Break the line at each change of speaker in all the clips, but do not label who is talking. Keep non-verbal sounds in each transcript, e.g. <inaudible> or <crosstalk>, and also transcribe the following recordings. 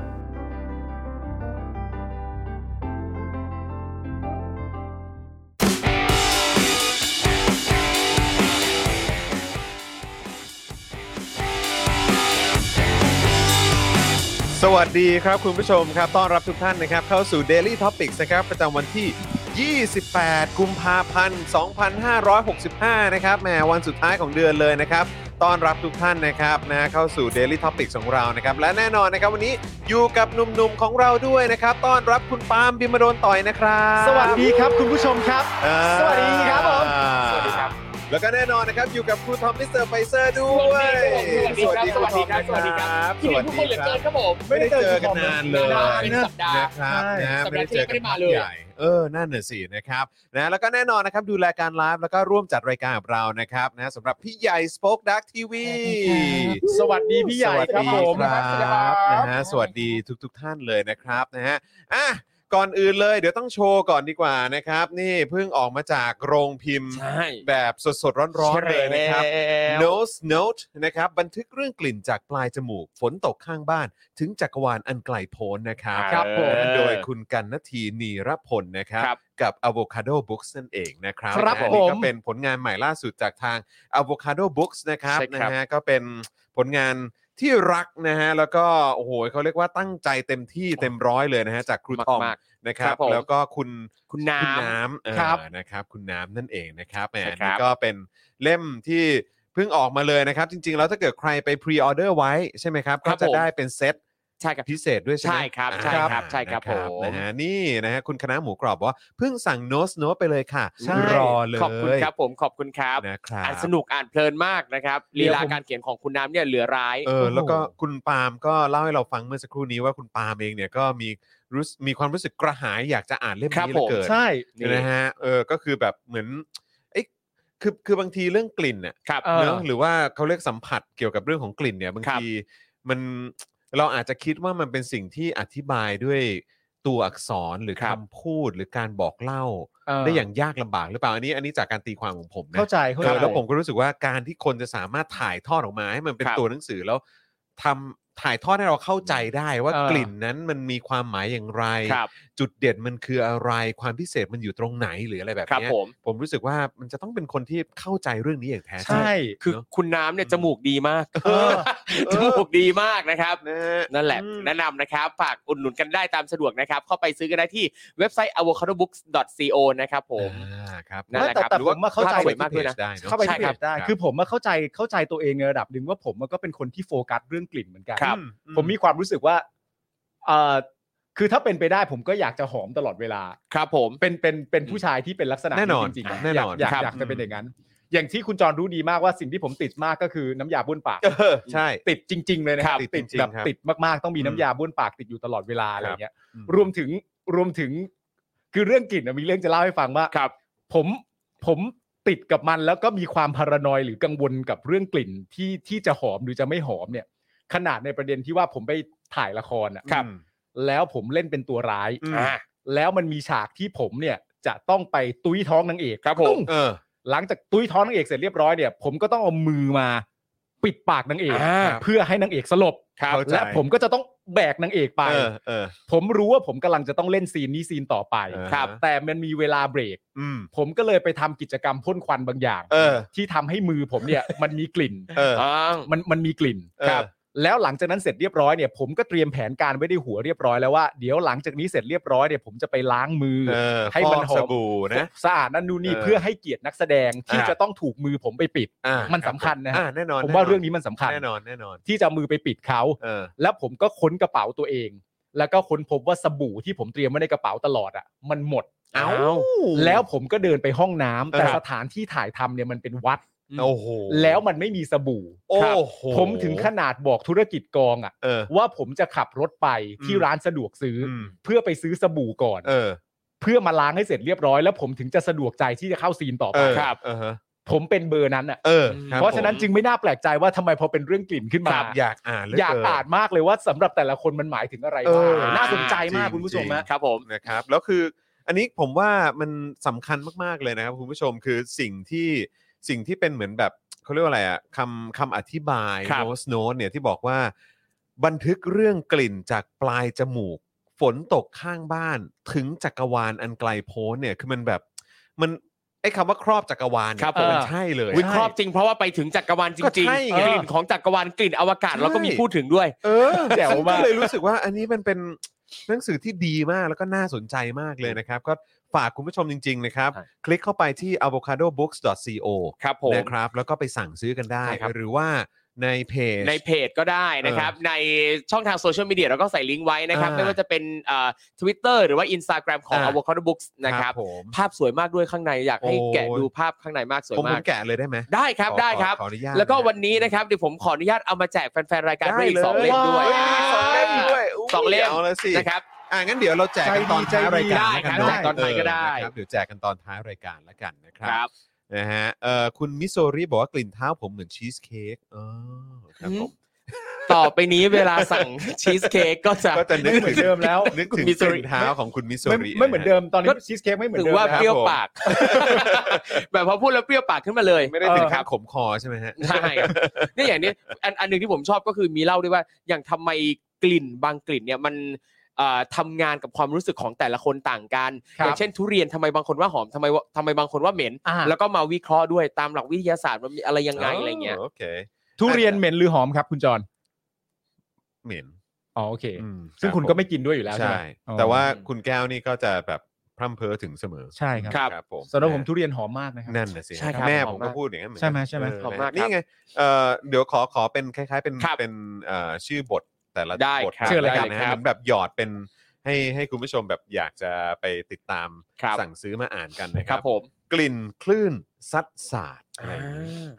สวัสดีครับคุณผู้ชมครับต้อนรับทุกท่านนะครับเข้าสู่ Daily Topics นะครับประจำวันที่ 28 กุมภาพันธ์ 2565 นะครับแหมวันสุดท้ายของเดือนเลยนะครับต้อนรับทุกท่านนะครับนะเข้าสู่ Daily Topics ของเรานะครับและแน่นอนนะครับวันนี้อยู่กับหนุ่มๆของเราด้วยนะครับต้อนรับคุณปาล์มบิมโดนต่อยนะครับ
สวัสดีครับคุณผู้ชมครับ
อ่า
สวัสดีครับผม
สวัสดีครับ
แล้วก็แน่นอนนะครับอยู่กับครูทอมมิสเตอร์ไฟเซอร์ด้วย
สวัสดีครับ สวัสดีครับ สวัสดีครับ บ
ส
พี่
วัสดี
เด็กทุกคนเหลือ
ค
เกิ
รับ
นครับผม
ไม่ได้เจอกันนานเลย
นานเป็นสัปดาห์
นะครับ
ใช่
นะไม่ได้เจอกัน
สัปดาห์ที่แล้วไม่ได้มาเลย
ใหญ่เออนั่นน่ะสินะครับนะแล้วก็แน่นอนนะครับดูแลการไลฟ์แล้วก็ร่วมจัดรายการกับเรานะครับนะสำหรับพี่ใหญ่สป็อคดักทีวี
สวัสดีพี่ใหญ่ครับผม
ครับนะฮะสวัสดีทุกทท่านเลยนะครับนะฮะอ่ะก่อนอื่นเลยเดี๋ยวต้องโชว์ก่อนดีกว่านะครับ นี่เพิ่งออกมาจากโรงพิมพ์
ใช่
แบบสดๆร้อนๆเลยนะครับ
โน้ต
Nose Note นะครับบันทึกเรื่องกลิ่นจากปลายจมูก ฝนตกข้างบ้าน ถึงจักรวาลอันไกลโพ้นนะครับ
ครับผม
เออโดยคุณกันนทีนีรพลนะครับ
ครับ
กับ Avocado Books นั่นเองนะครับ
ครับ
นะฮะ
ผม
นี่ก็เป็นผลงานใหม่ล่าสุดจากทาง Avocado Books นะครับ
ใช่
นะครับ ฮะก็เป็นผลงานที่รักนะฮะแล้วก็โอ้โหเขาเรียกว่าตั้งใจเต็มที่เต็มร้อยเลยนะฮะจากครูทอม
มาก
นะค
ค
รั
รับ บผม
แล้วก็คุณ
ๆคุ
คุณ
ณน้ำ
น้ำเออ
ครับ
นะครับคุณน้ำนั่นเองนะครับแหม
ใช่ครับ
นี่ก็เป็นเล่มที่เพิ่งออกมาเลยนะครับ จริง ๆ แล้วถ้าเกิดใครไปพรีออเดอร์ไว้ใช่ไหมครับ ก็จะได้เป็นเซต
ใช่ครับ
พิเศษด้วยใช่ไหม
ใช่ครับใช่ครับใช่ครับ
นะ
ผม
นะฮะนี่นะฮะคุณคณะหมูกรอบบอกว่าเพิ่งสั่งโน้ตโน้ตไปเลยค่ะ
ใช่
รอเลย
ขอบคุณครับผม ขอบคุณครับ
นะครับ
อ่านสนุกอ่านเพลินมากนะครับ
เดี๋
ลี
ยวผม
ลาการเขียนของคุณน้ำเนี่ยเหลือร้าย
เออแล้วก็คุณปาล์มก็เล่าให้เราฟังเมื่อสักครู่นี้ว่าคุณปาล์มเองเนี่ยก็มีรู้สึกมีความรู้สึกกระหายอยากจะอ่านเล่ม
ครับ
นี้เหลือ
ผม
เกิน
ใช่
นี่
นะฮะ เออ ก็คือแบบเหมือนเอ้ยคือคือบางทีเรื่องกลิ่นเนี่ย
ครับ
เออ
เนอะหรือว่าเขาเรียกสัมผัสเกี่ยวกับเรื่องของกลิ่นเนี่ยบาง
ครับ
ทีมันเราอาจจะคิดว่ามันเป็นสิ่งที่อธิบายด้วยตัวอักษรหรือ
ครับ
คำพูดหรือการบอกเล่า ได้อย่างยากลำบากหรือเปล่าอันนี้อันนี้จากการตีความของผมนะ
เข้าใจเข้า
เอ
ใจ
อแล้วผมก็รู้สึกว่าการที่คนจะสามารถถ่ายทอดออกมาให้มันเป็น
ครับ
ตัวหนังสือแล้วทำถ่ายทอดให้เราเข้าใจได้ว่า
เออ
กลิ่นนั้นมันมีความหมายอย่างไร
ครับ
จุดเด่นมันคืออะไรความพิเศษมันอยู่ตรงไหนหรืออะไรแบบ
ครับ
เนี้ย
ผม
ผมรู้สึกว่ามันจะต้องเป็นคนที่เข้าใจเรื่องนี้อย่างแท้จริง
ใช่
คือ
เนอะ
คุณน้ำเนี่ยจมูกดีมาก
เออ
<laughs> จมูกดีมากนะครับ
นะฮะ
นั่นแหละ
อืม
แนะนำนะครับฝากอุดหนุนกันได้ตามสะดวกนะครับ เข้าไปซื้อกันได้ที่เว็บไซต์ avocadobooks.co นะครับผม
อ่าครับ
นั่นแหละ
แต่
ครับ
แต่
หรือว่า
ผมว่าเข้าใจ
ภพสวยมากด้วยนะ
ได้นอะ
เข้าไป
ใช่
ที่เพ
ครับ
จได้คือผมมาเข้าใจเข้าใจตัวเองในระดับหนึ่งว่าผมมันก็เป็นคนที่โฟกัสเรื่องกลิ่นเหมือนกัน
ครับ
อื
ผมมีความรู้สึกว่าเอ่อคือถ้าเป็นไปได้ผมก็อยากจะหอมตลอดเวลา
ครับผม
เป็นเป็นเป็นผู้ชายที่เป็นลักษณะ
แน่นอน
จริงๆะ
แน่นอน
อยาก
ครับ
อยากจะเป็นอย่างนั้น อย่างที่คุณจรรู้ดีมากว่าสิ่งที่ผมติดมากก็คือน้ำยาบ้วนปาก
เออใช่
ติดจริง ๆ เลยนะครั
ครั
บ
บ
ติด
ติดจริง
แบบ
ครับ
ติดมากๆต้องมี
อืม
น้ำยาบ้วนปากติดอยู่ตลอดเวลาอะไร
ครับ
เงี้ย
อืม
รวมถึงรวมถึง คือเรื่องกลิ่นน่ะมีเรื่องจะเล่าให้ฟังว่า
ครับ
ผมผมติดกับมันแล้วก็มีความพารานอยหรือกังวลกับเรื่องกลิ่นที่ที่จะหอมหรือจะไม่หอมเนี่ย ขนาดในประเด็นที่ว่าผมไปถ่ายละครอ่ะ
ครับ
อืม
แล้วผมเล่นเป็นตัวร้าย
อืม
อ่า
แล้วมันมีฉากที่ผมเนี่ยจะต้องไปตุ้ยท้องนางเอก
ครับผม
ตุ้ง
เออ
หลังจากตุ้ยท้องนางเอกเสร็จเรียบร้อยเนี่ย ผมก็ต้องเอามือมา ปิดปากนางเอก
อ่า
เพื่อให้นางเอกสลบ
ครับ
เข้าใจ
และผมก็จะต้องแบกนางเอกไป
เออเออ
ผมรู้ว่าผมกำลังจะต้องเล่นซีนนี้ซีนต่อไป
เออ
ครับ
แต่มันมีเวลาเบรก
อืม
ผมก็เลยไปทำกิจกรรมพ่นควันบางอย่าง
เออ
ที่ทำให้มือผมเนี่ย <laughs> มันมีกลิ่น
เออ
อ๋อ
มันมันมีกลิ่น
เออ
ครับ แล้วหลังจากนั้นเสร็จเรียบร้อยเนี่ย ผมก็เตรียมแผนการไว้ในหัวเรียบร้อยแล้วว่าเดี๋ยวหลังจากนี้เสร็จเรียบร้อยเนี่ยผมจะไปล้างมือ
เออ
ให้มัน
ฟอก
หอม
สบู่นะ
สะอาดนั่นนู่นนี่
เออ
เพื่อให้เกียรตินักแสดงที่
อ่า
จะต้องถูกมือผมไปปิด
อ่า
มั
มัน
สำคัญนะฮะ
แน่นอน
ผมว่า
แ
เรื่องนี้มันสำคัญ
แน่นอนแน่นอน
ที่จะเอามือไปปิดเขา
เออ
แล้วผมก็ค้นกระเป๋าตัวเอง แล้วก็ค้นพบว่าสบู่ที่ผมเตรียมไว้ในกระเป๋าตลอดอ่ะมันหมด
เอ้า
แล้วผมก็เดินไปห้องน้ำแต่
เออ
สถานที่ถ่ายทำเนี่ยมันเป็นวัด
โอ้โห
แล้วมันไม่มีสบู่
โอ้
ครับ
โห
ผมถึงขนาดบอกธุรกิจกองอ่ะ
เออ
ว่าผมจะขับรถไปที่
อืม
ร้านสะดวกซื้ออ
อืม
เพื่อไปซื้อสบู่ก่อน
เออ
เพื่อมาล้างให้เสร็จเรียบร้อย แล้วผมถึงจะสะดวกใจที่จะเข้าซีนต่อ
เอ
ไป
อ
ครับ
เออฮะ
ผมเป็นเบอร์นั้นอ่ะ
เออคบ
เพราะฉะนั้น
ผม
จึงไม่น่าแปลกใจว่าทำไมพอเป็นเรื่องกลิ่นขึ้น
ค
มา
รับอยากอ่านเหลื
อยาก
เน
อ่านมากเลยว่าสำหรับแต่ละคนมันหมายถึงอะไร
เอ
บ้าง
อ
น่าสนใจมา
จ
ก
ริง
คุณผู้ช
จ
ม
ริง
ฮะ
ครับผม
นะครับแล้วคืออันนี้ผมว่ามันสำคัญมาก ๆ เลยนะครับคุณผู้ชมคือสิ่งที่สิ่งที่เป็นเหมือนแบบเขาเรียกว่าอะไรอะคำคำอธิบาย
ครับ
โนสโนตเนี่ยที่บอกว่า บันทึกเรื่องกลิ่นจากปลายจมูก ฝนตกข้างบ้านถึงจักรวาลอันไกลโพ้นเนี่ยคือมันแบบมันไอ้คำว่าครอบจักรวาลเนี่ย
ครับผม
มันใช่เลย
วิเคราะห์จริงเพราะว่าไปถึงจักรวาลจริง
ก็ใช่ไง
กลิ่นของจักรวาลกลิ่นอวกาศ
ใช่
เราก็มีพูดถึงด้วย
เออ
แจ๋วมาก
ก็เลยรู้สึกว่าอันนี้มันเป็นหนังสือที่ดีมากแล้วก็น่าสนใจมากเลยนะครับ ก็ฝากคุณผู้ชมจริง ๆ นะครับ
ใช่
คลิกเข้าไปที่ avocadobooks.co
ครับผม
นะครับ แล้วก็ไปสั่งซื้อกันได้
ใช่ครับ
หรือว่าในเพจ
ในเพจก็ได้นะครับ ในช่องทางโซเชียลมีเดียเราก็ใส่ลิงก์ไว้นะครับ
อ่า
ไม่ว่าจะเป็นทวิตเตอร์หรือว่า Instagram ของ
อ่า
Avocado Books นะครับ
ผม
ภาพสวยมากด้วยข้างในอยากให้
โอ้ย
แกะดูภาพข้างในมากสว
ผมผม
ยาม ก
แกะเลยได้ไหม
ได้ครับ
ขอ
ได้ครับ
ขอขออนุญาต
แล้วก็
ะฮะ
วันนี้นะครับเดี๋ยวผมขออนุญาตเอามาแจกแฟนๆรายการ
ได้
ด้วยอีกสองเล่มด้วย
ว้าวสองเล่มด้วยย
สองเล่ม
เอาละสิ
นะครับ
อ่ะงั้นเดี๋ยวเราแจกกันตอนท้ายรายการแล้วกันเะ
ได้ครับแจกตอนท้ายก็ได้
เออนะครับเดี๋ยวแจกกันตอนท้ายรายการแล้วกันนะค
ครับ รับ
นะฮะเอ่อคุณมิโซริบอกว่ากลิ่นเท้าผมเหมือนชีสเค้กอ๋อครับผม
ต่อไปนี้เวลาสั่งชีสเค้กก็จะ
ก็จะนึก
ไม่เหมื
ถึ
อน
ง
เดิมแล้ว
นึกถึง
มิ
ก
โซริ
ลิ่นเท้าของคุณมิโซ
ไม่
ริ
ไม่เหมือนเดิมตอนนี้
ก็
ชีสเค้กไม่เหมือน
ถึง
เดิม
ว่า
แล้ว
เปรี้ยวปาก <laughs> แบบพอพูดแล้วเปรี้ยวปากขึ้นมาเลย
ไม่ได้ถึง
ค
ขั้
รั
นขมคอใช่ไหมฮะ
ใช่เนี่ยอย่างนี้อันอันหนึ่งที่ผมชอบก็คือมีเล่าด้วยว่าอย่างทำไมกลิ่นบางกลิ่นเนี่ยมันเอ่อทำงานกับความรู้สึกของแต่ละคนต่างกัน
ครั
อบ ย่างเช่นทุเรียนทำไมบางคนว่าหอมทำไมว่าทำไมบางคนว่าเหม็น
อ่า
แล้วก็มาวิเคราะห์ด้วยตามหลักวิทยาศาสตร์มันมีอะไรยังไงอะไรเงี้ย
โอเค
ทุเรียนเหม็นหรือหอมครับคุณจร
เหม็น
อ๋อโอเค
อืม
ซึ่ง
รับ
คุณก็ไม่กินด้วยอยู่แล้วใช่
ใช่
ไหมอ๋อ
แต่ว่าคุณแก้วนี่ก็จะแบบพร่ำเพ้อถึงเสมอ
ใช่ครับ
ครับ
ผม
สำหรับผมทุเรียนหอมมากนะครั
นั่นนะสิ
ใช่ครับ
แม่
ห
ผ
อ
ม
มมาก
ก็พูดอย่างนั้นเอนกัน
ใช่ไหมใช่ไหม
เ
หอมมากครับ
นี่ไงเอ่อเดี๋ยวขอขอเป็นคล้ายๆ เป็น
ครับ
เป็นเอ่อชื่อบทแต่ละ
ได้
บท
ครับ
เชิญเลย
แล้วกันนะ
ค
ฮะ
รั
เห
บ
มือนแบบหยอดเป็นให้ให้คุณผู้ชมแบบอยากจะไปติดตาม
ครับ
สั่งซื้อมาอ่านกันนะค
ค
รั
รับ บผม
กลิ่นคลื่นซัดสาดอะไรอย่างนี้
อ่า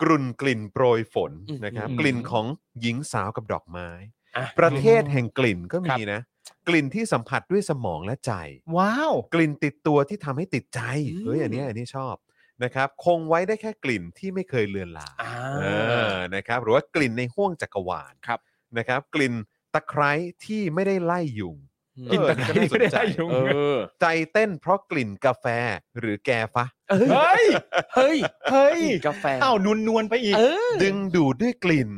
กรุ่นกลิ่นโปรยฝนนะครับ
อืม
กลิ่นของหญิงสาวกับดอกไม้
อ่ะ
ประเทศแห่งกลิ่นก็
ครั
มี
บ
นะ กลิ่นที่สัมผัสด้วยสมองและใจ
ว้าว
กลิ่นติดตัวที่ทำให้ติดใจ
อืม
เฮ้ยอันเนี้ยอันนี้ชอบนะครับ คงไว้ได้แค่กลิ่นที่ไม่เคยเลือนลาง
อ่า
เออนะครับ หรือว่ากลิ่นในห้วงจักรวาล
ครับ
นะครับ กลิ่นตะไคร้ที่ไม่ได้ไล่ยุง
กินตะไคร้ไม่ได้ได้ยุง
เออ
ใจเต้นเพราะกลิ่นกาแฟหรือแกฟะ
เฮ้ย
เฮ้ย
เฮ้ย
เฮ้ย
กินกาแฟ
เอ้านวลนวลๆไปอีก
เออ
ดึงดูดด้วยกลิ่น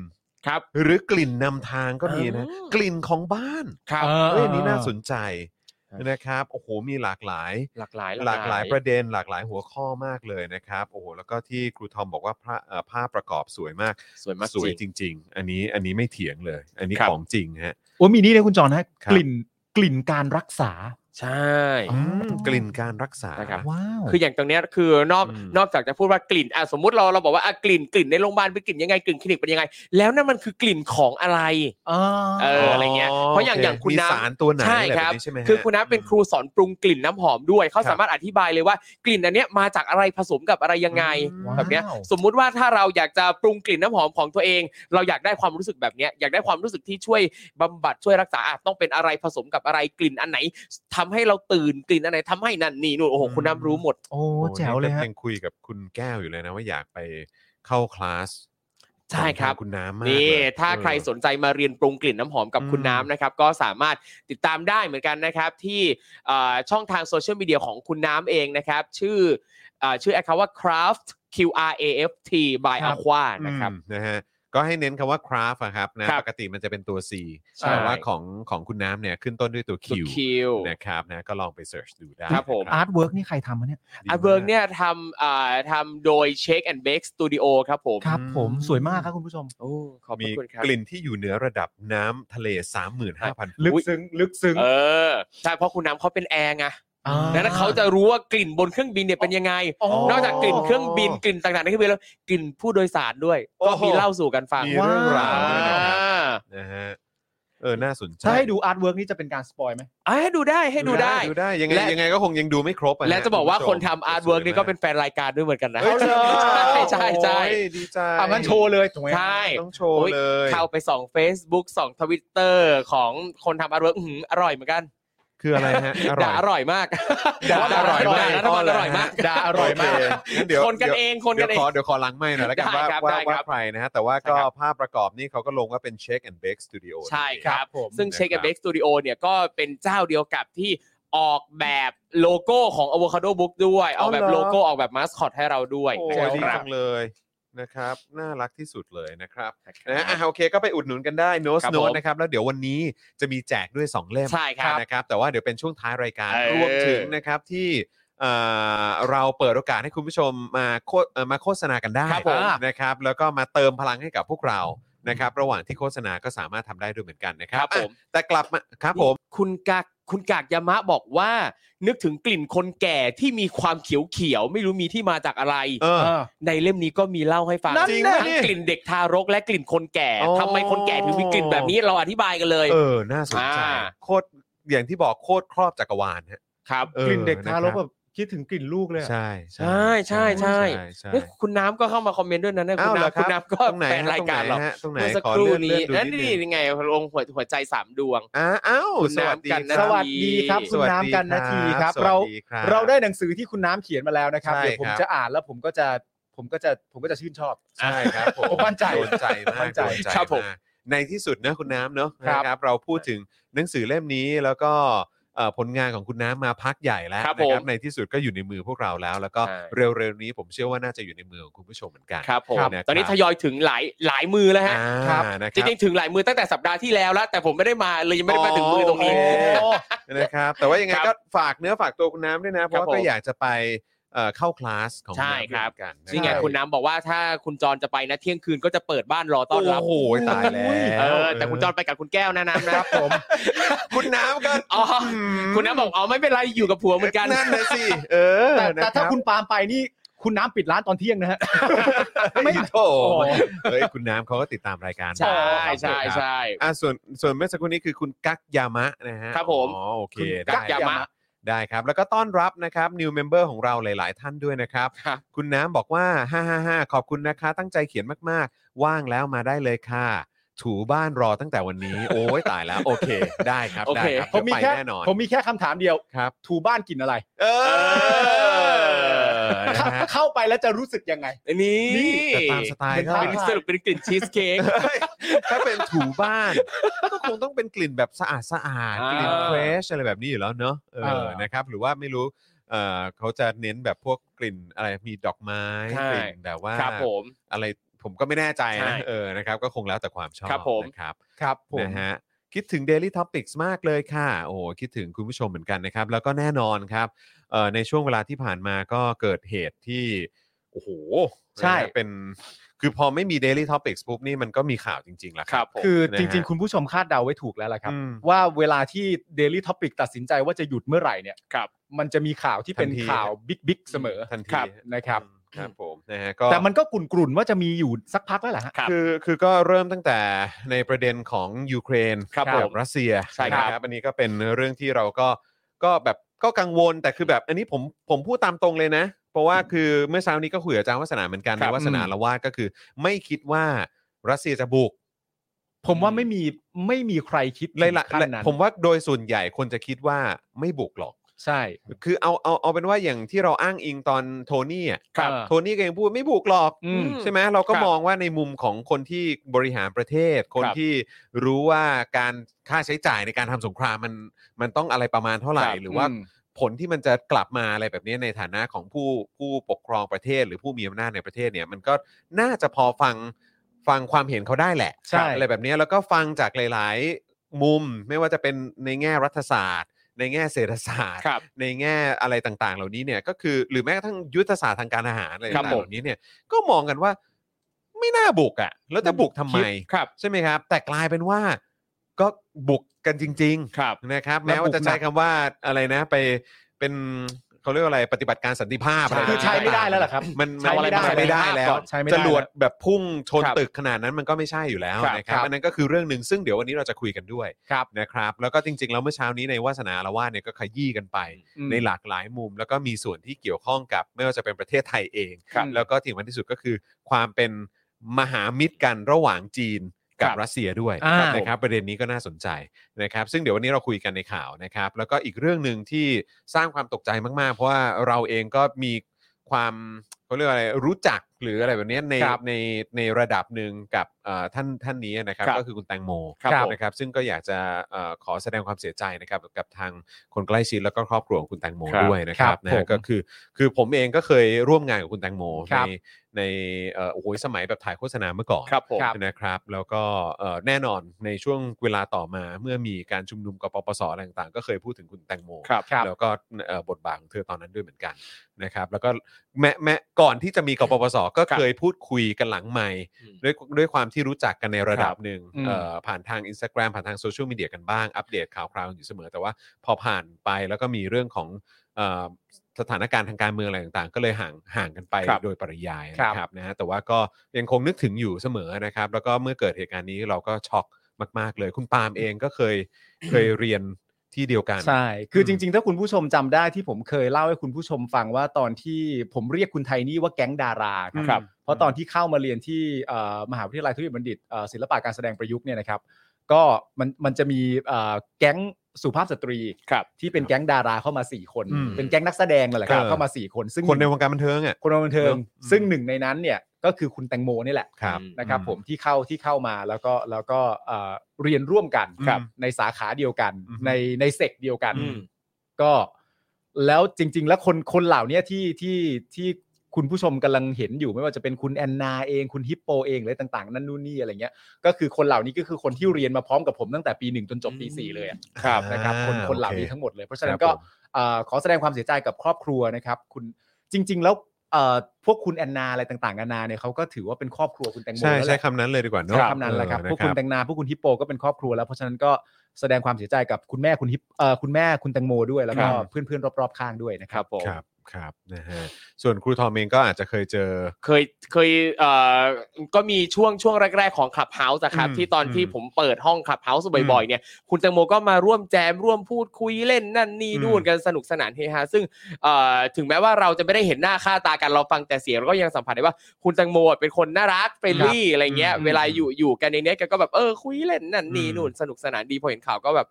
ครับ
หรือกลิ่นนำทางก็มีนะ
อ๋อ
กลิ่นของบ้าน
ครับ
เออ
เฮ้ยอันนี้น่าสนใจ
ครับ
นะครับโอ้โหมีหลากหลาย
หลากหลาย
หลากหลายประเด็นหลากหลายหัวข้อมากเลยนะครับโอ้โหแล้วก็ที่ครูทอมบอกว่าพระเอ่อภาพประกอบสวยมาก
สวยมาก
สวย
จ
จ
ริง
ริง ๆ อันนี้อันนี้ไม่เถียงเลย อันนี้
ครับ
ของจริงฮะ
โอ้มีนี่นะคุณจรฮะ
ครับ
กลิ่นกลิ่นการรักษา
ใช่
อืมกลิ่นการรักษา
นะครับ
ว้าว
คืออย่างตรงเนี้ยคือนอก
อืม
นอกจากจะพูดว่ากลิ่นอ่ะสมมติเราเราบอกว่าอ่ะกลิ่นกลิ่นในโรงพยาบาลเป็นกลิ่นยังไงกลิ่นคลินิกเป็นยังไง แล้วนั่นมันคือกลิ่นของอะไร เอออะไรเงี้ยเพราะอย่างอย่างคุณ
มี
น้ำ
สารตัวไหน
ใช่
อะไร
ค
แบ
รั
บบ นี้ใช่ไหมฮะ
คือคุณน้าเป็นครูสอนปรุงกลิ่นน้ำหอมด้วย
ค
เขา
รับ
สามารถอธิบายเลยว่ากลิ่นอันเนี้ยมาจากอะไรผสมกับอะไรยังไง
อืม
แบบเนี้ย
ว้าว
สมมุติว่าถ้าเราอยากจะปรุงกลิ่นน้ำหอมของตัวเอง เราอยากได้ความรู้สึกแบบเนี้ยอยากได้ความรู้สึกที่ช่วยบำบัดช่วยรักษาอาจต้องเป็นอะไรผสมกับอะไรกลิ่นอันไหนทำให้เราตื่นกลิ่นอันไหนทำให้นั่นนี่นู่นโอ้โหคุณน้ำรู้หมด
โอ้
โอ้
แจ๋วเลย
นี่
ฮะ
ก็ยังคุยกับคุณแก้วอยู่เลยนะว่าอยากไปเข้าคลาส
ใช่ครับ
ของทางคุณน้ำมาก
นี่
เลย
ถ้าใคร
เออ
สนใจมาเรียนปรุงกลิ่นน้ำหอมกับคุณ
อืม
น้ำนะครับ ก็สามารถติดตามได้เหมือนกันนะครับ ที่เอ่อช่องทางโซเชียลมีเดียของคุณน้ำเองนะครับ ชื่อเอ่อชื่อแอคเคาว่า craft Q R A F T by
ครับ
Aqua นะครับ
อืมนะฮะ ก็ให้เน้นคำว่า craft อะครับนะครับ ปกติมันจะเป็นตัว C
ใช่
แต่ว่าของของคุณน้ำเนี่ยขึ้นต้นด้วยตัว Q
คิวคิว
นะครับนะก็ลองไป search ดูได้
ครับผม
นะ
อาร์ตเวิร์กนี่ใครทำวะเนี่ย
ดีมาก
อาเบิร์กเนี่ยทำอ่าทำโดย Shake and Bake Studio ครับผม
ครับผม
อืม
สวยมากครับคุณผู้ชม
โอ้ขอบพ
มี
ระคุณครับ
กลิ่นที่อยู่เหนือระดับน้ำทะเล 35,000
ลึกซึ้งลึกซึ้ง
เออใช่เพราะคุณน้ำเขาเป็นแอร์ไง
อ่า
ดังนั้นเขาจะรู้ว่ากลิ่นบนเครื่องบินเนี่ยเป็นยังไง
อ๋อ
นอกจากกลิ่นเครื่องบินกลิ่นต่างๆในเครื่องบินแล้วกลิ่นผู้โดยสารด้วย
โอ้
ก็
โห
มีเล่าสู่กันฟัง
มี
ว่า
เรื่องราว
อ่
ด้วยนะครับ
า
นะฮะเออน่าสนใจ
ถ้าให้ดูอาร์ตเวิร์กนี่จะเป็นการสปอยไหม
อ่ะให้ดูได้ให้ดูได้
ดูได้ยังไง
และ
ยังไงก็คงยังดูไม่ครบ
และจะบอกว่าคนทำอาร์ตเวิร์กนี่ก็เป็น นแฟนรายการด้วยเหมือนกันนะ
เฮ้ย
อา
จริง
ใช่
เหรอ
ใช่ใช่
โอ้ยดีใจ
อ่ะงั้นโชว์เลยถูกไหม
ใช่
ต้องโชว์เลย
เข้าไปส่อง Facebook ส่องทวิตเตอร์ของคนทำอาร์ตเวิร์กอร่อยเหมือนกัน
คืออะไรฮะอร่อ
ด่าย อร่อยมาก
ด่าอร่อยมาก
ด่รัฐบาลอร่อยมาก
ดาอร่อยมาก
โเคงั้นเดี๋ยว
คนกันเองคน
เดี๋
กั
ยวน
เอ
ข
ง
อเดี๋ยวขอล้างไม่หน่อยแล้วกัน
ได้
ว่า
ครับ
ว่า
ได้
ว่า
ครับ
ใครนะฮะแต่ว่า
ใช่
ก็
ครับ
ภาพประกอบนี่เขาก็ลงว่าเป็น Check and Bake Studio
ใช่ค
ครั
รับบ
ผม
ซึ่ง
นะครับ
เช k ก n d b เบ e กสตูดิโอเนี่ยก็เป็นเจ้าเดียวกับที่ออกแบบโลโก้ของ Avocado Book ด้วย ออกแบบโลโก้ออกแบบมาสคอตให้เราด้วย
โอ้ย
นะ
ดี
ครั
จั
บ
งเลยนะครับ น่ารักที่สุดเลยนะครับ
ครับ
นะฮะอ่ะโอเคก็ไปอุดหนุนกันได้โน้ต
ครับ
โน้
ผ
ต
ม
นะครับแล้วเดี๋ยววันนี้จะมีแจกด้วย 2 เล่ม
ใช่ครับ
นะครับ แต่ว่าเดี๋ยวเป็นช่วงท้ายรายการ
เออ
รวมถึงนะครับที่เอ่อเราเปิดโอกาสให้คุณผู้ชมมาโคเอ่อมาโฆษณากันได้
ครับผม
นะครับ แล้วก็มาเติมพลังให้กับพวกเรานะครับ ระหว่างที่โฆษณาก็สามารถทำได้ด้วยเหมือนกันนะค
ค
รั
รั
บบ
ผม
อ่ะแต่กลับมาครับผม
คุณกากคุณกากยามะบอกว่า นึกถึงกลิ่นคนแก่ที่มีความเขียวๆ ไม่รู้มีที่มาจากอะไร
เออ
เออ
ในเล่มนี้ก็มีเล่าให้ฟัง
นั่น
ทั้
น่ะ
งกลิ่นเด็กทารกและกลิ่นคนแก่
อ๋อ
ทำไมคนแก่ถึงมีกลิ่นแบบนี้เราอธิบายกันเลย
เออน่าสนใจ
อ่า
โคตรอย่างที่บอกโคตรครอบจักรวาลฮะ
ครับ
ออก
ลิ่นเด็ก
ะ
ทา
ค
ร
รั
ก
บ
แบบคิดถึงกลิ่นลูกเลยอะ
ใช่
ใช่ใช่
ใช่
เอ้ยคุณน้ำก็เข้ามาคอมเมนต์ด้วยนะเนี่ย
เอ้า
คุณ
เหรอ
น้ำ
ค
คุ
รับต
ณน้ำก็
รงไหน
แฟน
ฮะ
รายการ
ตงไหน
เรา
ฮะตรงไหน
เมื่อสัก
ขอ
ครู่
เลื่อน
นี้
เลื่อนดู
นั่น
นิดนึ
นี่
ง
ยังไงลงหัวหัวใจสามดวง
อ่าอ้าว
คุณ
สวัสดี
น้ำกันนะ
ค
ส
รับ
วัสดีครับคุณน้ำกันนาทีครับ
สวัส
เรา
ดีคบ
เราได้หนังสือที่คุณน้ำเขียนมาแล้วนะครับ
ใช่
เดี๋ยวผม
ครับ
จะอ่านแล้วผมก็จะผมก็จะผมก็จะชื่นชอบ
ใช่ครับผ
ผมมมั่นใจ
โดนใจมา
มั่
ก
นใจ
โดนใจ
ครับผม
ากในที่สุดนะคุณน้ำเนาะ
ครับ
นะครับ เราพูดถึงหนังสือเล่มนี้แล้วก็เอ่อผลงานของคุณน้ำมาพักใหญ่แล้ว
ครับ
นะ
ผม
ในที่สุดก็อยู่ในมือพวกเราแล้ว แล้วก็
ใช่
เร็วๆนี้ผมเชื่อว่าน่าจะอยู่ในมือของคุณผู้ชมเหมือนกัน
ครับผม
ครับ
ะ
ตอนนี้ทยอยถึงหลายหลายมือแล้วฮะ
อ่า
ครับ
นะค
จ
รับ
ริงๆถึงหลายมือตั้งแต่สัปดาห์ที่แล้วแล้ว แต่ผมไม่ได้มาเลยยังไม่ได้มาถึงมือตรงนี้
โอ้ นะครับแต่ว่ายังไงก็ฝากเนื้อฝากตัวคุณน้ำด้วยนะ เพราะว่า
ครับผม
ก็อยากจะไปเอ่อเข้าคลาสของ
ใช่
ณ
ครั
น้ำ
บ
เหมือนกัน
นี่ไง
ะรับ
คุณน้ำบอกว่าถ้าคุณจรจะไปนะเที่ยงคืนก็จะเปิดบ้านรอต้อนรับ
โอ้โหตายแล้ว
เออแต่คุณจรไปกับคุณแก้วนะน้ำ
ค
นะ
รับผม
คุณน้ำก็
อ๋อคุณน้ำบอกอ๋อไม่เป็นไรอยู่กับผัวเหมือนกัน
นั่นนะสิเออ
แต่
นะ
แต่ถ้า
รับ
คุณปาล์มไปนี่คุณน้ำปิดร้านตอนเที่ยงนะฮะ ไม่
โถเฮ้ยคุณน้ำเขาก็ติดตามรายการ
ใช่ใช่
ครับ
ใช่
อ่ะส่วนส่วนเมื่อสักครู่นี้คือคุณกั๊กยามะนะฮะ
ครับผม
อ๋อโอเค
คุณ
ได้
กั๊กยามะ
ได้ครับ แล้วก็ต้อนรับนะครับ new member ของเราหลาย ๆ ท่านด้วยนะครับ
ครับ
คุณน้ำบอกว่า 555 ขอบคุณนะคะ ตั้งใจเขียนมาก ๆ ว่างแล้วมาได้เลยค่ะ ถูบ้านรอตั้งแต่วันนี้ โอ้ยตายแล้ว โอเค ได้ครับ
โอ
ได้
เค
ครับ
ผมมี
ไป
แค่
แน่นอน
ผมมีแค่คำถามเดียว
ครับ
ถูบ้านกลิ่นอะไร
เออ
เข้า
นะฮะ
เข้าไปแล้วจะรู้สึกยังไง
นี่
นี่
แต่ตามสไตล์ก็
เป็นสรุปเป็นกลิ่นชีสเค้ก
เฮ้ยถ้าเป็นถูบ้านก็คงต้องเป็นกลิ่นแบบสะอาดสะอาดๆ
อ่าก ก
ลิ่นเฟรชอะไรแบบนี้อยู่แล้วเนอะเอ
เอ
อ
อ
นะครับ หรือว่าไม่รู้เออเขาจะเน้นแบบพวกกลิ่นอะไรมีดอกไม้
ใช่
กลิ่นแบบว่า
ครับผม
อะไรผมก็ไม่แน่ใจ
ใช่
นะเออนะครับก็คงแล้วแต่ความชอบ
ครับผม
นะครับ
ครับผม
นะฮะคิดถึง Daily Topics มากเลยค่ะ โอ้โหคิดถึงคุณผู้ชมเหมือนกันนะครับ แล้วก็แน่นอนครับเอ่อในช่วงเวลาที่ผ่านมาก็เกิดเหตุที่ โอ้โห
ใช่
นะฮะเป็น คือพอไม่มี Daily Topics ปุ๊บนี่มันก็มีข่าวจริงๆแล้ว
ครับ ผม
คือ
นะฮะ
จริง ๆ คุณผู้ชมคาดเดาไว้ถูกแล้วล่ะครับ
อืม
ว่าเวลาที่ Daily Topic ตัดสินใจว่าจะหยุดเมื่อไหร่เนี่ย
ครับ
มันจะมีข่าวที่เป็น
ทันที
ข่าวบิ๊กบิ๊กๆเสมอ
ทันที
ครับนะครับ
อืมครับผมนะฮะก็
แต่มันก็กลุ่นๆว่าจะมีอยู่สักพักแล้วแหละฮะ
ครับ
คือคือก็เริ่มตั้งแต่ในประเด็นของยูเครน
ครับ
กั
ผม
รัสเซีย
ใช่ครับ
นะอันนี้ก็เป็นเรื่องที่เราก็ก็แบบก็กังวลแต่คือแบบอันนี้ผมผมพูดตามตรงเลยนะ เพราะว่าคือเมื่อเช้านี้ก็คุยกับอาจารย์วัฒนาเหมือนกัน
ครับ
นะวัฒนาละว่าดก็คือ ไม่คิดว่ารัสเซียจะบุก
ผมว่าไม่มีไม่มีใครคิด
เลยละ
ถึงขั้นนั้น
ผมว่าโดยส่วนใหญ่คนจะคิดว่าไม่บุกหรอก
ใช่
คือเอาเอาเอาเป็นว่าอย่างที่เราอ้างอิงตอนโทนี่อ่ะ
ครับ
โทนี่ก็ยังพูดไม่บุกหรอก
อืม
ใช่ไหมเราก็
ครับ
มองว่าในมุมของคนที่บริหารประเทศ คน
ครับ
ที่รู้ว่าการค่าใช้จ่ายในการทำสงครามมันมันต้องอะไรประมาณเท่าไหร่
ครับ
หรือว่า
อืม
ผลที่มันจะกลับมาอะไรแบบนี้ในฐานะของผู้ผู้ปกครองประเทศ หรือผู้มีอำนาจในประเทศเนี่ยมันก็น่าจะพอฟัง ฟังความเห็นเขาได้แหละ
ใช่
อะไรแบบเนี้ยแล้วก็ฟังจากหลาย ๆ มุมไม่ว่าจะเป็นในแง่รัฐศาสตร์ ในแง่เศรษฐศาสตร์
ครับ
ในแง่อะไรต่างๆ เหล่านี้เนี่ยก็คือหรือแม้กระทั่งยุทธศาสตร์ทางการอาหารอะไร
ครั
ต่างๆ
บผม
เหล่านี้เนี่ยก็มองกันว่าไม่น่าบุกอะ่ะ แล้วจะบุกทำไม
ครับ
ใช่ไหมครับ แต่กลายเป็นว่าก็บุกกันจริง
ครับ
ๆ นะครับ
แล้ว
แม้ว่าจะใช้
บุกหนั
คำ
ก
ว่าอะไรนะ ไปเป็นเขาเรียกว่าอะไรปฏิบัติการสันติภาพะร
คือใช้ไม่ได้แล้วล่ะครับ
มัน
ใช้ไม่ได้
นไม่ได้แล้ว
ใช้ไม่ได้
จรวด
แล้ว
แบบพุ่งชน
ครับ
ตึกขนาดนั้นมันก็ไม่ใช่อยู่แล้ว
ครับ
นะครับ
ครับ
อันนั้นก็คือเรื่องหนึ่งซึ่งเดี๋ยววันนี้เราจะคุยกันด้วย
ครับ
นะครับ แล้วก็จริง ๆ แล้วเมื่อเช้านี้ในวาสนาละว่าดเนี่ยก็ขยี้กันไป ในหลากหลายมุมแล้วก็มีส่วนที่เกี่ยวข้องกับ ไม่ว่าจะเป็นประเทศไทยเอง
ครับ
แล้วก็ที่สำคัญที่สุดก็คือความเป็นมหามิตรกันระหว่างจีนกับ
ครับ
รัสเซียด้วย
อ่า
นะครับประเด็นนี้ก็น่าสนใจนะครับซึ่งเดี๋ยววันนี้เราคุยกันในข่าวนะครับ แล้วก็อีกเรื่องหนึ่งที่สร้างความตกใจมากๆ เพราะว่าเราเองก็มีความเขาเรียกว่าอะไรรู้จักหรืออะไรแบบเนี้ยใน
ครับ
ในในระดับหนึ่งกับเอ่อท่านท่านนี้นะครับ
ครับ
ก็คือคุณแตงโม
ครับผม
นะครับซึ่งก็อยากจะเอ่อขอแสดงความเสียใจนะครับกับทางคนใกล้ชิดแล้วก็ครอบครัวของคุณแตงโม
ครับ
ด้วยนะครับ
ครับ
นะฮะ
ผม
ก็คือคือผมเองก็เคยร่วมงานกับคุณแตงโม
ค
ใน
รับ
ในเอ่อโอ้โหสมัยแบบถ่ายโฆษณาเมื่อก่อน
ครับผม
ครับ
นะครับ แล้วก็เอ่อแน่นอนในช่วงเวลาต่อมาเมื่อมีการชุมนุมกปปสอะไรต่างๆ ก็เคยพูดถึงคุณแตงโม
ครับ
ครับ
แล้วก็เอ่อบทบาทของเธอตอนนั้นด้วยเหมือนกันนะครับ แล้วก็แม้แม้ก่อนที่จะมีกปปสก็
ครับ
เคยพูดคุยกันหลังใหม่
อืม
ด้วยด้วยความที่รู้จักกันในระดับหนึ่ง
อืม
เอ่อผ่านทาง Instagram ผ่านทางโซเชียลมีเดียกันบ้าง อัปเดตข่าวคราวอยู่เสมอ แต่ว่าพอผ่านไปแล้วก็มีเรื่องของเอ่อสถานการณ์ทางการเมืองอะไรต่างๆ ก็เลยห่างห่างกันไป
ครับ
โดยปริยาย
ครับ
นะครับนะฮะแต่ว่าก็ยังคงนึกถึงอยู่เสมอนะครับ แล้วก็เมื่อเกิดเหตุการณ์นี้เราก็ช็อกมาก ๆ เลย คุณปาล์มเองก็เคยเคยเรียนที่เดียวกัน
ใช่ คืออ
ม
จริง ๆ ถ้าคุณผู้ชมจำได้ที่ผมเคยเล่าให้คุณผู้ชมฟังว่าตอนที่ผมเรียกคุณไทนี่ว่าแก๊งดาราครับ
ครับ
เพราะตอนที่เข้ามาเรียนที่เอ่อมหาวิทยาลัยธุรกิจบัณฑิตเอ่อศิลปะการแสดงประยุกต์เนี่ยนะครับ ก็มันมันจะมีเอ่อแก๊งสุภาพสตรี
ครับ
ที่เป็นแก๊งดาราเข้ามา 4 คน
อืม
เป็นแก๊งนักแสดงนั่นแหละครับ
เออ
เข้ามา 4 คนซึ่ง
คนในวงการบันเทิงอ่ะ
คนบันเทิง
เนอะ
ซึ่งหนึ่งในนั้นเนี่ยก็คือคุณแตงโมนี่แหละ
ครับ
นะครับ
อืม
ผมที่เข้าที่เข้ามาแล้วก็แล้วก็เอ่อเรียนร่วมกัน
ครับ
ในสาขาเดียวกัน
อือฮึ
ในในเซกเดียวกัน
อืม
ก็แล้วจริง ๆ แล้วคนคนเหล่าเนี้ยที่ที่ที่คุณผู้ชมกำลังเห็นอยู่ไม่ว่าจะเป็นคุณแอนนาเองคุณฮิปโปเองเลยต่าง ๆ นั่นนู่นนี่อะไรเงี้ยก็คือคนเหล่านี้ก็คือคนที่เรียนมาพร้อมกับผมตั้งแต่ปีหนึ่งจนจบปีสี่เลยอะ
ครับ
นะครับคน
อ่า
คนเหล่านี้
โอเค
ทั้งหมดเลยเพราะฉะนั้
ครั
น
บ
ก็
ผม
เอ่อขอแสดงความเสียใจกับครอบครัวนะครับ คุณจริง ๆ แล้วเอ่อพวกคุณแอนนาอะไรต่างๆนานาเนี่ยเขาก็ถือว่าเป็นครอบครัวคุณแตงโม
ใช่
นั่นแห
ใช้
ละ
คำนั้นเลยดีกว่าเนอะ
ใช้คำนั้นแหละครับ
เออ
พวกคุณแตงนาพวกคุณฮิปโปก็เป็นครอบครัวแล้วเพราะฉะนั้นก็แสดงความเสียใจกับคุณแม่คุณฮิปเอ่อคุณแม่คุณแตงโมด้วยแล้วก็
ครับ
เพื่อนๆรอบๆข้างด้วยนะ
ค
ค
รั
รั
บบ ผม
ครับครับนะฮะส่วนครูทอมเองก็อาจจะเคยเจอ
เคยเคยเอ่อก็มีช่วงช่วงแรก ๆ ของคลับเฮาส์ครับ
อืม
ที่ตอนที่
อืม
ผมเปิดห้องคลับเฮาส์บ่อยๆเนี่ยคุณแตงโมก็มาร่วมแจมร่วมพูดคุยเล่นนั่นนี่
อืม
นู่นกันสนุกสนานเฮฮาซึ่งเอ่อถึงแม้ว่าเราจะไม่ได้เห็นหน้าค่าตากันเราฟังแต่เสียงเราก็ยังสัมผัสได้ว่าคุณแตงโมเป็นคนน่ารักเฟรนลี่อะไรเงี้ย
อืม
เวลาอยู่อยู่กันในเนี้ยแกก็แบบเออคุยเล่นนั่นนี่
อืม
นู่นสนุกสนานดีพอเห็นข่าวก็แบบ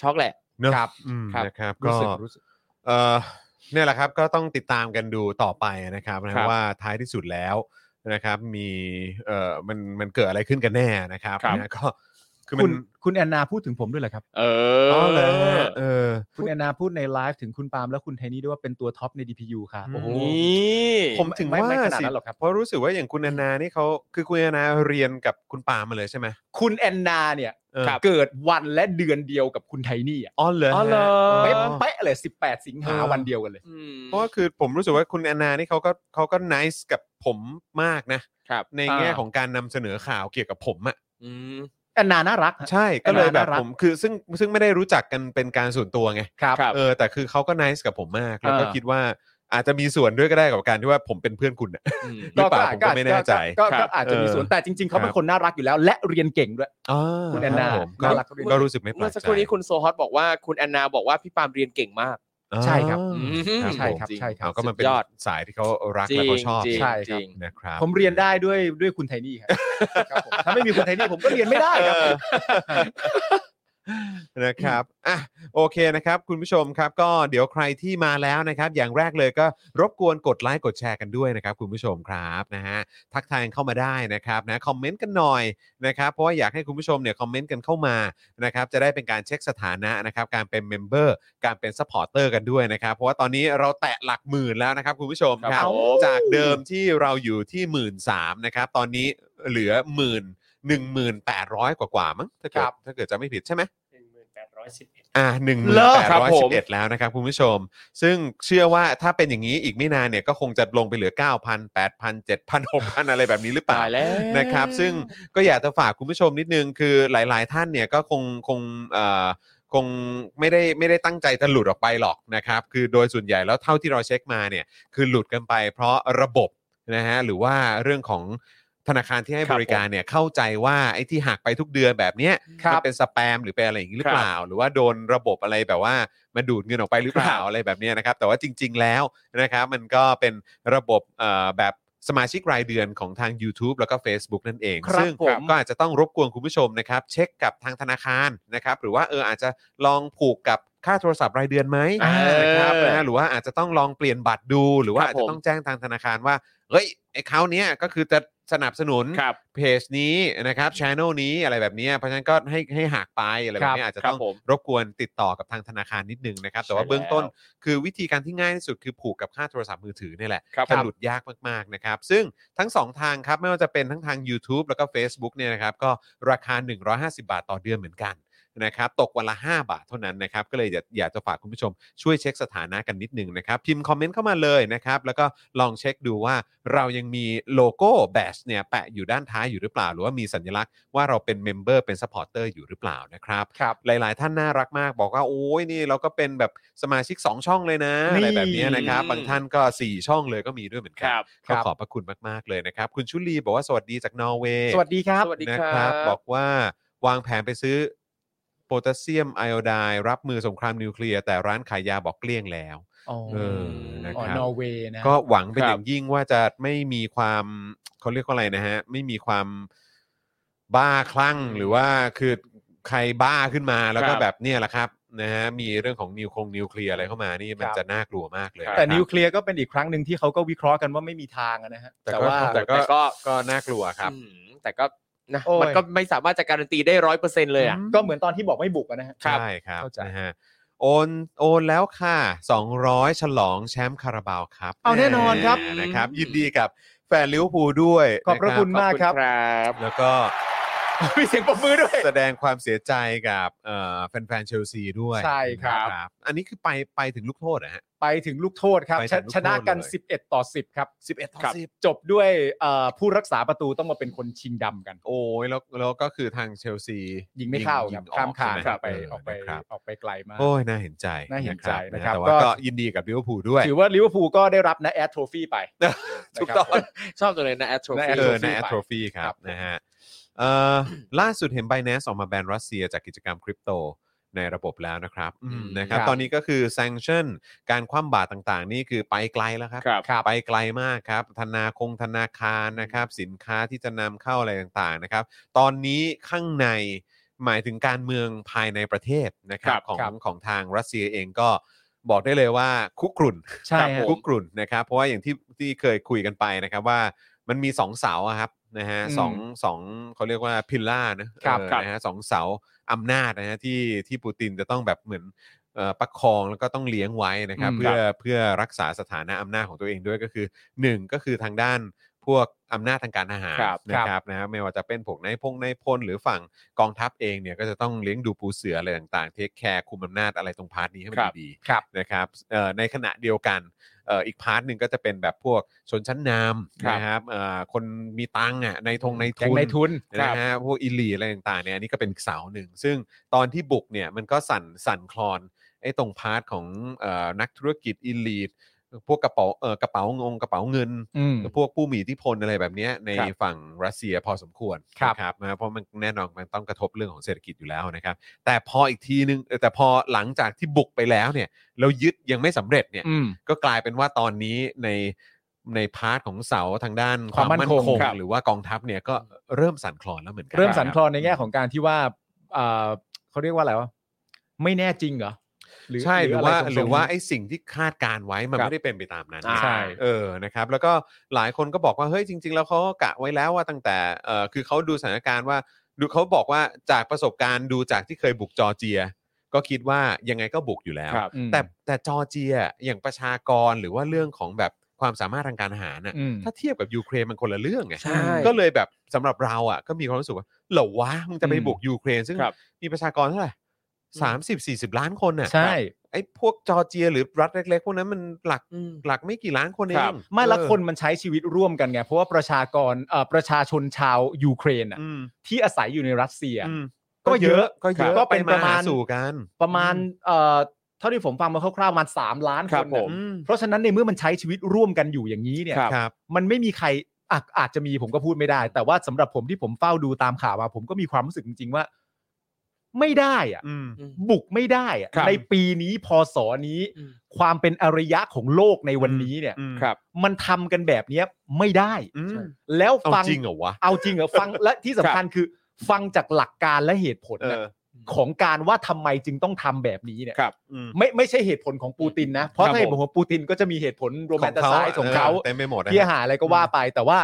ช็อกแหละ
เนอะ
ครับ
อืม
ครับ
นะครับ
รู้
ก็
สึกรู้สึก
เออเนี่ยแหละครับก็ต้องติดตามกันดูต่อไปนะครับนะครับ ว่าท้ายที่สุดแล้วนะครับ มีเออมันมันเกิดอะไรขึ้นกันแน่นะครับ
ครับ
นะก็คือมั
คุณ
น
คุณแอนนาพูดถึงผมด้วยเหรอครับ
เอ
อ๋
อ
อ
เล
เลย เออ
คุณแอนนาพูดในไลฟ์ถึงคุณปาล์มและคุณไทนี่ด้วยว่าเป็นตัวท็อปใน DPU ครับ
โอ้โห
นี่
ผมถึง
ไม่
ว่า
ไม่ขนาด
สิ
นั้นหรอกครับ
เพราะรู้สึกว่าอย่างคุณแอนนานี่เขาคือคุณแอนนาเรียนกับคุณปาล์มมาเลยใช่ไหม
คุณแอนนาเนี่ย
เออ
เกิดวันและเดือนเดียวกับคุณไทนี่อะ
อ๋อเหรอ
อ๋อ
ฮะ
เหรอ
เป๊ะๆเลย18 สิงหา
เออ
วันเดียวกันเลย
อืม
เพราะว่าคือผมรู้สึกว่าคุณแอนนานี่เขาก็เขาก็นิสกับผมมากนะครับ ในแง่ของการนำเสนอข่าวเกี่ยวกับผมอะ
อืม
แอนนาน่ารักฮะ
ใช่ก็เลยแบบ
น่ารัก
ผมคือซึ่งซึ่งไม่ได้รู้จักกันเป็นการส่วนตัวไง
ครับ
ครับ
เออแต่คือเขาก็นิสกับผมมากแล้วก็
เออ
คิดว่าอาจจะมีส่วนด้วยก็ได้กับการที่ว่าผมเป็นเพื่อนคุณน่ะ
อืม
หรือเปล่าผมก็ไม่แน่ใจ
ก็
ครั
ก็
บ
อาจจะมีส่วนแต่จริง ๆเขาเป็
ครั
น
บ
คนน่ารักอยู่แล้ว และเรียนเก่งด้วย คุณแอนนา
รับผม
น่ารักด้วย
ก็รู้สึกไม่แปล
เมื่อก สัก
ใจ
ครู่นี้คุณโซฮอตบอกว่าคุณแอนนาบอกว่าพี่ปาล์มเรียนเก่งมาก
ใช่ครับ
อ๋อ
อืม
ใช่ครับ
ผม
ใช่ครับ
เอาก็มันเป็น
สุดยอด
สายที่เขารัก
จริ
และ
ง
เขาชอบ
จริง
ใช่ครับ
จริง
นะครับ
ผมเรียนได้ด้วยด้วยคุณไทนี่ครับ ครับผมถ้าไม่มีคุณไทนี่ผมก็เรียนไม่ได้ครับ
นะครับ อ่ะ โอเคนะครับ คุณผู้ชมครับ ก็เดี๋ยวใครที่มาแล้วนะครับ อย่างแรกเลยก็รบกวนกดไลค์กดแชร์กันด้วยนะครับ คุณผู้ชมครับนะฮะ ทักทายกันเข้ามาได้นะครับนะ คอมเมนต์กันหน่อยนะครับ เพราะว่าอยากให้คุณผู้ชมเนี่ยคอมเมนต์กันเข้ามานะครับ จะได้เป็นการเช็คสถานะนะครับ การเป็นเมมเบอร์ การเป็นซัพพอร์เตอร์กันด้วยนะครับ เพราะว่าตอนนี้เราแตะหลักหมื่นแล้วนะครับคุณผู้ชมค
ครั
รับ
บผม
จากเดิมที่เราอยู่ที่หมื่นสามนะครับ ตอนนี้ เหลือหมื่นหนึ่งหมื่นแปดร้อยกว่ากว่าๆมั้งถ้าเกิ
ครั
ด
บ
ถ้าเกิดจะไม่ผิดใช่ไหม
หนึ่งหมื่นแปดร้อยสิบเอ็ด
อ่าหนึ่งหมื่
เลิ
น
ก
แปด
ครับ
ร้อย
ผ
สิบ
ม
เอ็ดแล้วนะครับคุณผู้ชม ซึ่งเชื่อว่าถ้าเป็นอย่างนี้อีกไม่นานเนี่ยก็คงจะลงไปเหลือ 9 0 0 0 8 0 0 7 0 0 6,000 อะไรแบบนี้หรือเปล่า
ตายแล้ว
นะครับซึ่งก็อยากจะฝากคุณผู้ชมนิดนึง คือหลายๆท่านเนี่ยก็คงคงเอ่อคงไม่ได้ไม่ได้ตั้งใจจะหลุดออกไปหรอกนะครับคือโดยส่วนใหญ่แล้วเท่าที่เราเช็คมาเนี่ยคือหลุดกันไปเพราะระบบนะฮะหรือว่าเรื่องของธนาคารที่ให้
ครับ
บริการเนี่ยเข้าใจว่าไอ้ที่หักไปทุกเดือนแบบเนี้ย
ครับ
มันเป็นสแปมหรือเป็นอะไรอย่างนี้หรือเปล่า หรือว่าโดนระบบอะไรแบบว่ามาดูดเงินออกไปหรือเปล่า
ครับ
อะไรแบบเนี้ยนะครับแต่ว่าจริง ๆแล้ว นะครับมันก็เป็นระบบเอ่อแบบสมาชิกรายเดือนของทาง YouTube แล้วก็ Facebook นั่นเอง
ครับ
ซึ่ง
ผม
ก็อาจจะต้องรบกวนคุณผู้ชมนะครับ เช็คกับทางธนาคารนะครับ หรือว่าเอออาจจะลองผูกกับค่าโทรศัพท์รายเดือนไหม
อ่า
นะครับนะฮะหรือว่าอาจจะต้องลองเปลี่ยนบัตรดู หรือว่า
ครับ
อาจจะ
ผม
ต้องแจ้งทางธนาคารว่าเฮ้ยไอ้เขาเนี้ยก็คือจะสนับสนุน
ครับ
เพจนี้นะครับช anel นี้อะไรแบบเนี้ยเพราะฉะนั้นก็ให้ให้หักไปอะไรแบบเนี้ยอาจจะ
ครับ
ต้อง
ผม
รบกวนติดต่อกับทางธนาคารนิดนึงนะครับ แต่ว่า
ใช่แล้ว
เบื้องต้นคือวิธีการที่ง่ายที่สุดคือผูกกับค่าโทรศัพท์มือถือเนี่ยแหละ
ครับ
จะหลุดยากมากๆนะครับ ซึ่งทั้งสองทางครับ ไม่ว่าจะเป็นทั้งทาง YouTube แล้วก็ Facebook เนี่ยนะครับ ก็ราคา 150 บาทต่อเดือนเหมือนกันนะครับ ตกวันละ 5 บาทเท่านั้นนะครับ ก็เลยอยากอยากจะฝากคุณผู้ชมช่วยเช็คสถานะกันนิดนึงนะครับ พิมพ์คอมเมนต์เข้ามาเลยนะครับ แล้วก็ลองเช็คดูว่าเรายังมีโลโก้แบชเนี่ยแปะอยู่ด้านท้ายอยู่หรือเปล่า หรือว่ามีสัญลักษณ์ว่าเราเป็นเมมเบอร์เป็นสปอร์เตอร์อยู่หรือเปล่านะครับ
ครับ
หลาย ๆ ท่านน่ารักมาก บอกว่าโอ้ยนี่เราก็เป็นแบบสมาชิก 2 ช่องเลยนะอะ
นี่
ไรแบบนี้นะครับ
อืม
บางท่านก็ 4 ช่องเลยก็มีด้วยเหมือน
ค
กั
รับ
ครับ
ก็ขอบพระคุณมาก ๆ เลยนะครับ คุณชุลีบอกว่าสวัสดีจากนอร์เวย์
สวัสดีครับ
สวัสดี
นะ
ค
ค
รั
รับ บ บอกว่าวางแผนไปซื้อโพแทสเซียมไอโอไดน์รับมือสงครามนิวเคลียร์ แต่ร้านขายยาบอกเกลี้ยงแล้ว
อ๋อ
เออนะ
อ๋อ
ครับ
นอร์เวย์นะ
ก็หวังเป็น
ครั
อ
บ
ย่างยิ่งว่าจะไม่มีความเขาเรียกว่าอะไรนะฮะ ไม่มีความบ้าคลั่งหรือว่าคือใครบ้าขึ้นมาแล้วก็
ครับ
แบบเนี่ยแหละครับนะฮะมีเรื่องของนิวคงนิวเคลียร์อะไรเข้ามานี่มัน
ครับ
จะน่ากลัวมากเล
ครับ
แต่
ยะ
นิ
คว รับ
เคลียร์ก็เป็นอีกครั้งหนึ่งที่เขาก็วิเคราะห์กันว่าไม่มีทางอะนะฮะ
แต่
แต่
ก็
ว่า
แต่ก็
แต่ก็
ก็น่ากลัวครับ
อืมแต่ก็นะ
โอ้ย
มันก็ไม่สามารถจะการันตีได้ร้อยเปอร์เซ็นต์เลยอ่ะ
ก็เหมือนตอนที่บอกไม่บุกอะนะฮะ
ครับ
ใช่ครับ
เข้าใจ
นะฮะโอนโอนแล้วค่ะ 200 ฉลองแชมป์คาราบาวครับ
เอาแน่นอนครับ
แหมนะครับ ยินดีกับแฟนลิเวอร์พูลด้วย
ขอบพระ
น
คุณมากครับ
ครับ
แล้วก็
มีเสียงปรบมือด้วย
แสดงความเสียใจกับเอ่อแฟนๆเชลซีด้วย
ใช่ครับ
นะอันนี้คือไปไปถึงลูกโทษนะฮะ
ไปถึงลูกโทษครับ
ไป
ช
ถึงลูกโทษ
ชนะกัน
เลย
11 ต่อ 10 ครับ
11
ครับ จบด้วยเอ่อผู้รักษาประตูต้องมาเป็นคนชิงดำกัน
โอ้ยแล้วแล้วก็คือทางเชลซี
ยิงไม่เข้าครับ
ยิงออก
ข้ามคาน
ใช่ห
ครับไป
เ
ออกไป
นะครับ
ออกไปไกลมาก
โอ้ยน่าเห็นใจ
น่าเห็นใจนะครับ
แต่ว่า
ก็
ก็ยินดีกับลิเวอร์พูลด้วย
ถือว่าลิเวอร์พูลก็ได้รับนะแอดโทฟี่ไป
<laughs> ถูกต้อง
นะครับ
ชอบจังเลยนะแอตโทร
นะ
ฟี
เออ
Atrophy
ในแอ
ไป
ตโทรฟีครั
ครับ บ
นะฮะเอ่อ ล่าสุดเห็นไบแนสออกมาแบนรัสเซียจากกิจกรรมคริปโตในระบบแล้วนะครับอืม
อืม
นะครับ
ครับ
ตอนนี้ก็คือ sanction การคว่ำบาตรต่างๆ นี่คือไปไกลแล้วครับ
ครับ
ไปไกลมากครับ ธนาคงธนาคารนะครับ สินค้าที่จะนำเข้าอะไรต่างๆนะครับ ตอนนี้ข้างในหมายถึงการเมืองภายในประเทศนะครับ
ครับ
ของ
ครับ
ของทางรัสเซียเองก็บอกได้เลยว่าคุกรุ่น
ใช่
ครับผ
ฮะ
ม
คุกกรุ่นนะครับเพราะว่าอย่างที่ที่เคยคุยกันไปนะครับว่ามันมีสองเสาอะครับนะฮะ
อืม
สองสองเขาเรียกว่าพิลล่านะครับ เออ
ครับ
นะฮะสองเสาอำนาจนะฮะที่ที่ปูตินจะต้องแบบเหมือนเอ่อประคองแล้วก็ต้องเลี้ยงไว้นะครับ
อืม
เพื่อเพื่อรักษาสถานะอำนาจของตัวเองด้วยก็คือหนึ่งก็คือทางด้านพวกอำนาจทางการทหาร
ครับ
นะครับนะฮะไม่ว่าจะเป็นพวกนายพงนายพลหรือฝั่งกองทัพเองเนี่ยก็จะต้องเลี้ยงดูปูเสืออะไรต่างๆเทคแคร์คุมอำนาจอะไรตรงพาร์ทนี้ให้มัน
ครับ
ดีๆ
ครับ
นะครับเอ่อในขณะเดียวกันเอ่ออีกพาร์ทหนึ่งก็จะเป็นแบบพวกชนชั้น
ครั
นำ
บ
นะครับเอ่อคนมีตังค์อ่ะในทงใน
แก๊ง
ทุน
ในทุน
นะฮะพวกอิลีอะไรต่างๆเนี่ยอันนี้ก็เป็นอีกเสาหนึ่ง ซึ่งตอนที่บุกเนี่ยมันก็สั่นสั่นคลอนไอ้ตรงพาร์ทของเอ่อนักธุรกิจอิลีพวกกระเป๋าเอ่อกระเป๋างงกระเป๋าเงิน
อืม
พวกผู้มีอิทธิพลอะไรแบบเนี้ยใน
ครับ
ฝั่งรัสเซียพอสมควร
ครับ
นะครับนะเพราะมันแน่นอนมันต้องกระทบเรื่องของเศรษฐกิจอยู่แล้วนะครับ แต่พออีกทีนึงเอ่อแต่พอหลังจากที่บุกไปแล้วเนี่ยเรายึดยังไม่สำเร็จเนี่ย
อืม
ก็กลายเป็นว่าตอนนี้ในในพาร์ทของเสาทางด้าน
ความมั่นคงครับ
หรือว่ากองทัพเนี่ยก็เริ่มสั่นคลอนแล้วเหมือนกั
เริ่มสันคลอนในแง่ของการที่ว่าเอ่อเขาเรียกว่าอะไรวะไม่แน่จริงเหรอหรือ
ใช่หรือว่า
ะไตๆ
หรือว่าไอ้สิ่งที่คาดการไว้มัน
ครับ
ไม่ได้เป็นไปตามนั้น
อ่า
ใช่
เออ นะครับ แล้วก็หลายคนก็บอกว่า เฮ้ย จริง ๆ แล้วเขาก็กะไว้แล้วว่าตั้งแต่ เออคือเขาดูสถานการณ์ว่า ดูเขาบอกว่าจากประสบการณ์ดูจากที่เคยบุกจอร์เจีย ก็คิดว่ายังไงก็บุกอยู่แล้ว
ครับ
แต่แต่จอร์เจียอย่างประชากรหรือว่าเรื่องของแบบ ความสามารถทางการอาหารน่ะ
อืม
ถ้าเทียบกับยูเครนมันคนละเรื่องไง
ใช่
ก็เลยแบบสำหรับเราอ่ะก็มีความรู้สึกว่าเหรอวะมึงจะไป
อืม
บุกยูเครน ซึ่ง
ครับ
มีประชากรเท่าไหร่สามสิบสี่สิบล้านคนน่ะ
ใช่
ไอ้พวกจอร์เจียหรือรัฐเล็กๆพวกนั้นมันหลัก
อืม
หลักไม่กี่ล้านคนเอ
ครั
ง
บ
ไม่ละ
เออ
คนมันใช้ชีวิตร่วมกันไง เพราะว่าประชากรเอ่อประชาชนชาวยูเครนน่ะ
อืม
ที่อาศัยอยู่ในรัสเซีย
อืม
ก็เยอะ
ก็เยอะ
ก็เป็น
ไ
ประมาณ
หสู่กัน
ประมาณเอ่อเท่าที่ผมฟังมาคร่าวๆประมาณ3ล้าน
ค
ครับ น
ผ
น่ะ
ม
อืม
เพราะฉะนั้นในเมื่อมันใช้ชีวิตร่วมกันอยู่อย่างนี้เนี่ย
ครับ
ครับ
มันไม่มีใครอาจอาจจะมีผมก็พูดไม่ได้ แต่ว่าสำหรับผมที่ผมเฝ้าดูตามข่าวมา ผมก็มีความรู้สึกจริง ๆ ว่า ไม่ได้อะ
อืม
อืม
บุกไม่ได้อะ
ครับ
ในปีนี้พศนี้
อืม
ความเป็นอารยะของโลกในวันนี้เนี่ย
อืม
ครับ
มันทำกันแบบเนี้ยไม่ได้
อืม
แล้ว
เอา
ฟัง
จริงเหรอวะ
เอาจริงเหรอฟังและที่สำคัญคือ ฟังจากหลักการและเหตุผล
เอ
น่ะ
อ
ของการว่าทำไมจึงต้องทำแบบนี้เนี่ย
ครับ
อืม
ไม่ไม่ใช่เหตุผลของปูตินนะเพราะ
ครับ
ถ้าเหตุผลของปูตินก็จะมีเหตุผลโรแมนตาไซส์ของเขา
เต็มไปหมดนะ
เที่ย
ฮะ
หาอะไรก็ว่าไปแต่ว่า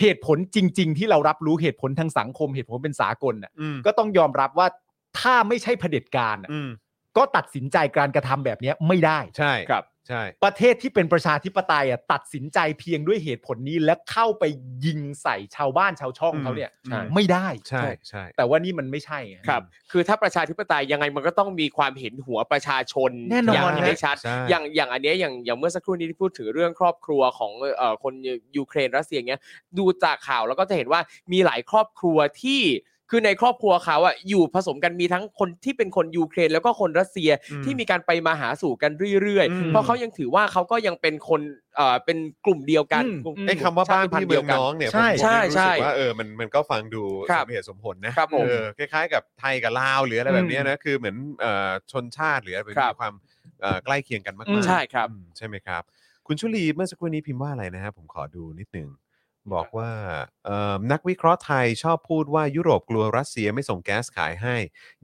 เหตุผลจริง ๆ ที่เรารับรู้เหตุผลทางสังคมเหตุผลเป็นสากลน่ะ
อืม
ก็ต้องยอมรับว่าถ้าไม่ใช่เผด็จการน่ะ
อืม
ก็ตัดสินใจการกระทำแบบเนี้ยไม่ได้
ใช่
ครับ
ใช่
ประเทศที่เป็นประชาธิปไตยอ่ะตัดสินใจเพียงด้วยเหตุผลนี้และเข้าไปยิงใส่ชาวบ้านชาวช่อง
อืม
เขาเนี่ย
ใช่
ไม่ได้
ใช่ใช่
แต่ว่านี่มันไม่ใช่ไง
ครับ คือถ้าประชาธิปไตยยังไงมันก็ต้องมีความเห็นหัวประชาชน
แน่นอน
ย่างที่
ใ
ได้ชัด
ใช่
อย่างอย่างอันเนี้ยอย่างอย่างเมื่อสักครู่นี้ที่พูดถึงเรื่องครอบครัวของเอ่อคนยูเครนรัสเซียเนี้ยดูจากข่าวแล้วก็จะเห็นว่ามีหลายครอบครัวที่คือในครอบครัวเขาอะอยู่ผสมกันมีทั้งคนที่เป็นคนยูเครนแล้วก็คนรัสเซีย
อืม
ที่มีการไปมาหาสู่กันเรื่อย
อืม
ๆ เพราะเขายังถือว่าเขาก็ยังเป็นคนเอ่อเป็นกลุ่มเดียวกัน
อืม
กลุ่ม
ไอ้คำว่าบ้านพี่เมืองน้องเนี่ย
ใช่
ผม
ใช่
รู้
ใช่
สึกว่าเออมันมันก็ฟังดูส
ครับ
มเหตุสมผลนะครับ
ผม
เออคล้ายๆ กับไทยกับลาวหรืออะไรแบบเนี้ยนะคือเหมือนเอ่อชนชาติหรืออะไรแบบ
ครั
นี้
บ
มีความเอ่อใกล้เคียงกันมาก
อืม
ๆ
ใช่ครับ
อืมใช่ไหมครับ คุณชุลีเมื่อสักครู่นี้พิมพ์ว่าอะไรนะครับผมขอดูนิดหนึ่งบอกว่าเอิ่มนักวิเคราะห์ไทยชอบพูดว่ายุโรปกลัวรัสเซียไม่ส่งแก๊สขายให้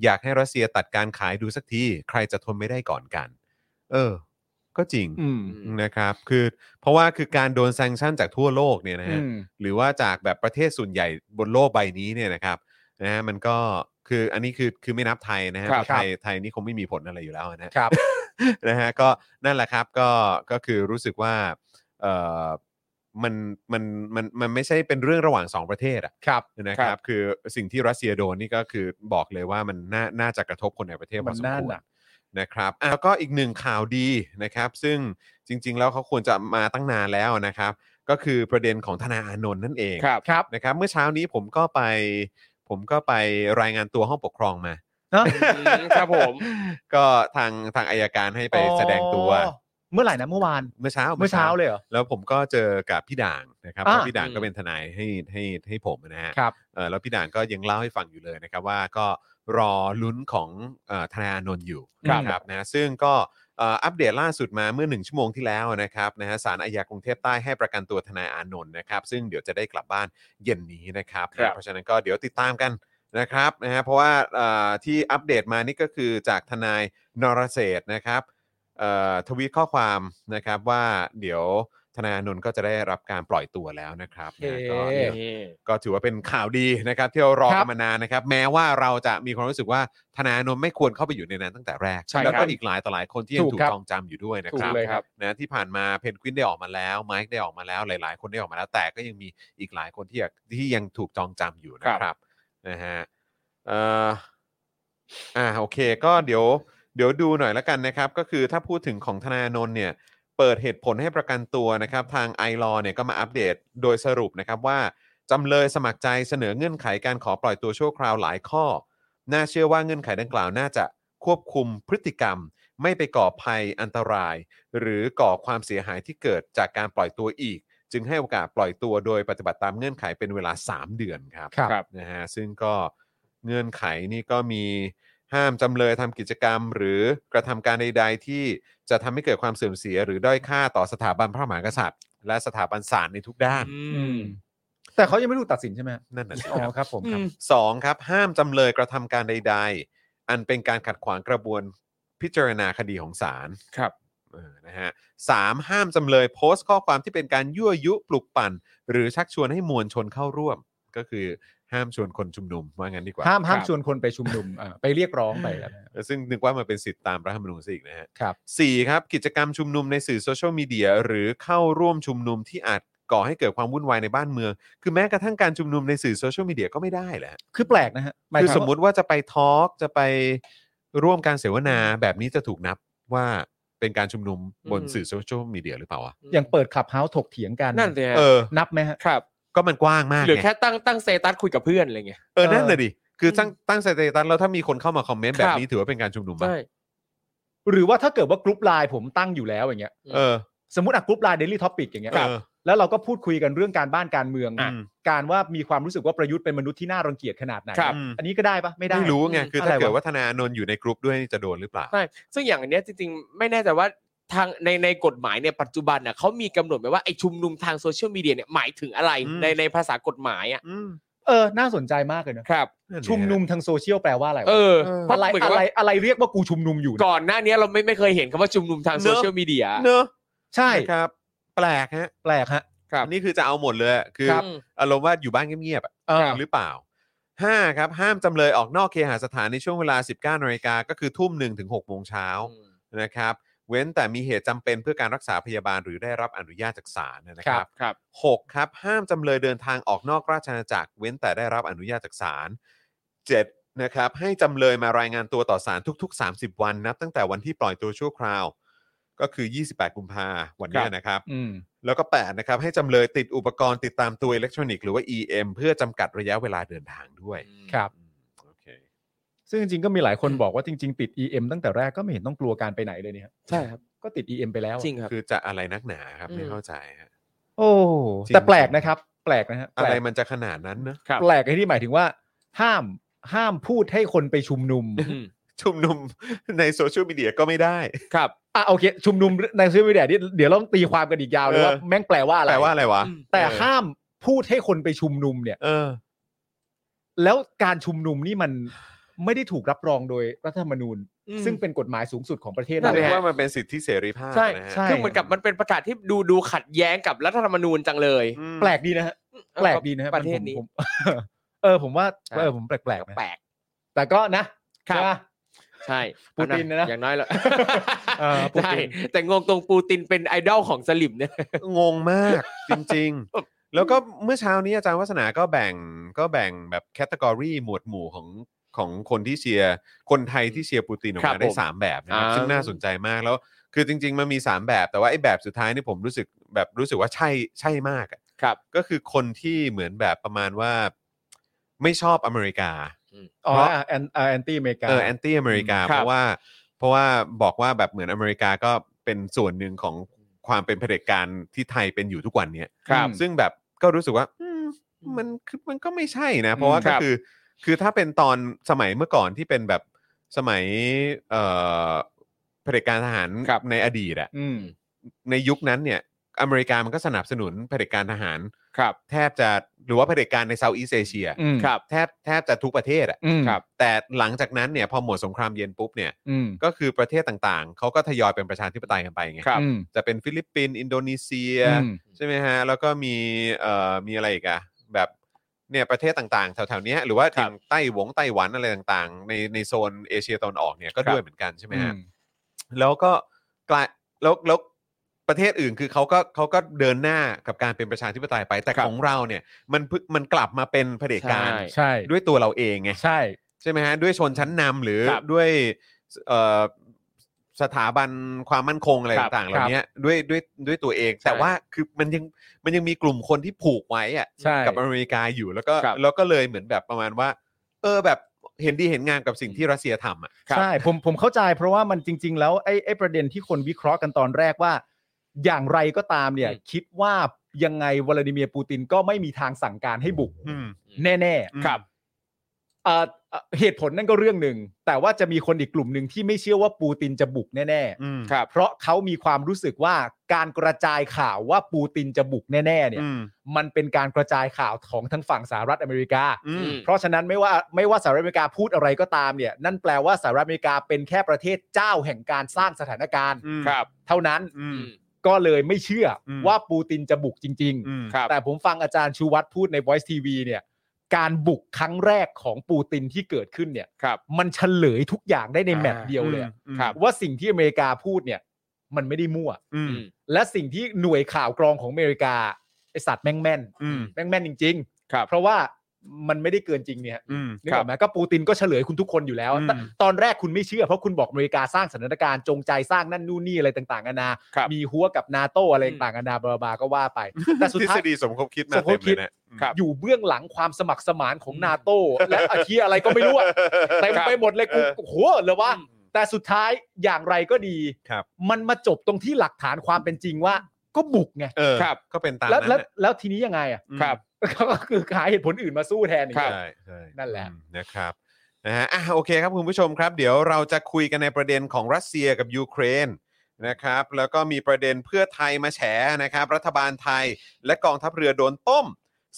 อยากให้รัสเซียตัดการขายดูสักทีใครจะทนไม่ได้ก่อนกัน เออ ก็จริง
อืม
นะครับ คือเพราะว่าคือการโดนแซงชั่นจากทั่วโลกเนี่ยนะ
อื
ฮะ
ม
หรือว่าจากแบบประเทศส่วนใหญ่บนโลกใบนี้เนี่ยนะครับนะฮะมันก็คืออันนี้คือคือไม่นับไทยนะฮะ
ค
เพ
รับ
ราะไทยไทยนี่คงไม่มีผลอะไรอยู่แล้วนะฮะ
ครับ
<laughs> นะฮะก็นั่นแหละครับก็ก็คือรู้สึกว่าเออมันมันมันมันไม่ใช่เป็นเรื่องระหว่างสองประเทศอ่ะ
ครับ
นะค
ครั
รับบ คือสิ่งที่รัสเซียโดนนี่ก็คือบอกเลยว่ามันน่าน่าจะกระทบคนในประเทศพอสม
มัน
ค
น่าว ห
ร
นัก
นะครับอ่ะแล้วก็อีกหนึ่งข่าวดีนะครับ ซึ่งจริง ๆ แล้วเขาควรจะมาตั้งนานแล้วนะครับ ก็คือประเด็นของธนาอานนท์นั่นเอง
ครับ
ครับ
นะครับเมื่อเช้านี้ผมก็ไป ผมก็ไปรายงานตัวห้องปกครองมา
ฮะ
อืมครับผม
ก็ทางทางอายการให้ไปแสดงตัว
อ๋อเมื่อไหร่นะเมื่อวาน
เมื่อเช้า
เมื่อเช้าเลยเหรอ
แล้วผมก็เจอกับพี่ด่างนะครับ
อ่า
เพราะพี่ด่าง
อืม
ก็เป็นทนายให้ให้ให้ผมนะฮะ
ครับ
เอ่อแล้วพี่ด่างก็ยังเล่าให้ฟังอยู่เลยนะครับว่าก็รอลุ้นของเอ่อธนาอานนท์อยู่
ครับ
นะครับนะซึ่งก็เอ่ออัปเดตล่าสุดมาเมื่อหนึ่งชั่วโมงที่แล้วนะครับนะฮะสารอาญากรุงเทพใต้ให้ประกันตัวทนายอานนท์นะครับ ซึ่งเดี๋ยวจะได้กลับบ้านเย็นนี้นะครับ
ครับ
เพราะฉะนั้นก็เดี๋ยวติดตามกัน นะครับนะฮะเพราะว่าเอ่อที่อัปเดตมานี่ก็คือจากทนายนรเศรษฐ์นะครับเอ่อทวีตข้อความนะครับว่าเดี๋ยวธนายอานนท์ก็จะได้รับการปล่อยตัวแล้วนะครับนะฮะก็
โอเค
เดี๋ยว ก็ถือว่าเป็นข่าวดีนะครับที่เรารอ
ครั
กับ นมานานนะครับ แม้ว่าเราจะมีความรู้สึกว่าธนาโนมไม่ควรเข้าไปอยู่ในนั้นตั้งแต่แรก
ใช่ครับ
แล้วก็อีกหลายต่อหลายคนที่ยัง
ถู
ถู
ก
ก
ครับ
จองจำอยู่ด้วยนะครั
ถู
บ
กเลยครับ
นะที่ผ่านมาเพนกวินได้ออกมาแล้วไมค์ได้ออกมาแล้วหลาย ๆ คนได้ออกมาแล้วแต่ก็ยังมีอีกหลายคนที่อยากที่ยังถูกจองจำอยู่นะครับนะฮะเอ่ออ่าโอเค ก็เดี๋ยวเดี๋ยวดูหน่อยละกันนะครับ ก็คือถ้าพูดถึงของธนาโนนเนี่ย เปิดเหตุผลให้ประกันตัวนะครับ ทางไอรอเนี่ยก็มาอัปเดตโดยสรุปนะครับว่า จำเลยสมัครใจเสนอเงื่อนไขการขอปล่อยตัวชั่วคราวหลายข้อ น่าเชื่อว่าเงื่อนไขดังกล่าวน่าจะควบคุมพฤติกรรม ไม่ไปก่อภัยอันตราย หรือก่อความเสียหายที่เกิดจากการปล่อยตัวอีก จึงให้โอกาสปล่อยตัวโดยปฏิบัติตามเงื่อนไขเป็นเวลา 3 เดือนครับ
ครับ
ครับ
นะฮะซึ่งก็เงื่อนไขนี่ก็มีห้ามจำเลยทำกิจกรรม หรือกระทำการใด ๆ ที่จะทำให้เกิดความเสื่อมเสีย หรือด้อยค่าต่อสถาบันพระมหากษัตริย์ และสถาบันศาลในทุกด้าน
อืม
แต่เขายังไม่ถูกตัดสินใช่ไหม
นั่นน่ะสิ
อ๋
ครั
อบ ครับผมครับ
สองครับห้ามจำเลยกระทำการใด ๆ อันเป็นการขัดขวางกระบวนพิจารณาคดีของศาล
ครับ
เออนะฮะสามห้ามจำเลยโพสต์ข้อความที่เป็นการยั่วยุปลุกปั่น หรือชักชวนให้มวลชนเข้าร่วม ก็คือ ห้ามชวนคนชุมนุมว่างั้นดีกว่า
ห้ามห้าม
ครับ
ชวนคนไปชุมนุมอ่าไปเรียกร้องไปอะไรแบบนั้น
ซึ่งนึกว่ามันเป็นสิทธิตามรัฐธรรมนูญซะอีกนะฮะ
ครับ
สี่ครับกิจกรรมชุมนุมในสื่อโซเชียลมีเดียหรือเข้าร่วมชุมนุมที่อาจก่อให้เกิดความวุ่นวายในบ้านเมือง คือแม้กระทั่งการชุมนุมในสื่อโซเชียลมีเดียก็ไม่ได้แหละ
คือแปลกนะฮะหย
คือ
ถึง
สมมุติว่าจะไปทอล์กจะไปร่วมการเสวนาแบบนี้จะถูกนับว่าเป็นการชุมนุมบน
อืม
สื่อโซเชียลมีเดียหรือเปล่าวะ
อย่างเปิดขับเฮาส์ถกเถียงกัน
นั่นเลย
เออ
นับไหมฮะ
ครับ
ก็มันกว้างมาก
หรือ
ไง
แค่ตั้งตั้งเซตัสคุยกับเพื่อนอะไรเงี้ย
เออนั่นเลยดิคือตั้ง
อืม
ตั้งสเตตัสแล้วถ้ามีคนเข้ามาคอมเมนต์แบ
ครับ บ
นี้ถือว่าเป็นการชุมนุมปะ
ใช่
หรือว่าถ้าเกิดว่ากรุ๊ปไลน์ผมตั้งอยู่แล้วอย่างเงี้ย
เออ
สมมติอะกรุ๊ปไลน์เดลี่ท็อปิกอย่างเงี้ย
เออ
แล้วเราก็พูดคุยกันเรื่องการบ้านการเมือง
อ่ะ
การว่ามีความรู้สึกว่าประยุทธ์เป็นมนุษย์ที่น่ารังเกียจขนาดไหน
ครับ
อืม
อันนี้ก็ได้ปะไม่ได้
ไม่รู้ไงคือถ้า
อะไรวะ
เกิดว่าธนาโนนท์อยู่ในกรุ๊ปด้วยนี่จะโดนหรือเปล่า
ใช่ ซึ่งอย่างอันเนี้ยจริงๆ ไม่แน่ใจว่าทางในในกฎหมายเนี่ยปัจจุบันน่ะเขามีกำหนดไหมว่าไอชุมนุมทางโซเชียลมีเดียเนี่ยหมายถึงอะไร
อืม
ในในภาษากฎหมายอ่ะ
อืม
เออ น่าสนใจมากเลยนะครับ
นั่นดิ
ชุมนุมทางโซเชียลแปลว่าอะไรวะ
เออเพ
อะ
ราะ
ไร
เหมือนกั
อะ
บ
ไร
ว่า
อะไรเรียกว่ากูชุมนุมอยู่นะ
ก่อนหน้าเนี้ยเราไม่ไม่เคยเห็นคำว่าชุมนุมทางโซเชียลมีเดีย
เนอะ
ใช่
นะครับแปลกฮะ
แปลกฮะ
ครับ
นี่คือจะเอาหมดเลยอะคือ
ครับ
อารมณ์ว่าอยู่บ้านเงียบๆอะ
เออ
หรือเปล่าห้าครับ ห้ามจำเลยออกนอกเคหสถานในช่วงเวลา 19นาฬิกาก็คือทุ่มหนึ่งถึง6โมงเช้านะครับ เว้นแต่มีเหตุจำเป็นเพื่อการรักษาพยาบาลหรือได้รับอนุญาตจากศาลนะค
ครั
รั
บบ ครับ
หกครับ ห้ามจำเลยเดินทางออกนอกราชอาณาจักร เว้นแต่ได้รับอนุญาตจากศาลเจ็ดนะครับ ให้จำเลยมารายงานตัวต่อศาลทุก ๆ 30 วันนับตั้งแต่วันที่ปล่อยตัวชั่วคราว ก็คือ 28 กุมภาวันเนี้ยนะครับ
อืม
แล้วก็ 8 นะครับ ให้จำเลยติดอุปกรณ์ติดตามตัวอิเล็กทรอนิกส์หรือว่า EM เพื่อจำกัดระยะเวลาเดินทางด้วย
ครับ
อืมโอเค
ซึ่งจริงๆก็มีหลายคน <coughs> บอกว่าจริง ๆ ติด EM ตั้งแต่แรกก็ไม่เห็นต้องกลัวการไปไหนเลยเนี่ย
ใช่ครับ
ก็ติด EM ไปแล้วอะ
จริงครับ
คือจะอะไรนักหนาครับ
อืม
ไม่เข้าใจฮะ
โอ้
จริง
แต่แปลกนะครับ แปลกนะฮะแป
อะ
ล
ไร
ก
มันจะขนาดนั้นเนอะ
ครับ
แปลกในที่หมายถึงว่า ห้ามห้ามพูดให้คนไปชุมนุม
อืม
ชุมนุม ในโซเชียลมีเดียก็ไม่ได้
ครับ
อ่ะโอเค ชุมนุมในโซเชียลมีเดียนี่เดี๋ยวเราต้องตีความกันอีกยาวเลย
เออ
ว่าแม่งแปลว่าอะไร
แปลว่าอะไรวะ
อืม
แต่
เออ
ห้ามพูดให้คนไปชุมนุมเนี่ย
เออ
แล้วการชุมนุมนี่มันไม่ได้ถูกรับรองโดยรัฐธรรมนูญ
อืม
ซึ่งเป็นกฎหมายสูงสุดของประเทศ
นั่
นั่น
เรา
แหละ
ว่ามันเป็นสิทธิเสรีภาพ
ใช่
นะ
ใช่
ฮะ
คือเหมือนกับมันเป็นประกาศที่ดูดูขัดแย้งกับรัฐธรรมนูญจังเลย
อืม
แปลกดีนะฮะแปลกดีนะฮะ
ประเทศนี้
ผมผม <laughs> เออผมว่าเออผมแปลกๆนะ
แปลก
แต่ก็นะครับ ใช่ปะ
ใช่
ปูตินนะนะ
อย่างน้อย
<laughs>
แล้ว
เออปูติน
ใช่แต่งงตรงปูตินเป็นไอดอลของสลิมเนี่ย
งงมาก จริง ๆ แล้วก็เมื่อเช้านี้อาจารย์วัฒนาก็แบ่งก็แบ่งแบบแคตตากรีหมวดหมู่ของของคนที่เชียร์คนไทยที่เชียร์ปูตินออก
ครับ
มาได้
ผม
3 แบบนะครับ
อ่า
ซึ่งน่าสนใจมากแล้วคือจริง ๆ มันมี 3 แบบแต่ว่าไอ้แบบสุดท้ายนี่ผมรู้สึกแบบรู้สึกว่าใช่ใช่มากอะ
ครับ
ก็คือคนที่เหมือนแบบประมาณว่าไม่ชอบอเมริกา
อ๋อ
เพราะ
แอนแอนตี้อเมริกา
เออแอนตี้อเมริกา
ค
เพ
รับ
ราะว่าเพราะว่าบอกว่าแบบเหมือนอเมริกาก็เป็นส่วนหนึ่งของความเป็นเผด็จการที่ไทยเป็นอยู่ทุกวันเนี้ย
ครับ
อืม
ซึ่งแบบก็รู้สึกว่าอืมมันคือมันก็ไม่ใช่นะ เพราะว่าก็
ครับ
คือ คือถ้าเป็นตอนสมัยเมื่อก่อนที่เป็นแบบสมัยเอ่อเผด็จการทหารในอดีตอะ
อืม
ในยุคนั้นเนี่ย อเมริกามันก็สนับสนุนเผด็จการทหาร
ครับ
แทบจะหรือว่าเผด็จการในเซาท์อีสเอเชีย
อืม
ครับ
แทบแทบจะทุกประเทศอะ
อืม
ครับ
แต่หลังจากนั้นเนี่ยพอหมดสงครามเย็นปุ๊บเนี่ย
อืม
ก็คือประเทศต่างๆเขาก็ทยอยเป็นประชาธิปไตยกันไปไง
ครับ
อืม
จะเป็นฟิลิปปินส์อินโดนีเซีย
อืม
ใช่ไหมฮะ แล้วก็มีเอ่อมีอะไรอีกอะแบบเนี่ยประเทศต่างๆ แถวๆเนี้ยหรือว่า
ค
อ
รับ
ย่างไต้หวงไต้หวันอะไรต่างๆ ในในโซนเอเชียตะวันออกเนี่ยก็ด้วยเหมือนกันใช่ไหมฮะ แล้วก็กลายแล้วแล้วประเทศอื่นคือเขาก็เขาก็เดินหน้ากับการเป็นประชาธิปไตยไป แต่
ครับ
ของเราเนี่ยมันเพิ่งมันกลับมาเป็นเผด็จการ
ใช่
ใช่
ด้วยตัวเราเองไง
ใช่
ใช่ไหมฮะด้วยชนชั้นนำหรือ
ครับ
ด้วยเอ่อสถาบันความมั่นคงอะไร
ครับ
ต่างๆเหล่านี้ด้วยด้วยด้วยตัวเอง แต่ว่าคือมันยังมันยังมีกลุ่มคนที่ผูกไว้อะ
ใช่
กับอเมริกาอยู่แล้วก็
ครับ
แล้วก็เลยเหมือนแบบประมาณว่า เออแบบเห็นดีเห็นงามกับสิ่งที่รัสเซียทำอ่ะ
ครับ
ใช่ผมผมเข้าใจเพราะว่ามันจริง ๆ แล้วไอ้ไอ้ประเด็นที่คนวิเคราะห์กันตอนแรกว่า อย่างไรก็ตามเนี่ย
อืม
คิดว่ายังไงวลาดิเมียร์ปูตินก็ไม่มีทางสั่งการให้บุก
อืม
แน่
อืม
ๆเอ่อเอ่อเหตุผลนั่นก็เรื่องหนึ่ง แต่ว่าจะมีคนอีกกลุ่มหนึ่งที่ไม่เชื่อว่าปูตินจะบุกแน่
อืม
ครับ
ๆ เพราะเขามีความรู้สึกว่าการกระจายข่าวว่าปูตินจะบุกแน่ๆเนี่ย
อืม
มันเป็นการกระจายข่าวของทั้งฝั่งสหรัฐอเมริกา
อืม
อืม
เพราะฉะนั้นไม่ว่าไม่ว่าสหรัฐอเมริกาพูดอะไรก็ตามเนี่ย นั่นแปลว่าสหรัฐอเมริกาเป็นแค่ประเทศเจ้าแห่งการสร้างสถานการณ์
อืม
ครับ
เท่านั้น
อืม
ก็เลยไม่เชื่ออ
ม
ว่าปูตินจะบุกจริง
อืม
ครับ
ๆ แต่ผมฟังอาจารย์ชูวัตรพูดใน Voice TV เนี่ย การบุกครั้งแรกของปูตินที่เกิดขึ้นเนี่ย
ครับ
มันเฉลยทุกอย่างได้ใน
อ่า
แมตช์เดียวเลยอะ
ครับ
ว่าสิ่งที่อเมริกาพูดเนี่ย มันไม่ได้มั่ว
อืม
อืม
และสิ่งที่หน่วยข่าวกรองของอเมริกาไอสัตว์แม่งแม่น
อืม
แม่งแม่นจริง
ครับ
ๆ เพราะว่ามันไม่ได้เกินจริงเนี่ย
อืม
นึกออกไหมก็ปูตินก็เฉลยคุณทุกคนอยู่แล้ว
อืม
ตตอนแรกคุณไม่เชื่อเพราะคุณบอกอเมริกาสร้างสถานการณ์จงใจสร้างนั่นนู่นนี่อะไรต่างๆนานา
ครับ
มีหัวกับนาโตอะไรต่างๆนานาบลาบลาก็ว่าไป แต่สุด
ทฤ
ท้า
ษ
ย
ฎีสมคบคิดมา
สมค
เต็
บ
ม
คิ
เล
ด
ยนะอืม
ครับ
อยู่เบื้องหลังความสมัครสมานของนาโตและอาชีอะไรก็ไม่รู้อะเต็มไปหมดเลยกูโอ้โหเหรอวะ
อืม
แต่สุดท้ายอย่างไรก็ดี
ครับ
มันมาจบตรงที่หลักฐานความเป็นจริงว่า ก็บุกไง
เออ
ครับ
ก็เป็นตาม
แล้ว
นั้น
แล้ว
น่ะ
แล้วทีนี้ยังไงอ่ะ
อืม
ครับ
ก็คือหาเหตุผลอื่นมาสู้แทนอีก
ครับ
ใช่ใช่
นั่นแหละ
อืมนะครับนะฮะอ่ะโอเคครับคุณผู้ชมครับ เดี๋ยวเราจะคุยกันในประเด็นของรัสเซียกับยูเครนนะครับ แล้วก็มีประเด็นเพื่อไทยมาแฉนะครับ รัฐบาลไทยและกองทัพเรือโดนต้ม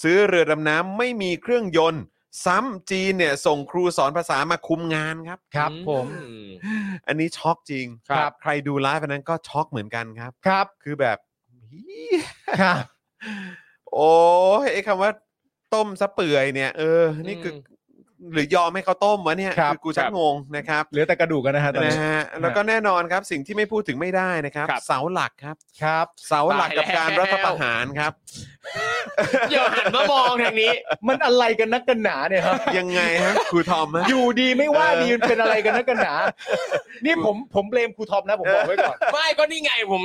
ซื้อเรือดำน้ำไม่มีเครื่องยนต์ ซ้ำจีนเนี่ยส่งครูสอนภาษามาคุมงานครับ
ครับผม
อื
อันนี้ช็อกจริง
ครับ
ใครดูไลฟ์อันนั้นก็ช็อกเหมือนกันครับ
ครับ
คือแบบ
ครับ
โอ้ยไอ้คำว่าต้มซะเปื่อยเนี่ยเออ นี่คืออหรือยอมให้เขาต้มวะเนี่ย
ครับ
กูชัก
ครับ
งงนะครับ
เหลือแต่กระดูกกันนะฮะตอนนี้
นะฮะแล้วก็แน่นอนครับ สิ่งที่ไม่พูดถึงไม่ได้นะครับ
ครับ
เสาหลักครับ
ครับ
เสาหลักกับ
ตาย
การ
แล้ว
รัฐประหารครับ
อย่าหันมามองทางนี้
มันอะไรกันนักกันหนาเนี่ยครับ
ยังไงฮะครูทอมฮะ
อยู่ดีไม่ว่า
เออ
ดีมันเป็นอะไรกันนักกันหนา นี่ผมผมเบลมครูทอมนะ ผมบอกไว้ก่อน
ไม่ก็นี่ไงผม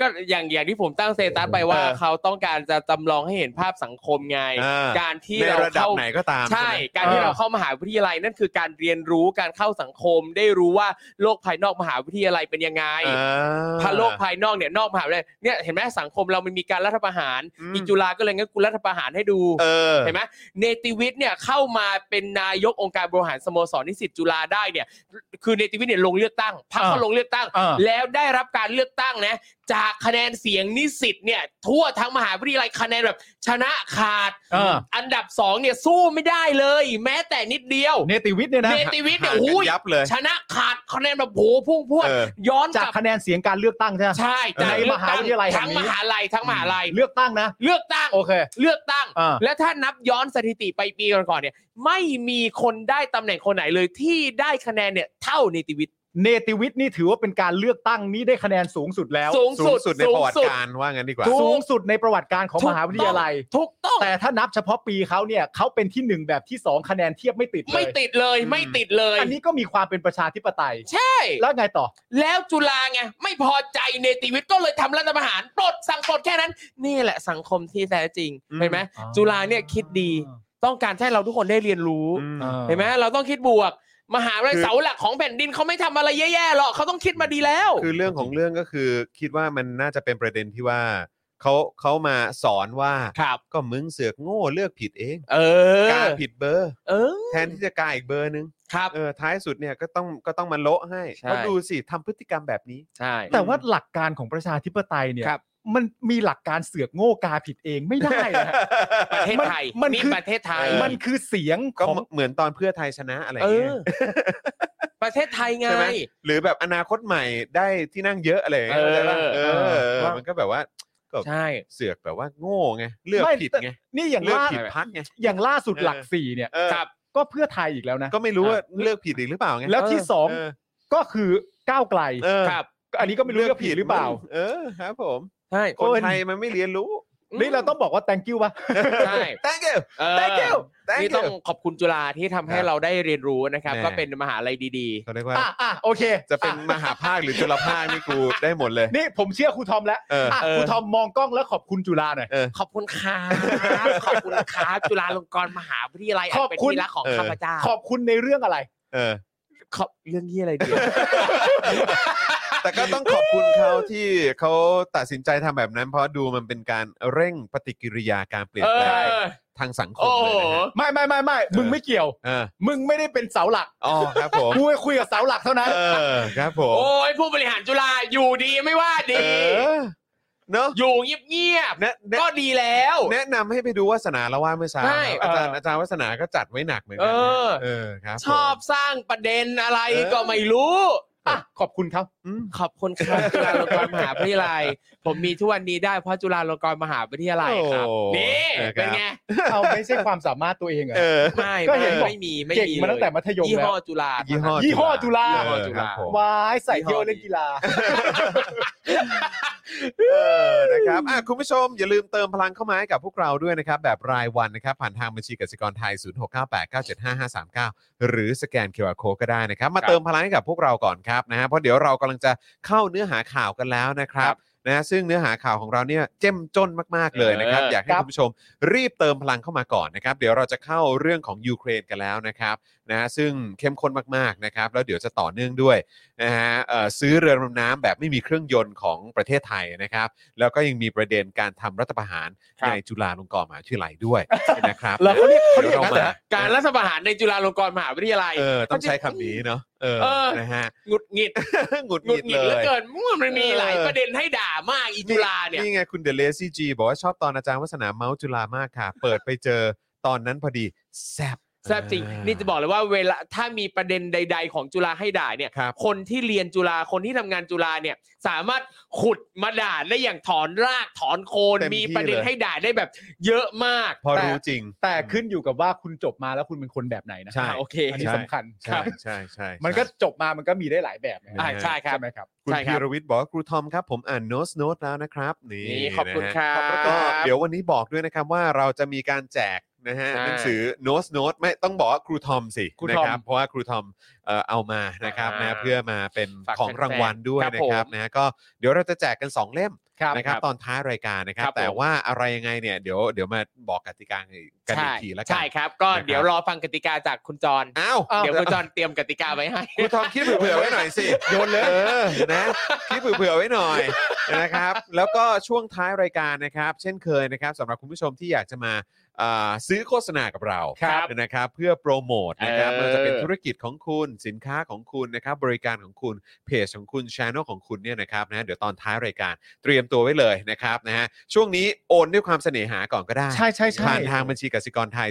ก็อย่างอย่างที่ผมตั้งเซตัสไปว่า
เออ
เขาต้องการจะจำลองให้เห็นภาพสังคมไง
อ่า
การที่
ใน
เรา
ระดับ
เข้า
ไหนก็ตาม
ใช่
ไหม
การที่เราเข้ามหาวิทยาลัยนั่นคือการเรียนรู้การเข้าสังคม ได้รู้ว่าโลกภายนอกมหาวิทยาลัยเป็นยังไง พาโลกภายนอกเนี่ยนอกมหาวิทยาลัยเนี่ยเห็นไหมสังคมเรามันมีการรัฐประหาร
อืม
อีจุฬาก็เลยงั้นกูรัฐประหารให้ดู
เออ
เห็นไหมเนติวิทย์เนี่ยเข้ามาเป็นนายกองค์การบริหารสโมสรนิสิตจุฬาได้เนี่ย คือเนติวิทย์เนี่ยลงเลือกตั้งพรรคเขา
อ่า
ลงเลือกตั้ง
อ่า
แล้วได้รับการเลือกตั้งนะจากคะแนนเสียงนิสิตเนี่ย ทั่วทั้งมหาวิทยาลัยคะแนนแบบ ชนะขาด
เออ
อันดับสองเนี่ยสู้ไม่ได้เลย แม้แต่นิดเดียว
เนติวิทย์เนี่ยนะ
เนติวิทย์เนี่ย
ห่างกั
โอ้ย
นยับเลย
ชนะขาดคะแนนแบบโหพุ่งพรวด
เออ
ย้อนก
จาก
ลับ
คะแนนเสียงการเลือกตั้งใช่ไหม
ใช่แต่
ในมหาวิทยาลัยแห่
ทั้
ง
ง
นี้
มหาลัยทั้งมหาลัย
เลือกตั้งนะ
เลือกตั้ง
โอเค
เลือกตั้ง
อ่า
และถ้านับย้อนสถิติไปปีก่อนๆเนี่ย ไม่มีคนได้ตำแหน่งคนไหนเลยที่ได้คะแนนเนี่ยเท่านิติวิทย์
เนติวิทย์นี่ถือว่าเป็นการเลือกตั้งนี่ได้คะแนนสูงสุดแล้ว
สูง
สู
สุ
ง
ด
สุดในประวัติการว่างั้นดีกว่า
สูงสุดในประวัติการของมหาวิทยาลัย
ถูกต้อง
แต่ถ้านับเฉพาะปีเขาเนี่ยเขาเป็นที่หนึ่งแบบที่สองคะแนนเทียบไม่ติดเล
ไม่
ย
ติดเลย
อืม
ไม่ติดเลย
อันนี้ก็มีความเป็นประชาธิปไตย
ใช่
แล้วไงต่อ
แล้วจุฬาไงไม่พอใจเนติวิทย์ก็เลยทำรัฐประหารปลดสั่งปลดแค่นั้น นี่แหละสังคมที่แท้จริง
อืม
เห็นไหมจุฬาเนี่ยคิดดีต้องการให้เราทุกคนได้เรียนรู้
อืม
เห็นไหมเราต้องคิดบวก มหาวิทยาลัย
คือ
เสาหลักของแผ่นดินเขาไม่ทำอะไรแย่ๆหรอกเขาต้องคิดมาดีแล้ว
คือเรื่องของเรื่องก็คือคิดว่ามันน่าจะเป็นประเด็นที่ว่าเขาเขามาสอนว่า
ครับ
ก็มึงเสือกโง่เลือกผิดเอง
เอก
า
อ
ผิดเบอร์
เออ
แทนที่จะกาอีกเบอร์นึง
ครับ
เออท้ายสุดเนี่ยก็ต้องก็ต้องมาโละให้
ใช่
แล้วดูสิทำพฤติกรรมแบบนี้
ใช่
แต่ว่าหลักการของประชาธิปไตยเนี่ย
ครับ
มันมีหลักการเสือกโง่กาผิดเองไม่ได้นะฮะ
ประเทศไทย
มัน
นี่
คือ
ประเทศไทย
เออ
มันคือเสียงข
<laughs> ก็
อง
เหมือนตอนเพื่อไทยชนะอะไร
เอ
เงี้
อ
ย
ประเทศไทยไง
ใช่ไหมหรือแบบอนาคตใหม่ได้ที่นั่งเยอะอะไรเงี้ยเข้าใจ
เออ
ป่ะเออเออ
ว่า
มันก็แบบว่า
ใช่
เสือกแบบว่าโง่ไงเลือก
ไม่
ผิดไง
นี่อย่าง
เลือก
ล่า
ผิดพักไง
อย่างล่าสุด
เออ
หลักสี่เนี่ย
เออ
ครับ
ก็เพื่อไทยอีกแล้วนะ
ก็ไม่รู้ว่า
อ่ะ
เลือกผิดอีกหรือเปล่าไง
แล้วที่สอง
เออ
ก็คือก้าวไกล
เออ
ครับ
อันนี้ก็ไม่รู้ว่าผิดหรือเปล่า
เออครับผม
ใช่
คนไทยมันไม่เรียนรู้
นี่เราต้องบอกว่า thank you ป่ะ
ใช่
thank you
เออ
thank you thank
นี่
you
ต้องขอบคุณจุฬาที่ทำให้
ครับ
เราได้เรียนรู้นะครับ
แน่
ก็เป็นมหาลัยดี
เขาเรียกว่า
อ่ะอ่ะโอเค
จะเป็น
อ่
มหาภาคหรือจุลภาคนี่กูได้หมดเลย
<laughs> นี่ผมเชื่อครูทอมแล้ว
เอออ่
ะครูทอมมองกล้องแล้วขอบคุณจุฬาหน่อย
ๆ ขอบคุณ
<laughs>
ครับขอบคุณครับจุฬาลงกรณ์มหาวิทยาลัย
ขอบ
นเป็น
คุณ
ที่รักของข้าพเจ้า
ขอบคุณในเรื่องอะไร
เออ
ขอบเรื่องยี่อะไรดี
แต่ก็ต้องขอบคุณเขาที่เขาตัดสินใจทำแบบนั้น เพราะดูมันเป็นการเร่งปฏิกิริยาการเปลี่ยน
เอ
แปลง
อ
ทางสังคม
โอ้
เล
โห
ยนะฮะ
ไม่ไม่ไม่ไม่มึง
เออ
ไม่เกี่ยว
เออ
มึงไม่ได้เป็นเสาหลัก
อ๋อครับผม
กูคุยกับเสาหลักเท่านั้น
เออครับผม
โอ้ยผู้บริหารจุฬาอยู่ดีไม่ว่า
เอ
ดี
อเนอะ
อยู่เงียบ
แนะ
ๆ
แนะ
ก็ดีแล้ว
แนะนำให้ไปดูวาสนาละว่าเมื่อเช้า
ใช่
ครับอาจารย์
เอออ
อาจารย์วาสนาก็จัดไว้หนักเหมือนกันะ
เออ
เออครับผม
ชอบสร้างประเด็นอะไร
เออ
ก็ไม่รู้
อ่ะขอบคุณครับ
ขอบคุณครับจุฬาลงกรณ์มหาวิทยาลัย ผมมีทุกวันนี้ได้เพราะจุฬาลงกรณ์มหาวิทยาลัยครับ
โอ้
นี่
นะครับ
เป็นไง
เอาไม่ใช่ความสามารถตัวเองเหรอ
เออ
ไม่
ก็เห็นบอก
ไม่มีไม่
เก่ง
มี
มาตั้งแต่
เลย
มัธยม
ยี่
แล้ว
ห้อจุฬา
ยี่
ยี่
ห้อ
ยี่ห้อจุฬา
เออครับผม
วายใส่
ยี่
เที่ยว
ห้อ
เล่นกีฬา
เออนะครับอ่ะคุณผู้ชมอย่าลืมเติมพลังเข้ามาให้กับพวกเราด้วยนะครับ แบบรายวันนะครับ ผ่านทางบัญชีกสิกรไทย 0698975539 หรือสแกน QR Code ก็ได้นะครับ มาเติมพลังให้กับพวกเราก่อนครับนะฮะเพราะเดี๋ยวเรากำลังจะเข้าเนื้อหาข่าวกันแล้วนะครับนะฮะซึ่งเนื้อหาข่าวของเราเนี่ยเจ้มจนมากๆเลยนะครับ
เออ
อ
อ
ยากให้
ครับ
คุณผู้ชมรีบเติมพลังเข้ามาก่อนนะครับเดี๋ยวเราจะเข้าเรื่องของยูเครนกันแล้วนะครับนะฮะซึ่งเข้มข้นมากๆนะครับแล้วเดี๋ยวจะต่อเนื่องด้วย นะฮะเอ่อซื้อเรือดำน้ำแบบไม่มีเครื่องยนต์ของประเทศไทยนะครับ แล้วก็ยังมีประเด็นการทำรัฐประหาร
ครับ
ในจุฬาลงกรณ์มหาวิทยาลัย
<laughs>
ด้วย นะครับ
แล้วเขาเรียกเขาเรียก
ดี๋ว
อย่างนั้นเหรอ
การรัฐประหารในจุฬาลงกรณ์มหาวิทยาลัย
เออต้องใช้คำนี้เนาะเออ
เออ
นะ
<laughs>
ฮะ
หงุดหงิด
หงุด
ห
ห
งุ
งิ
ด
ด
หงิ
เล
ดเหลือย เกินมันมีหลายประเด็นให้ด่ามากอีจุฬาเนี่ย
ไงคุณเดลซี่จีบอกว่าชอบตอนอาจารย์วัฒนาเมาส์จุฬามากค่ะ เปิดไปเจอตอนนั้นพอดีแซบ
แซบจริง นี่จะบอกเลยว่าเวลาถ้ามีประเด็นใด ๆ ของจุฬาให้ด่าเนี่ย
ครับ
คนที่เรียนจุฬาคนที่ทำงานจุฬาเนี่ย สามารถขุดมาด่าได้อย่างถอนรากถอนโคน
เต็มที่
มีประเด็นให้ด่าได้แบบเยอะมาก
พอรู้จริง
แต่ขึ้นอยู่กับว่าคุณจบมาแล้วคุณเป็นคนแบบไหนนะ
ใช่
อ่ะโอเค
อันนี้
ใช่
สำคัญ
ใช่ใช่ใช่
มันก็จบมามันก็มีได้หลายแบบไง
อ่าใช่ครับ
ไหมครับ
คุณ
ใช่ค
พี
รั
ร
บ
วิทย์บอกว่าครูทอมครับ ผมอ่านโน้ตโน้ตแล้วนะครับนี่
นี่ขอบคุณ
นะฮะ
ครั
แล้วก็
บ
เดี๋ยววันนี้บอกด้วยนะครับว่าเราจะมีการแจกนะฮะ
ใช่
หนังสือโน้ตโน้ตไม่ต้องบอกว่าครูทอมสิ
ครู
นะ
ทอม
ครับเพราะว่าครูทอมเอ่อเอามานะครับ
อ่าน
นะเพื่อมาเป็น
ฝาก
ของรางวัลด้วย
ครั
นะครับ
บผม
นะฮะก็เดี๋ยวเราจะแจกกัน 2 เล่ม
ครับ
นะครับ
ครับ
ตอนท้ายรายการนะครับ
ครับผม
แต่ว่าอะไรยังไงเนี่ยเดี๋ยวเดี๋ยวมาบอกกติกากันอีกทีละกั
ใช่ครับ ก็เดี๋ยวรอฟังกติกาจากคุณจร
อ้าว
อ้าว
เดี๋ยวคุณจรเตรียมกติกาไว้ให้
<laughs> ครูทอมคิดเผื่อๆไว้หน่อยสิ
โยนเลย
เออนะคิดเผื่อๆไว้หน่อยนะครับ แล้วก็ช่วงท้ายรายการนะครับ เช่นเคยนะครับสำหรับคุณผู้ชมที่อยากจะมา อ่าซื้อโฆษณากับเรา
ครับ
นะครับเพื่อโปรโมทนะครับ
เออ
ไมันจะเป็นธุรกิจของคุณสินค้าของคุณนะครับบริการของคุณเพจของคุณช anel ของคุณเนี่ยนะครับนะเดี๋ยวตอนท้ายรายการเตรียมตัวไว้เลยนะครับนะฮะช่วงนี้โอนด้วยความเสน่หาก่อนก็ได้
ใช่ใช่ใช่
ผ่านทางบัญชีกสิกรไทย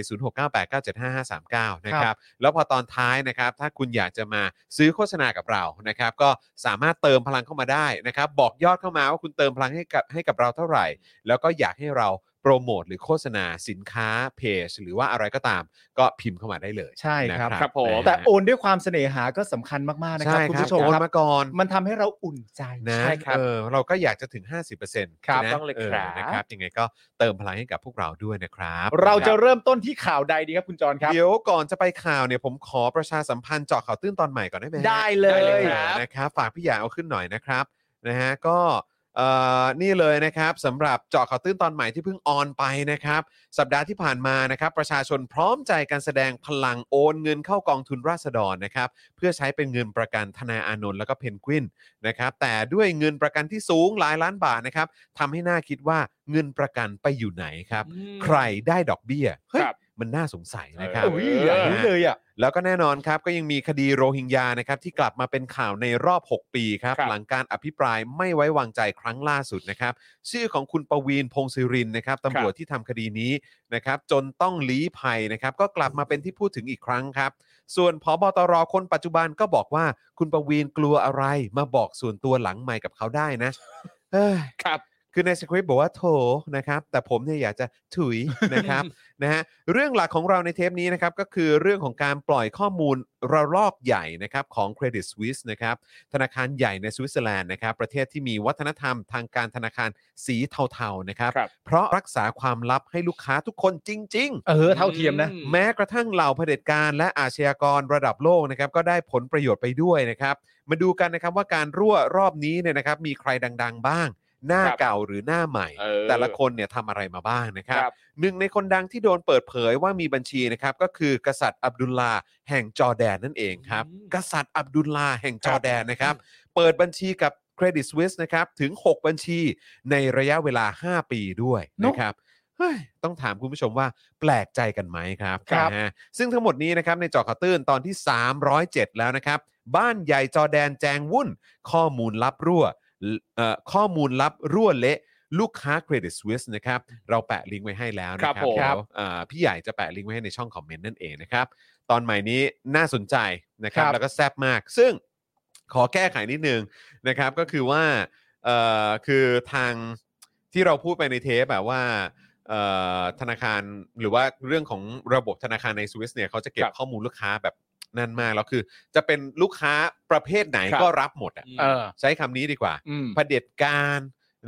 0698975539 นะค
ครั
รับบ แล้วพอตอนท้ายนะครับถ้าคุณอยากจะมาซื้อโฆษณากับเรานะครับก็สามารถเติมพลังเข้ามาได้นะครับบอกยอดเข้ามาว่าคุณเติมพลังให้กับให้กับเราเท่าไหร่ แล้วก็อยากให้เราโปรโมทหรือโฆษณาสินค้าเพจ หรือว่าอะไรก็ตามก็พิมพ์เข้ามาได้เลย
ใช่ครับ
นะครับ
ผม
นะฮะ
แต่โอนด้วยความเสน่หาก็สำคัญมากๆนะค
ใช่
รั
ค
บคุณ
รับ
ผู้ชม
โอน
ครับ
มาก่อน
มันทำให้เราอุ่นใจ
นะ
ใช่ครับ
เออเราก็อยากจะถึง 50%
ครับ
นะ
ต้องเลย
ออ
ครับ
นะครับยังไงก็เติมพลังให้กับพวกเราด้วยนะครับ
เราจะ
น
เริ่มต้นที่ข่าวใดดีครับคุณจรค
ครั
รั
บบ เดี๋ยวก่อนจะไปข่าวเนี่ยผมขอประชาสัมพันธ์เจาะข่าวตื้นตอนใหม่ก่อนได้ไหมฮะ
ได้เล
ได้เลย ยครับ
นะครับฝากพี่หยางเอาขึ้นหน่อยนะครับนะฮะก็เอ่อนี่เลยนะครับสำหรับเจาะข่าวตื้นตอนใหม่ที่เพิ่งออนไปนะครับ สัปดาห์ที่ผ่านมานะครับ ประชาชนพร้อมใจการแสดงพลังโอนเงินเข้ากองทุนราษฎรนะครับ เพื่อใช้เป็นเงินประกันธนาอานนท์แล้วก็เพนกวินนะครับ แต่ด้วยเงินประกันที่สูงหลายล้านบาทนะครับทำให้น่าคิดว่าเงินประกันไปอยู่ไหนครับ
อืม
ใครได้ดอกเบี้ยเฮ้ย
ครับ
มันน่าสงสัยนะครับ
เ
อุ้ยอย่างนี้เลยอ่ะ
แล้วก็แน่นอนครับก็ยังมีคดีโรฮิงญานะครับที่กลับมาเป็นข่าวในรอบ 6 ปีครับ
ครับ
หลังการอภิปรายไม่ไว้วางใจครั้งล่าสุดนะครับ ชื่อของคุณประวีนพงศิรินนะครับตำรวจที่ทำคดีนี้นะครับ จนต้องลี้ภัยนะครับ ก็กลับมาเป็นที่พูดถึงอีกครั้งครับ ส่วนพบตรคนปัจจุบันก็บอกว่าคุณประวีนกลัวอะไรมาบอกส่วนตัวหลังไมค์กับเขาได้นะเอ้ย
ครับ
คือในสคริปต์บอกว่าโถนะครับ แต่ผมเนี่ยอยากจะถุ
<laughs>
ยนะครับ นะฮะเรื่องหลักของเราในเทปนี้นะครับก็คือเรื่องของการปล่อยข้อมูลระลอกใหญ่นะครับของ Credit Suisse นะครับธนาคารใหญ่ในสวิตเซอร์แลนด์นะครับประเทศที่มีวัฒนธรรมทางการธนาคารสีเทาๆนะครับ
ครับ
เพราะรักษาความลับให้ลูกค้าทุกคนจริง ๆ
เออ เท่าเทียมนะ
อื
แม้กระทั่งเหล่าเผด็จการและอาชญากรระดับโลกนะครับก็ได้ผลประโยชน์ไปด้วยนะครับ มาดูกันนะครับว่าการรั่วรอบนี้เนี่ยนะครับมีใครดัง ๆ บ้าง หน้า
ครับ
เก่าหรือหน้าใหม่
เออ
แต่ละคนเนี่ยทำอะไรมาบ้างนะครับ
ครับ
หนึ่งในคนดังที่โดนเปิดเผยว่ามีบัญชีนะครับก็คือกษัตริย์อับดุลลาห์แห่งจอร์แดนนั่นเองครับ กษัตริย์อับดุลลาห์แห่งจอร์แดนนะครับ เปิดบัญชีกับ Credit Suisse นะครับถึง 6 บัญชีในระยะเวลา 5 ปีด้วย
เนอะ
นะครับเฮ้ยต้องถามคุณผู้ชมว่าแปลกใจกันไหมครับ
ครับ
นะฮะซึ่งทั้งหมดนี้นะครับในเจอข่าวตื้นตอนที่ 307 แล้วนะครับ บ้านใหญ่จอแดนแจงวุ่น ข้อมูลลับรั่วเอ่อข้อมูลลับรั่วเละ ลูกค้า Credit Suisse นะครับ เราแปะลิงก์ไว้ให้แล้วนะครับ
ครับผม
เดี๋ยวอ่าพี่ใหญ่จะแปะลิงก์ไว้ให้ในช่องคอมเมนต์นั่นเองนะครับ ตอนใหม่นี้น่าสนใจนะครับ
ครับ
แล้วก็แซ่บมาก ซึ่ง ขอแก้ไขนิดนึงนะครับ ก็คือว่าเอ่อคือทางที่เราพูดไปในเทปแบบว่าเอ่อธนาคารหรือว่าเรื่องของระบบธนาคารในสวิสเนี่ยเขาจะเก็บ
ครับ
ข้อมูลลูกค้าแบบนั่นมากแล้วคือ จะเป็นลูกค้าประเภทไหน
ครับ
ก็รับหมดอะ
อืม
เออ
ใช้คำนี้ดีกว่า
อืม
เผด็จการ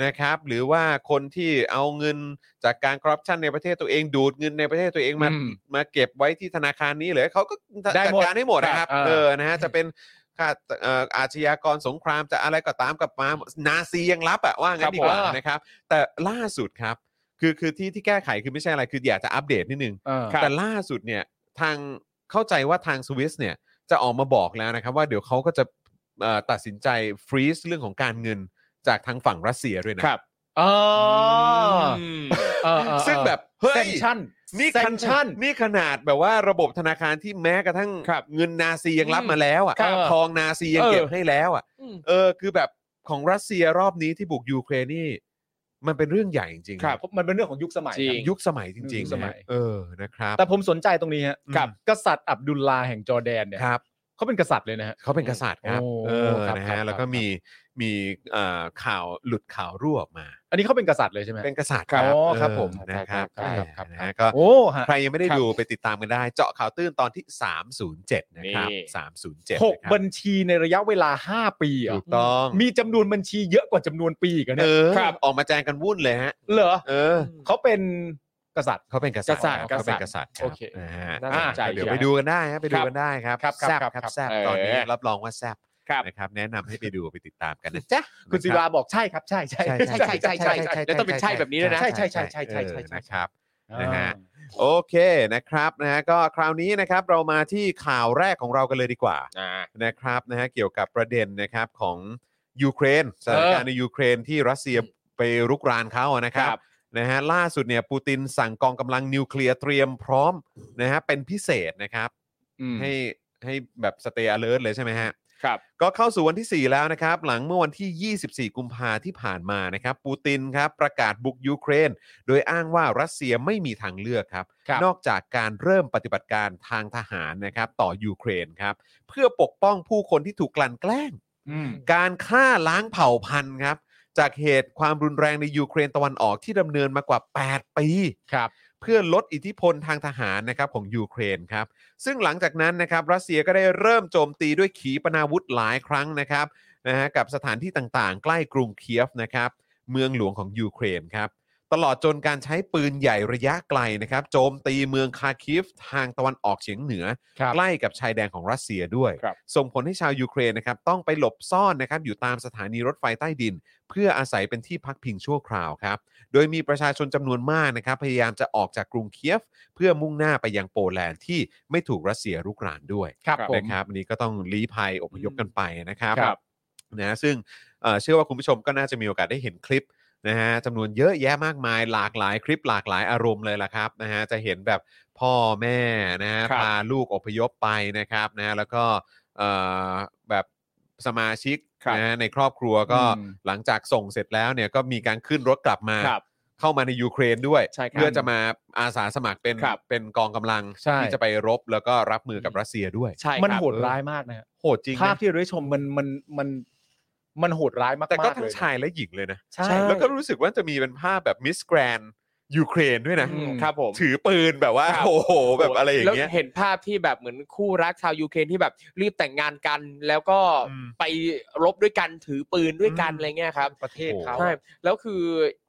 นะครับ หรือว่าคนที่เอาเงินจากการคอร์รัปชันในประเทศตัวเองดูดเงินในประเทศตัวเองมา
อืม
มาเก็บไว้ที่ธนาคารนี้เลยเขาก็
ได้
จัด
หมด
การให้หมดนะครับ
ครั
เอ
บเอ
อ
อ
นะฮะจะเป็นค่าเอ่ออาชญากรสงครามจะอะไรก็ตามกลับมานาซียังรับอะว่างั้นดีกว่า
ครับผม
นะครับ แต่ล่าสุดครับ คือคือที่ที่แก้ไขคือไม่ใช่อะไรคืออยากจะอัปเดตนิดนึง
เออ
แต่ล่าสุดเนี่ยทางเข้าใจว่าทางสวิสเนี่ยจะออกมาบอกแล้วนะครับ ว่าเดี๋ยวเขาก็จะเอ่อตัดสินใจฟรีซเรื่องของการเงินจากทางฝั่งรัสเซียด้วยนะครับ
อ๋อ
ม
เออเออ
ซึ่งแบบเฮ้ย
เซนชั่น
นี่ขนา
sanction
ดนี่ขนาดแบบว่าระบบธนาคารที่แม้กระทั่ง
ครับ
เงินนาซียังรับ
อืม
มาแล้วอ่ะ
ครับ
ทองนาซียัง
เออ
เก็บให้แล้วอ่ะ
อืม
เออคือแบบของรัสเซียรอบนี้ที่บุกยูเครนนี่มันเป็นเรื่องใหญ่จริงๆ
เพาะมันเป็นเรื่องของยุคสมัย
จริง
ยุคสมัยจริง
ยุค
ๆ
ส
นะ
มั
ฮะ
ย
เออนะครับ
แต่ผมสนใจตรงนี้ฮะ
อืม
กับกษัตริย์อับดุลลาแห่งจอร์แดนเนี่ย
ครับ
เขาเป็นกษัตริย์เลยนะฮะ
เขาเป็นกษัตริย์ครับ
โอ้
เออ
ครับ
นะครับ ฮะ
ครับ
แล้วก็
ครับ
มี มีเอ่อข่าวหลุดข่าวรั่วออกมา
อันนี้เขาเป็นกษัตริย์เลยใช่ไหม
เป็นกษัตริย์
ครับอ๋อครับ
เออ
ผม
นะครับ
ครับครับครับ
นะฮะก็
โอ้ฮะ
ใครยังไม่ได้ดูไปติดตามกันได้ เจาะข่าวตื้นตอนที่ 307 นะครับ
นี่
307
หก
นะครับ
ัญชีในระยะเวลา 5 ปีเหร
ถู
อ่ะ
กต้อง
มีจำนวนบัญชีเยอะกว่าจำนวนปีอีกัน
เอ
เนี่ย
อออกมาแจงกันวุ่นเลยฮะ
เหรอ
เออ
เขาเป็นกษัตริย์
เขาเป็นกษัตริย์
กษัตริย์
ครับเขาเป็นกษัตริย์รับ
โอเค
นะฮะ
น่าสน
อ่ะ
ใจ
เดี๋ยวไปดูกันได้ฮะไปดูกันได้ครับ
ครับครับ
แซบ
ครับ
ครับ
ครับ
แซบตอนนี้
เออ
รับรองว่าแซบ
ครับ
นะครับ แนะนำให้ไปดูไปติดตามกันนะจ๊ะ
คุณศิ
นะรับ
ลาบอกใช่ครับ ใช่ใช่
ใช่ใช่ใช่ใช่ใช่ใช่
แล้วต้องเป็นใช่แบบนี้ด้วยนะ
ใช่ใช่ใช่ใช่ใช่ใช่ใช่นะครับ นะฮะ โอเคนะครับนะฮะก็คราวนี้นะครับเรามาที่ข่าวแรกของเรากันเลยดีกว่า
อ่า
นะครับนะฮะเกี่ยวกับประเด็นนะครับของยูเครนสถานการณ์ในยูเครนที่รัสเซียไปรุกรานเขาอะนะครับ
ครับ
นะฮะล่าสุดเนี่ยปูตินสั่งกองกำลังนิวเคลียร์เตรียมพร้อมนะฮะเป็นพิเศษนะครับ ให้ให้แบบสเตย์อเล t เลยใช่ไหมฮะ
ครับ
ก็เข้าสู่วันที่ 4 แล้วนะครับ หลังเมื่อวันที่ 24 กุมภาที่ผ่านมานะครับ ปูตินครับ ประกาศบุกยูเครน โดยอ้างว่ารัสเซียไม่มีทางเลือกครับ
ครับ
นอกจากการเริ่มปฏิบัติการทางทหารนะครับ ต่อยูเครนครับ เพื่อปกป้องผู้คนที่ถูกกลั่นแกล้ง
อืม
การฆ่าล้างเผ่าพันธุ์ครับ จากเหตุความรุนแรงในยูเครนตะวันออกที่ดำเนินมากว่า 8 ปี
ครับ
เพื่อลดอิทธิพลทางทหารนะครับของยูเครนครับ ซึ่งหลังจากนั้นนะครับรัสเซียก็ได้เริ่มโจมตีด้วยขีปนาวุธหลายครั้งนะครับนะฮะกับสถานที่ต่างๆ ใกล้กรุงเคียฟนะครับ เมืองหลวงของยูเครนครับ ตลอดจนการใช้ปืนใหญ่ระยะไกลนะครับ โจมตีเมืองคาคิฟทางตะวันออกเฉียงเหนือ
ครับ
ใกล้กับชายแดนของรัสเซียด้วย
ครับ
ส่งผลให้ชาวยูเครนนะครับต้องไปหลบซ่อนนะครับอยู่ตามสถานีรถไฟใต้ดิน เพื่ออาศัยเป็นที่พักพิงชั่วคราวครับ โดยมีประชาชนจำนวนมากนะครับ พยายามจะออกจากกรุงเคียฟ เพื่อมุ่งหน้าไปยังโปแลนด์ที่ไม่ถูกรัสเซียรุกรานด้วย
ครับผม
นะครับอันนี้ก็ต้องลี้ภัยอพยพกันไปนะครับ
ครับ
นะซึ่งเอ่อเชื่อว่าคุณผู้ชมก็น่าจะมีโอกาสได้เห็นคลิปนะฮะจำนวนเยอะแยะมากมาย หลากหลายคลิปหลากหลายอารมณ์เลยล่ะครับนะฮะจะเห็นแบบพ่อแม่นะฮะ
ครับ
พาลูกอพยพไปนะครับนะแล้วก็เอ่อแบบสมาชิก
ครับ
นะฮะในครอบครัวก็
อืม
หลังจากส่งเสร็จแล้วเนี่ยก็มีการขึ้นรถกลับมา
ครับ
เข้ามาในยูเครนด้วย
ใช่ครับ
เพื่อจะมาอาสาสมัครเป็น
ครับ
เป็นกองกำลัง
ใช่
ที่จะไปรบแล้วก็รับมือกับรัสเซียด้วย
ใช่
มัน
ครับ
โหดร้ายมากนะฮะ
โหดจริง
ภาพ
นะ
ที่เราได้ชมมันมันมันมันโหดร้ายมากๆ
แต่ก็
เล
ทั้ง
ยนะ
ชายและหญิงเลยนะ
ใช่
แล้วก็รู้สึกว่าจะมีเป็นภาพแบบมิสแกรนยูเครนด้วยนะ
อืม
ครับผม
ถือปืนแบบว่า
ครับ
โอ้โหแบบอะไรอย่างเงี้ย
แล้วเห็นภาพที่แบบเหมือนคู่รักชาวยูเครนที่แบบรีบแต่งงานกัน แล้วก็
อืม
ไปรบด้วยกันถือปืนด้วยกัน
อืม
อะไรเงี้ยครับ
ประเทศเขา
โอ้
ใช่แล้วคือ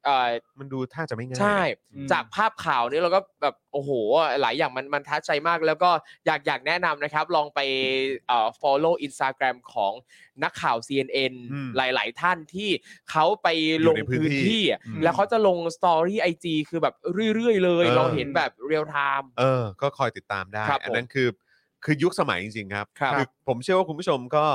เอ่อ
มันดูท่าจะไม่ง่ายนะ
ใช่
อืม
จากภาพข่าวนี้เราก็แบบโอ้โห หลายอย่างมันมันท้าใจมาก แล้วก็อยากอยากแนะนำนะครับ ลองไปเอ่อ follow Instagram ของนักข่าว CNN
อืม
หลาย ๆ ท่านที่เขาไปลง
อยู่ในพื้น
พื้น
ที่
ที่อะ
อืม
แล้วเขาจะลงสตอรี่ไอจีคือแบบเรื่อย ๆ เลย
เออ
เราเห็นแบบเรียลไทม์
เออ ก็คอยติดตามได้
ครับผม
อันนั้นคือคือยุคสมัยจริงๆครับ
ครับ
อผมเชื่อว่าคุณผู้ชมก็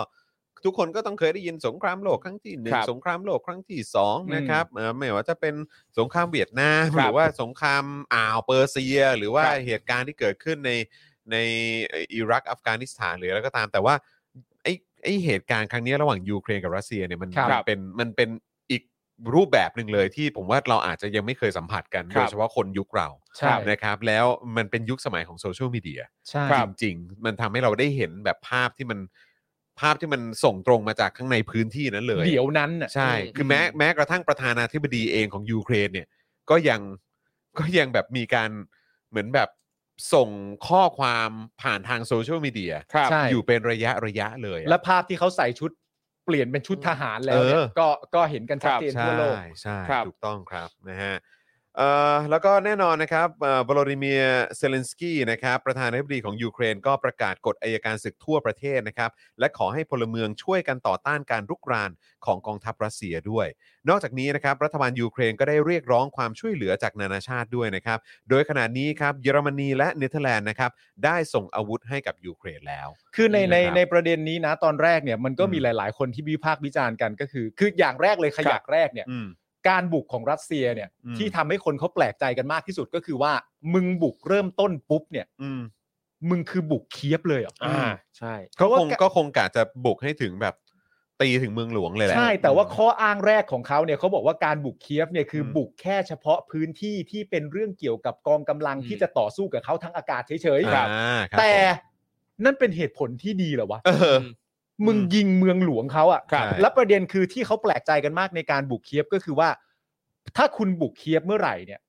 ทุกคนก็ต้องเคยได้ยินสงครามโลกครั้งที่หนึ่ง
ครับ
สงครามโลกครั้งที่สอง
อืม
นะครับเอ่อไม่ว่าจะเป็นสงครามเวียดนาม
ค
ห
รับ
รือว่าสงครามอ่าวเปอร์เซีย หรือว่า
ครับ
เหตุการณ์ที่เกิดขึ้นในในเอ่ออิรักอัฟกานิสถานหรืออะไรก็ตาม แต่ว่าไอ้ไอ้เหตุการณ์ครั้งนี้ระหว่างยูเครนกับรัสเซียเนี่ยมัน
ครับ
มันเป็นมันเป็นอีกรูปแบบหนึ่งเลยที่ผมว่าเราอาจจะยังไม่เคยสัมผัสกัน
ครับ
โดยเฉพาะคนยุคเรา
ใช่
นะครับแล้วมันเป็นยุคสมัยของโซเชียลมีเดีย
ใช่
จริง ๆ มันทำให้เราได้เห็นแบบภาพที่มัน ภาพที่มันส่งตรงมาจากข้างในพื้นที่นั้นเลย
เดี๋ยวนั้นน่ะ
ใช่
อืม
คือแม้แม้กระทั่งประธานาธิบดีเองของยูเครนเนี่ย ก็ยังก็ยังแบบมีการเหมือนแบบส่งข้อความผ่านทางโซเชียลมีเดีย
ครับ
ใช่
อยู่เป็นระยะระยะเลยอะ
และภาพที่เขาใส่ชุดเปลี่ยนเป็นชุดทหารแล้วเนี่ย
เออ
ก็ก็เห็นกันชัดเจน
ใช่
ทั่วโลก
ใช่
ครับ
ถูกต้องครับนะฮะเอ่อแล้วก็แน่นอนนะครับวลาดิเมียเซเลนสกี้นะครับประธานาธิบดีของยูเครนก็ประกาศกฎอายการศึกทั่วประเทศนะครับ และขอให้พลเมืองช่วยกันต่อต้านการรุกรานของกองทัพรัสเซียด้วย นอกจากนี้นะครับรัฐบาลยูเครนก็ได้เรียกร้องความช่วยเหลือจากนานาชาติด้วยนะครับ โดยขณะนี้ครับเยอรมนีและเนเธอร์แลนด์นะครับได้ส่งอาวุธให้กับยูเครนแล้ว
คือในใน
นะครับ
ในประเด็นนี้นะตอนแรกเนี่ยมันก็มี
อืม
หลาย ๆ คนที่วิพากษ์วิจารณ์กันก็คือ คืออย่างแรกเลยขยักแรกเนี่ย
อืม
การบุกของรัสเซียเนี่ย
อืม
ที่ทำให้คนเขาแปลกใจกันมากที่สุดก็คือว่า มึงบุกเริ่มต้นปุ๊บเนี่ย
อืม
มึงคือบุกเคียบเลยเหรอ
อ่า
อ่า
ใช่
ก็
เขาว่า
คงก็คงกะจะบุกให้ถึงแบบตีถึงเมืองหลวงเลยแหละ
ใช่แต่ว่าข้ออ้างแรกของเขาเนี่ยเขาบอกว่าการบุกเคียฟเนี่ยคืออ
ม
บุกแค่เฉพาะพื้นที่ที่เป็นเรื่องเกี่ยวกับกองกำลังที่จะต่อสู้กับเขาทางอากาศเฉยๆ
อ่าครับ
แต่นั่นเป็นเหตุผลที่ดีเหรอวะ
เออ
ม
มึงยิงเมืองหลวงเขาอะ
ครับ
และประเด็นคือที่เขาแปลกใจกันมากในการบุกเคียฟก็คือว่า ถ้าคุณบุกเคียฟเมื่อไหร่เนี่ย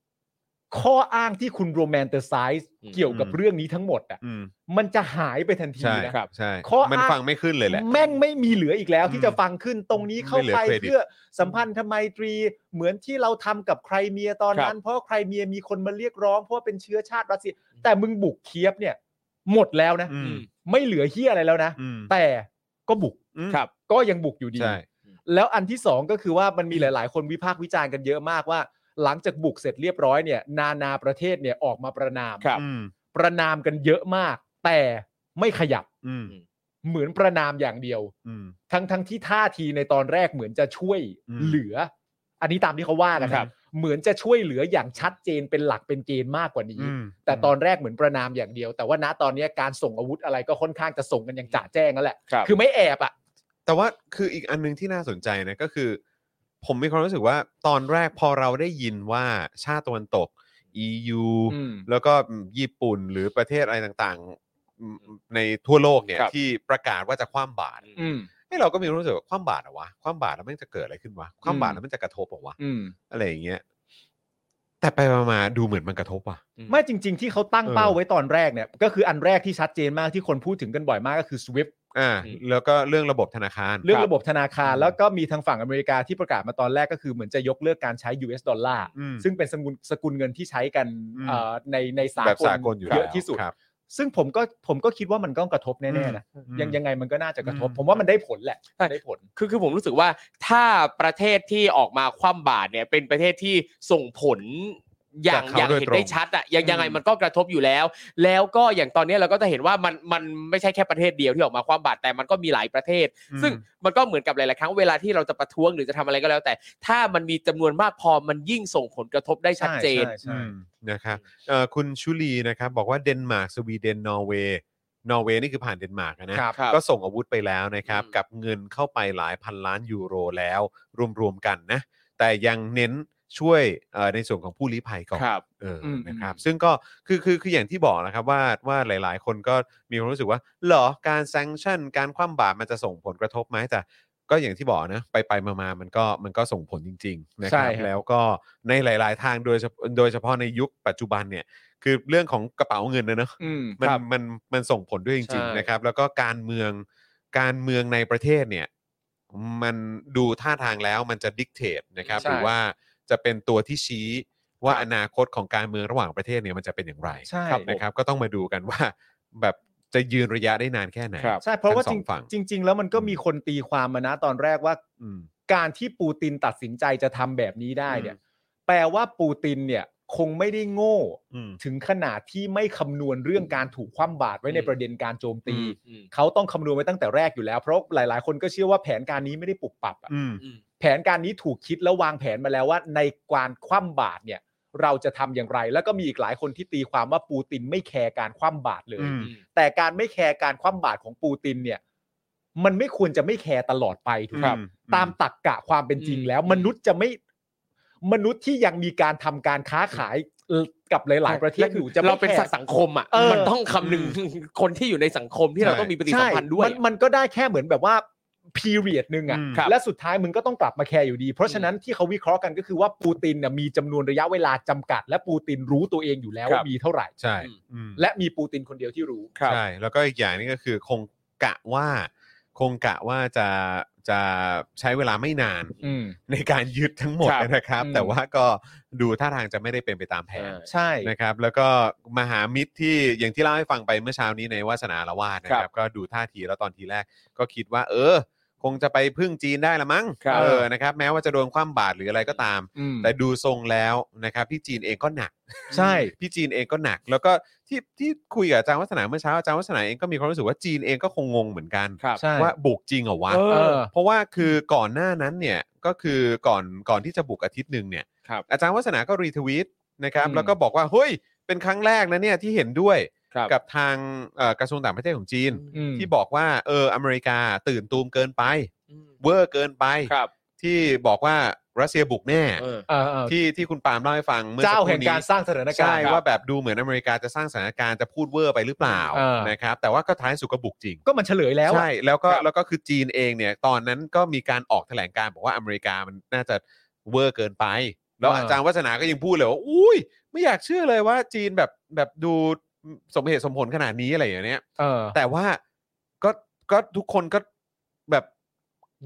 ข้ออ้างที่คุณโรแมนเตอร์ไซส์
อืม
เกี่ยวกับเรื่องนี้ทั้งหมดอะ
อืม
มันจะหายไปทันที
ใช่
นะ
ครับใช่
ข้ออ้าง
มันฟังไม่ขึ้นเลยแหละ
แม่งไม่มีเหลืออีกแล้ว
อืม
ที่จะฟังขึ้นตรงนี้เข้า
ไม่เหลือเค
ไป
รดิต
เพื่อสัมพันธไมตรีเหมือนที่เราทำกับใครเมียตอนนั้น เพราะใครเมียมีคนมาเรียกร้อง เพราะว่าเป็นเชื้อชาติรัสเซีย แต่มึงบุกเคียฟเนี่ย หมดแล้วนะ
อืม
ไม่เหลือเฮียอะไรแล้วนะ
อืม
แต่ก็บุก
อืม
ครับ
ก็ยังบุกอยู่ดี
ใช่
แล้วอันที่สองก็คือว่ามันมีหลาย ๆ คนวิพากษ์วิจารณ์กันเยอะมากว่า หลังจากบุกเสร็จเรียบร้อยเนี่ย นานาประเทศเนี่ยออกมาประนาม
ครับ
อืม
ประนามกันเยอะมาก แต่ไม่ขยับ
อืม
เหมือนประนามอย่างเดียว
อืม
ทั้งทั้งที่ท่าทีในตอนแรกเหมือนจะช่วย
อืม
เหลือ อันนี้ตามที่เขาว่ากัน
ครับ
เหมือนจะช่วยเหลืออย่างชัดเจนเป็นหลักเป็นเกณฑ์มากกว่านี้
อืม
แต่ตอนแรกเหมือนประนามอย่างเดียว แต่ว่าณตอนเนี้ยการส่งอาวุธอะไรก็ค่อนข้างจะส่งกันอย่างจ่าแจ้งแล้วแหละ
ครับ
คือไม่แอบอ่ะ
แต่ว่าคืออีกอันหนึงที่น่าสนใจนะก็คือ ผมมีความรู้สึกว่าตอนแรกพอเราได้ยินว่าชาติตะวันตก EU
อืม
แล้วก็ญี่ปุ่นหรือประเทศอะไรต่างๆ ในทั่วโลกเนี่ย
ครับ
ที่ประกาศว่าจะคว่ำบาตร
อืม
ให้เราก็มีความรู้สึกว่าคว่ำบาตรเหรอวะคว่ำบาตรแล้วมันจะเกิดอะไรขึ้นวะคว่ำบาตรแล้วมันจะกระทบเหรอวะ
อืม
อะไรอย่างเงี้ยแต่ไปมาๆดูเหมือนมันกระทบว่ะ
ไม่จริง ๆ ที่เขาตั้ง
เออ
เป้าไว้ตอนแรกเนี่ยก็คืออันแรกที่ชัดเจนมากที่คนพูดถึงกันบ่อยมากก็คือ SWIFT
อ่า
อืม
แล้วก็เรื่องระบบธนาคาร
เรื่องระบบธนาคาร
อืม
แล้วก็มีทางฝั่งอเมริกาที่ประกาศมาตอนแรกก็คือเหมือนจะยกเลิกการใช้ US ดอลลาร์
อืม
ซึ่งเป็นสกุลสกุลเงินที่ใช้กัน
อืม
เอ่อในในสา
แบบ
กล
สากลอยู่แล้ว
เยอะที่สุด
ครับ
ซึ่งผมก็ผมก็คิดว่ามันก็กระทบแน่ๆนะ
อืม
ยังยังไงมันก็น่าจะกระทบ
อืม
ผมว่ามันได้ผลแหละ
ใช่
ได้ผล
คือคือผมรู้สึกว่าถ้าประเทศที่ออกมาคว่ำบาตรเนี่ยเป็นประเทศที่ส่งผลอย่าง
จากเขา
อย่าง
โดย
เห็
ต
น
รง
ได้ชัดอะยังยังไง
อืม
มันก็กระทบอยู่แล้ว แล้วก็อย่างตอนเนี้ยเราก็จะเห็นว่ามันมันไม่ใช่แค่ประเทศเดียวที่ออกมาคว่ำบาตรแต่มันก็มีหลายประเทศ
อืม
ซึ่งมันก็เหมือนกับหลาย ๆ ครั้งเวลาที่เราจะประท้วงหรือจะทำอะไรก็แล้ว แต่ถ้ามันมีจำนวนมากพอมันยิ่งส่งผลกระทบได้ชัดเจน
ใช่
อื
ใช่ใช่
มนะครับเอ่อคุณชุลีนะครับ บอกว่าเดนมาร์กสวีเดนนอร์เวย์นอร์เวย์นี่คือผ่านเดนมาร์กอะนะครับ ก็ส่งอาวุธไปแล้วนะครับ
อืม
กับเงินเข้าไปหลายพันล้านยูโรแล้ว รวมๆกันนะ แต่ยังเน้นช่วยเอ่อในส่วนของผู้ลี้ภัยก่อน
ครับ
เอออ
ม
นะครับซึ่งก็คือคือคืออย่างที่บอกนะครับว่าว่าหลาย ๆ คนก็มีความรู้สึกว่าเหรอการแซงชั่นการคว่ำบาตรมันจะส่งผลกระทบไหมแต่ก็อย่างที่บอกนะไปไปมามามันก็มันก็ส่งผลจริง ๆ นะค
ใช่
รับ
ครับ
แล้วก็ในหลาย ๆ ทางโดยเฉพาะโดยเฉพาะในยุคปัจจุบันเนี่ยคือเรื่องของกระเป๋าเงินนะเนอะ
อืม
มันมันมันส่งผลด้วยจ
ใช่
ริง ๆ นะครับ แล้วก็การเมืองการเมืองในประเทศเนี่ยมันดูท่าทางแล้วมันจะดิกเตตนะครับ
ใช่
หรือว่าจะเป็นตัวที่ชี้ ว่าอนาคตของการเมืองระหว่างประเทศเนี่ยมันจะเป็นอย่างไร
ใช่
นะครับ ก็ต้องมาดูกันว่า แบบจะยืนระยะได้นานแค่ไหน
ครับ
ใช่เพราะว่า
ทั้งสองฝั่ง
จริงจริง ๆ แล้วมันก็มีคนตีความมานะตอนแรกว่า
อืม
การที่ปูตินตัดสินใจจะทำแบบนี้ได้เนี่ย แปลว่าปูตินเนี่ยคงไม่ได้โง่
อืม
ถึงขนาดที่ไม่คำนวณเรื่องการถูกคว่ำบาตรไว้ใน
อืม
ประเด็นการโจมตี
อืม
อืม
เขาต้องคำนวณไว้ตั้งแต่แรกอยู่แล้ว เพราะหลาย ๆ คนก็เชื่อว่าแผนการนี้ไม่ได้ปุบปับอะ
อืม
อืม
แผนการนี้ถูกคิดและวางแผนมาแล้วว่า ในการคว่ำบาตรเนี่ย เราจะทำอย่างไร แล้วก็มีอีกหลายคนที่ตีความว่าปูตินไม่แคร์การคว่ำบาตรเลย
อืม
แต่การไม่แคร์การคว่ำบาตรของปูตินเนี่ย มันไม่ควรจะไม่แคร์ตลอดไปถูกไหม ตามตักกะความเป็นจริงแล้ว
อืม
มนุษย์จะไม่มนุษย์ที่ยังมีการทำการค้าขายเอ่อ กับหลาย ๆ ประเทศอยู่จะไม่
เราเป็น
แค
สัตว์สังคมอ่ะ
เออ
มันต้องคำนึงคนที่อยู่ในสังคมที่เรา
ใช่
ต้องมีปฏิสั
ใช่
มพันธ์ด้วย
มันมันก็ได้แค่เหมือนแบบว่าพีเรียดนึงอ่ะ
อืม
ครับ
และสุดท้ายมึงก็ต้องกลับมาแคร์อยู่ดี เพราะฉะนั้นที่เขาวิเคราะห์กันก็คือว่าปูตินน่ะมีจำนวนระยะเวลาจำกัด และปูตินรู้ตัวเองอยู่แล้ว
ครั
ว่า
บ
มีเท่าไหร่
ใช่
อืม
อืม
และมีปูตินคนเดียวที่รู้
ครับ
ใช่ แล้วก็อีกอย่างหนึงก็คือคงกะว่า คงกะว่าจะจะใช้เวลาไม่นาน
อืม
ในการยึดทั้งหมด
ครับ
นะครับ
อืม
แต่ว่าก็ดูท่าทางจะไม่ได้เป็นไปตามแผน
ใช่
นะครับ แล้วก็มหามิตรที่อย่างที่เล่าให้ฟังไปเมื่อเช้านี้ในวาสนาละวาดนะครับ ก็ดูท่าทีแล้วตอนทีแรกก็คิดว่า เออ คงจะไปพึ่งจีนได้ละมั้ง
ครับ
เออนะครับ แม้ว่าจะโดนคว่ำบาตรหรืออะไรก็ตาม
อืม
แต่ดูทรงแล้วนะครับพี่จีนเองก็หนัก
ใช่
พี่จีนเองก็หนัก แล้วก็ที่ที่คุยกับอาจารย์วัฒนาเมื่อเช้าอาจารย์วัฒนาเองก็มีความรู้สึกว่าจีนเองก็คงงงเหมือนกัน
ครับ
ใช่
ว่าบุกจริงเหรอวะ
เออ
เออ
เพราะว่าคือก่อนหน้านั้นเนี่ยก็คือก่อนก่อนที่จะบุกอาทิตย์หนึ่งเนี่ย
ครับ
อาจารย์วัฒนาก็รีทวีตนะครับ
อืม
แล้วก็บอกว่าเฮ้ยเป็นครั้งแรกนะเนี่ยที่เห็นด้วย
ครับ
กับทางเอ่อกระทรวงต่างประเทศของจีน
อืม
ที่บอกว่าเอออเมริกาตื่นตูมเกินไป
อืม
เวอร์เกินไป
ครับ
ที่บอกว่ารัสเซียบุกแน่
เออ
เออเออ
ที่ที่คุณปาล์มเล่าให้ฟังเมื่อสั
เจ้าก
ค
แห่ง
นี้
การสร้างสถานการ
ใช่
ณ์
ว่าแบบดูเหมือนอเมริกาจะสร้างสถานการณ์จะพูดเวอร์ไปหรือเปล่า
เออ
นะครับแต่ว่าก็ท้ายสุดก็บุกจริง
ก็มันเฉลยแล้วอะ
ใช่ แล้วก็
ครับ
แล้วก็คือจีนเองเนี่ยตอนนั้นก็มีการออกแถลงการณ์บอกว่าอเมริกามันน่าจะเวอร์เกินไป แล้วอาจารย์วัฒนาก็ยังพูดเลยว่าอุ้ยไม่อยากเชื่อเลยว่าจีนแบบแบบดูสมเหตุสมผลขนาดนี้อะไรอย่างเนี้ย
เออ
แต่ว่าก็ก็ทุกคนก็แบบ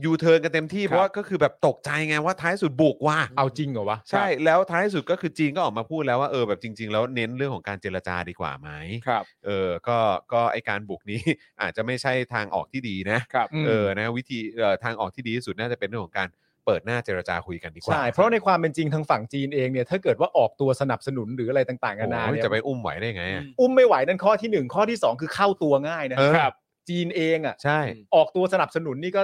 ยูเทิร์นกันเต็มที่
ครับ
เพราะว่าก็คือแบบตกใจไงว่าท้ายสุดบุกว่ะ
เอาจริงเหรอวะ
ใช่แล้วท้ายสุดก็คือจีนก็ออกมาพูดแล้วว่าเออแบบจริง ๆ แล้วเน้นเรื่องของการเจรจาดีกว่าไหม
ครับ
เออก็ก็ไอการบุกนี้ <laughs> อาจจะไม่ใช่ทางออกที่ดีนะครับ
ม
เออนะวิธีเอ่อทางออกที่ดีที่สุดน่าจะเป็นเรื่องของการเปิดหน้าเจรจาคุยกันดีกว่า
ใช่เพราะในความเป็นจริงทางฝั่งจีนเองเนี่ยถ้าเกิดว่าออกตัวสนับสนุนหรืออะไรต่างๆกั
โอ้
นานา
โห
เนี่ย
จะไปอุ้มไหวได้ไงอะ
อุ้มไม่ไหวนั่นข้อที่หนึ่งข้อที่สองคือเข้าตัวง่ายนะ
เออ
ครับ จีนเองอ่ะ
ใช่
อืม
ออกตัวสนับสนุนนี่ก็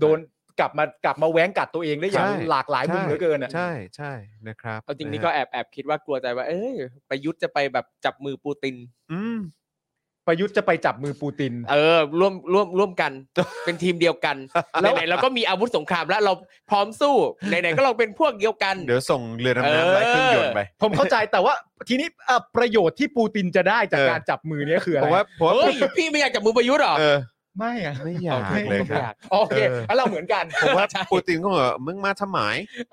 โดนกลับมากลับมาแว้งกัดตัวเองได้อย่าง
ใช่
หลากหลายมุมเหลือเกินอ่ะ
ใช่ใช่นะครับ
เอาจริง
ะ
นี่ก็
ฮะ
แอบแอบคิดว่ากลัวใจว่า เอ้ยประยุทธ์จะไปแบบจับมือปูติน
อืม
ประยุทธ์จะไปจับมือปูติน
เออร่วมร่วมร่วมกัน เป็นทีมเดียวกันไหนๆเราก็มีอาวุธสงครามแล้วเราพร้อมสู้ไหนๆก็เราเป็นพวกเดียวกัน
เดี๋ยวส่งเรือดำน้ำไร้เครื่องยนต์ไป
ผมเข้าใจ <laughs> แต่ว่าทีนี้เอ่อประโยชน์ที่ปูตินจะได้จาก
เออ
การจับมือเนี่ยคืออะ
ผ
ไร
มว่าผมว่า
เฮ้ยพี่ไม่อยากจับมือประยุทธ์เหรอ
เออ
ไม่อะ
ไม่อยาก
โอค
เลยค
ไม่
รับ
อาก
โอเค
เออ
แล้วเราเหมือนกัน
ผมว่า
ใช่
ปูตินก็บอกว่ามึงมาทำไม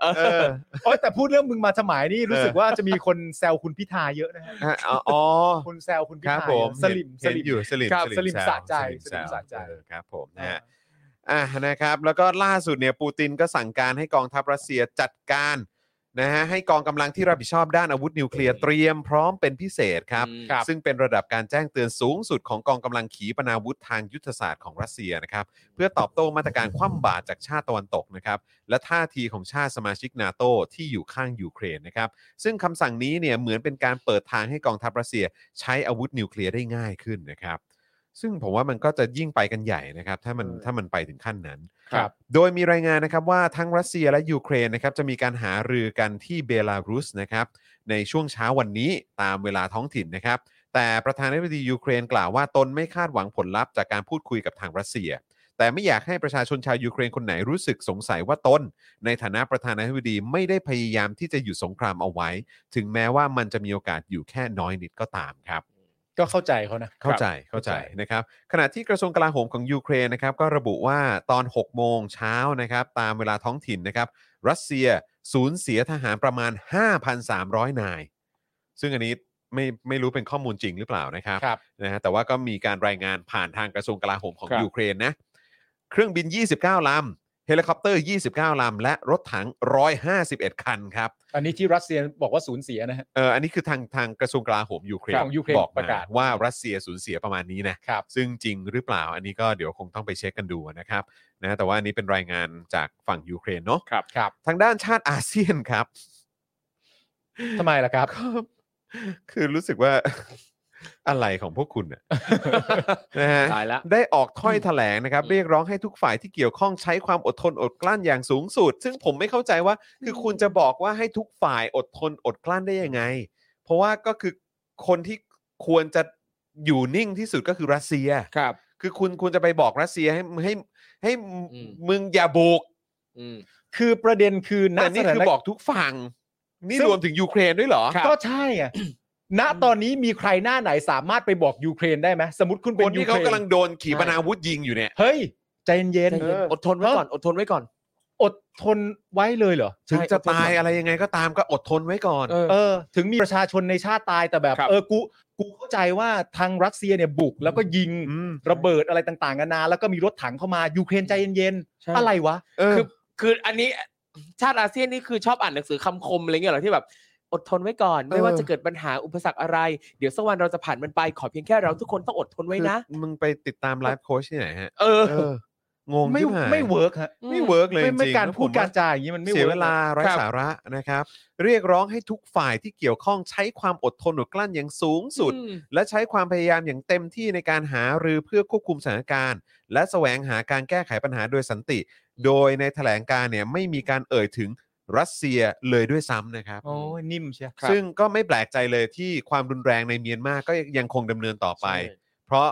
เออ
เออ
โอ้ยแต่พูดเรื่องมึงมาสมัยนี่รู้สึก
เออ
ว่าจะมีคนแซวคุณพิธาเยอะนะ
<laughs>
ฮะ
ฮะอ๋ออ๋อ
คนแซวคุณพิ
ครับ
ธา
ผม
สลิมส
เห็น
ลิ
เห็
ม
นอยู่สลิม
ครับ
สลิม
แว
สะใจ
แว
สลิมสะใจ
เออครับผมนะฮะอ่ะนะครับ แล้วก็ล่าสุดเนี่ยปูตินก็สั่งการให้กองทัพรัสเซียจัดการนะฮะให้กองกำลังที่รับผิดชอบด้านอาวุธนิวเคลียร์เตรียมพร้อมเป็นพิเศษครับ
อืม
ซึ่งเป็นระดับการแจ้งเตือนสูงสุดของกองกำลังขีปนาวุธทางยุทธศาสตร์ของรัสเซียนะครับ เพื่อตอบโต้มาตรการคว่ำบาตรจากชาติตะวันตกนะครับ และท่าทีของชาติสมาชิกนาโตที่อยู่ข้างยูเครนนะครับ ซึ่งคำสั่งนี้เนี่ยเหมือนเป็นการเปิดทางให้กองทัพรัสเซียใช้อาวุธนิวเคลียร์ได้ง่ายขึ้นนะครับ ซึ่งผมว่ามันก็จะยิ่งไปกันใหญ่นะครับ ถ้ามัน
เออ
ถ้ามันไปถึงขั้นนั้น
ครับ
โดยมีรายงานนะครับว่าทั้งรัสเซียและยูเครนนะครับจะมีการหารือกันที่เบลารุสนะครับในช่วงเช้าวันนี้ตามเวลาท้องถิ่นนะครับ แต่ประธานาธิบดียูเครนกล่าวว่าตนไม่คาดหวังผลลัพธ์จากการพูดคุยกับทางรัสเซีย แต่ไม่อยากให้ประชาชนชาวยูเครนคนไหนรู้สึกสงสัยว่าตน ในฐานะประธานาธิบดีไม่ได้พยายามที่จะหยุดสงครามเอาไว้ ถึงแม้ว่ามันจะมีโอกาสอยู่แค่น้อยนิดก็ตามครับ
ก็เข้าใจเขานะ
เข้าใจเข้าใจนะครับขณะที่กระทรวงกลาโหมของยูเครนนะครับก็ระบุว่าตอน 6 โมงเช้านะครับตามเวลาท้องถิ่นนะครับรัสเซียสูญเสียทหารประมาณ 5,300 นาย ซึ่งอันนี้ไม่ไม่รู้เป็นข้อมูลจริงหรือเปล่านะครับ
ครับ
นะฮะแต่ว่าก็มีการรายงานผ่านทางกระทรวงกลาโหมของ
ครับ
ยูเครนนะเครื่องบิน 29 ลำ เฮลิคอปเตอร์ 29 ลำ และรถถัง 151 คันครับ
อันนี้ที่รัสเซียบอกว่าสูญเสียนะฮะ
เอออันนี้คือทางทางกระทรวงกลาโหมยูเครน
ของยูเครน
บอก
ป
มา
ระกาศ
ว่ารัสเซียสูญเสียประมาณนี้นะ
ครับ
ซึ่งจริงหรือเปล่าอันนี้ก็เดี๋ยวคงต้องไปเช็คกันดูนะครับนะแต่ว่าอันนี้เป็นรายงานจากฝั่งยูเครนเนาะ
ครับ
ทางด้านชาติอาเซียนครับ
ทำไมล่ะครับ
ก็คือรู้สึกว่า <laughs> อะไรของพวกคุณ
<laughs>
น่ะ นะฮะ
ตายละ
ได้ออกถ้อยแถลงนะครับ เรียกร้องให้ทุกฝ่ายที่เกี่ยวข้องใช้ความอดทนอดกลั้นอย่างสูงสุด ซึ่งผมไม่เข้าใจว่า คือคุณจะบอกว่าให้ทุกฝ่ายอดทนอดกลั้นได้ยังไง เพราะว่าก็คือคนที่ควรจะอยู่นิ่งที่สุดก็คือรัสเซีย
ครับ
คือคุณคุณจะไปบอกรัสเซียให้ให้ให้มึง
อืม
มึงอย่าบุก
อืม
คือประเด็นคือณ
แต่นี่
สถา
คือ
นะ
บอกทุกฝั่ง นี่
ซึ่ง
รวมถึงยูเครนด้วยเหรอ
ครับ
ก็ใช่ไง ณตอนนี้มีใครหน้าไหนสามารถไปบอกยูเครนได้ไหมสมมติคุณเป็
คน
นยู
ที่
เค
เขา
ร
กำลั
น
งโดนขีปนาวุธยิงอยู่เนี่ย
เฮ้ย ใจเย็น
ใจเย็น
ๆ
อดทนไว้ก่อนอดทนไว้ก่อน
อดทนไว้เลยเหรอ
ถึงจะ
อดทน
ตายอะไรยังไงก็ตามก็อดทนไว้ก่อน
เออ
เออถึงมีประชาชนในชาติตายแต่แบบ
ครับ
เออกูกูเข้าใจว่าทางรัสเซียเนี่ยบุกแล้วก็ยิง
ม
ระเบิดอะไรต่างๆกันานาแล้วก็มีรถถังเข้ามายูเครนใจเย็นๆอะไรวะ
เออ
คือคืออันนี้ชาติอาเซียนนี่คือชอบอ่านหนังสือคำคมอะไรเงี้ยเหรอที่แบบอดทนไว้ก่อน ไม่ว่าจะเกิดปัญหาอุปสรรคอะไร เดี๋ยวสักวันเราจะผ่านมันไปขอเพียงแค่เราทุกคนต้องอดทนไว้นะ
คือมึงไปติดตามไลฟ์โค้ชที่ไหนฮะ
เออ
เอองง
ไม่
ชิบหาย
ไม่เวิร์กฮะ
ไม่เวิร์กเลยจ
ไม่
ริงๆ
ไม่การ
แล้วผม
พูดการจาอย่างนี้มันไม่
เสีย
เวิ
เว
ร์ก
ลาไร้
ครับ
สาระนะครับ เรียกร้องให้ทุกฝ่ายที่เกี่ยวข้องใช้ความอดทนอดกลั้นอย่างสูงสุด
อืม
และใช้ความพยายามอย่างเต็มที่ในการหารือเพื่อควบคุมสถานการณ์ และแสวงหาการแก้ไขปัญหาโดยสันติ โดยในแถลงการเนี่ยไม่มีการเอ่ยถึงรัสเซียเลยด้วยซ้ำนะครับ
โอ้ยนิ่มเชียว
ซึ่งก็ไม่แปลกใจเลยที่ความรุนแรงในเมียนมาก็ยังคงดำเนินต่อไป
ใช่
เพราะ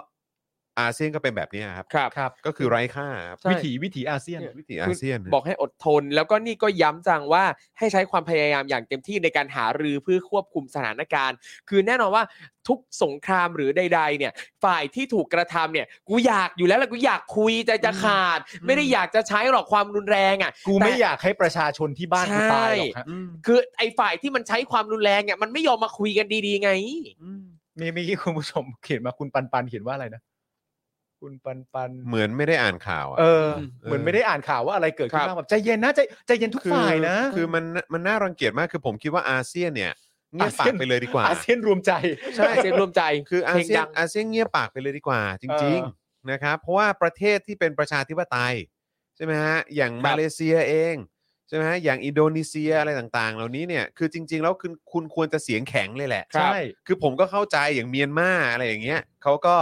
อาเซียนก็เป็นแบบนี้ครับ
ครับ
ครับ
ก็คือไร้ค่าครับ
ใช่
วิถีวิถีอาเซียน
วิถีอาเซียน
บอกให้อดทน แล้วก็นี่ก็ย้ำจังว่าให้ใช้ความพยายามอย่างเต็มที่ในการหารือเพื่อควบคุมสถานการณ์ คือแน่นอนว่าทุกสงครามหรือใด ๆ เนี่ย ฝ่ายที่ถูกกระทำเนี่ย กูอยากอยู่แล้วแหละกูอยากคุยใจจะขาด ไม่ได้อยากจะใช้หรอกความรุนแรงอ่ะ
กูไม่อยากให้ประชาชนที่บ้านกูตายหรอกฮะ
อืม
คือไอ้ฝ่ายที่มันใช้ความรุนแรงเนี่ยมันไม่ยอมมาคุยกันดีๆไง
อืม
มีเมื่อกี้คุณผู้ชมเขียนมาคุณปันปันเขียนว่าอะไรนะ คุณปันปัน
เหมือนไม่ได้อ่านข่าวอะ
เออ
อืม
เหมือนไม่ได้อ่านข่าวว่าอะไรเกิดขึ้
ครั
น
บ
บ้างแบบใจเย็นนะใจใจเย็นทุก
คือ
ฝ่ายนะ
คือมันมันน่ารังเกียจมากคือผมคิดว่าอาเซียนเนี่ยเงียบปากไปเลยดีกว่า
อาเซียนรวมใจ
ใช่
เซนรวมใจ
คืออา
เพลง
เซียน
ดัง
อาเซียนเงียบปากไปเลยดีกว่า จริง
เออ
ๆนะครับ เพราะว่าประเทศที่เป็นประชาธิปไตยใช่ไหมฮะอย่างมาเลเซียเองใช่ไหมฮะอย่างอินโดนีเซียอะไรต่างๆ เหล่านี้เนี่ยคือจริง ๆ แล้วคุณคุณควรจะเสียงแข็งเลยแหละ
ครับ
ใช่
คือผมก็เข้าใจอย่างเมียนมาอะไรอย่างเงี้ยเขาก็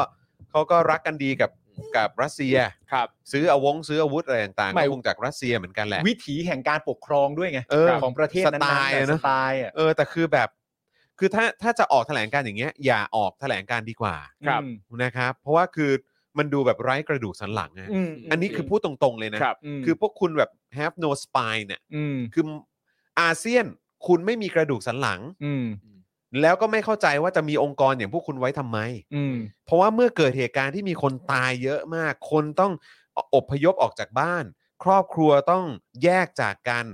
เขาก็รักกันดีกับกับรัสเซีย
ครับ
ซื้ออาวงซื้ออาวุธอะไรต่างๆก็คงจากรัสเซียเหมือนกันแหละ
วิถีแห่งการปกครองด้วยไง
เออ
ของประเทศนั้น
สไตล์อะ
ๆ
เน
ส
อะ
ไตล์อ่ะ
เออแต่คือแบบ คือถ้าถ้าจะออกแถลงการอย่างเงี้ย อย่าออกแถลงการดีกว่า
ครับ
อืม
นะครับ เพราะว่าคือมันดูแบบไร้กระดูกสันหลังอะ
อืม
อันนี้คือพูดตรงๆเลยนะ
ครับ
ม
คือพวกคุณแบบ have no spine เนี่ย
อืม
คืออาเซียนคุณไม่มีกระดูกสันหลัง
อืม
แล้วก็ไม่เข้าใจว่าจะมีองค์กรอย่างพวกคุณไว้ทำไม
อืม
เพราะว่าเมื่อเกิดเหตุการณ์ที่มีคนตายเยอะมาก คนต้องอพยพออกจากบ้าน ครอบครัวต้องแยกจากกัน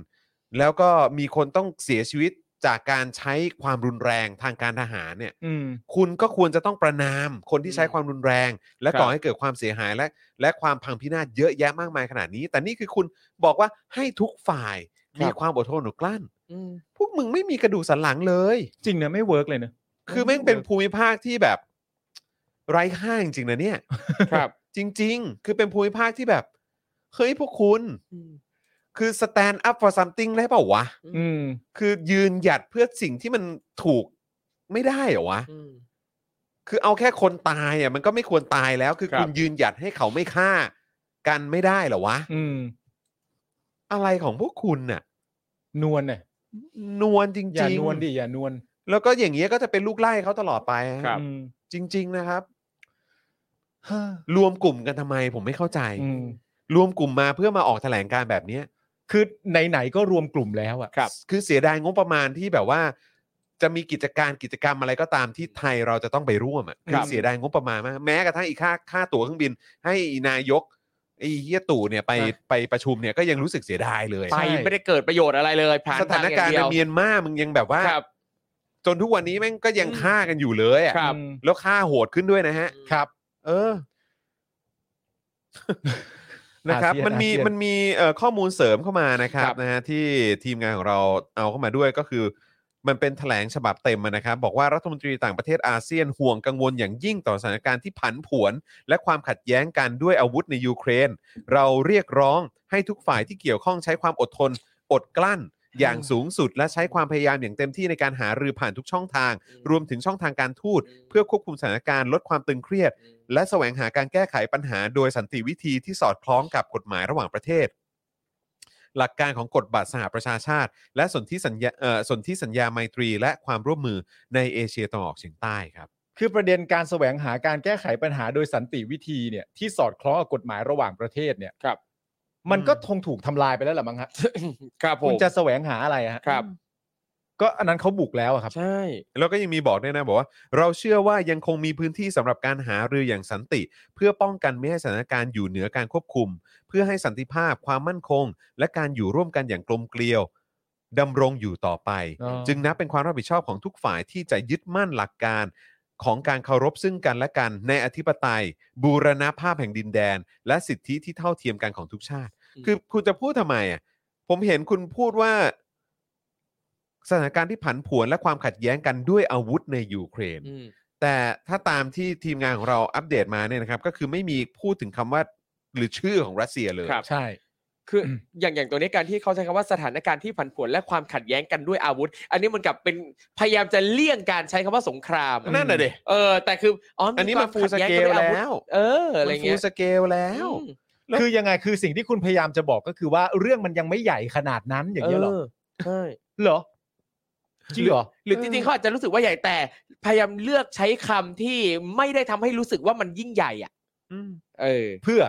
แล้วก็มีคนต้องเสียชีวิตจากการใช้ความรุนแรงทางการทหารเนี่ย
อืม
คุณก็ควรจะต้องประนาม คนที่ใช้
อืม
ความรุนแรง และ
ครับ
ก่อให้เกิดความเสียหายและ และความพังพินาศเยอะแยะมากมายขนาดนี้ แต่นี่คือคุณบอกว่าให้ทุกฝ่ายมีความอดทนอดกลั้น
อืม
พวกมึงไม่มีกระดูกสันหลังเลย
จริงนะไม่เวิร์กเลยนะ
คือแม่งเป็นภูมิภาคที่แบบไร้ค่าจริงๆนะเนี่ย
ครับ
จริง ๆ คือเป็นภูมิภาคที่แบบ เฮ้ยพวกคุณ คือ stand up for something ได้เปล่าวะ
อืม
คือยืนหยัดเพื่อสิ่งที่มันถูกไม่ได้เหรอวะ
อืม
คือเอาแค่คนตายอ่ะมันก็ไม่ควรตายแล้ว คือ
ครับ
คุณยืนหยัดให้เขาไม่ฆ่า กันไม่ได้เหรอวะ
อืม
อะไรของพวกคุณน่ะ
นวลเนี่ย
นวลจริงๆ
อย่านวลดิอย่านวล
แล้วก็อย่างเงี้ยก็จะเป็นลูกไล่เขาตลอดไปฮะ
ครับ
อืม
จริง ๆ นะครับ
เฮ้อ
รวมกลุ่มกันทำไมผมไม่เข้าใจ
อืม
รวมกลุ่มมาเพื่อมาออกแถลงการแบบเนี้ย
คือไหนๆก็รวมกลุ่มแล้วอ่ะ
ครับ
คือเสียดายงบประมาณที่แบบว่า จะมีกิจการกิจกรรมอะไรก็ตามที่ไทยเราจะต้องไปร่วมอ่ะ
ครับ
เสียดายงบประมาณมากแม้กระทั่งอีกค่าค่าตั๋วเครื่องบิน ให้อีนายกไอ้เฮียตู่เนี่ยไป
อ่ะ
ไปประชุมเนี่ยก็ยังรู้สึกเสียดายเลย
ไป
ใช่
ไม่ได้เกิดประโยชน์อะไรเลยผ่าน
สถานการณ์
ท
ใน
งอย่ง
เมี
ดีวย
นมามึงยังแบบว่า
ครับ
จนทุกวันนี้แม่งก็ยัง
อืม
ฆ่ากันอยู่เลยอ่ะ
ครับ
อืม
แล้วฆ่าโหดขึ้นด้วยนะฮะ
ครับ
เออ นะครับ
อาเซียน
มันมี
อาเซียน
มันมีเอ่อข้อมูลเสริมเข้ามานะครับ
ครับ
นะฮะที่ทีมงานของเราเอาเข้ามาด้วยก็คือ มันเป็นแถลงฉบับเต็มอะนะครับ บอกว่ารัฐมนตรีต่างประเทศอาเซียนห่วงกังวลอย่างยิ่งต่อสถานการณ์ที่ผันผวน และความขัดแย้งกันด้วยอาวุธในยูเครน เราเรียกร้องให้ทุกฝ่ายที่เกี่ยวข้องใช้ความอดทน อดกลั้น อย่างสูงสุด และใช้ความพยายามอย่างเต็มที่ในการหารือผ่านทุกช่องทาง
อืม
รวมถึงช่องทางการทูตเพื่อควบคุมสถานการณ์ลดความตึงเครียด และแสวงหาการแก้ไขปัญหาโดยสันติวิธีที่สอดคล้องกับกฎหมายระหว่างประเทศ หลักการของกฎบัตรสหประชาชาติ และสนธิสัญญาเอ่อสนธิสัญญาไมตรี และความร่วมมือในเอเชียตะวันออกเฉียงใต้ครับ
คือประเด็นการแสวงหาการแก้ไขปัญหาโดยสันติวิธีเนี่ยที่สอดคล้องกับกฎหมายระหว่างประเทศเนี่ย
ครับ
มันก็คงถูกทำลายไปแล้วหรือมั้งฮะ
ครับผ
คุ
ม
ณจะแสวงหาอะไรอะฮะ
ครับ
ก็อันนั้นเขาบุกแล้วอะครับ
ใช่
แล้วก็ยังมีบอกด้วยนะบอกว่า เราเชื่อว่ายังคงมีพื้นที่สำหรับการหารืออย่างสันติ เพื่อป้องกันไม่ให้สถานการณ์อยู่เหนือการควบคุม เพื่อให้สันติภาพความมั่นคง และการอยู่ร่วมกันอย่างกลมเกลียวดำรงอยู่ต่อไป
อ๋อ
จึงนับเป็นความรับผิดชอบของทุกฝ่ายที่จะยึดมั่นหลักการของการเคารพซึ่งกันและกันในอธิปไตย บูรณภาพแห่งดินแดน และสิทธิที่เท่าเทียมกันของทุกชาติ คือคุณจะพูดทำไมอ่ะผมเห็นคุณพูดว่า สถานการณ์ที่ผันผวนและความขัดแย้งกันด้วยอาวุธในยูเครน
อืม
แต่ถ้าตามที่ทีมงานของเราอัปเดตมาเนี่ยนะครับ ก็คือไม่มีพูดถึงคำว่าหรือชื่อของรัสเซียเลย
ครับ
ใช่
คือ
อืม
อย่างอย่างตัวนี้การที่เขาใช้คำว่าสถานการณ์ที่ผันผวนและความขัดแย้งกันด้วยอาวุธ อันนี้มันกลับเป็นพยายามจะเลี่ยงการใช้คำว่าสงคราม
นั่นน่ะดิ
เออ แต่คืออ๋อ
อันนี้
ค
มั
วาน ม
ฟูลส
ขัดย้ง
เก
น
ล
ด้วยอาวุธ
แล้ว
เอออะไร
มันฟู
เงี้
ล
ย
สเกลแล้ว
อืม
คือยังไงคือสิ่งที่คุณพยายามจะบอกก็คือว่าเรื่องมันยังไม่ใหญ่ขนาดนั้นอย่างเงี้ยเหรอ
ใช่
เหรอจริงเหรอ
หรือจริงๆเขาอาจจะรู้สึกว่าใหญ่แต่ พยายามเลือกใช้คำที่ไม่ได้ทำให้รู้สึกว่ามันยิ่งใหญ่อ่ะเออ
เพื่อ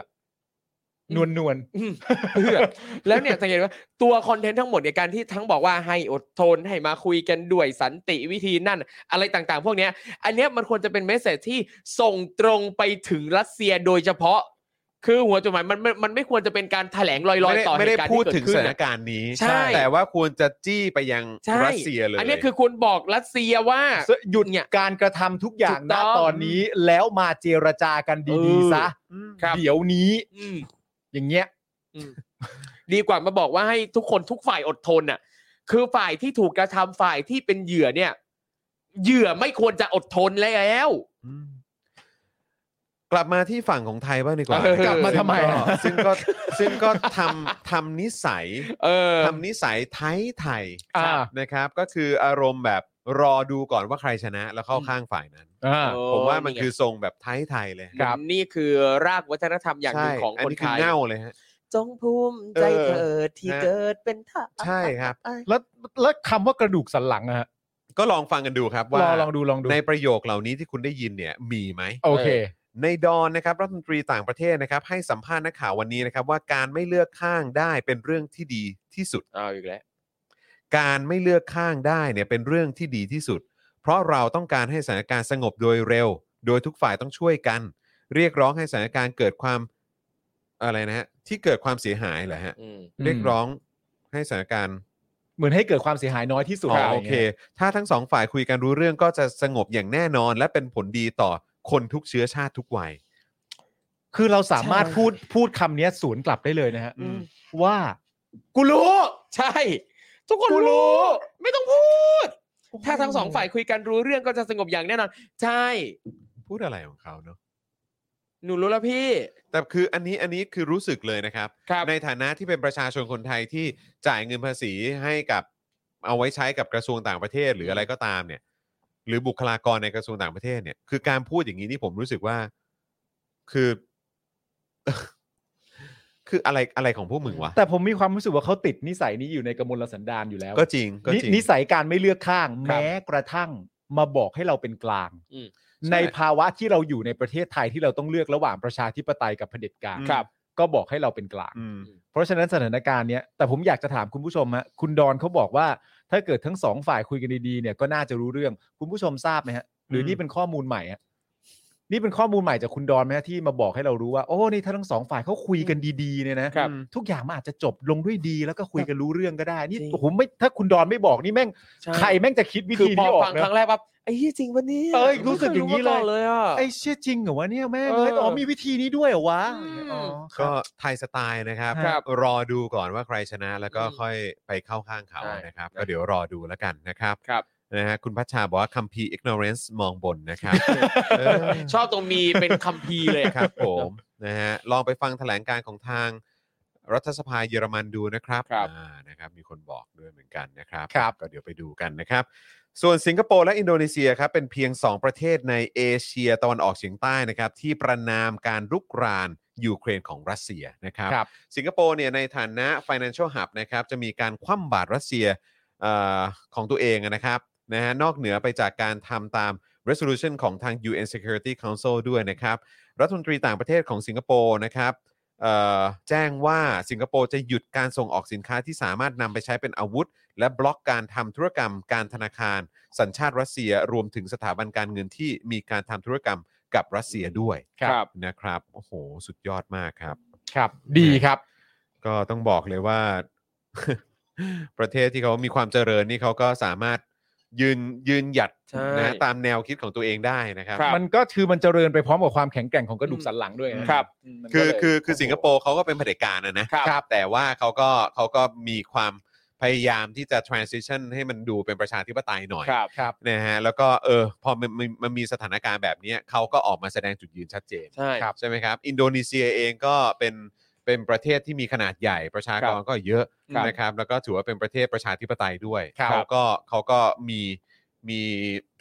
นวลนวลๆ
อืมเพื่อแล้วเนี่ยสังเกตว่าตัวคอนเทนต์ทั้งหมดเนี่ยการที่ทั้งบอกว่าให้อดทนให้มาคุยกันด้วยสันติวิธีนั่น อะไรต่างๆ พวกเนี้ย อันเนี้ยมันควรจะเป็นเมสเซจที่ส่งตรงไปถึงรัสเซียโดยเฉพาะ คือหัวจดหมายมันมันมันไม่ควรจะเป็นการแถลงลอยๆต่อเห
ไม่ได้
ตุการณ์
พูด
ที่เกิ
ถึ
ด
ง
ขึ้
ส
น
ถาน
อะ
การณ์นี้
ใช่
แต่ว่าควรจะจี้ไปยัง
ใช่
รัสเซียเลย
อันเนี้ยคือควรบอกรัสเซียว่า
หยุด
เนี่ย
การกระทำทุกอย่าง
ถูกต้
ณ
อง
ตอนนี้แล้วมาเจรจากันดี
เออ
ๆซะ
ครับ
เดี๋ยวนี้
อืม
อย่างเงี้ย
ดีกว่ามาบอกว่าให้ทุกคนทุกฝ่ายอดทนน่ะ คือฝ่ายที่ถูกกระทำฝ่ายที่เป็นเหยื่อเนี่ย เหยื่อไม่ควรจะอดทนแล้ว
มกลับมาที่ฝั่งของไทยบ้างดีกว่า
เออกลับมา
ซึ่ง
ทำไมอะ
ซึ่งก็ซึ่งก็ทำทำนิสัย
เออ
ทำนิสัยไทยไทย
อ่า
นะครับ ก็คืออารมณ์แบบรอดูก่อนว่าใครชนะแล้วเข้าข้างฝ่ายนั้น
อ่า
โอ้
ผมว่ามัน
นี่ไง
คือทรงแบบไทยไทยเลย
ครับ
นี่คือรากวัฒนธรรมอย่างหนึ่ง
ใช่
ของ
อัน
คน
นี้
ไท
คือย เง่าเลยฮะ
จงภูมิใจเถิดที่
เออ
เกิดเป็นไทย
ใช่ครับ
แล้วแล้วคำว่ากระดูกสันหลังอะฮะ
ก็ลองฟังกันดูครับ
ล
ว่า
องลองดูลองดู
ในประโยคเหล่านี้ที่คุณได้ยินเนี่ยมีไหม
โอเค
ในดอนนะครับรัฐมนตรีต่างประเทศนะครับให้สัมภาษณ์นักข่าววันนี้นะครับว่าการไม่เลือกข้างได้เป็นเรื่องที่ดีที่สุด
เอาอีกแล้ว
การไม่เลือกข้างได้เนี่ยเป็นเรื่องที่ดีที่สุด เพราะเราต้องการให้สถานการณ์สงบโดยเร็ว โดยทุกฝ่ายต้องช่วยกัน เรียกร้องให้สถานการณ์เกิดความอะไรนะฮะที่เกิดความเสียหายเหรอฮะ
อืม
เรียกร้องให้สถานการณ์
เหมือนให้เกิดความเสียหายน้อยที่สุด
อ๋อ
อะไร
โอ
เงี้ย
เค ถ้าทั้งสองฝ่ายคุยกันรู้เรื่องก็จะสงบอย่างแน่นอน และเป็นผลดีต่อคนทุกเชื้อชาติทุกวัย
คือเราสามารถ
ใช่
พูดพูดคำเนี้ยสวนกลับได้เลยนะฮะ
อืม
ว่า กูรู้
ใช่ ทุกคน
กูรู้
รู้ ไม่ต้องพูด ถ้าทั้งสองฝ่ายคุยกันรู้เรื่องก็จะสงบอย่างแน่นอน ใช่
พูดอะไรของเขาเนาะ
หนูรู้แล้วพี่
แต่คืออันนี้อันนี้คือรู้สึกเลยนะครับ
ครับ
ในฐานะที่เป็นประชาชนคนไทยที่จ่ายเงินภาษีให้กับเอาไว้ใช้กับกระทรวงต่างประเทศหรืออะไรก็ตามเนี่ย หรือบุคลากรในกระทรวงต่างประเทศเนี่ย คือการพูดอย่างนี้นี่ผมรู้สึกว่า คือ <laughs> คืออะไรอะไรของพวกมึงวะ
แต่ผมมีความรู้สึกว่าเขาติดนิสัยนี้อยู่ในกมลสันดานอยู่แล้ว
ก็จริงก็
นิ
จริง
นิสัยการไม่เลือกข้าง
ครับ
แม้กระทั่งมาบอกให้เราเป็นกลาง
อืม
ในภาวะที่เราอยู่ในประเทศไทยที่เราต้องเลือกระหว่างประชาธิปไตยกับเผด็จการ
ครับ
ก็บอกให้เราเป็นกลาง
อืม
เพราะฉะนั้นสถานการณ์เนี้ยแต่ผมอยากจะถามคุณผู้ชมฮะคุณดอนเขาบอกว่า ถ้าเกิดทั้งสองฝ่ายคุยกันดีๆเนี่ยก็น่าจะรู้เรื่อง คุณผู้ชมทราบไหมฮะหรือ
ม
นี่เป็นข้อมูลใหม่ฮะนี่เป็นข้อมูลใหม่จากคุณดอนไหมฮะที่มาบอกให้เรารู้ว่าโอ้นี่ถ้าทั้งสองฝ่ายเขาคุยกันดีๆเนี่ยนะ
ครับ
ทุกอย่างมันอาจจะจบลงด้วยดีแล้วก็คุยกันรู้เรื่องก็ได้ นี่
จริง
โอ้โหไม่ถ้าคุณดอนไม่บอกนี่แม่ง
ใช่
ใครแม่งจะคิดวิ
คือ
ธี
พอ
นี้ออ
ฟั
ก
ง
นะ
ครั้งแรกปั๊บไอ้เหี้ยจริงปะเนี่ย
เอ้ยรู้สึกอย่างนี้เลย
ไม่ครู้มก่เลยอ่ะ
ไอ้เชี่ยจริงเหรอวะเนี่ยแม่ง
เออ
เฮ้ยอ๋อมีวิธีนี้ด้วยเหรอวะ
อืม
อ๋อค
ก็
รับ
ไทยสไตล์นะครับ
ครับ
รอดูก่อนว่าใครชนะ แล้วก็
อืม
ค่อยไปเข้าข้างเขา
ใช่
นะครับ ก็เดี๋ยวรอดูแล้วกันนะครับ
ครับ
นะฮะคุณพัชชาบอกว่าคัมภีร์ ignorance มองบนนะครับเออ
ชอบตรงมีเป็นคัมภีร์เลย
ครับผม นะฮะลองไปฟังแถลงการของทางรัฐสภาเยอรมันดูนะครับ
ครับ
อ่านะครับ มีคนบอกด้วยเหมือนกันนะครับ
ครับ
ก็เดี๋ยวไปดูกันนะครับ ส่วนสิงคโปร์และอินโดนีเซียครับเป็นเพียง 2 ประเทศในเอเชียตะวันออกเฉียงใต้นะครับ ที่ประนามการรุกรานยูเครนของรัสเซียนะครับ
ครับ
สิงคโปร์เนี่ยในฐานะ Financial Hub นะครับจะมีการคว่ำบาตรรัสเซียเออของตัวเองนะครับนะฮะนอกเหนือไปจากการทำตาม resolution ของทาง UN Security Council ด้วยนะครับ รัฐมนตรีต่างประเทศของสิงคโปร์นะครับ เอ่อแจ้งว่าสิงคโปร์จะหยุดการส่งออกสินค้าที่สามารถนำไปใช้เป็นอาวุธ และบล็อกการทำธุรกรรมการธนาคาร สัญชาติรัสเซียรวมถึงสถาบันการเงินที่มีการทำธุรกรรมกับรัสเซียด้วย
ครับ
นะครับโอ้โห สุดยอดมากครับ
ครับ ดีครับ
ก็ต้องบอกเลยว่า <laughs> ประเทศที่เขามีความเจริญนี่เขาก็สามารถยืนยืนหยัด
ใช่
นะตามแนวคิดของตัวเองได้นะครับ
ครับ
มันก็คือมันเจริญไปพร้อมกับความแข็งแกร่งของกระดูกสันหลังด้วยนะครับ มันก็
คือ
เลย
คือคือสิงคโปร์เขาก็เป็นเผด็จการนะนะครับ ครับแต่ว่าเขาก็เขาก็มีความพยายามที่จะ transition ให้มันดูเป็นประชาธิปไตยหน่อย
ครับ
ครับ
นะฮะแล้วก็เออพอมันมันมันมีสถานการณ์แบบเนี้ยเขาก็ออกมาแสดงจุดยืนชัดเจน
ใช่
ครับ
ใช่ไหมครับ อินโดนีเซียเองก็เป็นเป็นประเทศที่มีขนาดใหญ่ประชากรก็เยอะ
ครับ
นะครับ แล้วก็ถือว่าเป็นประเทศประชาธิปไตยด้วย
ครับ
เขาก็เขาก็มีมี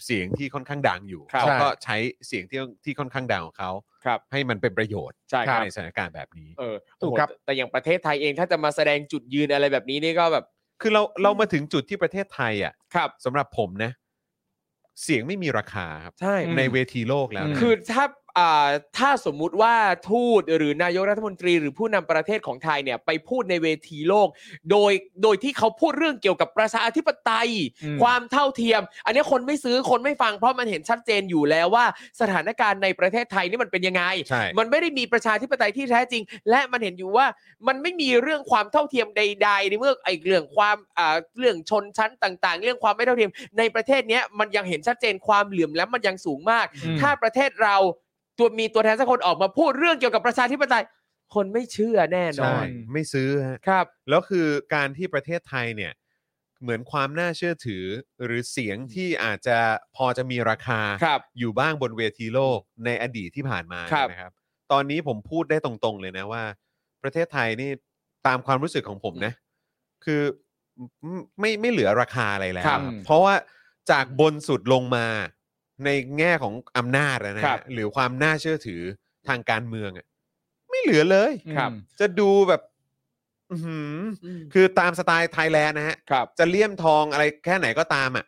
เสียงที่ค่อนข้างดังอยู่
ครับ
เขาก็ใช้เสียงที่ที่ค่อนข้างดังของเขา
ครับ
ให้มันเป็นประโยชน์
ใช่ครับ
ในสถานการณ์แบบนี้
เออ
ถูกครับ
โอ้โหแต่แต่อย่างประเทศไทยเองถ้าจะมาแสดงจุดยืนอะไรแบบนี้นี่ก็แบบ
คือเราเรามาถึงจุดที่ประเทศไทยอ่ะ
ครับ
สำหรับผมนะ เสียงไม่มีราคาครับ
ใช่
อืม
ในเวทีโลกแล้วนะ
คือถ้าอ่าถ้าสมมุติว่าทูตหรือนายกรัฐมนตรีหรือผู้นำประเทศของไทยเนี่ย ไปพูดในเวทีโลก โดยโดยที่เขาพูดเรื่องเกี่ยวกับประชาธิปไตย
อืม
ความเท่าเทียม อันนี้คนไม่ซื้อคนไม่ฟังเพราะมันเห็นชัดเจนอยู่แล้วว่าสถานการณ์ในประเทศไทยนี่มันเป็นยังไง
ใช่
มันไม่ได้มีประชาธิปไตยที่แท้จริง และมันเห็นอยู่ว่ามันไม่มีเรื่องความเท่าเทียมใด ๆ ในเมื่อไอ้เรื่องความอ่าเรื่องชนชั้นต่าง ๆ เรื่องความไม่เท่าเทียม ในประเทศเนี้ยมันยังเห็นชัดเจนความเหลื่อมล้ำมันยังสูงมาก
อืม
ถ้าประเทศเราตัวมีตัวแทนสักคนออกมาพูดเรื่องเกี่ยวกับประชาธิปไตย คนไม่เชื่อแน่นอ
ใช่
น
ไม่ซื้อฮะ
ครับ
แล้วคือการที่ประเทศไทยเนี่ยเหมือนความน่าเชื่อถือ หรือเสียงที่อาจจะพอจะมีราคา
ครับ
อยู่บ้างบนเวทีโลกในอดีตที่ผ่านมา
ครับ
นะครับ ตอนนี้ผมพูดได้ตรงๆเลยนะว่า ประเทศไทยนี่ตามความรู้สึกของผมนะ คือไม่ไม่ไม่เหลือราคาอะไรแล้ว
ครับ
เพราะว่าจากบนสุดลงมาในแง่ของอำนาจนะฮะ
ครับ
หรือความน่าเชื่อถือทางการเมืองอะไม่เหลือเลย
ครับ
จะดูแบบ อื้อหือ คือตามสไตล์ไทยแลนด์นะฮะ
ครับ
จะเลี่ยมทองอะไรแค่ไหนก็ตามอ่ะ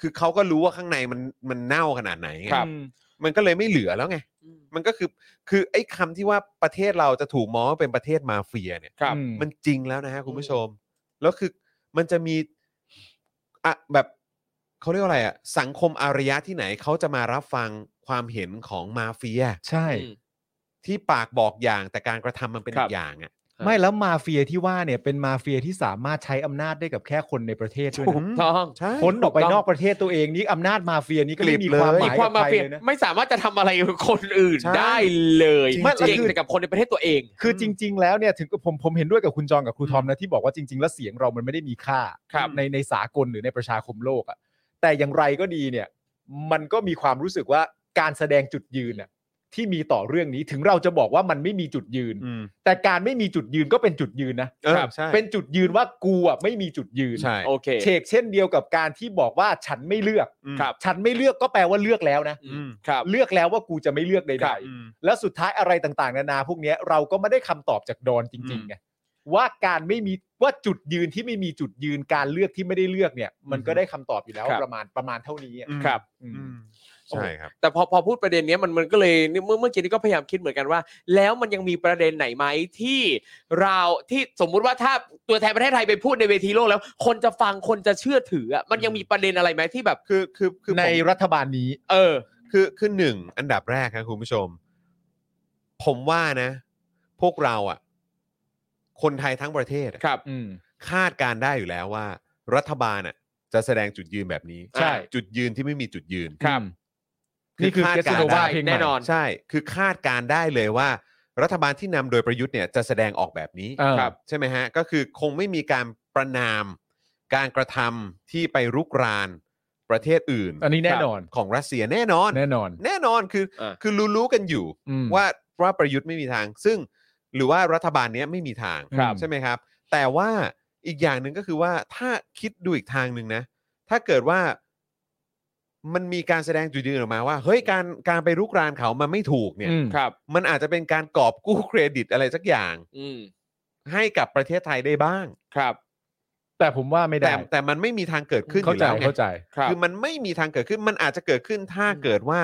คือเขาก็รู้ว่าข้างในมันมันเน่าขนาดไหนไง
ครับ
อืม
มันก็เลยไม่เหลือแล้วไง มันก็คือ คือไอ้คำที่ว่าประเทศเราจะถูกมองว่าเป็นประเทศมาเฟียเนี่ย
ครับ
อืม
มันจริงแล้วนะฮะคุณผู้ชม แล้วคือมันจะมีอะแบบเขาเรียกว่าอะไรอ่ะ สังคมอารยะที่ไหนเขาจะมารับฟังความเห็นของมาเฟีย
ใช่
อืม
ที่ปากบอกอย่างแต่การกระทำมันเป็น
ครั
อี
บ
กอย่างอ่ะ
ไม่แล้วมาเฟียที่ว่าเนี่ยเป็นมาเฟียที่สามารถใช้อำนาจได้กับแค่คนในประเทศด้วย
ถูก
นะ
ท้อง
ใช่
พ้นออกไป
ถูกต้อง
นอกประเทศตัวเองนี่อำนาจมาเฟียนี้ก็ไม่มี
กลีบเลย
ความห
มี
มาย
ค
กั
วาม
บ
มา
ใคร
เฟีย
เลยนะ
ไม่สามารถจะทำอะไรกับคนอื่น
ใช่
ได้เลย
จริง
ไม่
เก่ง
คือ
แต่กับคนในประเทศตัวเอง
คือจริง ๆ แล้วเนี่ยถึงกับผมผมเห็นด้วยกับคุณจองกับครูทอมนะที่บอกว่าจริง ๆ แล้วเสียงเรามันไม่ได้มีค่า
ครับ
ในในสากลหรือในประชาคมโลกอะ่ะแต่อย่างไรก็ดีเนี่ย มันก็มีความรู้สึกว่าการแสดงจุดยืนน่ะที่มีต่อเรื่องนี้ถึงเราจะบอกว่ามันไม่มีจุดยืน
อืม
แต่การไม่มีจุดยืนก็เป็นจุดยืนนะ
เออ
ครับ
ใช่
เป็นจุดยืนว่ากูอ่ะไม่มีจุดยืน
ใช่
โอเค
เฉกเช่นเดียวกับการที่บอกว่าฉันไม่เลือก
อืม
ครับ
ฉันไม่เลือกก็แปลว่าเลือกแล้วนะ
อืม
ครับ
เลือกแล้วว่ากูจะไม่เลือก
ค
ใด
รับ
ๆ
อืม
แล้วสุดท้ายอะไรต่างๆ นานาพวกเนี้ยเราก็ไม่ได้คำตอบจากดอนจริง
อืม
ๆไงว่าการไม่มีว่าจุดยืนที่ไม่มีจุดยืนการเลือกที่ไม่ได้เลือกเนี่ย มันก็ได้คำตอบอยู่แล้ว
ครับ
ประมาณประมาณเท่านี้อะ
ครับ
อืม
อืมใช่ครับ
แต่พอพอพูดประเด็นเนี้ยมันมันก็เลยเมื่อเมื่อกี้นี้ก็พยายามคิดเหมือนกันว่า แล้วมันยังมีประเด็นไหนไหมที่เราที่สมมุติว่าถ้าตัวแทนประเทศไทยไปพูดในเวทีโลกแล้ว คนจะฟังคนจะเชื่อถืออะมันยังมีประเด็นอะไรไหมที่แบบ
คือคือคือผม
ในรัฐบาลนี้
เออ
คือคือหนึ่งอันดับแรกครับคุณผู้ชม ผมว่านะ พวกเราอ่ะ คนไทยทั้งประเทศอะ
ครับ
อืม
คาดการณ์ได้อยู่แล้วว่า รัฐบาลอ่ะ จะแสดงจุดยืนแบบนี้
ใช่
จุดยืนที่ไม่มีจุดยืน
ครับ
นี่คือ
คาด
เกส
การณ์
โนวา
ได้
เพลงใหม่
แน่นอน
ใช่ คือคาดการณ์ได้เลยว่า รัฐบาลที่นำโดยประยุทธ์เนี่ยจะแสดงออกแบบนี้
เออ
ครับ
ใช่ไหมฮะ ก็คือคงไม่มีการประนามการกระทำที่ไปรุกรานประเทศอื่น
อันนี้แน่นอน
ของรัสเซียแน่นอน
แน่นอน
แน่นอนคือ
อ่า
คือรู้รู้กันอยู่
อืม
ว่าว่าประยุทธ์ไม่มีทาง ซึ่งหรือว่ารัฐบาลเนี้ยไม่มีทาง
ครับ
ใช่ไหมครับ แต่ว่าอีกอย่างหนึ่งก็คือว่าถ้าคิดดูอีกทางหนึ่งนะ ถ้าเกิดว่ามันมีการแสดงจุดยืนออกมาว่า เฮ้ยการการไปรุกรานเขามันไม่ถูกเนี่ย
อืม
ครับ
มันอาจจะเป็นการกอบกู้เครดิตอะไรสักอย่าง
อืม
ให้กับประเทศไทยได้บ้าง
ครับ
แต่ผมว่าไม่
แต่
ได้
แต่มันไม่มีทางเกิดขึ้นอ
เข้า
ยู่
ใจ
แล้วไง
เข้าใจ
ครับ
คือมันไม่มีทางเกิดขึ้นมันอาจจะเกิดขึ้นถ้า
อืม
เกิดว่า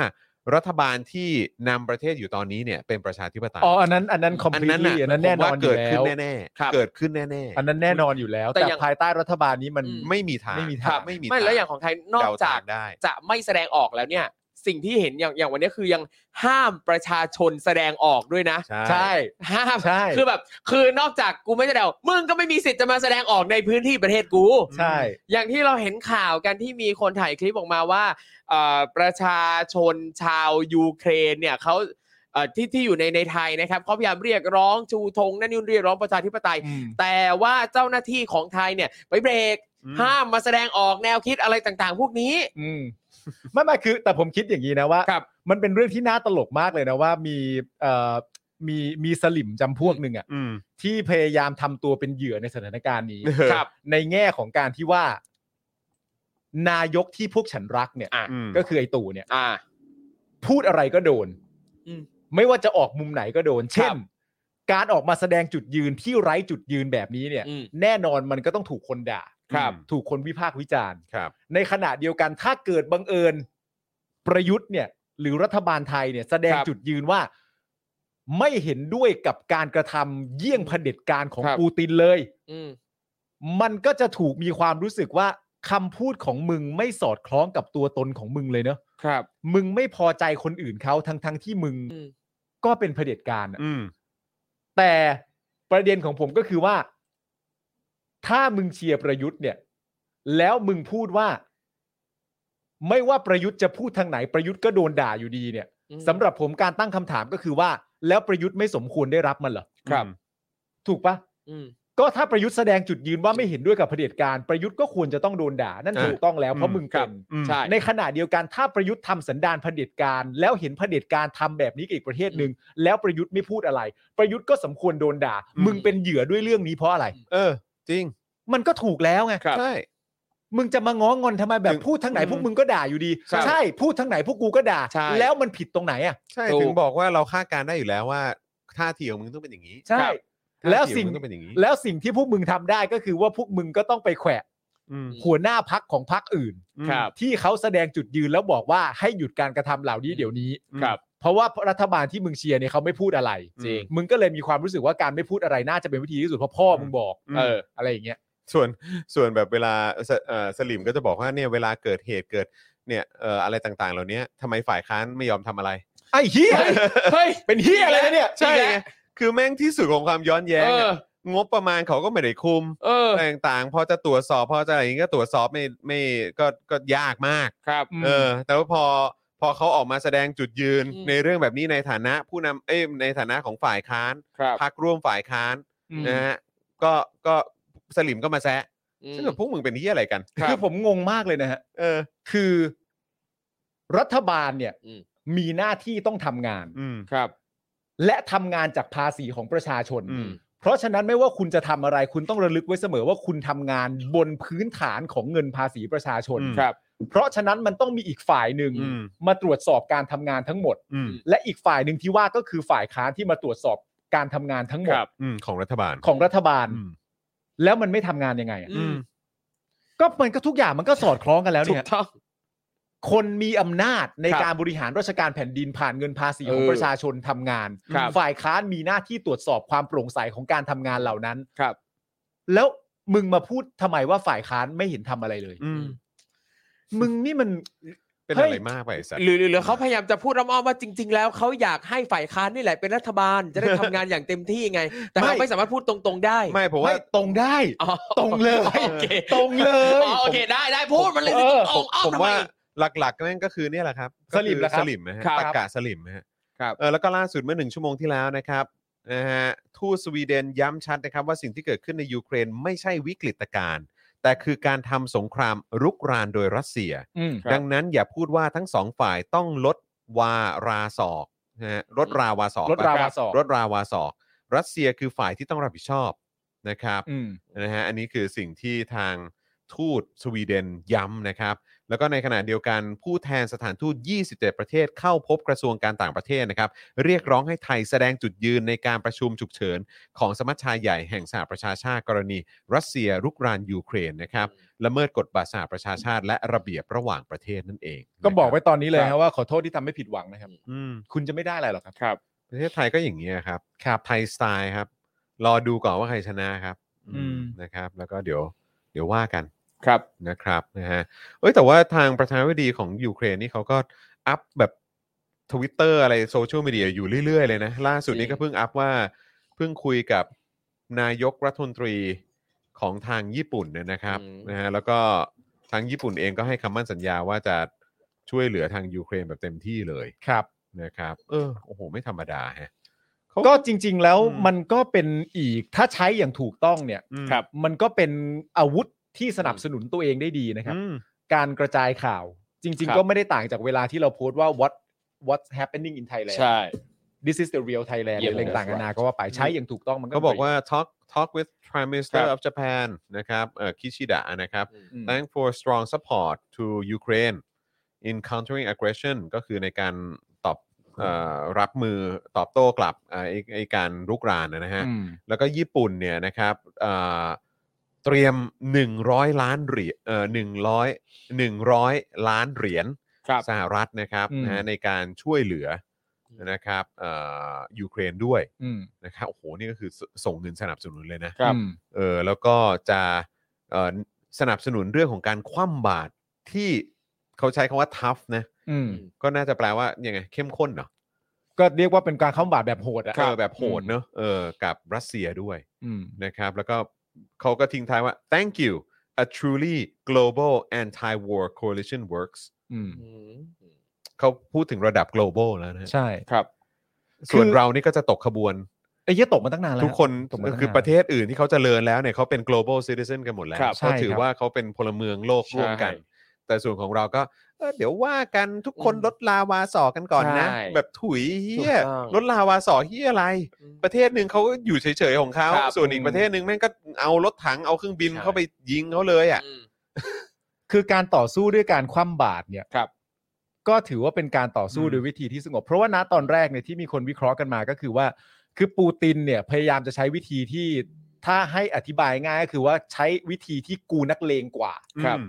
รัฐบาลที่นำประเทศอยู่ตอนนี้เนี่ยเป็นประชาธิปไตย
อ๋ออันนั้นอันนั้น
อันนั้น
completely อันนั้น
ผ
แน่
ม
นอ
ว่าน
อ
เกิ
ยู่
ด
แล้
ขึ้น
ว
แน่
ครับ
ๆเกิดขึ้นแน่
อันนั้นแน่นอนอยู่แล้ว
แต่
แต่
ยัง
ภายใต้รัฐบาลนี้มัน
อื
ๆ ไม่มีทาง
ไม่มีทาง
ไม่มี
ไม่แล้วอย่าง
ท
ของไทยนอก
เดท
จาก
งได้
จะไม่แสดงออกแล้วเนี่ย สิ่งที่เห็นอย่างอย่างวันนี้คือยังห้ามประชาชนแสดงออกด้วยนะ
ใช่
ห้าม
ใช่
คือแบบ คือนอกจากกูไม่แสดงออกมึงก็ไม่มีสิทธิ์จะมาแสดงออกในพื้นที่ประเทศกู
ใช่
อย่างที่เราเห็นข่าวกันที่มีคนถ่ายคลิปออกมาว่าเอ่อประชาชนชาวยูเครนเนี่ยเขาเอ่อที่ที่อยู่ในในไทยนะครับเขาพยายามเรียกร้องชูธงนั่นนี่เรียกร้องประชาธิปไตย แต่ว่าเจ้าหน้าที่ของไทยเนี่ยไปเบรก
อืม
ห้ามมาแสดงออกแนวคิดอะไรต่างๆ พวกนี้
อืมไม่ไม่คือ แต่ผมคิดอย่างนี้นะว่า
ครับ
มันเป็นเรื่องที่น่าตลกมากเลยนะว่ามีเอ่อมีมีสลิมจำพวกหนึ่งอะ
อืม
ที่พยายามทำตัวเป็นเหยื่อในสถานการณ์นี้
เออ
ครับ
ในแง่ของการที่ว่า นายกที่พวกฉันรักเนี่ย
อ่ะ
อืม
ก็คือไอ้ตู่เนี่ย
อ่า
พูดอะไรก็โดน
อืม
ไม่ว่าจะออกมุมไหนก็โดน เช่
คน รับ
การออกมาแสดงจุดยืนที่ไร้จุดยืนแบบนี้เนี่ย
อืม
แน่นอนมันก็ต้องถูกคนด่า
ครับ
ถูกคนวิพากษ์วิจารณ์
ครับ
ในขณะเดียวกันถ้าเกิดบังเอิญ ประยุทธ์เนี่ย หรือรัฐบาลไทยเนี่ย แสดง
ครับ
จุดยืนว่า ไม่เห็นด้วยกับการกระทำเยี่ยงเผด็จการของ
ครับ
ปูตินเลย
อืม
มันก็จะถูกมีความรู้สึกว่าคำพูดของมึงไม่สอดคล้องกับตัวตนของมึงเลยเนอะ
ครับ
มึงไม่พอใจคนอื่นเขาทั้งทั้งๆที่มึง
อืม
ก็เป็นเผด็จการอะ
อืม
แต่ประเด็นของผมก็คือว่า ถ้ามึงเชียร์ประยุทธ์เนี่ย แล้วมึงพูดว่า ไม่ว่าประยุทธ์จะพูดทางไหนประยุทธ์ก็โดนด่าอยู่ดีเนี่ย
อืม
สำหรับผมการตั้งคำถามก็คือว่า แล้วประยุทธ์ไม่สมควรได้รับมันเหรอ
ครับ
ถูกปะ
อืม
ก็ถ้าประยุทธ์แสดงจุดยืนว่าไม่เห็นด้วยกับเผด็จการประยุทธ์ก็ควรจะต้องโดนด่า นั่น
อ่า
ถูกต้องแล้วเพราะมึง
ครั
เป็
บ
น
อืม
ใช่
ในขณะเดียวกันถ้าประยุทธ์ทำสันดานเผด็จการ แล้วเห็นเผด็จการทำแบบนี้กับอีกประเทศหนึ่งแล้วประยุทธ์ไม่พูดอะไร ประยุทธ์ก็สมควรโดนด่า
อืม
มึงเป็นเหยื่อด้วยเรื่องนี้เพราะอะไร
เออ จริง
มันก็ถูกแล้วไง
ครับ
ใช่
มึงจะมาง้องอนทำไมแบบ
ถึง
พูดทางไหน
อืม
พวกมึงก็ด่าอยู่ดี
ครับ
ใช่พูดทางไหนพวกกูก็ด่า
ใช่
แล้วมันผิดตรงไหนอ่ะ
ใช่
ถูก
ถึงบอกว่าเราคาดการณ์ได้อยู่แล้วว่าท่าทีของมึงต้องเป็นอย่างนี้
ใช่
ครับ
แล้ว
ท่าที
สิ่ง
ของมึต้องเป็นอย่างนี้
แล้วสิ่งที่พวกมึงทำได้ก็คือว่าพวกมึงก็ต้องไปแขวะ
อืม
หัวหน้าพักของพักอื่น
ครับ
ที่เขาแสดงจุดยืนแล้วบอกว่าให้หยุดการกระทำเหล่านี้เดี๋ยวนี้
อืม
ครับ
เพราะว่ารัฐบาลที่มึงเชียร์เนี่ยเขาไม่พูดอะไร
จริง
มึงก็เลยมีความรู้สึกว่าการไม่พูดอะไรน่าจะเป็นวิธีที่สุดเพราะพ่อมึงบอก
อืม
เอออะไรอย่างเงี้ย
ส่วน <laughs> ส่วนแบบเวลาสเอ่อสลิมก็จะบอกว่าเนี่ยเวลาเกิดเหตุเกิดเนี่ยเอ่ออะไรต่างๆ เหล่านี้ทำไมฝ่ายค้านไม่ยอมทำอะไร
ไอ้เฮีย
เฮ้ย
เป็นเฮียอะไรนะเนี่ย
ใช่
อีก
ไง
แล้ว
คือแม่งที่สุดของความย้อนแย้ง
เออ
อะงบประมาณเขาก็ไม่ได้คุม
เออ
อะไรต่างๆพอจะตรวจสอบพอจะอะไรอย่างงี้ก็ตรวจสอบไม่ไม่ก็ก็ยากมาก
ครับ
เออ แต่ว่าพอพอเขาออกมาแสดงจุดยืน
อืม
ในเรื่องแบบนี้ในฐานะผู้นำเอ้ยในฐานะของฝ่ายค้าน
ครับ
พักร่วมฝ่ายค้าน
ม
นะฮะก็ก็สลิมก็มาแซะ
อืม
ซึ่งแบบพวกมึงเป็นที่อะไรกัน
ครับ
คือผมงงมากเลยนะฮะ
เออ
คือ รัฐบาลเนี่ย
อืม
มีหน้าที่ต้องทำงาน
อืม
ครับ
และทำงานจากภาษีของประชาชน
อืม
เพราะฉะนั้นไม่ว่าคุณจะทำอะไร คุณต้องระลึกไว้เสมอว่าคุณทำงานบนพื้นฐานของเงินภาษีประชาชน
อืม
ครับ
เพราะฉะนั้นมันต้องมีอีกฝ่ายหนึ่ง
อืม
มาตรวจสอบการทำงานทั้งหมด
อืม
และอีกฝ่ายหนึ่งที่ว่าก็คือฝ่ายค้านที่มาตรวจสอบการทำงานทั้งหมด
ครับ
อืมของรัฐบาล
ของรัฐบาล
อืม
แล้วมันไม่ทำงานยังไงอะ
อืม
ก็มันก็ทุกอย่างมันก็สอดคล้องกันแล้ว
ถู
เนี่
ก
ย
ต้อง
คนมีอำนาจใน
ครับ
การบริหารราชการแผ่นดินผ่านเงินภาษีของ
เออ
ประชาชนทำงาน
ครับ
ฝ่ายค้านมีหน้าที่ตรวจสอบความโปร่งใสของการทำงานเหล่านั้น
ครับ
แล้วมึงมาพูดทำไมว่าฝ่ายค้านไม่เห็นทำอะไรเลย
อืม
มึงนี่มัน
เป็น
เฮ้
อะ
ย
ไรมากไปสัตว์
หรือหรือหรือเขาพยายามจะพูดอ้อมๆว่าจริง ๆ แล้วเขาอยากให้ฝ่ายค้านนี่แหละเป็นรัฐบาลจะได้ทำงานอย่างเต็มที่ไง แต่เขา
ไม่
ไม่สามารถพูดตรงๆได้
ไม่ผมว่า
ไม่ตรงได้
อ๋อ
ตรงเลย
โอเค
ตรงเลย
อ๋อโอเคได้ได้พูดมันเลย
เออ
ตรงๆอ้อม
ผม
ทำไม
ว่าหลักๆนั่นก็คือเนี่ยแหละครับ
สลิมเหรอครับ
สลิมนะฮะ
ครับ
ตากาสลิมนะฮะ
ครับ
เออแล้วก็ล่าสุดเมื่อหนึ่งชั่วโมงที่แล้วนะครับนะฮะทูตสวีเดนย้ำชัดนะครับ ว่าสิ่งที่เกิดขึ้นในยูเครนไม่ใช่วิกฤตการณ์แต่คือการทำสงครามรุกรานโดยรัสเซีย
อืม
ดังนั้นอย่าพูดว่าทั้งสองฝ่ายต้องลดวาราศอกนะฮะลดราวาศอก
ลดราวาศอก
ลดราวาศอก รัสเซียคือฝ่ายที่ต้องรับผิดชอบนะครับ
อืม
นะฮะอันนี้คือสิ่งที่ทางทูตสวีเดนย้ำนะครับ แล้วก็ในขณะเดียวกันผู้แทนสถานทูต 27 ประเทศเข้าพบกระทรวงการต่างประเทศนะครับ เรียกร้องให้ไทยแสดงจุดยืนในการประชุมฉุกเฉิน ของสมัชชาใหญ่แห่งสหประชาชาติกรณี รัสเซียรุกรานยูเครนนะครับละเมิดกฎบัตรสหประชาชาติและระเบียบระหว่างประเทศนั่นเอง
ก็บอกไว้
นะครั
ตอนนี้เลยครับว่าขอโทษที่ทำให้ผิดหวังนะครับ
อืม
คุณจะไม่ได้อะไรหรอกครับ
ครับ
ประเทศไทยก็อย่างนี้ยครับ
ครับ
ไทยสไตล์ครับ รอดูก่อนว่าใครชนะครับ
อืม
นะครับ แล้วก็เดี๋ยวเดี๋ยวว่ากัน
ครับ
นะครับนะฮะเอ้ยแต่ว่าทางประธานาธิบดีของยูเครนนี่เขาก็อัพแบบทวิตเตอร์อะไรโซเชียลมีเดียอยู่เรื่อย ๆ เลยนะ ล่าสุดนี้
จริง
ก็เพิ่งอัพว่า เพิ่งคุยกับนายกรัฐมนตรีของทางญี่ปุ่นเนี่ยนะครับนะฮะแล้วก็ทางญี่ปุ่นเองก็ให้คำมั่นสัญญาว่าจะช่วยเหลือทางยูเครนแบบเต็มที่เลย
ครับ
นะครับ เออโอ้โห ไม่ธรรมดาฮะ
ก็จริง ๆ แล้ว
อืม
มันก็เป็นอีกถ้าใช้อย่างถูกต้องเนี่ย
อืม
มันก็เป็นอาวุธที่สนับสนุนตัวเองได้ดีนะครับ
อืม
การกระจายข่าว จริง
ครั
ๆ
บ
ก็ไม่ได้ต่างจากเวลาที่เราโพสต์ว่า what what's happening in Thailand
ใช่
this is the real Thailand ห
Yeah,
รืออะไรต่างๆนานาก็ว่าไปใช้อย่างถูกต้องมันก็
เขาบอกว่า talk talk with prime minister
ครับ
of Japan นะครับเอ่อคิชิดะนะครับ
อืม
thank for strong support to Ukraine in countering aggression ก็คือในการตอบเออรับมือตอบโต้กลับเอ่อไอ้ไอ้การรุกรานนะฮะ
อืม
แล้วก็ญี่ปุ่นเนี่ยนะครับเอ่อเตรียม 100 ล้านเหรียญเอ่อหนึ่งร้อยหนึ่งร้อยล้านเหรียญ
ครับ
สหรัฐนะครับ
อืม
นะฮะในการช่วยเหลือนะครับเอ่อยูเครนด้วย
อืม
นะครับโอ้โหนี่ก็คือสส่งเงินสนับสนุนเลยนะครับ
อืม
เออแล้วก็จะเอ่อสนับสนุนเรื่องของการคว่ำบาตรที่เขาใช้คำว่าทัฟนะ
อืม
ก็น่าจะแปลว่ายังไงเข้มข้นเนาะ
ก็เรียกว่าเป็นการเข้าบาดแบบโหดอะ
เออแบบโหดเนอะเออกับรัสเซียด้วย
อืม
นะครับแล้วก็เขาก็ทิ้งท้ายว่า thank you a truly global anti-war coalition works
อืม
เขาพูดถึงระดับ global แล้วนะฮะ
ใช่
ครับ
ส่วน
คือ
เรานี่ก็จะตกขบวน
ไอ้เหี้ยตกมาตั้งนานแล้ว
ทุกคน
ตกมาตั้งนาน
คือประเทศอื่นที่เขาเจริญแล้วเนี่ยเขาเป็น global citizen กันหมดแล้ว
ครับ
ใช่
เขาถือ
ครับ
ว่าเขาเป็นพลเมืองโลก
ใช่
ร่วมกัน แต่ส่วนของเราก็เออเดี๋ยวว่ากันทุกคน
อืม
ลดลาวาสอกันก่อนนะ
ใช่
แบบถุยเฮีย
ถูกต้อง
ลดลาวาสอเฮียอะไร ประเทศหนึ่งเขาก็อยู่เฉยๆของเขา
ครับ
ส่วนอีกประเทศหนึ่งแม่งก็เอารถถังเอาเครื่องบิน
ใช่
เข้าไปยิงเขาเลยอ่ะ
อืม
คือการต่อสู้ด้วยการคว่ำบาตรเนี่ย
ครับ
ก็ถือว่าเป็นการต่อสู้
อืม
โดวยวิธีที่สงบ เพราะว่าณตอนแรกเนี่ยที่มีคนวิเคราะห์กันมาก็คือว่า คือปูตินเนี่ยพยายามจะใช้วิธีที่ถ้าให้อธิบายง่ายก็คือว่าใช้วิธีที่กูนักเลงกว่า
ครับ
อืม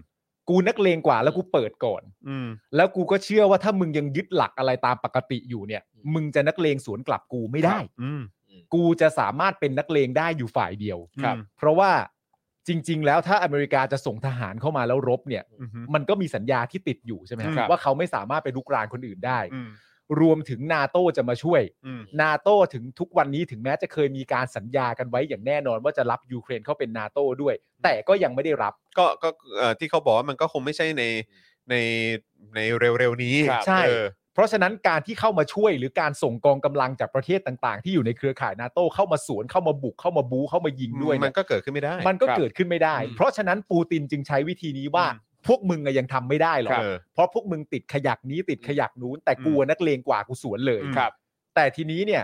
กูนักเลงกว่าแล้วกูเปิดก่อน
อืม
แล้วกูก็เชื่อว่าถ้ามึงยังยึดหลักอะไรตามปกติอยู่เนี่ย
อืม
มึงจะนักเลงสวนกลับกูไม่ได้
อืม
กูจะสามารถเป็นนักเลงได้อยู่ฝ่ายเดียว
ครับ
เพราะว่าจริง ๆ แล้วถ้าอเมริกาจะส่งทหารเข้ามาแล้วรบเนี่ย
อืม
มันก็มีสัญญาที่ติดอยู่ใช่ไหมฮะ
ครับ
ว่าเขาไม่สามารถไปลุกรานคนอื่นได้
อืม
รวมถึงนาโตจะมาช่วย
อืม
นาโตถึงทุกวันนี้ถึงแม้จะเคยมีการสัญญากันไว้อย่างแน่นอนว่าจะรับยูเครนเข้าเป็นนาโตด้วย แต่ก็ยังไม่ได้รับ
ก็ก็เอ่อที่เขาบอกว่ามันก็คงไม่ใช่ในในในเร็วๆนี้
ครับ
ใช่
เออ
เพราะฉะนั้นการที่เข้ามาช่วยหรือการส่งกองกำลังจากประเทศต่าง ๆ ที่อยู่ในเครือข่ายนาโตเข้ามาสวนเข้ามาบุกเข้ามาบูเข้ามายิงด้วย
มั
เนี่
น
ย
ก็เกิดขึ้นไม่ได้
มันก็
ครับ
เกิดขึ้นไม่ได้
อืม
เพราะฉะนั้นปูตินจึงใช้วิธีนี้ว่า
อืม
พวกมึงอะยังทำไม่ได้หรอก
เออ
เพราะพวกมึงติดขยักนี้ติดขยักนู้น แต่กูอะนักเลงกว่ากูสวนเลย
อืม
ครับ
แต่ทีนี้เนี่ย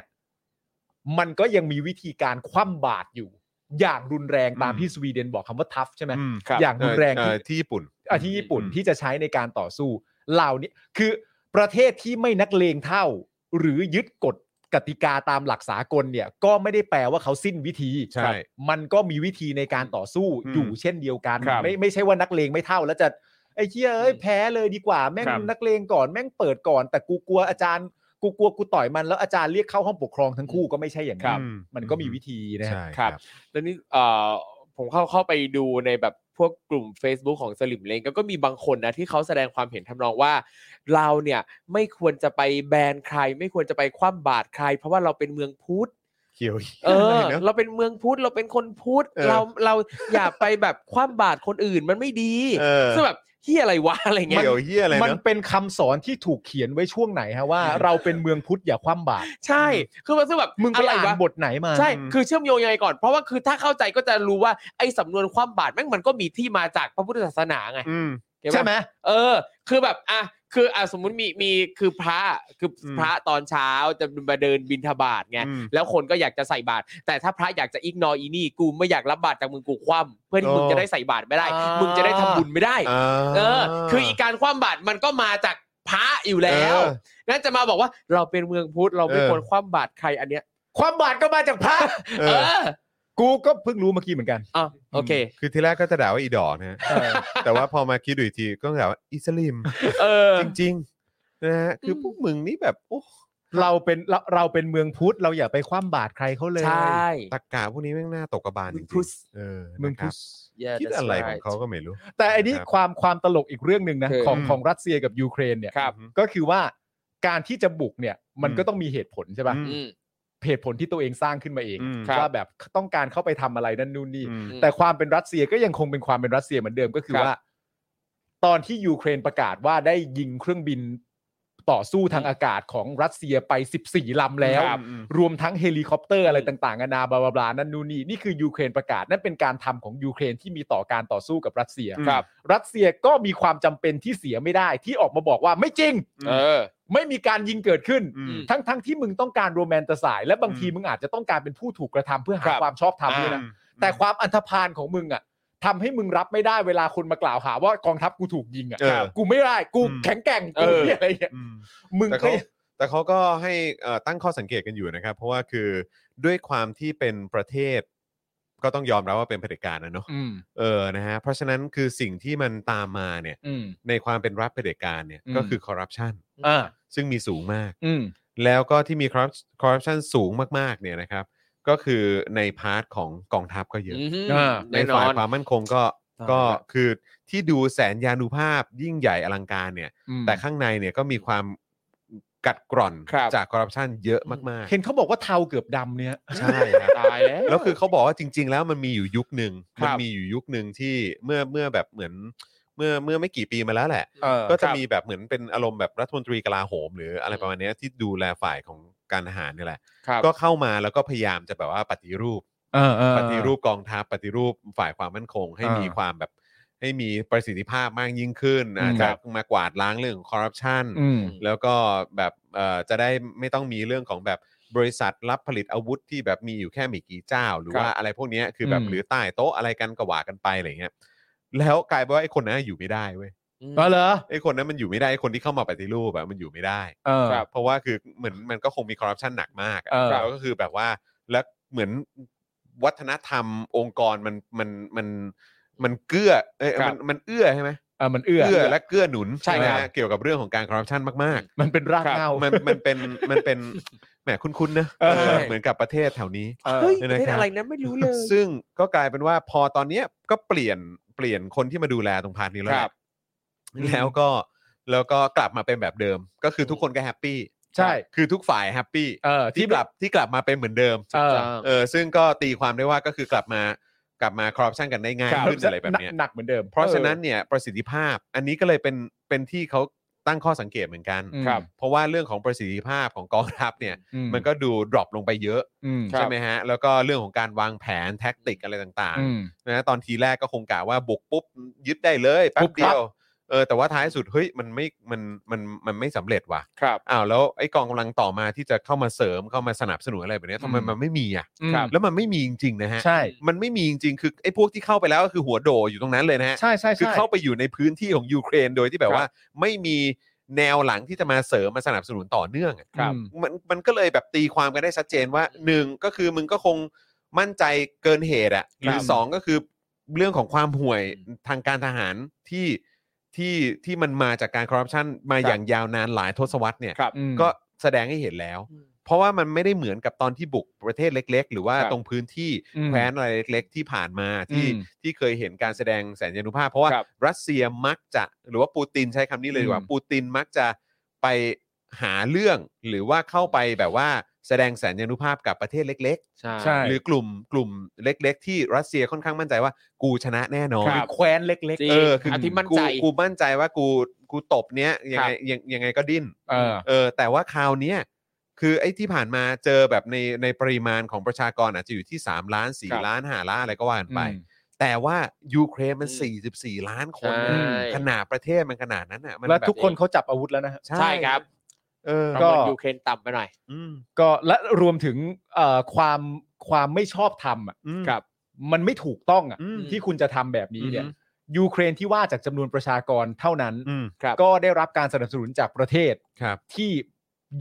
มันก็ยังมีวิธีการคว่ำบาตรอยู่ อย่างรุนแรงตาม
อืม
ที่สวีเดนบอกคำว่าทัฟใช่ไหม
อืม
ครับ
อย่างรุนแรง
เออที่
ที่
ญี่ปุ่น
อ่ะที่ญี่ปุ่น
อืม
ที่จะใช้ในการต่อสู้เหล่านี้คือประเทศที่ไม่นักเลงเท่า หรือยึดกฎกติกาตามหลักสากลเนี่ย ก็ไม่ได้แปลว่าเขาสิ้นวิธี
ใช่
มันก็มีวิธีในการต่อสู้
อืม
อยู่เช่นเดียวกัน
ครับ
ไม่ไม่ใช่ว่านักเลงไม่เท่า แล้วจะไอ้เชี่ยเอ้ย
อืม
แพ้เลยดีกว่า แม่ง
ครับ
นักเลงก่อนแม่งเปิดก่อน แต่กูกลัวอาจารย์ กูกลัวกูต่อยมันแล้วอาจารย์เรียกเข้าห้องปกครองทั้งคู่ก็ไม่ใช่อย่าง
ครั
นั้
บ
นมันก็มีวิธีนะฮะ
ใช่
ครับ แล้วนี่เอ่อผมเข้าเข้าไปดูในแบบพวกกลุ่ม Facebook ของสลิมเลงก็ก็มีบางคนนะที่เขาแสดงความเห็นทำนองว่า เราเนี่ยไม่ควรจะไปแบนใคร ไม่ควรจะไปคว่ำบาตรใคร เพราะว่าเราเป็นเมืองพุทธ
เขียว
เออ เราเป็นเมืองพุทธเราเป็นคนพุทธ
เออ
เราเราอย่าไปแบบคว่ำบาตรคนอื่นมันไม่ดี
เออ
ซึ่งแบบเฮียอะไรวะอะไรเงี้ย
เขียวเฮียอะไร
มัน
เนอะ
เป็นคำสอนที่ถูกเขียนไว้ช่วงไหนฮะว่า เราเป็นเมืองพุทธอย่าคว่ำบาตร
ใช่ คือมันซึ่งแบบ
มึงไป
อะไร
อ่าน
วะ
บทไหนมา
ใช่
อืม
คือเชื่อมโยงยังไงก่อน เพราะว่าคือถ้าเข้าใจก็จะรู้ว่าไอ้สำนวนความบาตรแม่งมันก็มีที่มาจากพระพุทธศาสนาไง
อืม
เก็ตปะ
ใช่ไหม
เออ คือแบบ อ่ะ คือ อ่ะ สมมุติมี มี คือพระ คืออ
ม
พระตอนเช้าจะมาเดินบินทบาทไง
อืม
แล้วคนก็อยากจะใส่บาตร แต่ถ้าพระอยากจะอิกนออีนี่ กูไม่อยากรับบาตรจากมึงกูคว่ำเพื่อที่
โอ้
มึงจะได้ใส่บาตรไม่ได้
อ่ามึ
มึงจะได้ทำบุญไม่ได้
อ่า
เออ คืออีการคว่ำบาตรมันก็มาจากพระอยู่แล้ว
เออ
นั่นจะมาบอกว่าเราเป็นเมืองพุทธเราไม่
เออ
ควรคว่ำบาตรใครอันเนี้ย
ความบาดก็มาจากพระ
เอ
เอ
อ
อ
กูก็เพิ่งรู้เมื่อกี้เหมือนกัน
อ่ะโอเค
คือทีแรกก็จะด่าว่าอีดอกนะฮะแต่ว่าพอมาคิดดูอีกทีก็ด่าว่าอิสลิม
เออ
จริงๆนะฮะคือพวกมึงนี่แบบโอ้
เราเป็นเราเราเป็นเมืองพุทธเราอย่าไปคว่ำบาตรใครเขาเลย
ใช่
ตะกาพวกนี้แม่งหน้าตกกระบาลจริง
พุทธ
ๆเออ
เมือง
นะค
พุ
รั
ท
บ
ธ
Yeah,
คิด
that's
อะไรของเขา
right
ก็ไม่รู้
แต่อันนี้ความความตลกอีกเรื่องหนึ่งนะ
คือ
ของ
อืม
ของรัสเซียกับยูเครนเนี่ย
ครับ
ก็คือว่าการที่จะบุกเนี่ยมันก็ต้องมีเหตุผลใช่ป่ะ
อื
อืม
เหตุผลที่ตัวเองสร้างขึ้นมาเอง
อืม
ครับ
ว่าแบบต้องการเข้าไปทำอะไรนั่นนู่นนี่
อืม
แต่ความเป็นรัสเซียก็ยังคงเป็นความเป็นรัสเซียเหมือนเดิมก็คือ
ครับ
ว่า ตอนที่ยูเครนประกาศว่าได้ยิงเครื่องบินต่อสู้ทางอากาศของรัสเซียไป 14 ลำแล้ว
ครับ
รวมทั้งเฮลิคอปเตอร์อะไรต่างๆนานาบลาบลาบลานั่นนู่นนี่นี่คือยูเครนประกาศนั่นเป็นการทำของยูเครนที่มีต่อการต่อสู้กับรัสเซีย
ครับ
รัสเซียก็มีความจำเป็นที่เสียไม่ได้ ที่ออกมาบอกว่าไม่จริง
เออ
ไม่มีการยิงเกิดขึ้น
อืม
ทั้งๆที่มึงต้องการโรแมนตไซด์และบางทีมึงอาจจะต้องการเป็นผู้ถูกกระทำเพื่อหา
ครับ
ความชอบธรรมด้วยนะ แต่ความอันธพาลของมึงอ่ะทำให้มึงรับไม่ได้เวลาคนมากล่าวหาว่ากองทัพกูถูกยิงอ่ะ
เออ
กูไม่ได้กู
อืม
แข็งแกร่ง
เอ
กู
อ
เนี่ยอะไรเงี้ย
อืม
มึง
แต่
ก็
เขาแต่เขาก็ให้เอ่อตั้งข้อสังเกตกันอยู่นะครับ เพราะว่าคือด้วยความที่เป็นประเทศ ก็ต้องยอมรับว่าเป็นเผด็จการนะเนาะ
อืม
เออนะฮะเพราะฉะนั้นคือสิ่งที่มันตามมาเนี่ย
อืม
ในความเป็นรัฐเผด็จการเนี่ย
อืม
ก็คือคอร์รัปชัน
อ่า
ซึ่งมีสูงมาก
อืม
แล้วก็ที่มีคอร์รัปชันสูงมากๆเนี่ยนะครับ ก็คือในพาร์ทของกองทัพก็เยอะ
อืม
อ่า
ใน
แน่นอ
ฝ่าย
น
ความมั่นคงก็ก็คือที่ดูแสนยานุภาพยิ่งใหญ่อลังการเนี่ย
อืม
แต่ข้างในเนี่ยก็มีความกัดกร่อน
ครับ
จากคอร์รัปชันเยอะมาก
เห็นเขาบอกว่าเทาเกือบดำเนี่ย
ๆ ใช่ครับ
ตายแล้ว
แล้วคือเขาบอกว่าจริง ๆ แล้วมันมีอยู่ยุคหนึ่ง
ครั
มั
บ
มีอยู่ยุคหนึ่งที่เมื่อเมื่อแบบเหมือนเมื่อเมื่อไม่กี่ปีมาแล้วแหละ
เออ
ก็จะมีแบบเหมือนเป็นอารมณ์แบบรัฐมนตรีกลาโหม หรืออะไรประมาณเนี้ยที่ดูแลฝ่ายของการทหารเนี่ยแหละ
ครับ
ก็เข้ามาแล้วก็พยายามจะแบบว่าปฏิรูป
เออเออ
ปฏิรูปกองทัพปฏิรูปฝ่ายความมั่นคง ให้
อ่ามี
มีความแบบให้มีประสิทธิภาพมากยิ่งขึ้น
อืม
อาจจะมากวาดล้างเรื่องของคอร์รัปชัน
อืม
แล้วก็แบบเอ่อจะได้ไม่ต้องมีเรื่องของแบบบริษัทรับผลิตอาวุธที่แบบมีอยู่แค่ไม่กี่เจ้า หรือ
ครับ
ว่าอะไรพวกเนี้ยคือแบบ
อืม
หรือใต้โต๊ะอะไรกันก็ว่ากันไปอะไรเงี้ยแล้วกลายเป็นว่าไอ้คนนั้นอยู่ไม่ได้เว้ย
อืม
เออเหรอ
ไอ้คนนั้นมันอยู่ไม่ได้ไอ้คนที่เข้ามาปฏิรูปแบบมันอยู่ไม่ได้
เออ
ครับ
เพราะว่าคือเหมือนมันก็คงมีคอร์รัปชันหนักมากอะ
เออ
แล้วก็คือแบบว่าแล้วเหมือนวัฒนธรรมองค์กรมันมันมันมันเกื้อเอ้ย
ครับ
มันมันเอื้อใช่ไหม
เออมันเอื้อ
และเกื้อหนุน
ใช่ครับ
นะฮะเกี่ยวกับเรื่องของการคอร์รัปชันมาก
มันเป็นราก
ครับ
เหง้า
ๆ มันมันเป็นมันเป็นแหมคุ้นๆนะ
เออ
เออเหมือนกับประเทศแถวนี้
เออ
เฮ้ย
เนี่ย
ป
นะ
ระเทศ
ครับ
อะไรนั้นไม่รู้เลย
ซึ่งก็กลายเป็นว่าพอตอนเนี้ยก็เปลี่ยนเปลี่ยนคนที่มาดูแลตรงพาร์ทนี้แล้วแห
ครั
ละ
บอืม
แล้วก็แล้วก็กลับมาเป็นแบบเดิม ก็คือทุกคนก็แฮปปี้
ใช่
คือทุกฝ่ายแฮปปี้
เออ
ที่
ที่
ก
แบ
ลั
บบ
ที่กลับมาเป็นเหมือนเดิม
เออ
เออซึ่งก็ตีความได้ว่าก็คือกลับมากลับมาคอร์รัปชันกันได้ง่าย
ครับ
ขึ้นอะไรแบบเนี้ย
หนักเหมือนเดิม
เพราะฉะนั้นเนี่ยประสิทธิภาพอันนี้ก็เลยเป็นเป็นที่เขาตั้งข้อสังเกตเหมือนกัน
อืม
เพราะว่าเรื่องของประสิทธิภาพของกองทัพเนี่ย
อื
มันก็ดูดรอปลงไปเยอะ
อืม
ครั
ใช่
บ
ไหมฮะแล้วก็เรื่องของการวางแผนแท็กติกอะไรต่าง
อืม
ๆนะฮะตอนทีแรกก็คงกะว่าบุกปุ๊บยึดได้เลยแป๊
ปุ๊
บบ
ค
เดี
รับ
ยวเออแต่ว่าท้ายสุดเฮ้ยมันไม่มันมันมันไม่สำเร็จว่ะ
ครับ
อ้าวแล้วไอ้กองกำลังต่อมาที่จะเข้ามาเสริมเข้ามาสนับสนุนอะไรแบบเนี้ยทำไม
อืม
มันไม่มีอ่ะ
อืม
ครับ
แล้วมันไม่มีจริงๆนะฮะ
ใช่
มันไม่มีจริงๆคือไอ้พวกที่เข้าไปแล้วก็คือหัวโดอยู่ตรงนั้นเลยนะฮะ
ใช่ใช่
คื
ใช่
อเข้าไปอยู่ในพื้นที่ของยูเครนโดยที่แบบ
ครับ
ว่า ไม่มีแนวหลังที่จะมาเสริมมาสนับสนุนต่อเนื่องอะ
ครับ
มันมันก็เลยแบบตีความกันได้ชัดเจนว่าหนึ่งก็คือมึงก็คงมั่นใจเกินเหตุอ่ะหรือสองก็คือเรื่องของความห่วยทางการทหารที่ที่ที่มันมาจากการคอร์รัปชันมาอย่างยาวนานหลายทศวรรษเนี่ย
ครับ
ก็แสดงให้เห็นแล้ว
อืม
เพราะว่ามันไม่ได้เหมือนกับตอนที่บุกประเทศเล็ก ๆ หรือว่า
ครับ
ตรงพื้นที่
อืม
แคว้นอะไรเล็ก ๆ ที่ผ่านมาที่
อืม
ที่เคยเห็นการแสดงแสนยานุภาพ เพราะว่า
ครับ
รัสเซียมักจะหรือว่าปูตินใช้คำนี้เลยดีกว่า
อืม
ปูตินมักจะไปหาเรื่องหรือว่าเข้าไปแบบว่าแสดงแสนยานุภาพกับประเทศเล็ก
ใช่
ๆ หรือกลุ่มกลุ่มเล็ก ๆ ที่รัสเซียค่อนข้างมั่นใจว่ากูชนะแน่นอน
ครับ
แคว้นเล็ก
จริง
เออคือ
ที่มั่น
กู
ใจ
กูมั่นใจว่ากูกูตบเนี้ยยัง
ครั
ไง
บ
ยังยังไงก็ดิ้น
ๆ เออ
เออแต่ว่าคราวเนี้ยคือไอ้ที่ผ่านมาเจอแบบในในปริมาณของประชากรอาจจะอยู่ที่ 3 ล้าน
ครับ
4 ล้าน 5 ล้านอะไรก็ว่ากันไป
อืม
แต่ว่ายูเครนมัน 44 ล้านคนนะ
ใช่
ขนาดประเทศมันขนาดนั้นอ่ะมั
แล้ว
บบ
ทุกคนเขาจับอาวุธแล้วนะฮะ
ใช่ครับ
เออ
ก็
ก็ยูเครนต่ำไปหน่อย
อืม
ก็และรวมถึงเอ่อความความไม่ชอบธรรมอ่ะ
อืม
มันไม่ถูกต้องอ่ะ
อืม
ที่คุณจะทำแบบนี้เนี่ย
อือฮึ
ยูเครนที่ว่าจากจำนวนประชากรเท่านั้น
อืม
ครับ
ก็ได้รับการสนับสนุนจากประเทศ
ครับ
ที่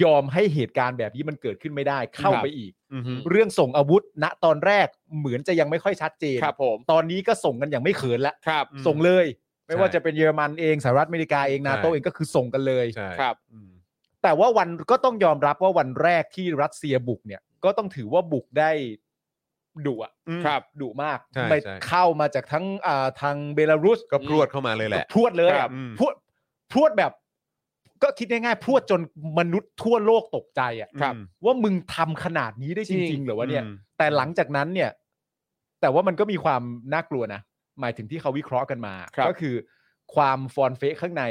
ยอมให้เหตุการณ์แบบนี้มันเกิดขึ้นไม่ได้เข้า
ครับ
ไปอีก
อืม
เรื่องส่งอาวุธ ณตอนแรกเหมือนจะยังไม่ค่อยชัดเจน
ครับผม
ตอนนี้ก็ส่งกันอย่างไม่เขินละ
ครับ
ส่งเลย ไม่ว่า
ใช่
จะเป็นเยอรมันเองสหรัฐอเมริกาเองนาโต
ใช่
เองก็คือส่งกันเลย
ใช่
ครับ
อืม
แต่ว่าวันก็ต้องยอมรับว่าวันแรกที่รัสเซียบุกเนี่ย ก็ต้องถือว่าบุกได้ดุอะ
อืม
ดุมาก
ใช่
ไป
ใช่
เข้ามาจากทั้งอ่าทางเบลารุส
ก็พรวดเข้ามาเลยแหละ
พรวดเลย
ครั
อะ
บอืม
พรวดพรวดแบบ ก็คิดง่ายๆพรวดจนมนุษย์ทั่วโลกตกใจอะ
ครับ
อืม
ว่ามึงทำขนาดนี้ได้จ
จริ
ริง
ง
ๆ เหรือวะเนี่ย
อืม
แต่หลังจากนั้นเนี่ย แต่ว่ามันก็มีความน่ากลัวนะ หมายถึงที่เขาวิเคราะห์กันมา
ครับ
ก็คือความฟอนเฟะข้างใน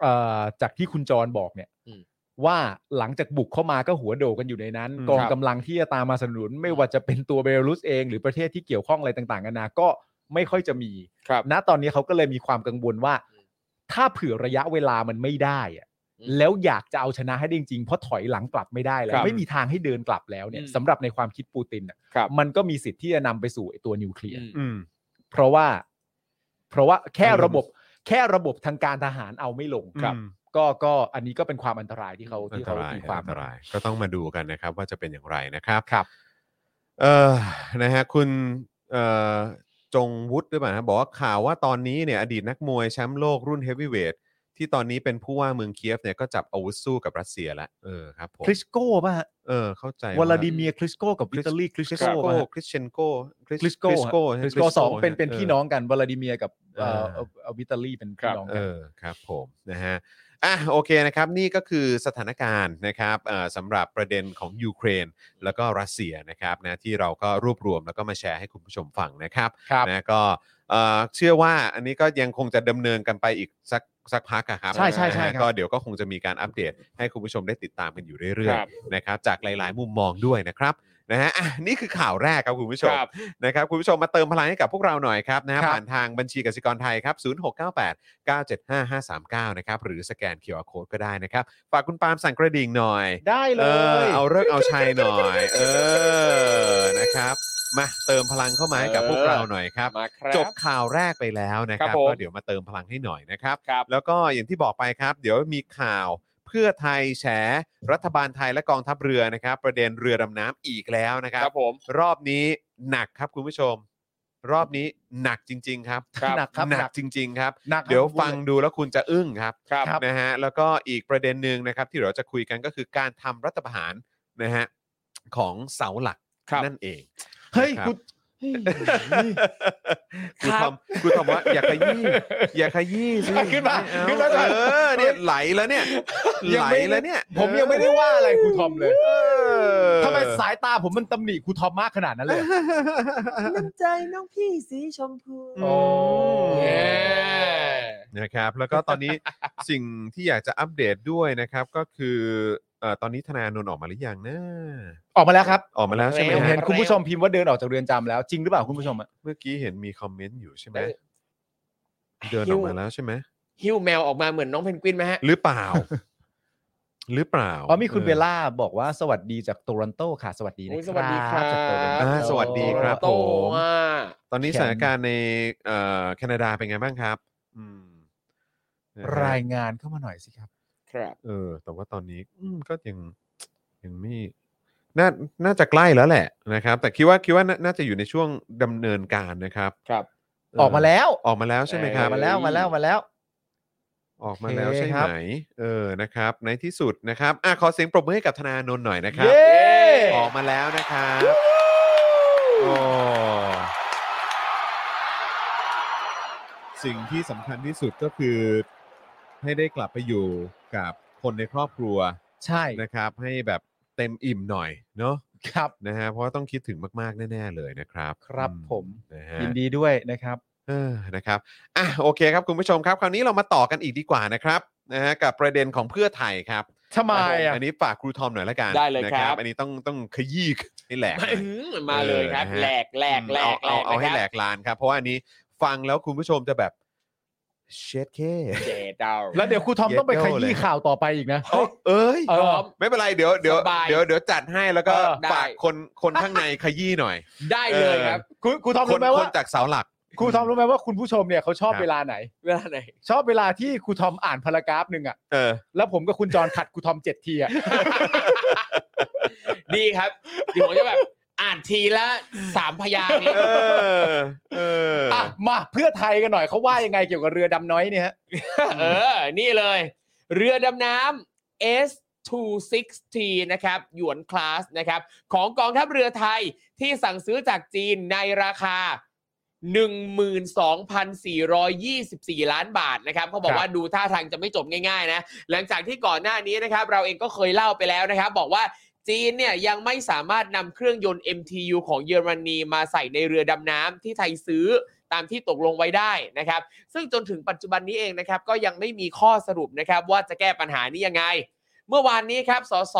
เอ่อจากที่คุณจรบอกเนี่ย ว่าหลังจากบุกเข้ามาก็หัวโดกันอยู่ในนั้น
อืม
กองกำลังที่จะตามมาสนับสนุน ไม่ว่าจะเป็นตัวเบลารุสเอง หรือประเทศที่เกี่ยวข้องอะไรต่างๆกันานาก็ไม่ค่อยจะมี
ครับ
ณตอนนี้เขาก็เลยมีความกังวลว่า
อืม
ถ้าเผื่อระยะเวลามันไม่ได้อะ
อืม
แล้วอยากจะเอาชนะให้ได้จริงๆเพราะถอยหลังกลับไม่ได้แล้
คว รับ
ไม่มีทางให้เดินกลับแล้วเนี่ย
อืม
สำหรับในความคิดปูตินน่ะ
ครับ
มันก็มีสิทธิ์ที่จะนำไปสู่ไอ้ตัวนิวเคลียร์
อืม
อืม
เพราะว่า เพราะว่าแค่
อืม
ระบบ แค่ระบบทางการทหารเอาไม่ลง
อืม
ก็ก็อันนี้ก็เป็นความอันตรายที่เขา
อัน
ที่
ต
เขา
ราย
ตีความ
อันตรายก็ต้องมาดูกันนะครับ ว่าจะเป็นอย่างไรนะครับ
ครับ
เออนะฮะคุณเอ่อจงวุฒิด้วยป่ะนะบอกว่าข่าวว่าตอนนี้เนี่ยอดีตนักมวยแชมป์โลกรุ่นเฮฟวีเวทที่ตอนนี้เป็นผู้ว่าเมืองเคียฟเนี่ยก็จับอาวุธสู้กับรัสเซียแล้วเออครับผม
คริสโก้ป่ะฮะ
เออเข้าใจ
วลาดิเมียร์คริสโก้กับวิตาลีคริส
คริส
โก้
โก้
ป่ะฮะ
คริสเชนโก้
คริสโก้
คริสโก้
ฮะคริสโก้สองเป็นเป็น
ออ
พี่น้องกันวลาดิเมียร์กับเอ่อ
เออ
เอ่อวิตาลีเป็น
ครั
พี่
บ
น้อง
เอ
กัน
อครับผมนะฮะอ่ะโอเคนะครับนี่ก็คือสถานการณ์นะครับเอ่อสำหรับประเด็นของยูเครน แล้วก็รัสเซียนะครับนะที่เราก็รวบรวมแล้วก็มาแชร์ให้คุณผู้ชมฟังนะครับ
ครับ
นะก็เอ่อเชื่อว่าอันนี้ก็ยังคงจะดำเนินกันไปอีกสักสักพักอะครับ
ใช่ใช่
นะ
ใช่
ฮะ
ครับ
ก็เดี๋ยวก็คงจะมีการอัปเดตให้คุณผู้ชมได้ติดตามกันอยู่เรื่อย
ครับ
ๆนะครับจากหลาย ๆ มุมมองด้วยนะครับนะฮะอ่ะนี่คือข่าวแรกครับคุณผู้ช
ค
ม
รับ
นะครับคุณผู้ชมมาเติมพลังให้กับพวกเราหน่อยครับนะฮะ
ครับ
ผ่านทางบัญชีกสิกรไทยครับ 0698 975 539 นะครับ หรือสแกน QR Code ก็ได้นะครับ ฝากคุณปาล์มสั่นกระดิ่งหน่อย
ได้เล
เออย เอาเลิกษ์เอาชัยหน่อย เออนะครับ มาเติมพลังเข้ามาให้กับพวกเราหน่อยครับ
มาครับ
จบข่าวแรกไปแล้วนะค
ค
รั
รั
บบ
ผม
ก็เดี๋ยวมาเติมพลังให้หน่อยนะครับ
ครับ
แล้วก็อย่างที่บอกไปครับ เดี๋ยวมีข่าวเพื่อไทยแฉรัฐบาลไทยและกองทัพเรือนะครับ ประเด็นเรือดำน้ำอีกแล้วนะครั
ค
บ
รับผม
รอบนี้หนักครับคุณผู้ชม รอบนี้หนักจริง ๆ ครับ
ครับ
หนักครับ
หนั
ห
ก
นัก
จริง ๆ ครับ
หนักครับ
เดี๋ยว
ผมพู
ฟังดูแล้วคุณจะอึ้งครับ
ครับ
นะฮะแล้วก็อีกประเด็นหนึ่งนะครับ ที่เราจะคุยกันก็คือการทำรัฐประหารนะฮะของเสาหลัก
ครับ
นั่นเอง
เฮ้ย
ครับ
กู
กู
ครับ
ทำกูทำว่าอย่าขยี้อย่าขยี้สิ
ขึ้นมา
ไเอ
ขึ้นมาก่อน
เออเนี่ยไหลแล้วเนี่ย
ยัง
ไหล
ไม่
แล้วเนี่ย
ผมยังไม่ได้ว่าอะไรครูทอมเลย
เออ
ทำไมสายตาผมมันตำหนิครูทอมมากขนาดนั้นเลย
น้ำใจน้องพี่สีชมพู
อืม
เย้
นะครับแล้วก็ตอนนี้ สิ่งที่อยากจะอัปเดตด้วยนะครับ ก็คือเอ่อตอนนี้ธนาโนนท์ออกมาหรือยังนะ
ออกมาแล้วครับ
ออกมาแล้วใช่ไหม
เร็ว
เห็
ฮะ
น
รับ
คุณผู้ชมพิมพ์ว่าเดินออกจากเรือนจำแล้วจริงหรือเปล่าคุณผู้ชมอะ
เมื่อกี้เห็นมีคอมเมนต์อยู่ใช่ไหม
ได้
เดินออกมาแล้วใช่ไหม
หิ้วแมวออกมาเหมือนน้องเพนกวินไหมฮะ
หรือเปล่า หรือเปล่า
อ๋อมีคุณเบลล่าบอกว่าสวัสดีจากโตรอนโตค่ะ สวัสดีนะ
โอ้
ค
ย
รับ
สวัสดีครับ
จากโตรอนโต
อ่าสวัสดีครับ
โต
ผม
อ่ะ
ตอนนี้ส
แข็ง
ถานการณ์ในเอ่อแคนาดาเป็นไงบ้างครับ อืมนะฮะ
รายงานเข้ามาหน่อยสิครับ
ครับ
เออ แต่ว่าตอนนี้อืมก็ยังยังไม่น่าน่าจะใกล้แล้วแหละนะครับ แต่คิดว่าคิดว่าน่าน่าจะอยู่ในช่วงดำเนินการนะครับ
ครับ
เ
ออกมาแล้ว
ออกมาแล้วใช่ไหมค
อ
รั
อบกมาแล้วมาแล้วมาแล้ว
ออกมาแล้ว
โอเค
ใช่
ครับ
ไหมเออนะครับ ในที่สุดนะครับอ่ะขอเสียงปรบมือให้กับธนาโนนท์หน่อยนะครับ
เย้
ออกมาแล้วนะครับโอ้สิ่งที่สำคัญที่สุดก็คือ ให้ได้กลับไปอยู่กับคนในครอบครัว
ใช่
นะครับ ให้แบบเต็มอิ่มหน่อยเนาะ
ครับ
นะฮะเพราะว่าต้องคิดถึงมาก ๆ แน่ ๆ เลยนะครับ
ครับผม
นะฮะ
ยินดีด้วยนะครับ
เออนะครับอ่ะโอเคครับคุณผู้ชมครับ คราวนี้เรามาต่อกันอีกดีกว่านะครับนะฮะกับประเด็นของเพื่อไทยครับ
ทำไมอ่ะ
อันนี้ฝากครูทอมหน่อยละกัน
ได้เลยครับ
นะอันนี้ต้องต้องขยี้ให้แหลกหน่อย
อื้อหือมาเลยครับ
เออนะฮะ
แหลกแหลกแหลก
เอาเอาเอาให้แหล
นะครับ
กลานครับ เพราะว่าอันนี้ฟังแล้วคุณผู้ชมจะแบบเช็ดเค
เจดาว
แล้วเดี๋ยวครูทอม
เย็ด
ต้องไปข
โด่เล
ยี้
ย
ข่าวต่อไปอีกนะ
เอ้าเอ้ย
พ
เออ
ร้อม
ไม่เป็นไรเดี๋ยวเดี๋ยว
สบาย
เดี๋ยวเดี๋ยวจัดให้แล้วก็
เออได้
ฝากคนคนข้างในขยี้หน่อย
ได้เลยครับ
ครูครูทอม
คน
รู้ไหม
ค
ว่าน
จากเสาหลัก
ครูทอมรู้ไหมว่าคุณผู้ชมเนี่ยเขาชอบ
ครับ
เวลาไหน
เวลาไหน
ชอบเวลาที่ครูทอมอ่านพารากราฟหนึ่งอ่ะ
เออ
แล้วผมกับคุณจรขัดครูทอมเจ็ดทีอ่ะ
ดีครับเดี๋ยวผมจะแบบอ่านทีละสามพยางค์เลย
เออ เออ
อ่ะมาเพื่อไทยกันหน่อยเขาว่ายังไงเกี่ยวกับเรือดำน้อยเนี่ยฮะ
เออ นี่เลย เรือดำน้ำ S 260 นะครับ หยวนคลาสนะครับ ของกองทัพเรือไทยที่สั่งซื้อจากจีนในราคา 12,424 ล้านบาทนะครับเขาบอ
ค
ก
รับ
ว่าดูท่าทางจะไม่จบง่ายๆนะ หลังจากที่ก่อนหน้านี้นะครับ เราเองก็เคยเล่าไปแล้วนะครับ บอกว่าจีนเนี่ยยังไม่สามารถนำเครื่องยนต์ MTU ของเยอรณีมาใส่ในเรือดำน้ำที่ไทยซื้อตามที่ตกลงไว้ได้นะครับ ซึ่งจนถึงปัจจุบันนี้เองนะครับ ก็ยังไม่มีข้อสรุปนะครับว่าจะแก้ปัญหานี้ยังไง เมื่อวานนี้ครับสส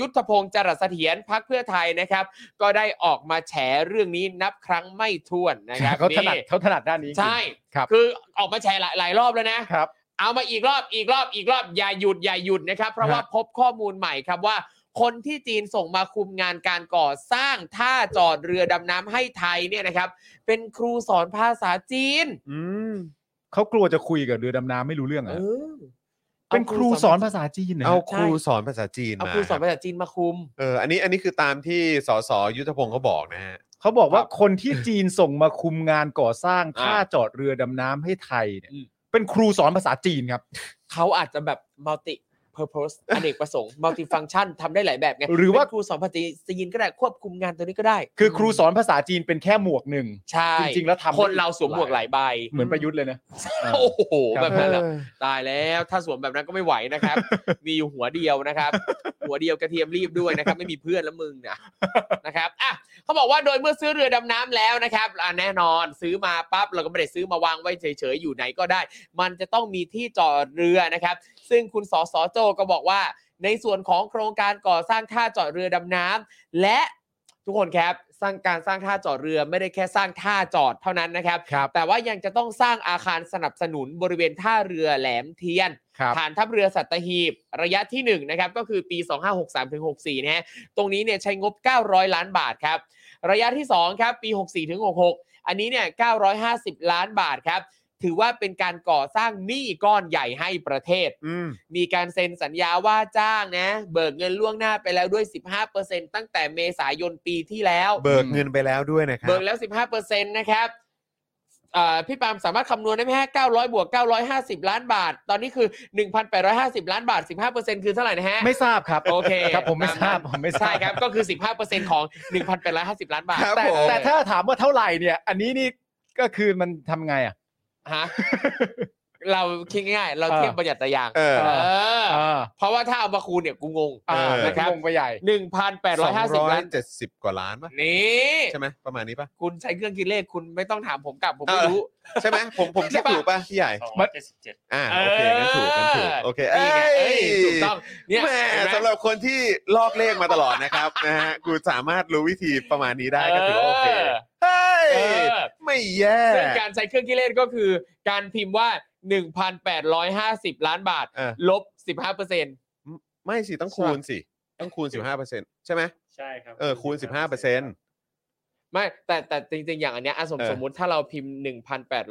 ยุทธพงศ์จรัสเสถียรพักเพื่อไทยนะครับ ก็ได้ออกมาแฉเรื่องนี้นับครั้งไม่ถ้วนนะครับ
เขาถนัด
นี่
เขาถนัดด้านนี้จริง
ใช่
ครับ
คือออกมาแฉหลายหลายรอบแล้วนะ
ครับ
เอามาอีกรอบอีกรอบอีกรอบอย่าหยุดอย่าหยุดนะครับ เพราะว่าพบข้อมูลใหม่ครับว่า คนที่จีนส่งมาคุมงานการก่อสร้างท่าจอดเรือดำน้ำให้ไทยเนี่ยนะครับ เป็นครูสอนภาษาจีน
อืม
เขากลัวจะคุยกับเรือดำน้ำไม่รู้เรื่องเหร
เอ
อ่ะ
อ
เป็นครูสอนภาษาจีนเหรอ
เอา
ฮะ
ครูสอนภาษาจีน
เอา
มา
ครูสอนภาษาจีนมาคุม
เอออันนี้อันนี้คือตามที่สสยุทธพงศ์เขาบอกนะฮะ
เขาบอกว่า
ครับ
คนที่จีนส่งมาคุมงานก่อสร้าง
อ่า
ท่าจอดเรือดำน้ำให้ไทยเนี่ย
อืม
เป็นครูสอนภาษาจีนครับ
เขาอาจจะแบบ multi purpose อเนกประสงค์ multi function ทำได้หลายแบบไง
หรือว่า
เป็นครูสอนภาษาจีนก็ได้ควบคุมงานตัวนี้ก็ได้
คือครูสอนภาษาจีนเป็นแค่หมวกหนึ่ง
ใช่
จริงๆแล้วทำได้
คนเราสวมหมวกหลายใบ
เหมือนประยุทธ์เลยนะ
โอ้โห
ครับ
แบบนั้นเหรอ ตายแล้วถ้าสวมแบบนั้นก็ไม่ไหวนะครับ <laughs> มีอยู่หัวเดียวนะครับ หัวเดียวกระเทียมรีบด้วยนะครับ ไม่มีเพื่อนแล้วมึงเนะนะครับอ่ะเขาบอกว่าโดยเมื่อซื้อเรือดำน้ำแล้วนะครับอ่ะแน่นอนซื้อมาปั๊บเราก็ไม่ได้ซื้อมาวางไว้เฉยๆอยู่ไหนก็ได้ มันจะต้องมีที่จอดเรือนะครับ ซึ่งคุณสสโจก็บอกว่า ในส่วนของโครงการก่อสร้างท่าจอดเรือดำน้ำและทุกคนครับสร้างการสร้างท่าจอดเรือไม่ได้แค่สร้างท่าจอดเท่านั้นนะครับ
ครับ
แต่ว่ายังจะต้องสร้างอาคารสนับสนุนบริเวณท่าเรือแหลมเทียน
ครับ
ฐานทัพเรือสัตหีบ ระยะที่ 1 นะครับ ก็คือปี 2563ถึง64 นะฮะ ตรงนี้เนี่ยใช้งบ 900 ล้านบาทครับ ระยะที่ 2 ครับ ปี 64ถึง66 อันนี้เนี่ย 950 ล้านบาทครับ ถือว่าเป็นการก่อสร้างหนี้ก้อนใหญ่ให้ประเทศ
อืม
มีการเซ็นสัญญาว่าจ้างนะ เบิกเงินล่วงหน้าไปแล้วด้วย 15%ตั้งแต่เมษายนปีที่แล้ว
เบิกเงินไปแล้วด้วยนะครั
เบิกแล้ว 15%นะครับอ่าพี่ปาล์มสามารถคำนวณได้ไหมฮะ900 บวก 950 ล้านบาท ตอนนี้คือ 1,850 ล้านบาท 15%คือเท่าไหร่นะฮะ
ไม่ทราบครับ
โอเค
ครับผมไม่ทราบผ
ตนั้น
มไม่ทรา
ใช่
บ
ครับ ก็คือ 15%ของ 1,850 ล้านบาท
ครับ
แต่
ผม
แต่ถ้าถามว่าเท่าไหร่เนี่ย อันนี้นี่ก็คือมันทำไงอ่ะ
ฮะเราคิดง่ายๆเราเทียบประหยัดแต่อย่าง
เออ
เออ
อ่า
เพราะว่าถ้าเอามาคูณเนี่ยกูงง
เออ
นะครับ
ลงไปใหญ่
1,850 ล้าน
เจ็ดสิบกว่าล้านป่ะ
นี่
ใช่ไหมประมาณนี้ป่ะ
คุณใช้เครื่องคิดเลขคุณไม่ต้องถามผมกลับผมไม่
เออ
รู้
ใช่ไหมผมผม
ใช่
เช็ค
ปะ
ถูกป่ะพี่ใหญ่
สองร้อยเจ็ดสิบเจ็ด
อ่าโอเคงั้นถูกงั้นถูกโอเค
นี่ไงเอ้ยถูกต้องเนี่ย
แหม
เห็นไหม
สำหรับคนที่ลอกเลขมาตลอดนะครับ นะฮะกูสามารถรู้วิธีประมาณนี้ได้ก็ถือว่าโอเคเฮ้ย
เออ
ไม่แย่
ซึ่งการใช้เครื่องคิดเลขก็คือ การพิมพ์ว่า 1,850 ล้านบาท
เออ
ลบ 15%
ไม่สิต้องคูณสิ ต้องคูณ 15%ใช่ไหม
ใช่ครับ
เออคูณ 15%
ไม่แต่แต่จริงๆ อย่างอันเนี้ยอ่ะสม
เออ
สมมุติถ้าเราพิมพ์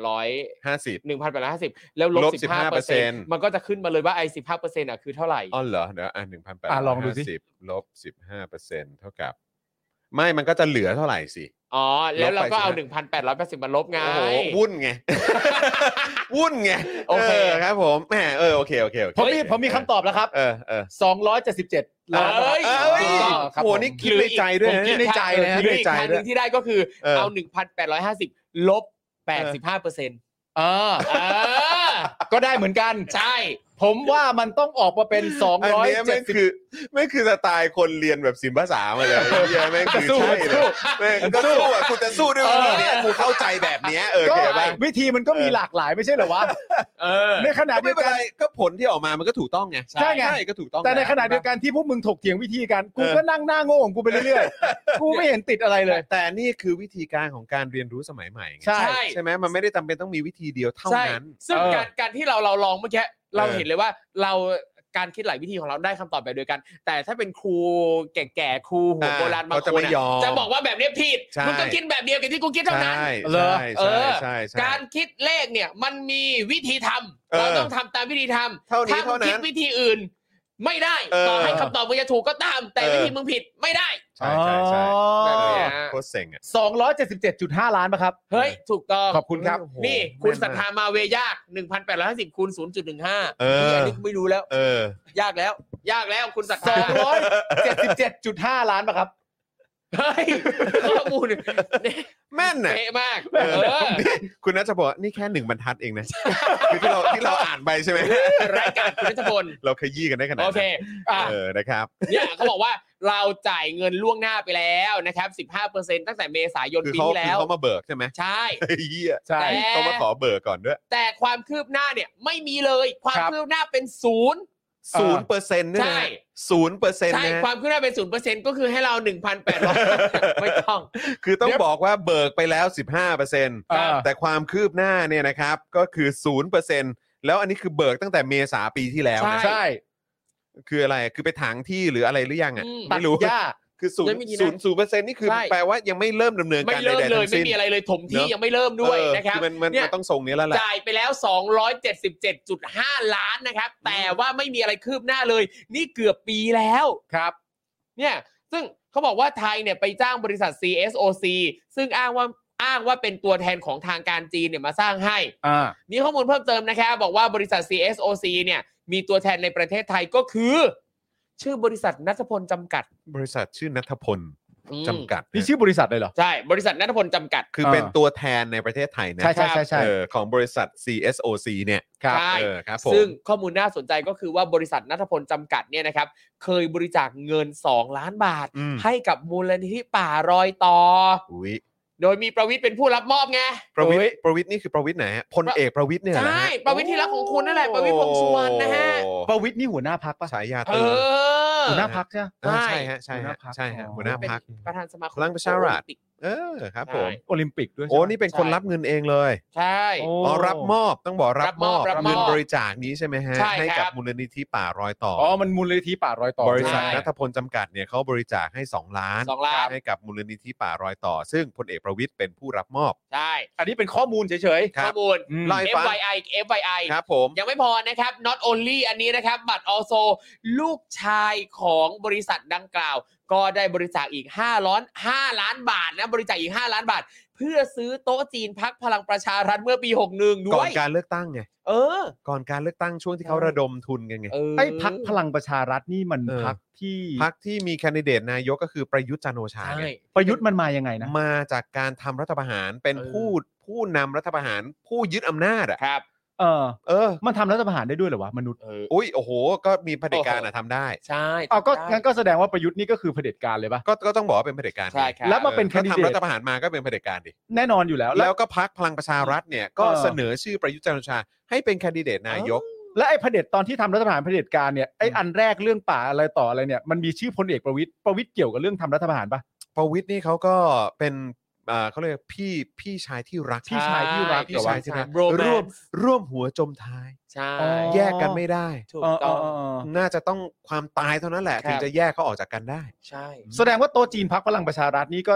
1,800
50
1,850 แล้วล
ล
บบ
15%
15%มันก็จะขึ้นมาเลยว่าไอ้15%อ่ะคือเท่าไหร่
อ๋อเหรอเดี๋ยวอ่ะหนึ่งพันแปด
อ่ะลองดูสิ
ลบสิบห้าเปอร์เซ็นต์เท่ากับ ไม่มันก็จะเหลือเท่าไหร่สิ
อ๋อ แล้วเราก็เอา
ลบไป
1,880 มาลบไง
โอ้โหวุ่น
<laughs>
ไง วุ่นไง
โอเค
ครับผมแหมเออโอเคโอเคโอเค
ผมมีผมมีคำตอบแล้วครับ
เออเออ
277 ล้าน
เอ้
บาท
ย
เอ้ย
ครับ
โห
ผม
นี่คิดในใจด้วย
ผม
นะ
คิ
เนี่ย
ดในใจ
เลยนะ
นะหรืออีกทางหนึ่งที่ได้ก็คือ
เออ
เอา 1,850 ลบ 85%เออเออ
ก็ได้เหมือนกัน
ใช่
ผมว่ามันต้องออกมาเป็น
อันเนี้ยแม่ง
270
คือแม่งคือสไตล์คนเรียนแบบสิมภาษามาเลยไอ้เหี้ยแม่งคือ
สู้
ใช่เลยแม่งก็สู้อ่ะกูจะสู้ด้วยวิธีเนี้ย
เออ
กูเข้าใจแบบเนี้ยเออ
ก็
เข้าใจป่ะ
วิธีมันก็มีหลากหลายไม่ใช่เหรอวะ
เออ
ในขณะ
ก็
เดี
ไม่
ยว
เป็น
กัน
ไรก็ผลที่ออกมามันก็ถูกต้องไง
ใช่ไง
ก็ถูกต้อง
แต่ใน
ล้ว
ขณะเดียวกันที่พวกมึงถกเถียงวิธีกันกูก็นั่งหน้าโง่ของกูไปเรื่อยๆ กูไม่เห็นติดอะไรเลย
แต่นี่คือวิธีการของการเรียนรู้สมัยใหม่ไง
ใช่
ใช่
ใช่ไหมมันไม่ได้จำเป็นต้องมีวิธีเดียวเท่า
ใช่
นั้น
ซึ่ง
เออ
การการที่เราเราลองเมื่อกี้เรา
เออ
เห็นเลยว่าเราการคิดหลายวิธีของเราได้คำตอบแบบเดียวกัน แต่ถ้าเป็นครูแก่ๆครูหัวโบราณบาง
เขาจะ
คน
ไม่ย
อะ
อม
จะบอกว่าแบบเนี้ยผิด
ใช่
มึงก็คิดแบบเดียวกับที่กูคิดเท่านั้น
ใช่
เหรอ
ใช่
เอ
ใช่
อ
ใช่ใช่
การคิดเลขเนี่ยมันมีวิธีทำ
เออ
เราต้องทำตามวิธีทำ
เท่านี้
ถ้ามึ
เท่าง นั้น
คิดวิธีอื่น ไม่ได้
เออ
ต่อให้คำตอบมึงจะถูกก็ตาม แต่
เออ
วิธีมึงผิดไม่ได้
ใช่ใช่ใช่
แบ
แบบ บ
เนี้
เนี้
ย
ยโคตรเซ็งอ่ะ
277.5 ล้านป่ะครับ
เฮ้ยถูกต้อง
ขอบคุณครับ
นี่คุณศรัทธามาเวยาก 1,850คูณ0.15
เออ
นี่นนี้ไม่รู้แล้ว
เอ
<laughs>
อ
ยากแล้ว ยากแล้วคุณศรัทธา
277.5 ล้านป่ะครับ
เฮ้ยข้อมูลเนี่ย
แม่นน่ะ
เป๊ะมาก
เอ
เอ
อ
อ
คุณนัทบอกว่านี่แค่หนึ่งบรรทัดเอง
<laughs>
นะ คือที่เราที่เราอ่านไปใช่ไหม
รายการคุณนัทพล
เราขยี้กันได้ขนาด
โอ
นั้น
เคอ่ะ
เออนะครับ
เนี่ยเขาบอกว่าเราจ่ายเงินล่วงหน้าไปแล้วนะครับ 15 ตั้งแต่เมษายน
คือ
ปี
เขา
ที่
คื
แล้
อ
ว
เขามาเบิกใช่ไหม
ใช่
ไอ้เหี้ย
ใช่
แต่
ต้องมาขอเบิกก่อนด้วย
แต่ความคืบหน้าเนี่ยไม่มีเลย ความ
ครับ
คืบหน้าเป็นศูนย์
อ
ศูนย์เปอร์เซ็นต์ด้วย
ใช่
นะศูนย์เปอร์เซ็นต์
ใช่
นะ
ความคืบหน้าเป็นศูนย์เปอร์เซ็นต์ก็คือให้เรา
<laughs>
1,800 ไม่ต้อง
คือต้องบอกว่าเบิกไปแล้ว 15เปอร์เซ็นต์
เออ
แต่ความคืบหน้าเนี่ยนะครับ ก็คือศูนย์เปอร์เซ็นต์แล้วอันนี้คือเบิกตั้งแต่เมษาปีที่แล้วนะ
ใช่
ใช่
คืออะไรคือไปถางที่หรืออะไรหรือยังอ่ะ
อืม
ตัด
ไม่รู้
หญ้า
คือศูน
ยัง
ย์
ไม่มีนะ
ศูนย์ศูนย์เปอร์เซ็นต์นี่คือ
ใช่
แปลว่ายังไม่เริ่มดำเนิน
ไม่
การ
เริ่ม
ใดๆ
เลย
ทั้ง
ไม่
สิ้น
มีอะไรเลยถมที่ยังไม่เริ่มด้วย
เออ
นะครับ
อมันมัน
เนี่ย
มันต้องทรงนี้แล้วแหละ
จ่ายไปแล้ว 277.5 ล้านนะครับ แต่ว่าไม่มีอะไรคืบหน้าเลย นี่เกือบปีแล้วครับ เนี่ยซึ่งเขาบอกว่าไทยเนี่ยไปจ้างบริษัท CSOC ซึ่งอ้างว่าอ้างว่าเป็นตัวแทนของทางการจีนเนี่ยมาสร้างให้
อ่า
มีข้อมูลเพิ่มเติมนะครับ บอกว่าบริษัท CSOC เนี่ยมีตัวแทนในประเทศไทยก็คือ ชื่อบริษัทนัทพลจำกัด
บริษัทชื่อนัทพล
อืม
จำกัด
นี่
นะ
ชื่อบริษัทเลยเหรอ
ใช่บริษัทนัทพลจำกัด
คือ
เออ
เป็นตัวแทนในประเทศไทยนะ
ใช่ใช่ใช่ใช่
เออของบริษัท CSOC เนี่ย
ครับ
ใช่
เออครับผม
ซึ่งข้อมูลน่าสนใจก็คือว่าบริษัทนัทพลจำกัดเนี่ยนะครับ เคยบริจาคเงิน 2 ล้านบาท
อืม
ให้กับมูลนิธิป่ารอยต่อ
อุ้ย
โดยมีประวิทย์เป็นผู้รับมอบไง
ประวิท
อุ๊ย
ย์ประวิทย์นี่คือประวิทย์ไหนฮะพลเอกประวิทย์เนี่ยเหรอฮ
ใช่ ประวิทย์ที่รักของคุณนั่นแหละ ประวิทย์วงษ์สุวรรณนะฮะ
โอ้
ประวิทย์นี่หัวหน้าพักป่ะ
ฉายา
เอ
เตือน
อ
หัวหน้าพักใช่ไหม
เออใช่ฮะ
ใช่
ใช่ฮะ
หัวหน้าพรรค
ใช่ฮะหัวหน้าพัก
อ๋อ
เป็นประธานสมาคม
พลังประชารัฐ
โอลิมปิก
เออครับ
ใช่
ผม
โอลิมปิกด้วย
โอ้นี่เป็นคนรับเงินเองเลย
ใช่
อ๋อรับมอบต้องบอกรั
รั
บบ ม
ม
อ
อ
บบ
รับมอบ
เงินบริจาคนี้ใช่ไหมฮะ
ใช่ครับ
กับมูลนิธิป่ารอยต่อ
อ๋อ
อ
มันมูลนิธิป่ารอยต่อบ
ริษัท
ใช่
นัทพลจำกัดเนี่ยเขาบริจาคให้ 2 ล้าน
สองล้าน
ให้กับมูลนิธิป่ารอยต่อ ซึ่งพลเอกประวิทย์เป็นผู้รับมอบ
ใช่
อันนี้เป็นข้อมูลเฉย
ครั
ข้
บ
อมูล
อืม
เล่าให้ฟัง
FYI FYI
ครับผม
ยังไม่พอนะครับ not only อันนี้นะครับ but also ลูกชายของบริษัทดังกล่าว ก็ได้บริจาคอีก5ล้าน5ล้านบาทนะบริจาคอีก 5 ล้านบาท เพื่อซื้อโต๊ะจีนพักพลังประชารัฐเมื่อปี 61 ด้
ก่อ
วน ย
การเลือกตั้งไง
เออ
ก่อนการเลือกตั้งช่วงที่
ใช่
เขาระดมทุนกันไง
เออ
ๆไอ้พักพลังประชารัฐนี่มัน
เออ
พักที่
พักที่มีแคนดิเดตนายกก็คือประยุทธ์จันทร์โอชา
ใช่
ไง
ประยุทธ์มันมายังไงนะ
มาจากการทำรัฐประหารเป็น
เออ
ผู้ผู้นำรัฐประหารผู้ยึดอำนาจอ่ะ
ครับ
เออ
เออ
มันทำรัฐประหารได้ด้วยเหรอวะมนุษย์
เออ
อุ้ยโอ้โห ก็มีเผด็จการอะทำได้
ใช่
เอาก็งั้นก็แสดงว่าประยุทธ์นี่ก็คือเผด็จการเลยปะ
ก็ก็ต้องบอกว่าเป็นเผด็จการ
ใช่ครับ
แล้วมาเป็น
ถ้า
candidate
ทำรัฐประหารมาก็เป็นเผด็จการดิ
แน่นอนอยู่แล้ว
แล้วก็พักพลังประชารัฐเนี่ยก็
เออ
เสนอชื่อประยุทธ์จันทร์โอชา ให้เป็นแคนดิเดตนายก
และไอ้เผด็จตอนที่ทำรัฐประหารเผด็จการเนี่ยไอ้อันแรกเรื่องป่าอะไรต่ออะไรเนี่ยมันมีชื่อพลเอกประวิตยประวิตยเกี่ยวกับเรื่องทำรัฐประหารปะ
ประวิทย์นี่เขาก็เป็นเอ่อเขาเรียกพี่พี่ชายที่รัก
ใช่
พี่ชายที่รัก
พี่ชายที่รัก
โรแมนซ์
ร่วมร่วมหัวจมท้าย
ใช่
แยกกันไม่ได้
ถูก
เออ
ต้อง
เออเออ
น่าจะต้องความตายเท่านั้นแหละ
ครับ
ถึงจะแยกเขาออกจากกันได้
ใช่
แสดงว่าโตะจีนพักพลังประชารัฐนี่ก็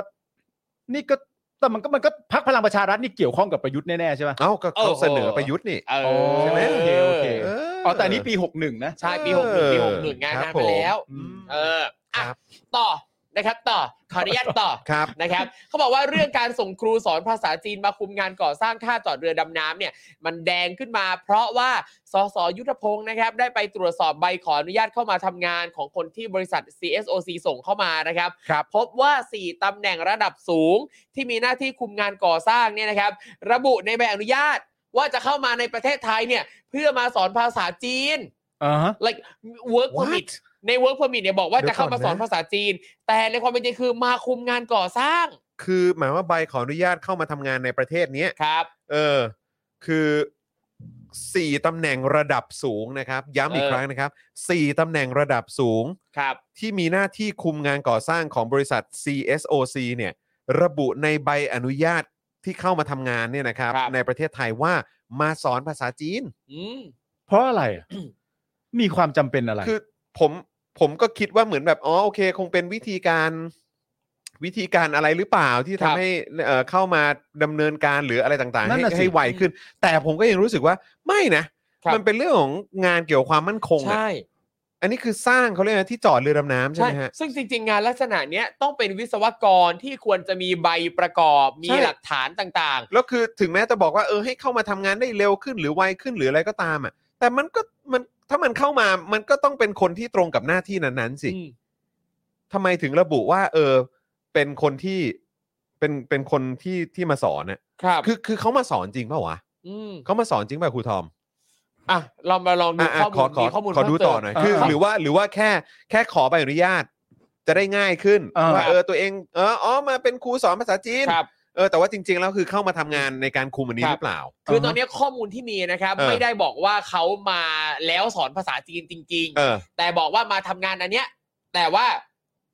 นี่ก็แต่มันก็มันก็พักพลังประชารัฐนี่เกี่ยวข้องกับประยุทธ์แน่ๆใช่ปะ
เอ้าก็เขาเสนอประยุทธ์นี่
เออ
ใช่ไหม
โอเคโอเค
เอ
อ๋อแต่อันนี้ปีหกหนึ่งนะ
ใช่ปีหกหนึ่งปีหกหนึ่งงาน
ครับ
นานไปแล้ว
ผม
เอออ่ะ
ครับ
ต่อนะครับต่อขออนุญาตต่อ
ครับ
นะครับ เขาบอกว่าเรื่องการส่งครูสอนภาษาจีนมาคุมงานก่อสร้างท่าจอดเรือดำน้ำเนี่ย มันแดงขึ้นมา เพราะว่าสสยุทธพงศ์นะครับ ได้ไปตรวจสอบใบขออนุญาตเข้ามาทำงานของคนที่บริษัท CSOC ส่งเข้ามานะครับ
ครับ
พบว่า 4ตำแหน่งระดับสูงที่มีหน้าที่คุมงานก่อสร้างเนี่ยนะครับ ระบุในใบอนุญาต ว่าจะเข้ามาในประเทศไทยเนี่ย เพื่อมาสอนภาษาจีน
อ่าฮะ
like work permit ใน work permit เนี่ยบอกว่า
เดี๋ยว
จะเข้ามา
ก่อนนะ
สอนภาษาจีน แต่ในความเป็นจริงคือมาคุมงานก่อสร้าง
คือหมายว่าใบขออนุญาตเข้ามาทำงานในประเทศเนี้ย
ครับ
เออ คือสี่ตำแหน่งระดับสูงนะครับ ย้ำอีก
เออ
ครั้งนะครับสี่ตำแหน่งระดับสูง
ครับ
ที่มีหน้าที่คุมงานก่อสร้างของบริษัท CSOC เนี่ย ระบุในใบอนุญาตที่เข้ามาทำงานเนี่ยนะครับ
ครับ
ในประเทศไทยว่ามาสอนภาษาจีน
อืม
เพราะอะไรอะมีความจำเป็นอะไร
คือผมผมก็คิดว่าเหมือนแบบ อ๋อโอเค คงเป็นวิธีการวิธีการอะไรหรือเปล่าที่
ครั
ทำ
บ
ให้เอ่อเข้ามาดำเนินการหรืออะไรต่างๆ
นั่
ให้
นน่ะสิ
ให้ไวขึ้น แต่ผมก็ยังรู้สึกว่าไม่นะครับ มันเป็นเรื่องของงานเกี่ยวกับความมั่นคงอะ
ใช่
อันนี้คือสร้างเขาเรียกอะไรที่จอดเรือดำน้ำใช่
ใช่
ไหมฮะ
ซึ่งจริง ๆ งานลักษณะเนี้ยต้องเป็นวิศวกรที่ควรจะมีใบประกอบมี
ใช่
หลักฐานต่าง
แล้วคือถึงแม้จะบอกว่าเออให้เข้ามาทำงานได้เร็วขึ้นหรือไวขึ้นหรืออะไรก็ตามอ่ะ แต่มันก็มันถ้ามันเข้ามามันก็ต้องเป็นคนที่ตรงกับหน้าที่นั้นๆ
ๆ
สิ
อืม
ทำไมถึงระบุว่า เออ เป็นคนที่เป็นเป็นคนที่ที่มาสอนเนี่ย
ครับ
คือคือเขามาสอนจริงเปล่าวะ
อืม
เขามาสอนจริงเปล่ะครูทอม
อ่ะเรามาลองดู
อ่ะอ่ะ
ข้อ
ข
มู
อขอ
ลมีข้อมูล
ขอ
เพิ่ม
ดูต่อ
เม
หน่อย
เติม
คือ
ครับ
หรือว่าหรือว่าแค่แค่ขอใบอนุญาต จะได้ง่ายขึ้น
อ่า
ว่าเออตัวเองเอออ๋อมาเป็นครูสอนภาษาจีน
ครับ
เออแต่ว่าจริง ๆ แล้วคือเข้ามาทำงานในการคุมอันนี้
ค
ห
รับ
รือเปล่า
คือตอนเนี้ยข้อมูลที่มีนะครับ
เออ
ไม่ได้บอกว่าเขามาแล้วสอนภาษาจีนจริง
เออ
ๆ แต่บอกว่ามาทำงานอันเนี้ย แต่ว่า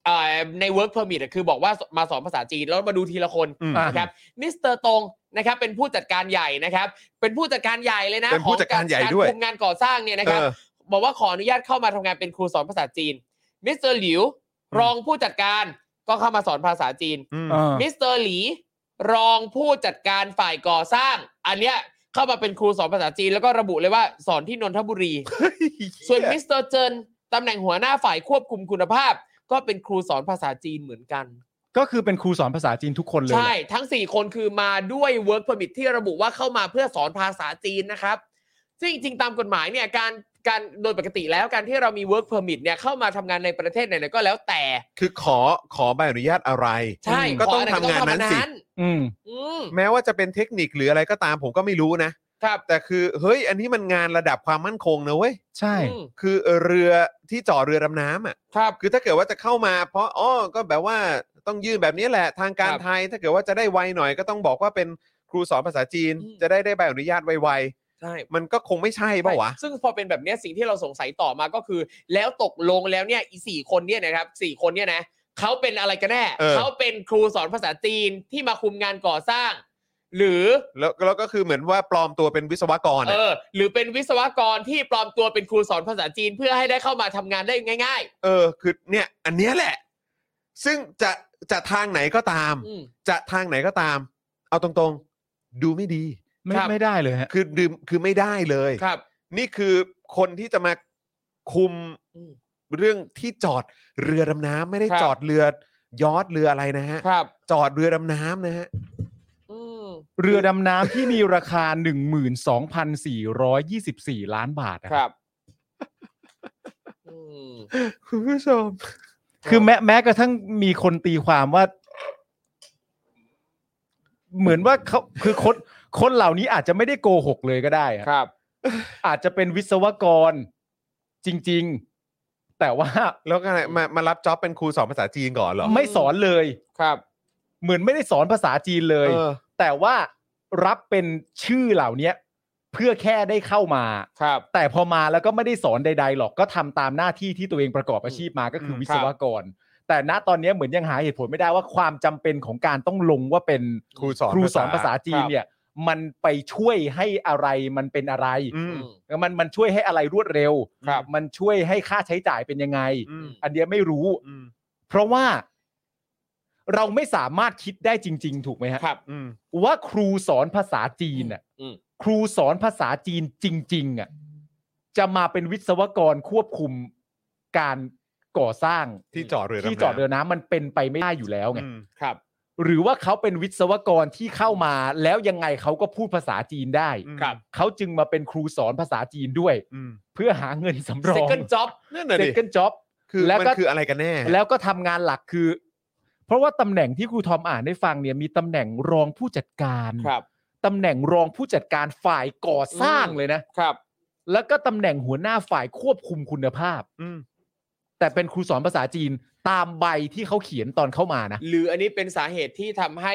เอ่อใน work permit อะคือบอกว่ามาสอนภาษาจีนแล้วมาดูทีละคน
อืม
นะครับมิสเตอร์ตงนะครับเป็นผู้จัดการใหญ่นะครับ เป็นผู้จัดการใหญ่เลยนะ
เป็นผู้จัดการใหญ่ด้วย
ของกคุมงานก่อสร้างเนี่ยนะ
เอ
ครับ
อ
บอกว่าขออนุญาตเข้ามาทำงานเป็นครูสอนภาษาจีน มิสเตอร์หลิว รองผู้จัดการก็เข้ามาสอนภาษาจีน
อืม
อ่า
มิสเตอร์หลี รองผู้จัดการฝ่ายก่อสร้าง อันเนี้ยเข้ามาเป็นครูสอนภาษาจีน แล้วก็ระบุเลยว่าสอนที่นนทบุรี ส่วนมิสเตอร์เจินตำแหน่งหัวหน้าฝ่ายควบคุมคุณภาพ ก็เป็นครูสอนภาษาจีนเหมือนกัน
ก็คือเป็นครูสอนภาษาจีนทุกคนเลย
ใช่ทั้ง 4 คนคือมาด้วย work permit ที่ระบุว่าเข้ามาเพื่อสอนภาษาจีนนะครับซึ่งจริงๆตามกฎหมายเนี่ยการการโดยปกติแล้วการที่เรามี work permit เนี่ยเข้ามาทำงานในประเทศไหนๆก็แล้วแต่
คือขอขอใบอนุญาตอะไร
ใช่
ก็ต้อง
ขะไร
ทำ
ก็
งานนั้นสิ
อืม
อืม
แม้ว่าจะเป็นเทคนิคหรืออะไรก็ตามผมก็ไม่รู้นะ
ครับ
แต่คือเฮ้ย อันนี้มันงานระดับความมั่นคงนะเว้ย
ใช่
อืม
คือเรือที่จอดเรือดำน้ำอ่ะ
ครับ
คือถ้าเกิดว่าจะเข้ามาเพราะอ๋อก็แบบว่าต้องยื่นแบบนี้แหละทางการ
ครับ
ไทย ถ้าเกิดว่าจะได้ไวหน่อยก็ต้องบอกว่าเป็นครูสอนภาษาจีน
อืม
จะได้ได้ใบอนุญาตไว
ใช่
ๆมันก็คงไม่ใช่เปล่าวะ
ใช่ซึ่งพอเป็นแบบเนี้ยสิ่งที่เราสงสัยต่อมาก็คือ แล้วตกลงแล้วเนี่ยอีสี่คนเนี่ยนะครับสี่คนเนี่ยนะเขาเป็นอะไรกันแน่
เออ
เขาเป็นครูสอนภาษาจีนที่มาคุมงานก่อสร้าง หรือ
แล้วแล้วก็คือเหมือนว่าปลอมตัวเป็นวิศวกร
เอ
อะ
อหรือเป็นวิศวกรที่ปลอมตัวเป็นครูสอนภาษาจีนเพื่อให้ได้เข้ามาทำงานได้ง่าย
เออคือเนี่ยอันเนี้ยแหละ ซึ่งจะจะทางไหนก็ตาม
ๆ อืม
จะทางไหนก็ตาม เอาตรงๆ ดูไม่ดี
ไม่
ครับ
ไม่ได้เลยฮะ
คือดื่มคือไม่ได้เลย
ครับ
นี่คือคนที่จะมาคุม
อืม
เรื่องที่จอดเรือดำน้ำไม่ได้
ครับ
จอดเรือยอทเรืออะไรนะฮะ
ครับ
จอดเรือดำน้ำนะฮะ
อืม
เรือดำน้ำที่มีราคา 12,424 ล้านบาทอะ
ครับอืม
คุณผู้ชม
คือแม้แม้กระทั่งมีคนตีความว่า เหมือนว่าเขาคือคนคนเหล่านี้อาจจะไม่ได้โกหกเลยก็ได้อะ
ครับ
อาจจะเป็นวิศวกรจริง ๆ แต่ว่า
แล้วก็อะไรมามารับจ็อบเป็นครูสอนภาษาจีนก่อนเหรอ
ไม่สอนเลย
ครับ
เหมือนไม่ได้สอนภาษาจีนเลย
เออ
แต่ว่ารับเป็นชื่อเหล่านี้เพื่อแค่ได้เข้ามา
ครับ
แต่พอมาแล้วก็ไม่ได้สอนใด ๆ หรอกก็ทำตามหน้าที่ที่ตัวเองประกอบอาชีพมาก็คือวิศวกร แต่ณตอนนี้เหมือนยังหาเหตุผลไม่ได้ว่าความจำเป็นของการต้องลงว่าเป็น
ครูสอน
ครูสอนภาษาจีนเนี่ย มันไปช่วยให้อะไรมันเป็นอะไร
อืม
มันมันช่วยให้อะไรรวดเร็ว
ครับ
มันช่วยให้ค่าใช้จ่ายเป็นยังไง
อืม
อันเนี้ยไม่รู้
อืม
เพราะว่าเราไม่สามารถคิดได้จริง ๆ ถูกไหมฮะ
ครับ
อืม
ว่าครูสอนภาษาจีนน่ะ
อืม
ครูสอนภาษาจีนจริง ๆอ่ะจะมาเป็นวิศวกรควบคุมการก่อสร้าง
ที่จอดเรือำน้ำ
ที่จอดเรือน้ำมันเป็นไปไม่ได้อยู่แล้วไง
อืม
ครับ
หรือว่าเขาเป็นวิศวกรที่เข้ามา แล้วยังไงเขาก็พูดภาษาจีนได้
อืม
ครับ
เขาจึงมาเป็นครูสอนภาษาจีนด้วย
อืม
เพื่อหาเงินสำรอง
second job
นั่นน่ะดิ
second job
คือ
แล้ว
มัน
ก็
คืออะไรกันแน่
แล้วก็ทำงานหลักคือ เพราะว่าตำแหน่งที่ครูทอมอ่านให้ฟังเนี่ยมีตำแหน่งรองผู้จัดการ
ครับ
ตำแหน่งรองผู้จัดการฝ่ายก่อสร้างเลยนะ
ครับ
แล้วก็ตำแหน่งหัวหน้าฝ่ายควบคุมคุณภาพ
อืม
แต่เป็นครูสอนภาษาจีนตามใบที่เขาเขียนตอนเข้ามานะ
หรืออันนี้เป็นสาเหตุที่ทำให้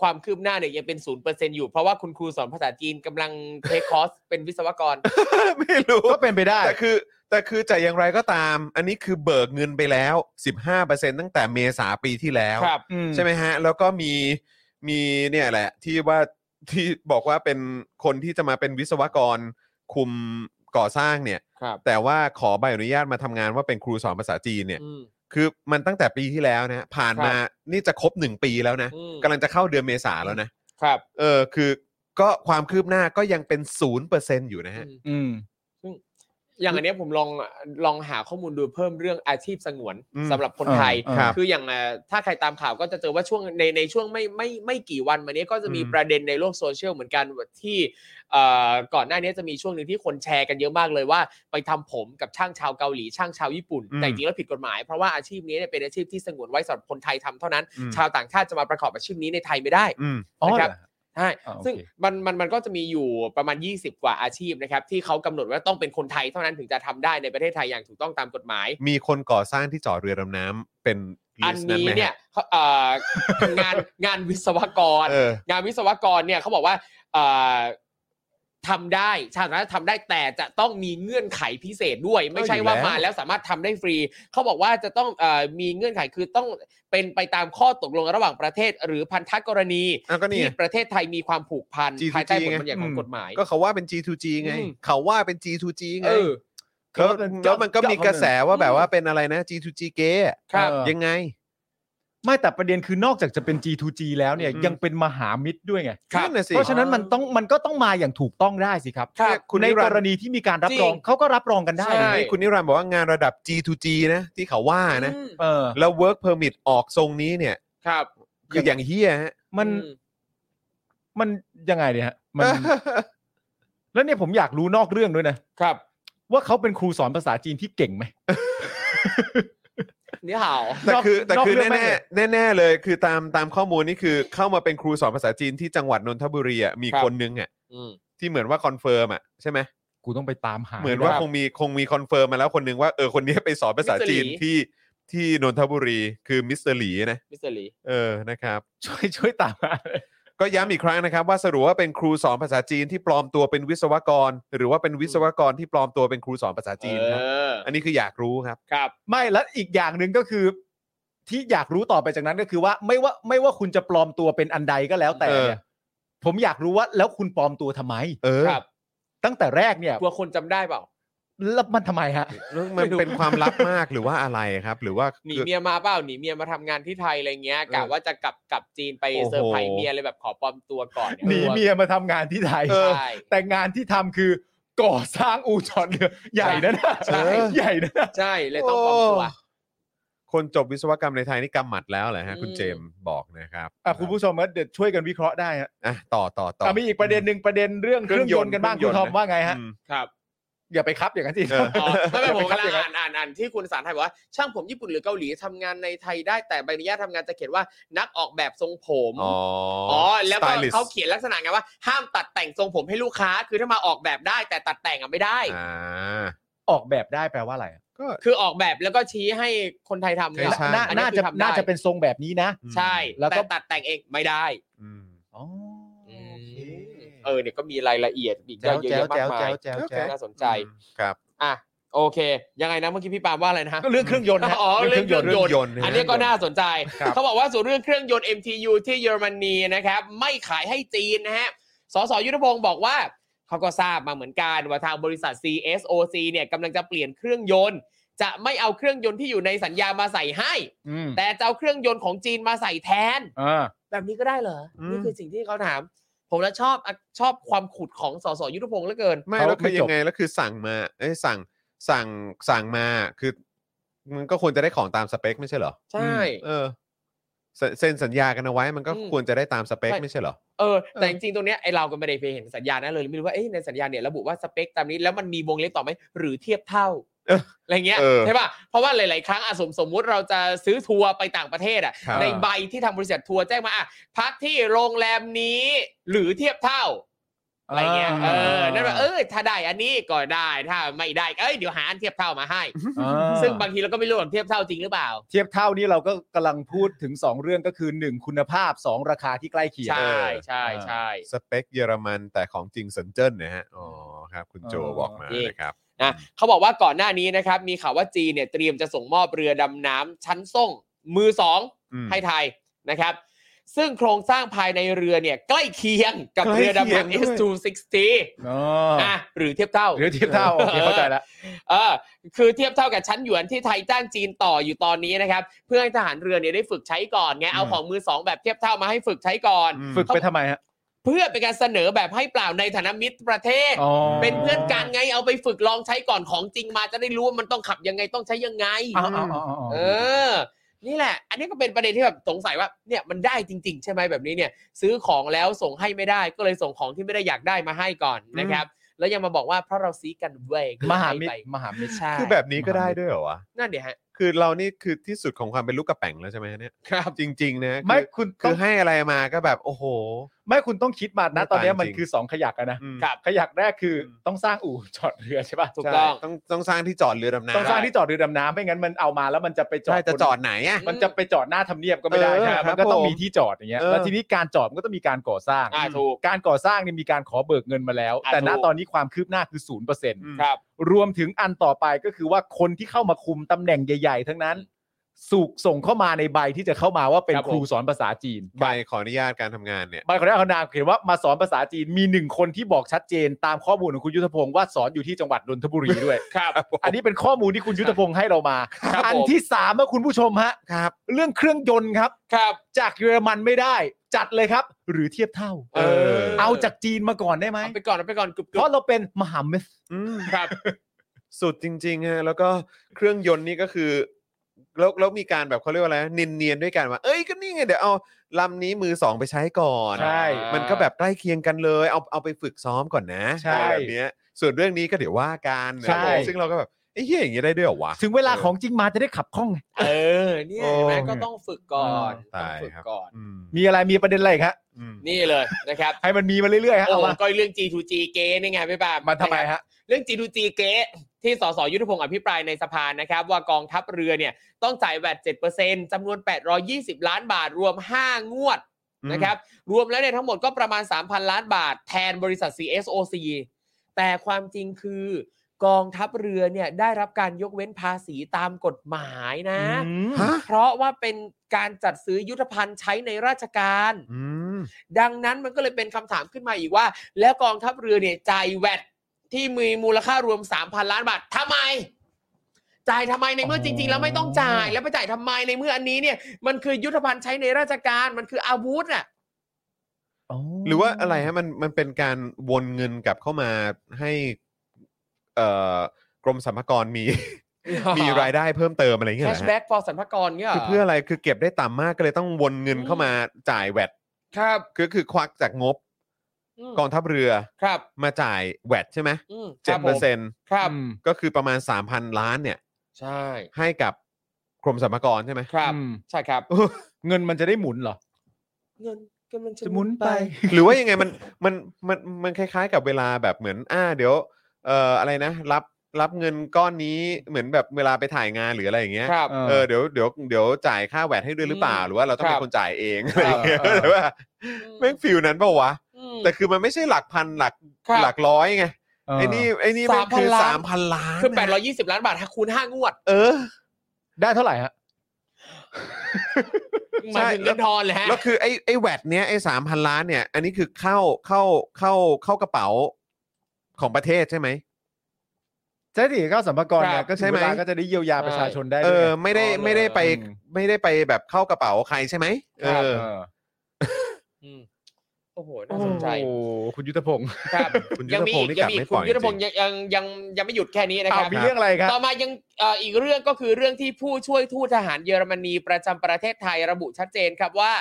ความคืบหน้าเนี่ยยังเป็นศูนย์เปอร์เซ็นต์อยู่ เพราะว่าคุณครูสอนภาษาจีนกำลังเทคคอร์สเป็นวิศวกร
<laughs> ไม่รู้
ก็เป็นไปได้
แต่คือแต่คือจะอย่างไรก็ตาม อันนี้คือเบิกเงินไปแล้ว 15%ตั้งแต่เมษาปีที่แล้ว
ครับ
ใช่ไหมฮะ แล้วก็มีมีเนี่ยแหละ ที่ว่าที่บอกว่าเป็นคนที่จะมาเป็นวิศวกรคุมก่อสร้างเนี่ย
ครับ
แต่ว่าขอใบอนุญาตมาทำงานว่าเป็นครูสอนภาษาจีนเนี่ย
อืม
คือมันตั้งแต่ปีที่แล้วนะ ผ่านมานี่จะครบหนึ่งปีแล้วนะ
อืม
กำลังจะเข้าเดือนเมษาแล้วนะครับ เออคือก็ความคืบหน้าก็ยังเป็นศูนย์เปอร์เซ็นอยู่นะฮะ
อืม
อืม
อย่างอันเนี้ยผมลองลองหาข้อมูลดูเพิ่มเรื่องอาชีพสงวน
อืม
สำหรับคนไทย
อ่า
ครับ
คืออย่างอ่ะถ้าใครตามข่าวก็จะเจอว่าช่วงในในช่วงไม่ไม่ไม่กี่วันมานี้ก็จะมี
อืม
ประเด็นในโลกโซเชียลเหมือนกันที่เอ่อก่อนหน้านี้จะมีช่วงหนึ่งที่คนแชร์กันเยอะมากเลยว่า ไปทำผมกับช่างชาวเกาหลี ช่างชาวญี่ปุ่น
อืม
แต่จริงแล้วผิดกฎหมายเพราะว่าอาชีพนี้เนี่ยเป็นอาชีพที่สงวนไว้สำหรับคนไทยทำเท่านั้น
อืม
ชาวต่างชาติจะมาประกอบอาชีพนี้ในไทยไม่ได้
อืม
อ๋อ
นะ
เหร
ครับ
อ
ใช่
อ่าโอเค
ซึ่งมันมันมันก็จะมีอยู่ประมาณ 20 กว่าอาชีพนะครับที่เขากำหนดว่าต้องเป็นคนไทยเท่านั้นถึงจะทำได้ในประเทศไทยอย่างถูกต้องตามกฎหมาย
มีคนก่อสร้างที่จอดเรือดำน้ำเป็น
อัน
ลิสต์
นี้
ไหมฮะ
เนี่ยเขาเอ่อ งานงานวิศวกร
เออ
งานวิศวกรเนี่ยเขาบอกว่าเอ่อทำได้ชาวต่างชาติทำได้แต่จะต้องมีเงื่อนไขพิเศษด้วย ไม่ใช่
ก็อยู่
ว่า
แล้ว
มาแล้วสามารถทำได้ฟรี เขาบอกว่าจะต้องเอ่อมีเงื่อนไขคือต้องเป็นไปตามข้อตกลงระหว่างประเทศ หรือพันธกรณี
อ่ะก็นี่
ที่
ไง
ประเทศไทยมีความผูกพัน
G2G
ภายใต้บทบัญญัติของ
ไง
กฎหมาย
ก็เขาว่าเป็น G2G ไง
อืม
เขาว่าเป็น G2G ไง
เออ
แล้ว
เป็น
แล้วมันก็มีกระแสว่า
อืม
แบบว่าเป็นอะไรนะ G2G เกย์อะ
ครับ
เออ
ยังไง
ไม่แต่ประเด็นคือนอกจากจะเป็น G2G แล้วเนี่ย
อืม
ยังเป็นมหามิตรด้วยไง
ครับ
นั่นน่ะสิ
เพราะฉะนั้นมันต้องมันก็ต้องมาอย่างถูกต้องได้สิครับ
ครับ
เนี่ยคุณ
ใน
นิ
ก
รัน
ร
ดร์
ณีที่มีการรับ
จริ
รง องเขาก็รับรองกันได้
ใช่
นะ
นี่คุณนิรันดร์บอกว่างานระดับ G2G นะ ที่เขาว่านะ
อืม
เออ
แล้ว work permit ออกทรงนี้เนี่ย
ครับ
คืออย่างเฮียฮะ
มัน
อื
มันยังไงเนี่ยฮะมัน
<laughs>
แล้วเนี่ยผมอยากรู้นอกเรื่องด้วยนะครับ ว่าเขาเป็นครูสอนภาษาจีนที่เก่งไหม
นี่ห่าว
แต่คือน
อก
แต่คือน
อกเรื่องไม่
แน่แน่ๆแน่ๆเลย คือตามตามข้อมูลนี่คือเข้ามาเป็นครูสอนภาษาจีนที่จังหวัดนนทบุรีอะมี
ครับ
คนนึงอ่ะ
อืม
ที่เหมือนว่าคอนเฟิร์มอ่ะใช่ไหม
กูต้องไปตามหา
เหมือนว่า
ครับ
คงมีคงมีคอนเฟิร์มมาแล้วคนนึงว่าเออคนนี้ไปสอนภาษา
มิสเตอร์
จีน
หลี
ที่ที่นนทบุรีคือมิสเตอร์หลีนะ
มิสเตอร์ลี
เออนะครับ
<laughs> ช่วยช่วยตามหาเลย
ก็ย้ำอีกครั้งนะครับ ว่าสรุปว่าเป็นครูสอนภาษาจีนที่ปลอมตัวเป็นวิศวกร หรือว่าเป็นวิศวกรที่ปลอมตัวเป็นครูสอนภาษาจีนครับ
เออ
อันนี้คืออยากรู้ครับ
ครับ
ไม่แล้วอีกอย่างหนึ่งก็คือ ที่อยากรู้ต่อไปจากนั้นก็คือว่าไม่ว่าไม่ว่าคุณจะปลอมตัวเป็นอันใดก็แล้วแต่เนี่ยผมอยากรู้ว่าแล้วคุณปลอมตัวทำไม
เออ
ครับ
ตั้งแต่แรกเนี่ย
กลัวคนจำได้เปล่า
แล้วมันทำไมฮะ
มันเป็นความลับมากหรือว่าอะไรครับ หรือว่า
หนี
คือ
เมียมาเปล่าหนีเมียมาทำงานที่ไทยอะไรเงี้ยกะว่าจะกลับกลับจีนไป
โอ้โห
เซอร์ไพรส์เมียเลยแบบขอปลอมตัวก่อนนี่
หนีเมียมาทำงานที่ไทย
เออ
ใช่
แต่งานที่ทำคือก่อสร้างอู่จอดเรือ <laughs> ใหญ่นะนะ
ใช่
ใหญ่นะนะ
ใช่เลยต้องปลอมตัว
คนจบวิศวกรรมในไทยนี่กำหมัดแล้วเหรอฮะคุณ
อืม
เจมส์บอกนะครับ
อ่ะคุณผู้ชมก็เดี๋ยวช่วยกันวิเคราะห์ได้ฮะ
อ่ะต่อต่อต่อ
อ่ะมีอีกประเด็นหนึ่งประเด็นเรื่อง
เค
เค
รื่
รื่
อ
อง ง
ย
ย
น
น
ต์
ต์กันบ้าง
เครื่อ
คุ
งย
ณท
นต์
อมว่าไงฮะ
อืม
ครับ
อย่าไปครับอย่างนั้นสิ
เออ
อ๋อไม่ไม่ผม
ไปครับ
กำ
อ
ลัง
ย่างนั้
อ่าน
น
อ่านอ่านที่คุณสารไทยบอกว่า ช่างผมญี่ปุ่นหรือเกาหลีทำงานในไทยได้แต่ใบอนุญาตทำงานจะเขียนว่านักออกแบบทรงผม
อ๋อ
อ๋อแล้วก็
Stylist
เขาเขียนลักษณะไงว่า ห้ามตัดแต่งทรงผมให้ลูกค้า คือถ้ามาออกแบบได้แต่ตัดแต่งอ่ะไม่ได้
อ่า
ออกแบบได้แปลว่าอะไรอ่ะ
ก็
คือออกแบบแล้วก็ชี้ให้คนไทยทำเนี่ย
ใช่
น่า
อั
น่า
คือ
จะ
ทำได้
น่าจะเป็นทรงแบบนี้นะ
ใช่
แล้
แล้ว
วก็
ก็ตัดแต่งเองไม่ได้
อืม
อ๋ออ
เออเนี่ยก็มีรายละเอียดอีกเย
แจ๋ว
อะ
แจ๋ว
แยะมา
แจ๋
ก
ว
มา
แจ๋
ยว
แจ๋ว
โอเค
แจ๋ว
น่าสนใจ
อืมครับ
อ่ะโอเค ยังไงนะเมื่อกี้พี่ปาล์มว่าอะไรนะฮะ
ก็เรื่องเครื่องยนต์ฮะ
อ๋อเรื่องเครื่อง
ย
ย
น
นต์
ต์ะฮะ
อันนี้ก็น่าสนใจ
ครับ
เขาบอกว่าส่วนเรื่องเครื่องยนต์ MTU ที่เยอรมนีนะครับ ไม่ขายให้จีนนะฮะ สสยุทธพงศ์บอกว่า เขาก็ทราบมาเหมือนกันว่าทางบริษัท CSOC เนี่ยกำลังจะเปลี่ยนเครื่องยนต์ จะไม่เอาเครื่องยนต์ที่อยู่ในสัญญามาใส่ให้
อืม
แต่จะเอาเครื่องยนต์ของจีนมาใส่แทน
อ่า
แบบนี้ก็ได้เหรอ
อืม
นี่คือสิ่งที่เขาถาม ผมนะชอบอ่ะชอบความขุดของสสยุทธพงศ์เหลือเกิน
ไม่
เขา
แล้วคือ
ไม่จบ
ยังไงแล้วคือสั่งมาเอ้ยสั่งสั่งสั่งมาคือ มันก็ควรจะได้ของตามสเปคไม่ใช่เหรอ
ใช่
เออเซ็นเซ็นสัญญากันเอาไว้มันก็
อืม
ควรจะได้ตามสเปค
ใช่
ไม่ใช่เหรอ
เออ
เออ
แต่จริงๆ ตรงเนี้ยไอเราก็ไม่ได้ไปเห็นสัญญาณนั้นเลย ไม่รู้ว่าเอ๊ะในสัญญาเนี่ยระบุว่าสเปคตามนี้แล้วมันมีวงเล็บต่อไหมหรือเทียบเท่า
เออ
อะไรเงี้ย
เออ
ใช่ป่ะเพราะว่าหลาย ๆ ครั้งอะสมสมมุติเราจะซื้อทัวร์ไปต่างประเทศอะ
ครับ
ในใบที่ทางบริษัททัวร์แจ้งมาอะพักที่โรงแรมนี้หรือเทียบเท่า อะไรเงี้ย เออ นั่นแหละเออ ถ้าได้อันนี้ก็ได้ ถ้าไม่ได้ เอ้ย เดี๋ยวหาอันเทียบเท่ามาให้
อ่า
ซึ่งบางทีเราก็ไม่รู้ว่าเทียบเท่าจริงหรือเปล่า
เทียบเท่านี้เราก็กำลังพูดถึง 2 เรื่องก็คือ 1 คุณภาพ 2 ราคาที่ใกล้เคียง
ใช่
อ
ใช่ใช่
สเปคเยอรมันแต่ของจริงสนเจิ้นนะฮะ อ๋อครับ คุณโจ
อ๋อ
บอกมา
นี่
นะครับ
นะเขาบอกว่าก่อนหน้านี้นะครับ มีข่าวว่าจีนเนี่ยเตรียมจะส่งมอบเรือดำน้ำชั้นส่ง มือสอง
อืม
ให้ไทยนะครับ ซึ่งโครงสร้างภายในเรือเนี่ยใกล้เคียงกับเรือดำน้ำ S260
อ๋อ
นะหรือเทียบเท่า
หรือเทียบเท่าโอเคเข้าใจแล้ว
เออคือเทียบเท่ากับชั้นหยวนที่ไทยจ้างจีนต่ออยู่ตอนนี้นะครับ เพื่อให้ทหารเรือเนี่ยได้ฝึกใช้ก่อนไงเอา
อืม
ของมือสองแบบเทียบเท่ามาให้ฝึกใช้ก่อน
อืม
ฝึกไปทำไมฮะ
เพื่อเป็นการเสนอแบบให้เปล่าในฐานะมิตรประเทศ
อ๋อ
เป็นเพื่อนกันไงเอาไปฝึกลองใช้ก่อนของจริงมาจะได้รู้ว่ามันต้องขับยังไงต้องใช้ยังไง
อ๋ออ๋ออ๋ออ๋อ
เออ นี่แหละ อันนี้ก็เป็นประเด็นที่แบบสงสัยว่าเนี่ยมันได้จริง ๆ ใช่ไหมแบบนี้เนี่ย ซื้อของแล้วส่งให้ไม่ได้ก็เลยส่งของที่ไม่ได้อยากได้มาให้ก่อนนะครับ แล้วยังมาบอกว่าเพราะเราซีกันเว้ยก็เลย
มหามิต
ให้
ร
ไป
มหามิตร
ใช่
คือแบบนี้ก็ได้ด้วยเหรอวะ
นั่นเดี๋ยวฮะ
คือเรานี่คือที่สุดของความเป็นลูกกระแป๋งแล้วใช่ไหมฮะเนี่ย
ครับ
จริง ๆ นะ
ไม่
คือ
คุณ
คื
ต้อง
อให้อะไรมาก็แบบ โอ้โห
ไม่คุณต้องคิดมา
ไม่
นะตอนเนี้ย
ต่าง
มัน
จริง
คือสองขยักอะนะ
อืม
ครับ
ขยักแรกคือต้องสร้างอู่จอดเรือใช่ป่ะ
ถูกต้อง
ใช่ต้องต้องสร้างที่จอดเรือดำน้ำ
ต้องสร้างที่จอดเรือดำน้ำไม่งั้นมันเอามาแล้วมันจะไปจอด
ใช่จะ
บน
จอดไหนอ่ะ
มันจะไปจอดหน้าทำเนียบก็ไม่ได้
เออ
ใช่ไหม
ครับ
มันก็ต้อง
ผม
มีที่จอดอย่างเงี้ย
เออ
แล้วทีนี้การจอดมันก็ต้องมีการก่อสร้าง
อ่าถูก
การก่อสร้างเนี่ยมีการขอเบิกเงินมาแล้ว
อ่ะ
แต่ณ
ถูก
ตอนนี้ความคืบหน้าคือศูนย์เปอร์เซ็นต์
อืม
ครับ
รวมถึงอันต่อไปก็คือว่าคนที่เข้ามาคุมตำแหน่งใหญ่ๆ ทั้งนั้นสูกส่งเข้ามาในใบที่จะเข้ามาว่าเป็น
ครับผม
ครูสอนภาษาจีน
ใบขออนุญาตการทำงานเนี่ย
ใบขออนุญาตเขานามเขียนว่ามาสอนภาษาจีนมีหนึ่งคนที่บอกชัดเจน ตามข้อมูลของคุณยุทธพงศ์ว่าสอนอยู่ที่จังหวัดนนทบุรีด้วย
ครับ
อันนี้เป็นข้อมูลที่คุณยุทธพงศ์ให้เรามา
ครับ
อัน
ผม
ที่สามนะคุณผู้ชมฮะ
ครับ
เรื่องเครื่องยนต์ครับ
ครับ
จากเยอรมันไม่ได้ จัดเลยครับ หรือเทียบเท่า
เออ
เอาจากจีนมาก่อนได้ไหม
เอาไปก่อนเอาไปก่อนกรุบก
เพราะเราเป็นมหามิตร
อืม
ครับ
สุดจริงๆฮะแล้วก็เครื่องยนต์นี่ก็คือแล้วแล้วมีการแบบเขาเรียกว่าอะไรเนียนๆด้วยกันว่าเอ้ยก็นี่ไงเดี๋ยวเอาลำนี้มือสองไปใช้ก่อน
ใช่
มันก็แบบใกล้เคียงกันเลย เอาเอาไปฝึกซ้อมก่อนนะ
ใช่
อะไรแบบเนี้ยส่วนเรื่องนี้ก็เดี๋ยวว่ากัน
ใช่
นะครับซึ่งเราก็แบบไอ้เหี้ยอย่างเงี้ยได้ด้วยเหรอวะ
ถึงเวลาของจริงมาจะได้ขับคล่องไง
เออเนี่ยเห็นไหม
โอ้ย
ก็ต้องฝึกก่อน
ตาย
ต้องฝึก
ครับ
ก่อน
อืม
มีอะไรมีประเด็นอะไรอีกฮะ
อืม
นี่เลยนะครับ
ให้มันมีมาเรื่อยๆฮะ
โอ้
เอา
โห
มา
ก็เรื่อง G2G เก๊นี่ไงพี่ปาล์
มันทำไมฮะ
เรื่อง G2G เก๊ที่สสยุทธพงศ์อภิปรายในสภานะครับ ว่ากองทัพเรือเนี่ยต้องจ่ายแวด7%จำนวน 820 ล้านบาทรวม 5 งวดนะครับรวมแล้วเนี่ยทั้งหมดก็ประมาณ 3,000 ล้านบาทแทนบริษัท CSOC แต่ความจริงคือกองทัพเรือเนี่ยได้รับการยกเว้นภาษีตามกฎหมายนะ
ฮะ
เพราะว่าเป็นการจัดซื้อยุทธภัณฑ์ใช้ในราชการ
อืม
ดังนั้นมันก็เลยเป็นคำถามขึ้นมาอีกว่า แล้วกองทัพเรือเนี่ยจ่ายแวดที่มีมูลค่ารวม 3,000 ล้านบาททำไม จ่ายทำไมในเมื่อจริง ๆ แล้วไม่ต้องจ่าย แล้วไปจ่ายทำไมในเมื่ออันนี้เนี่ย มันคือยุทธภัณฑ์ใช้ในราชการมันคืออาวุธอ่ะ
หรือว่าอะไรฮะมันมันเป็นการวนเงินกลับเข้ามาให้เอ่อกรมสรรพากรมี มีรายได้เพิ่มเติมอะไรเงี้ยเหรอฮะ
cashback for สรรพากรเนี่ยหร
คือเพื่ออะไรคือเก็บได้ต่ำมากก็เลยต้องวนเงินเข้ามาจ่ายแวด
ครับ
คือคือควักจากงบ
ม
กองทัพเรือ
ครับ
มาจ่ายแวดใช่ไหม
อืมค
เจ็ด
บ
เปอร์เซ็นต์
ครับ
ก็คือประมาณ 3,000 ล้านเนี่ย
ใช่
ให้กับกรมสรรพากรใช่ไหม
ครับ
อืม
ใช่ครับ
เงินมันจะได้หมุนเหรอ
เงินกำลังจะ
จะหมุนไป
<laughs> หรือว่ายังไงมันมันมันมันคล้าย ๆ กับเวลาแบบเหมือน อ่า เดี๋ยว เอ่ออะไรนะ รับรับเงินก้อนนี้เหมือนแบบเวลาไปถ่ายงานหรืออะไรอย่างเงี้ย
ครับ
เออเดี๋ยวเดี๋ยวเดี๋ยวจ่ายค่าแวดให้ด้วยหรือเปล่า
อืม
หรือว่าเราต้องเป็
ครั
น
บ
คนจ่ายเองอะไรอย่างเงี้ย
เออเออ
หรือว่าแม่งฟิลนั้นเปล่าวะ แต่คือมันไม่ใช่หลักพันหลัก
ครับ
หลักร้อยไง
เออ
ไอ้นี่ไอ้นี่แม่งคือสา
สาม มพั
พัน
น
ล้าน
คือ
นะ
820 ล้านบาทคูณ5งวด
เออ
ได้เท่าไหร่ฮะ
หมายถึงเงินทอนเลยฮะ
แล้วคือไอ้ไอ้แวดเนี้ยไอ้สามพันล้านเนี่ย อันนี้คือเข้าเข้าเข้าเข้ากระเป๋าของประเทศใช่ไหม
ใช่ดิก็สัมภากร
ครั
เนี่ย
บ
ก็
ใช่
ใช่
ไห
ไห
ม
มก็จะได้เยียวยาประชาชนได้
เอ
ด้วย
อ
ไง
ไม่ได้
อ๋อเหรอ
ไม่ได้ไป
อืม
ไม่ได้ไปแบบเข้ากระเป๋าใครใช่ไหมเอ
ครับ
อ
เออ
มโอ้โห น่าสนใจ
โอ้โหคุณยุทธพงศ์
ครับ
คุณ
ยังมี
ยุทธพงศ์นี่ก
อีกยั
ลับ
มีอี
ไม่
ก
ป
คุ
ล่
ณ
อย
ยุทธพ
จ
งศ์
ริง
ยังยังยังยังไม่หยุดแค่นี้นะค
อ้าว
รับ
มีเรื่องอะไรครับ
ต่อมายังเอ่ออีกเรื่องก็คือเรื่องที่ผู้ช่วยทูตทหารเยอรมนีประจำประเทศไทยระบุชัดเจนครับว่า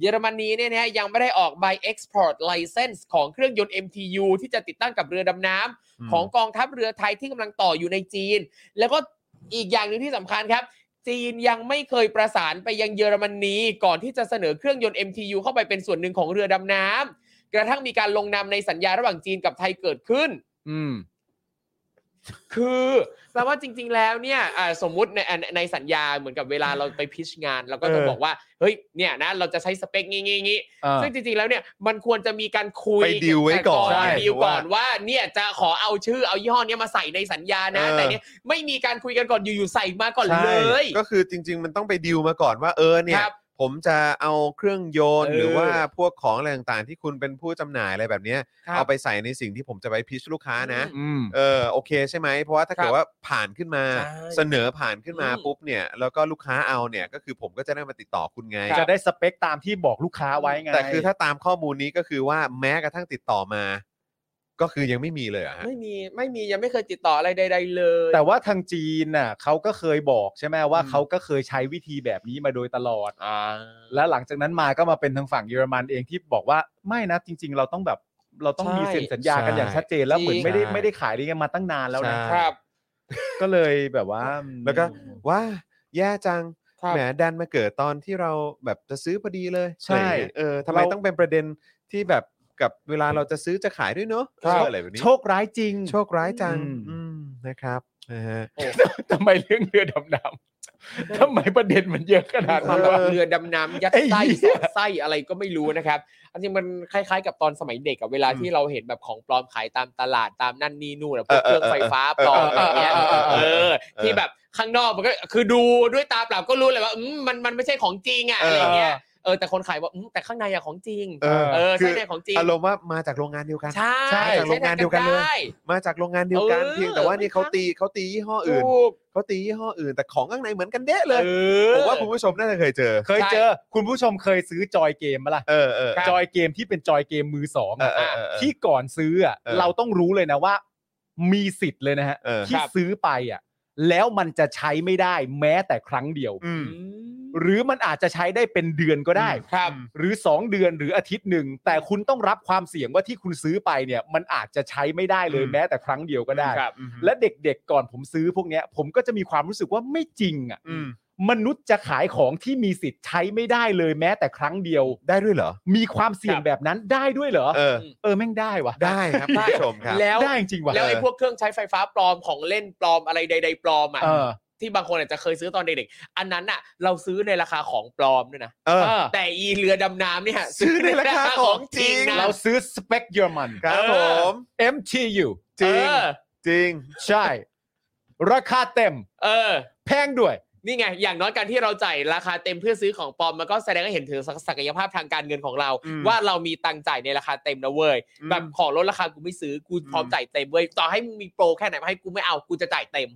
เยอรมนีเนี่ยนะฮะยังไม่ได้ออกใบ export license ของเครื่องยนต์ MTU ที่จะติดตั้งกับเรือดำน้ำ ของกองทัพเรือไทยที่กำลังต่ออยู่ในจีน แล้วก็อีกอย่างหนึ่งที่สำคัญครับ จีนยังไม่เคยประสานไปยังเยอรมนีก่อนที่จะเสนอเครื่องยนต์ MTU เข้าไปเป็นส่วนหนึ่งของเรือดำน้ำกระทั่งมีการลงนามในสัญญาระหว่างจีนกับไทยเกิดขึ้น
อืม
คือแปลว่าจริง ๆ แล้วเนี่ยอ่าสมมุติในในในสัญญาเหมือนกับเวลาเราไปพิชงานเราก็จะ
เออ
บอกว่าเฮ้ยเนี่ยนะเราจะใช้สเปคงี้งี้งี้
อ่า
ซึ่งจริงๆ แล้วเนี่ยมันควรจะมีการคุย
ไปดีลไว้ก่อน
แต่
ใช่
ไปดีลก่อนว่าเนี่ยจะขอเอาชื่อเอายี่ห้อเนี้ยมาใส่ในสัญญานะ
เออ
แต่เนี่ยไม่มีการคุยกันก่อนอยู่ๆใส่มาก่อน
ใช่
เลย
ก็คือจริง ๆ มันต้องไปดิวมาก่อนว่าเออเนี่ย
ครับ
ผมจะเอาเครื่องยนต์
เออ
หรือว่าพวกของอะไรต่างๆ ที่คุณเป็นผู้จำหน่ายอะไรแบบเนี้ย
ครับ
เอาไปใส่ในสิ่งที่ผมจะไปพิชลูกค้านะ
อืม
เออโอเคใช่ไหมเพราะว่าถ้า
ครับ
เกิดว่าผ่านขึ้นมา
ใช่
เสนอผ่านขึ้นมา
อืม
ปุ๊บเนี่ยแล้วก็ลูกค้าเอาเนี่ยก็คือผมก็จะได้มาติดต่อคุณไง
จะได้สเปคตามที่บอกลูกค้าไว้ไง
แต่คือถ้าตามข้อมูลนี้ก็คือว่าแม้กระทั่งติดต่อมา ก็คือยังไม่มีเลยเหรอะฮะ
ไม่มีไม่มียังไม่เคยติดต่ออะไรใด ๆ เลย
แต่ว่าทางจีนน่ะเขาก็เคยบอกใช่ไหมว่า
อืม
เขาก็เคยใช้วิธีแบบนี้มาโดยตลอด
อ่า
แล้วหลังจากนั้นมาก็มาเป็นทางฝั่งเยอรมันเองที่บอกว่าไม่นะจริง ๆ เราต้องแบบเราต้องมี
ใช่
เซ็นสัญญากันอย่างชัดเจนแล้วเหมือนไม่ได้
ใช่
ไม่ได้ขายดีกันมาตั้งนานแล้วนะ
ใช่
ครับ
ก็เลยแบบว่า
แล้วก็ว่าแย่จัง
ครับ
แหมดันมาเกิดตอนที่เราแบบจะซื้อพอดีเลยอะ
ใช่
ไรอย่างเงี้ยเออทำไมต้องเป็นประเด็นที่แบบกับเวลาเราจะซื้อจะขายด้วยเนาะ
ครับ
เอออะไรแบบนี้
โชคร้ายจริง
โชคร้ายจัง
อืม
อืมนะครับนะฮะ
ทำไมเรื่องเรือดำน้ <laughs> ำ ทำไมประเด็นมันเยอะขนาด
ควา
นั้
ม
น
แบบ
วะ
เรือดำน้ำยัด
ไอ้
ไส้
เหี้ย
สอดไส้อะไรก็ไม่รู้นะครับอันนี้มันคล้ายๆ กับตอนสมัยเด็กกับเวลา
อืม
ที่เราเห็นแบบของปลอมขายตามตลาดตามนั่นนี่นู่นอะพ
เออ
ว
ก
เครื่องไฟฟ้า
เออ
ปลอม
เอ
อะ
อเออ
ไรเงี้ย
เออเออ
เอ
เอ
อ
อ
ที่แบบข้างนอกมันก็คือดูด้วยตาเปล่าก็รู้เลยว่าอืมมันมันไม่ใช่ของจริงอะอะไรเงี้ยเออแต่คนขายว่าอืมแต่ข้างในอะของจริง
เออ
เออ
คือ
ใช่ในของจริง
อารมณ์ว่ามาจากโรงงานเดียวกัน
ใช่
ใช่จากโรงงานเดียวกันเลย
ใช้ได้
มาจากโรงงานเดียวกัน
เออ
เพียงแต่ว่านี่เขาตีเขาตียี่ห้ออื่น
ถูก
เขาตียี่ห้ออื่น แต่ของข้างในเหมือนกันเด้เลย
เออ
ผมว่าคุณผู้ชมน่าจะเคยเจอ
เคยเจอ คุณผู้ชมเคยซื้อจอยเกมมาล่ะ
เออเออ
ครับ
จอยเกมที่เป็นจอยเกมมือสอง
เออเออเออเออ
ที่ก่อนซื้ออะ
เออ
เราต้องรู้เลยนะว่า มีสิทธิ์เลยนะฮะ
เออ
ที่ซื้อไปอ่ะ แล้วมันจะใช้ไม่ได้แม้แต่ครั้งเดียว
อืม
อืม
หรือมันอาจจะใช้ได้เป็นเดือนก็ได้
ครับ
หรือ 2 เดือนหรืออาทิตย์หนึ่ง แต่คุณต้องรับความเสี่ยงว่าที่คุณซื้อไปเนี่ย มันอาจจะใช้ไม่ได้เลย
อืม
แม้แต่ครั้งเดียวก็ได้
ครับ
อืม
และเด็กๆก่อนผมซื้อพวกเนี้ย ผมก็จะมีความรู้สึกว่าไม่จริงอ่ะ
อืม
มนุษย์จะขายของที่มีสิทธิ์ใช้ไม่ได้เลยแม้แต่ครั้งเดียว
ได้ด้วยเหรอ
มีความเสี่ยงแบบนั้นได้ด้วยเหรอ
เออ
เออแม่งได้วะ
ได้ครับคุณผู้ชมครับ
แล้ว
ได้จริงๆวะ
แล้วไอ้พวกเครื่องใช้ไฟฟ้าปลอมของเล่นปลอมอะไรใด ๆ ปลอมอ่ะ
เออ
ที่บางคนอาจจะเคยซื้อตอนเด็กๆอันนั้นอ่ะ เราซื้อในราคาของปลอมด้วยนะ
เออ
แต่อีเรือดำน้ำเนี่ย
ซื้อในราคาของจริง
นะ
เราซื้อสเปคเยอรมัน
ครับผม
MTU
จริง
เออ
จริง
ใช่ ราคาเต็ม
เออ
แพงด้วย
นี่ไง อย่างน้อยการที่เราจ่ายราคาเต็มเพื่อซื้อของปลอมมันก็แสดงให้เห็นถึงศักยภาพทางการเงินของเรา
อืม
ว่าเรามีตังค์จ่ายในราคาเต็มนะเว้ย
อืม
แบบของลดราคากูไม่ซื้อกูพร้อม
อืม
จ่ายเต็มเว้ยต่อให้มึงมีโปรแค่ไหนมาให้กูไม่เอากูจะจ่าย
<laughs>
เต็ม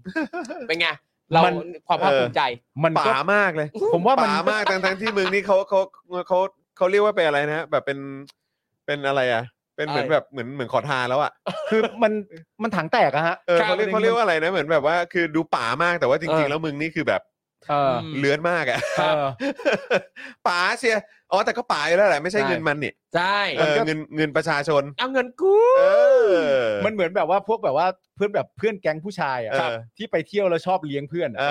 เป็นไงเรา
มัน
ความภาค
เออ
ภูมิใจ
มันก็
ป๋ามากเลย
ผมว่ามัน
ป๋ามากทั้งทั้งที่มึงนี่เขาเขาเขาเขาเรียกว่าเป็นอะไรนะแบบเป็นเป็นอะไรอ่ะ เป็นเหมือน
อะไร
แบบเหมือนเหมือนขอทานแล้วอ่ะ
คือมันมันถังแตกอะฮะ
เออ
ครับ
เขาเรียกเขาเรียกว่าอะไรนะเหมือนแบบว่า คือดูป๋ามากแต่ว่าจริง
เอ
ๆ
อ
แล้วมึงนี่คือแบบ
เออ
ม
เลื้อนมากอ่ะ <laughs>
เออ
ป๋าเชียร์อ๋อแต่ก็ป๋าอยู่แล้วแหละไม่ใช่
ใช่
เงินมันเนี่ย
ใช่
เออเงินเงินประชาชน
เอาเงินกู
เออ
มันเหมือนแบบว่าพวกแบบว่าเพื่อนแบบเพื่อนแก๊งผู้ชายอะ
เออ
ที่ไปเที่ยวแล้วชอบเลี้ยงเพื่อนอะ
เอ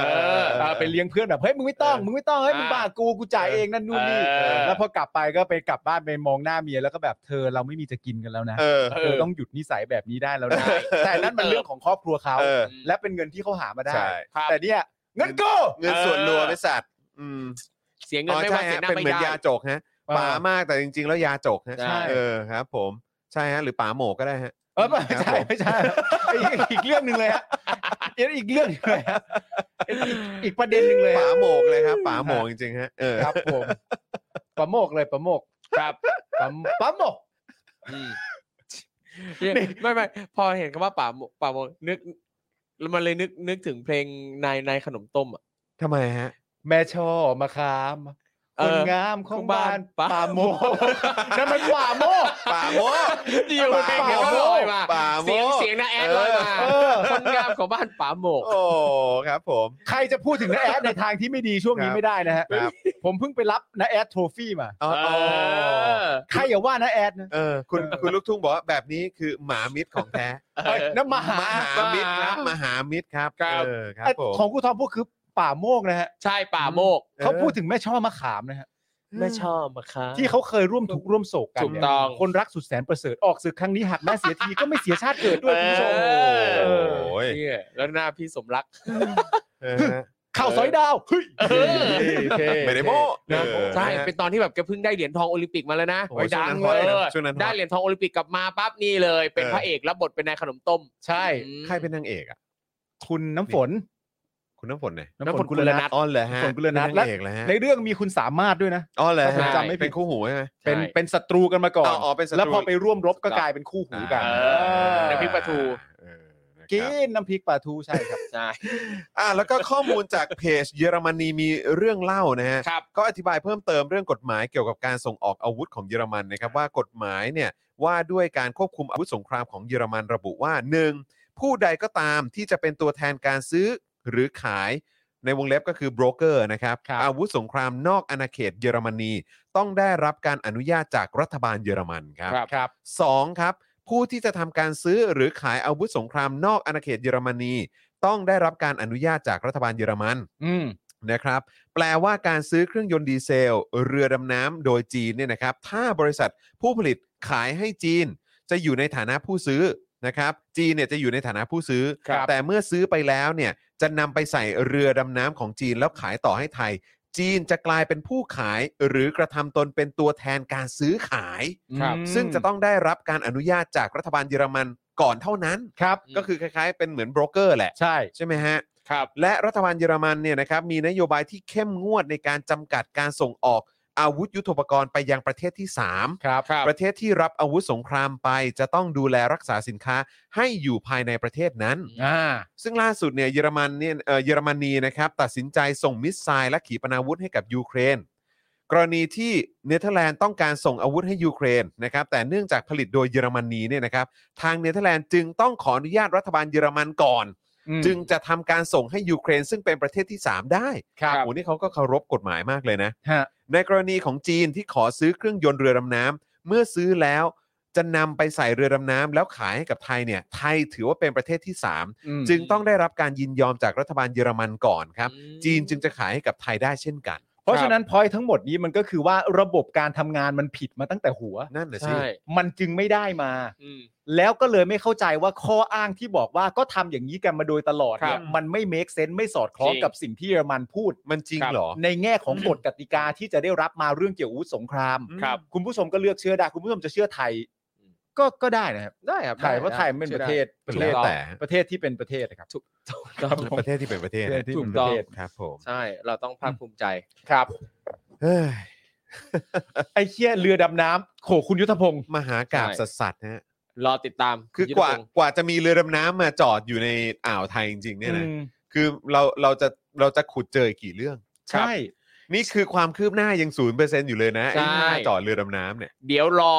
อ
เออไปเลี้ยงเพื่อนแบบเฮ้ยมึงไม่ต้อง
เออ
มึงไม่ต้องเฮ้ยมึง
อ่า
บ้ากูกูจ่ายเองนั่นนู่นนี่
เออ
แล้วพอกลับไปก็ไปกลับบ้านไปมองหน้าเมียแล้วก็แบบเธอเราไม่มีจะกินกันแล้วนะ
เออ
เธอต้องหยุดนิสัยแบบนี้ได้แล้วนะ
ใช่
แต่นั่นมันเรื่องของครอบครัวเขา
เออ
และเป็นเงินที่เขาหามาได้
ใช่
ครับ
แต่เนี่ยเงินกู
เงินส่วนรวมไอ้สัตว์อืม
เสียเงิ
อ๋
น
อ
ไม่
ใช่
ว่าเสีย
ฮะ
หน้า
เป็น
ไม่
เหมือน
ได้
ยาจกฮะป๋ามากแต่จริง ๆ แล้วยาจกฮะ
ใช่
เออครับ ผมใช่ฮะหรือป๋าโหมกก็ได้ฮะ
เออไม่ใช่ไม่ใช่ <laughs> อีกอีกเรื่องหนึ่งเลยฮะอีกเรื่องหนึ่งเลยฮะอีกอีกประเด็นหนึ่งเลยฮะ
ป๋าโหมกเลยครับป๋าโหมกจริงๆฮะเออ
ครับผมปลาโมกเลยปลาโมก
ครับ
ปลาปลาโมก
อืม <laughs> ไม่ไม่พอเห็นคำว่าป่าโมป่าโมนึกมันเลยนึกนึกถึงเพลงนายนายขนมต้มอ่ะ
ทำไมฮะ
แม่ช่อมะขาม
เอ
คน
อ
งามของบ้าน
ของบ้าน
ป่าโม
<laughs>
กนั่นมันป่าโมก
ป่าโมก
เดียวเพลงเดียวก็ลอยมา
ป่าโม
เสียง
ก
เสียงนะแอดลอยมา
เออ
คนงามของบ้านป่าโมก
โอ้ครับผม
ใครจะพูดถึงน้าแอดในทางที่ไม่ดีช่วง
ค
นี้
รับ
ไม่ได้นะฮะ
ครับ
ผมเพิ่งไปรับน้าแอดโทฟี่มา
อ๋อ
เออ
ใครอย่าว่าน้าแอดนะ
เออคุณคุณลูกทุ่งบอกว่าแบบนี้คือหมามิตรของแท้
เออ
น้ำมหาม
หามิตรครับมหามิตรครับ
ครับ
เออครับ
เอ้ย
ผม
ของครูทอมพูดคือป่าโมกนะฮะ
ใช่ป่าโมก
เขาพูดถึงแม่ช่อมะขามนะฮะ
แม่ชอบมาค่ะ
ที่เขาเคยร่วมทุกข์ร่วมโศกกัน
ถูก
เนี่ย
ต้อง
คนรักสุดแสนประเสริฐออกศึกครั้งนี้หักแม่เสียทีก็ไม่เสียชาติเกิดด้วยคุณผู้ชม
โอ้
เออ
เออ
โห
เนี่ยแล้วหน้าพี่สมรัก
เออ
ข่าวสอยดาวเฮ้ย
เออ
เท่ไม่ได้โม้
นะ
เออ
ใช่
นะฮะ
เป็นตอนที่แบบแกเพิ่งได้เหรียญทองโอลิมปิกมาแล้วนะ
โอ้ยช่วงนั้
ดัง
น
เลย
ฮอตนะช่วงนั้นฮอต
ได้เหรียญทองโอลิมปิกกลับมาปั๊บนี่เลย เป็นพระเอกรับบทเป็นนายขนมต้ม
ใช่
อืม
ใครเป็นนางเอกอ่ะ
คุณน้ำฝน
คุณน้ำฝนไหน
น้ำฝนกุลนัท
อ๋อเหรอฮะ
ฝนกุลนัท
เป็น
และ
นางเอกแล้วฮะ
ในเรื่องมีคุณสามารถด้วยนะ
อ๋อเหรอ
ถ้าผม
ฮะ
จำไม่ผิด
เป็นคู่หูใช่ไหม
ใช่
เป็นเป็นศัตรูกันมาก่อน
อ๋อเป็นศัตรู
แล้วพอไปร่วมรบก็กลายเป็นคู่หูกัน
อ่า
เออ
น้ำพริกปลาทู
เออนะครับ
กินน้ำพริกปลาทูใช่ครับ
ใช่
อ่าแล้วก็ข้อมูลจากเพจเยอรมนีมีเรื่องเล่านะฮะ
ครับ
ก็อธิบายเพิ่มเติมเรื่องกฎหมายเกี่ยวกับการส่งออกอาวุธของเยอรมันนะครับว่ากฎหมายเนี่ยว่าด้วยการควบคุมอาวุธสงครามของเยอรมันระบุว่า 1. ผู้ใดก็ตามที่จะเป็นตัวแทนการซื้อหรือขายในวงเล็บก็คือโบรกเกอร์นะครับ
ครับ
อาวุธสงครามนอกอาณาเขตเยอรมนี ต้องได้รับการอนุญาตจากรัฐบาลเยอรมันครับ
ครับ
ครับ
2ครับผู้ที่จะทำการซื้อหรือขายอาวุธสงครามนอกอาณาเขตเยอรมนี ต้องได้รับการอนุญาตจากรัฐบาลเยอรมัน
อืม
นะครับ แปลว่าการซื้อเครื่องยนต์ดีเซล เรือดำน้ำโดยจีนเนี่ยนะครับ ถ้าบริษัทผู้ผลิตขายให้จีน จะอยู่ในฐานะผู้ซื้อนะครับ จีนเนี่ยจะอยู่ในฐานะผู้ซื้อ
ครับ
แต่เมื่อซื้อไปแล้วเนี่ยจะนำไปใส่เรือดำน้ำของจีนแล้วขายต่อให้ไทย จีนจะกลายเป็นผู้ขายหรือกระทำตนเป็นตัวแทนการซื้อขาย
ครับ
ซึ่งจะต้องได้รับการอนุญาตจากรัฐบาลเยอรมันก่อนเท่านั้น
ครับ
ก็คือคล้ายๆเป็นเหมือนโบรกเกอร์แหละ
ใช่
ใช่ไหมฮะ
ครับ
และรัฐบาลเยอรมันเนี่ยนะครับมีนโยบายที่เข้มงวดในการจำกัดการส่งออกอาวุธยุทโธปกรณ์ไปยังประเทศที่ 3
ครับ ครับ
ประเทศที่รับอาวุธสงครามไป จะต้องดูแลรักษาสินค้าให้อยู่ภายในประเทศนั้น
อ่า
ซึ่งล่าสุดเนี่ยเยอรมันเนี่ยเอ่อเยอรมนีนะครับตัดสินใจส่งมิสไซล์และขีปนาวุธให้กับยูเครน กรณีที่เนเธอร์แลนด์ต้องการส่งอาวุธให้ยูเครนนะครับแต่เนื่องจากผลิตโดยเยอรมนีเนี่ยนะครับทางเนเธอร์แลนด์จึงต้องขออนุญาตรัฐบาลเยอรมันก่อน จึงจะทำการส่งให้ยูเครน ซึ่งเป็นประเทศที่ 3 ได้
ครับ
โอ้นี่เขาก็เคารพกฎหมายมากเลยนะ
ฮะ
ในกรณีของจีนที่ขอซื้อเครื่องยนต์เรือดำน้ำเมื่อซื้อแล้วจะนำไปใส่เรือดำน้ำแล้วขายให้กับไทยเนี่ยไทยถือว่าเป็นประเทศที่สาม
อืม
จึงต้องได้รับการยินยอมจากรัฐบาลเยอรมันก่อนครับ จีนจึงจะขายให้กับไทยได้เช่นกัน
เพราะฉะนั้นพอยทั้งหมดนี้มันก็คือว่าระบบการทำงานมันผิดมาตั้งแต่หัว
นั่นแหละสิ
ใช่
มันจึงไม่ได้มา
อืม
แล้วก็เลยไม่เข้าใจว่าข้ออ้างที่บอกว่าก็ทำอย่างนี้กันมาโดยตลอดเนี่ย
ครับ
มันไม่ make sense ไม่สอดคล้อง
จริง
กับสิ่งที่เยอรมันพูด
มันจริงเหรอ
ในแง่ของกฎกติกาที่จะได้รับมาเรื่องเกี่ยวอาวุธสงคราม
ครับ
คุณผู้ชมก็เลือกเชื่อได้ คุณผู้ชมจะเชื่อไทย ก็ก็ได้นะครับ
ได้ครับ
ไทยเพราะไทยมันเป็นประเทศ
ได้
ประเทศ
แล้วแต่
ประเทศที่เป็นประเทศนะครับ
ถูกต้อง
ประเทศที่เป็นประเทศ
ประเทศที่
เป็นประเทศ
ครับผม
ใช่เราต้องภาคภูมิใจ
ครับ
เฮ้ย
ไอ้เชี่ยเรือดำน้ำโขคุณยุทธพงศ์
มหากราบ
ใช่
สัสสัสนะฮะ
รอติดตาม
คือก
ยุทธ
ว่า
พงศ์
กว่าจะมีเรือดำน้ำมาจอดอยู่ในอ่าวไทยจริงๆเนี่ยนะ
อืม
คือเราเราจะเราจะขุดเจออีกกี่เรื่อง
ใช่
นี่คือความคืบหน้ายังศูนย์เปอร์เซ็นต์อยู่เลยนะไอ้
ใช่
หน้าจอดเรือดำน้ำเนี่ย
เดี๋ยวรอ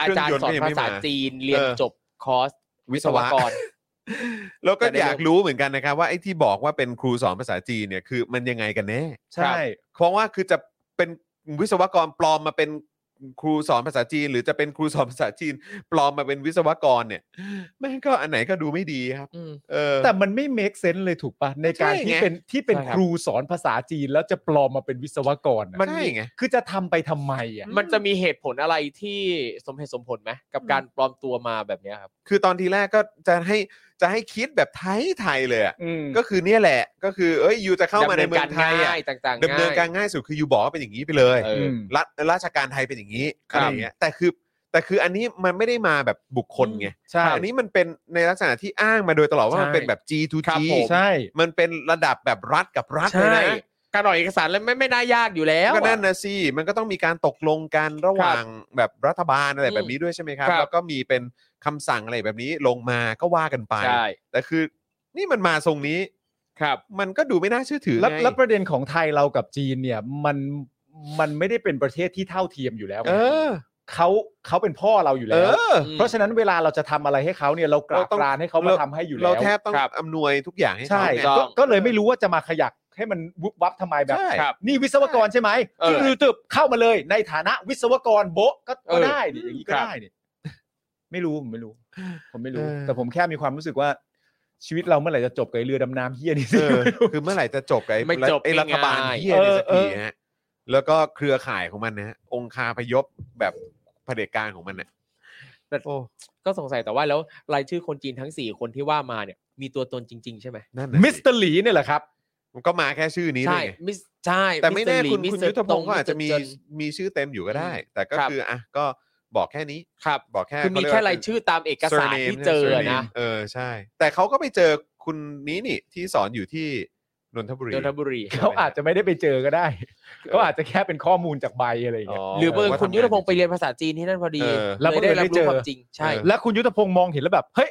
อาจารย์สอ
เค
น
รื่องยนต์ก็ยัง
ภา
ไม่
ษา
มา
จีนเรียน
เออ
จบคอร์ส
วิศ
วิศว
วะ
กร
แล้วก็
จะได้
อยากรู้เหมือนกันนะครับว่าไอ้ที่บอกว่าเป็นครูสอนภาษาจีนเนี่ยคือมันยังไงกันแน่
ใช่
เพราะว่าคือจะเป็นวิศวกรปลอมมาเป็นครูสอนภาษาจีน หรือจะเป็นครูสอนภาษาจีน ปลอมมาเป็นวิศวกรเนี่ยแม่งก็อันไหนก็ดูไม่ดีครับ
อืม
เออ
แต่มันไม่ make sense เลยถูกปะในการ
ใช่ไง
ที่เป็นที่เป็น
ใช่ครับ
ครูสอนภาษาจีนแล้วจะปลอมมาเป็นวิศวกรอะ
มันใช่ไง
คือจะทำไปทำไมอ่ะ
มันจะมีเหตุผลอะไรที่สมเหตุสมผลไหมกับการปลอมตัวมาแบบเนี้ยครับ
คือตอนทีแรกก็จะให้จะให้คิดแบบไทยไทยๆเลยอะก็คือเนี่ยแหละ ก็คือเอ้ยอยู่จะเข้ามาในเมืองไทยอะ
ดำเนินการง่ายต่างๆ
ดำเนินการ
ง่
ง่ายสุดคืออยู่บอกว่าเป็นอย่างนี้ไปเลย
เออ
รัฐราชการไทยเป็นอย่างนี้
ค
อะ
รับ
ไรอย่างเงี้ยแต่คือแต่คืออันนี้มันไม่ได้มาแบบบุคคลไง
ใช่
อันนี้มันเป็นในลักษณะที่อ้างมาโดยตลอดว่ามัน
ใช่
เป็นแบบ G to G
ครับผม
ใช่
มันเป็นระดับแบบรัฐกับรัฐ
ย
เลยนะ
การออกเอกสารแล้วไม่ไม่น่ายากอยู่แล้ว
ก็นั่น
อะ
นะสิมันก็ต้องมีการตกลงกันระหว่างแบบรัฐบาลอะไรแบบนี้ด้วยใช่ไหมครับ
ครับ
แล้วก็มีเป็นคำสั่งอะไรแบบนี้ลงมาก็ว่ากันไป
ใช่
แต่คือนี่มันมาทรงนี้
ครับ
มันก็ดูไม่น่าเชื่อถือ
แล้ว
ไง
แล้วประเด็นของไทยเรากับจีนเนี่ยมัน มันไม่ได้เป็นประเทศที่เท่าเทียมอยู่แล้ว
เออ
เขาเขาเป็นพ่อเราอยู่
เอ
แล้
อ
ว
อืม
เพราะฉะนั้นเวลาเราจะทำอะไรให้เขาเนี่ยเรากราบ
เราต้อง
กรานให้เขามาทำให้อยู่แล้
เรา
ว
แทบต้อง
ครับ
อำนวยทุกอย่างให้
ใช่
เขาเนี่ย
ถูกต้
ก็
อง
ก็เลยไม่รู้ว่าจะมาขยักให้มันวุบวับทำไมแบบ
ใช่
ครับ
นี่วิศวกรใช่ไหม
เออ
คือตึบเข้ามาเลยในฐานะวิศวกรโบะก็
เอ
ก็
อ
ได้ดิอย่างนี้ก็
ครับ
ได้นี่ไม่รู้ผมไม่รู้ ผมไม่รู้
เออ
แต่ผมแค่มีความรู้สึกว่าชีวิตเราเมื่อไหร่จะจบกับไอ้เรือดำน้ำเฮี้ยนี่สิ
เออ
ไม่รู้ <laughs>
คือเมื่อไหร่จะจบกับ
ไม่
ไอ้
จบ
ไอ้รัฐบาล
ง่ายๆ
เฮียเนี่ยสักที
เออเออ
ฮะแล้วก็เครือข่ายของมันนะฮะองคาพยพแบบเผด็จการของมันน่ะโอ้
ก็สงสัยแต่ว่าแล้วรายชื่อคนจีนทั้ง 4 คนที่ว่ามาเนี่ยมีตัวตนจริง ๆ ใช่ไหม
นั่นน่ะสิ
มิสเตอร์หลีเนี่ยแหละครับ
มันก็มาแค่ชื่อนี้เล
ใช่
ยไง
มิสใช่
แต่ไม่แน่
สเตอร์ลี
คุณ
มิส
คุณ
เตอร์
ยุทธพงศ์ก็อาจจะมี
ตรงมิสเตอร์น
มีชื่อเต็มอยู่ก็ได้ แต่ก็
ครับ
คืออ่ะก็บอกแค่นี้
ครับ
บอกแค่
คือมี
เขเก
แค่
ว่
รายชื่อตามเอกสารที่
นี่ย
เจอ
surname
นะ
เออใช่ แต่เขาก็ไปเจอคุณนี้นี่ที่สอนอยู่ที่นนทบุรี
นนทบุรี
<laughs> เขาอาจจะไม่ได้ไปเจอก็ได้ เขาอาจจะแค่เป็นข้อมูลจากใบอะไรอย่างเงี้ย
อ๋อ
หรือเบอร์
ว่า
คุณ
ทำงาน
ยุทธพงศ์ไปเรียนภาษาจีนที่นั่นพอดี
เออ
แล้วได้รับ
แล้วบังเอิญได้เจ
รู้
อ
ความจริงใช่
เออ
แล้วคุณยุทธพงศ์มองเห็นแล้วแบบ เฮ้ย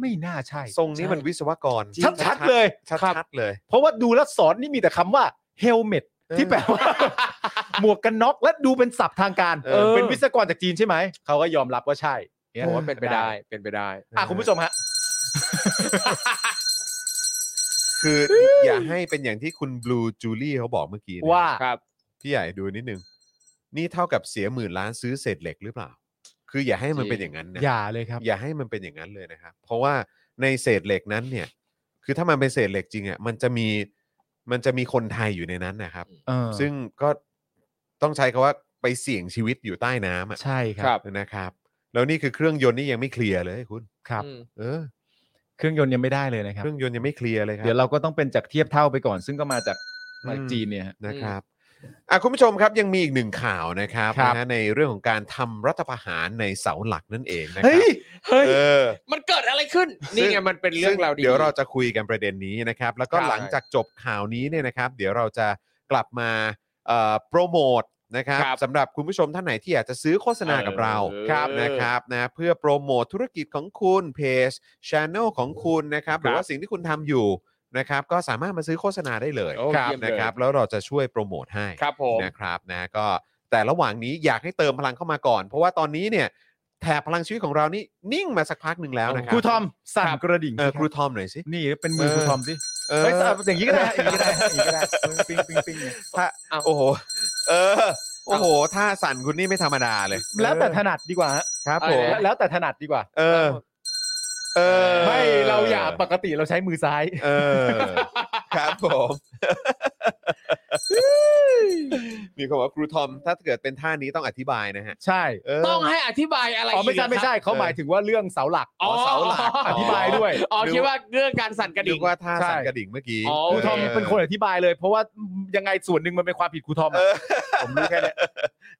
ไม่น่าใช่
ทรงนี้มันวิศวกร
ชัดๆเลย
ชัด
ครับ
ชัดๆเลย
เพราะว่าดูแล้วสอนนี่มีแต่คำว่าเฮลเมต
เออ
ที่แปลว่า หมวกกันน็อกและดูเป็นศัพท์ทางการ
เออ
เป็นวิศวกรจากจีนใช่ไหม เขาก็ยอมรับว่าใช่เนี่ย
ผมว่าเป็นไปได้เป็นไปได้
อ่ะคุณผู้ชมฮะ
คืออย่าให้เป็นอย่างที่คุณบลูจูลี่เขาบอกเมื่อกี้นะ
ว่า
ครับ
พี่ใหญ่ดูนิดนึง นี่เท่ากับเสียหมื่นล้านซื้อเศษเหล็กหรือเปล่า คืออย่าให้มันเป็นอย่างนั้นนะ
อย่าเลยครับ
อย่าให้มันเป็นอย่างนั้นเลยนะครับ เพราะว่าในเศษเหล็กนั้นเนี่ย คือถ้ามันเป็นเศษเหล็กจริงอ่ะมันจะมีมันจะมีคนไทยอยู่ในนั้นนะครับ
เออ
ซึ่งก็ต้องใช้คำว่าไปเสี่ยงชีวิตอยู่ใต้น้ำอ่ะ
ใช่ค
ครั
รับ บ
นะครับ แล้วนี่คือเครื่องยนต์นี่ยังไม่เคลียร์เลยคุณ
ครับ
อืม
เออ
เครื่องยนต์ยังไม่ได้เลยนะครับ
เครื่องยนต์ยังไม่เคลียร์เลยครั
เดี๋ยวเราก็ต้องเป็นจากเทียบเท่าไปก่อน ซึ่งก็มาจากมาจาก
อืม
จีนเนี่ยฮะ
นะครับอ่ะคุณผู้ชมครับยังมีอีกหนึ่งข่าวนะครับ
ครับ
นะฮะในเรื่องของการทำรัฐประหารในเสาหลักนั่นเองนะครั
เฮ้ย เฮ้ย
เออ
มันเกิดอะไรขึ้น
ซึ่ง
นี่ไงมันเป็นเรื่องราว
ซึ่
ดี
เดี๋ยวเราจะคุยกันประเด็นนี้นะครับ แล้วก็
ใช่
หลังจากจบข่าวนี้เนี่ยนะครับ เดี๋ยวเราจะกลับมาเอ่อโปรโมทนะครับ
ครับ
สำหรับคุณผู้ชมท่านไหนที่อยากจะซื้อโฆษณากับเรา
เออครับ
นะครับนะเพื่อโปรโมทธุรกิจของคุณเพจช anel ของคุณนะครับ
ครับ
หรือว่าสิ่งที่คุณทำอยู่นะครับ ก็สามารถมาซื้อโฆษณาได้เลย
โอ้เยี่ยมเลย
นะครับ แล้วเราจะช่วยโปรโมทให้
ครับผม
นะครับนะก็แต่ระหว่างนี้อยากให้เติมพลังเข้ามาก่อน เพราะว่าตอนนี้เนี่ยแถบพลังชีวิตของเรานี่นิ่งมาสักพักหนึ่งแล้วนะครั
ครูทอมสั่น
ครับ
กระดิ่ง
เออ
สิ
ครูทอมหน่อยสิ
นี่เป็นมือ
เออ
ครูทอมสิ
เออ
เฮ้ยอย่างนี้ก็ได้อย่างนี้ก็ได้อย่างนี้ก็ได้ปิ้งปิ้งปิ้งเนี่ย
ถ้า
เอา
โอ้โหเออโอ้โหถ้าสั่นคุณนี่ไม่ธรรมดาเลย
แล้วแต่
เออ
ถนัดดีกว่าฮะ
ครับ
อะไร
ผม
แล้
นะ
วแล้วแต่ถนัดดีกว่า
เออเออ
ไม่เราอย่าปกติเราใช้มือซ้าย
เออครับผม มีคำว่าครูทอม ถ้าเกิดเป็นท่านี้ต้องอธิบายนะฮะ
ใช่
เออ
ต้องให้อธิบายอะไร
อ๋อไม่ใช่
อีกอะ
ไม่ใช่เขาหมายถึงว่าเรื่องเสาหลัก
อ๋อ
เสาหลัก
อธิบายด้วย
อ๋อคิดว่าเรื่องการสั่นกระดิ่ง
นึว่าท่า
ใช่
สั่นกระดิ่งเมื่อกี้
อ๋อ
ครูทอม
เ
เป็นคนอธิบายเลย เพราะว่ายังไงส่วนหนึ่งมันเป็นความผิดครูทอม
เอ
อะ
อ
ผมรู้แค่เนี้ย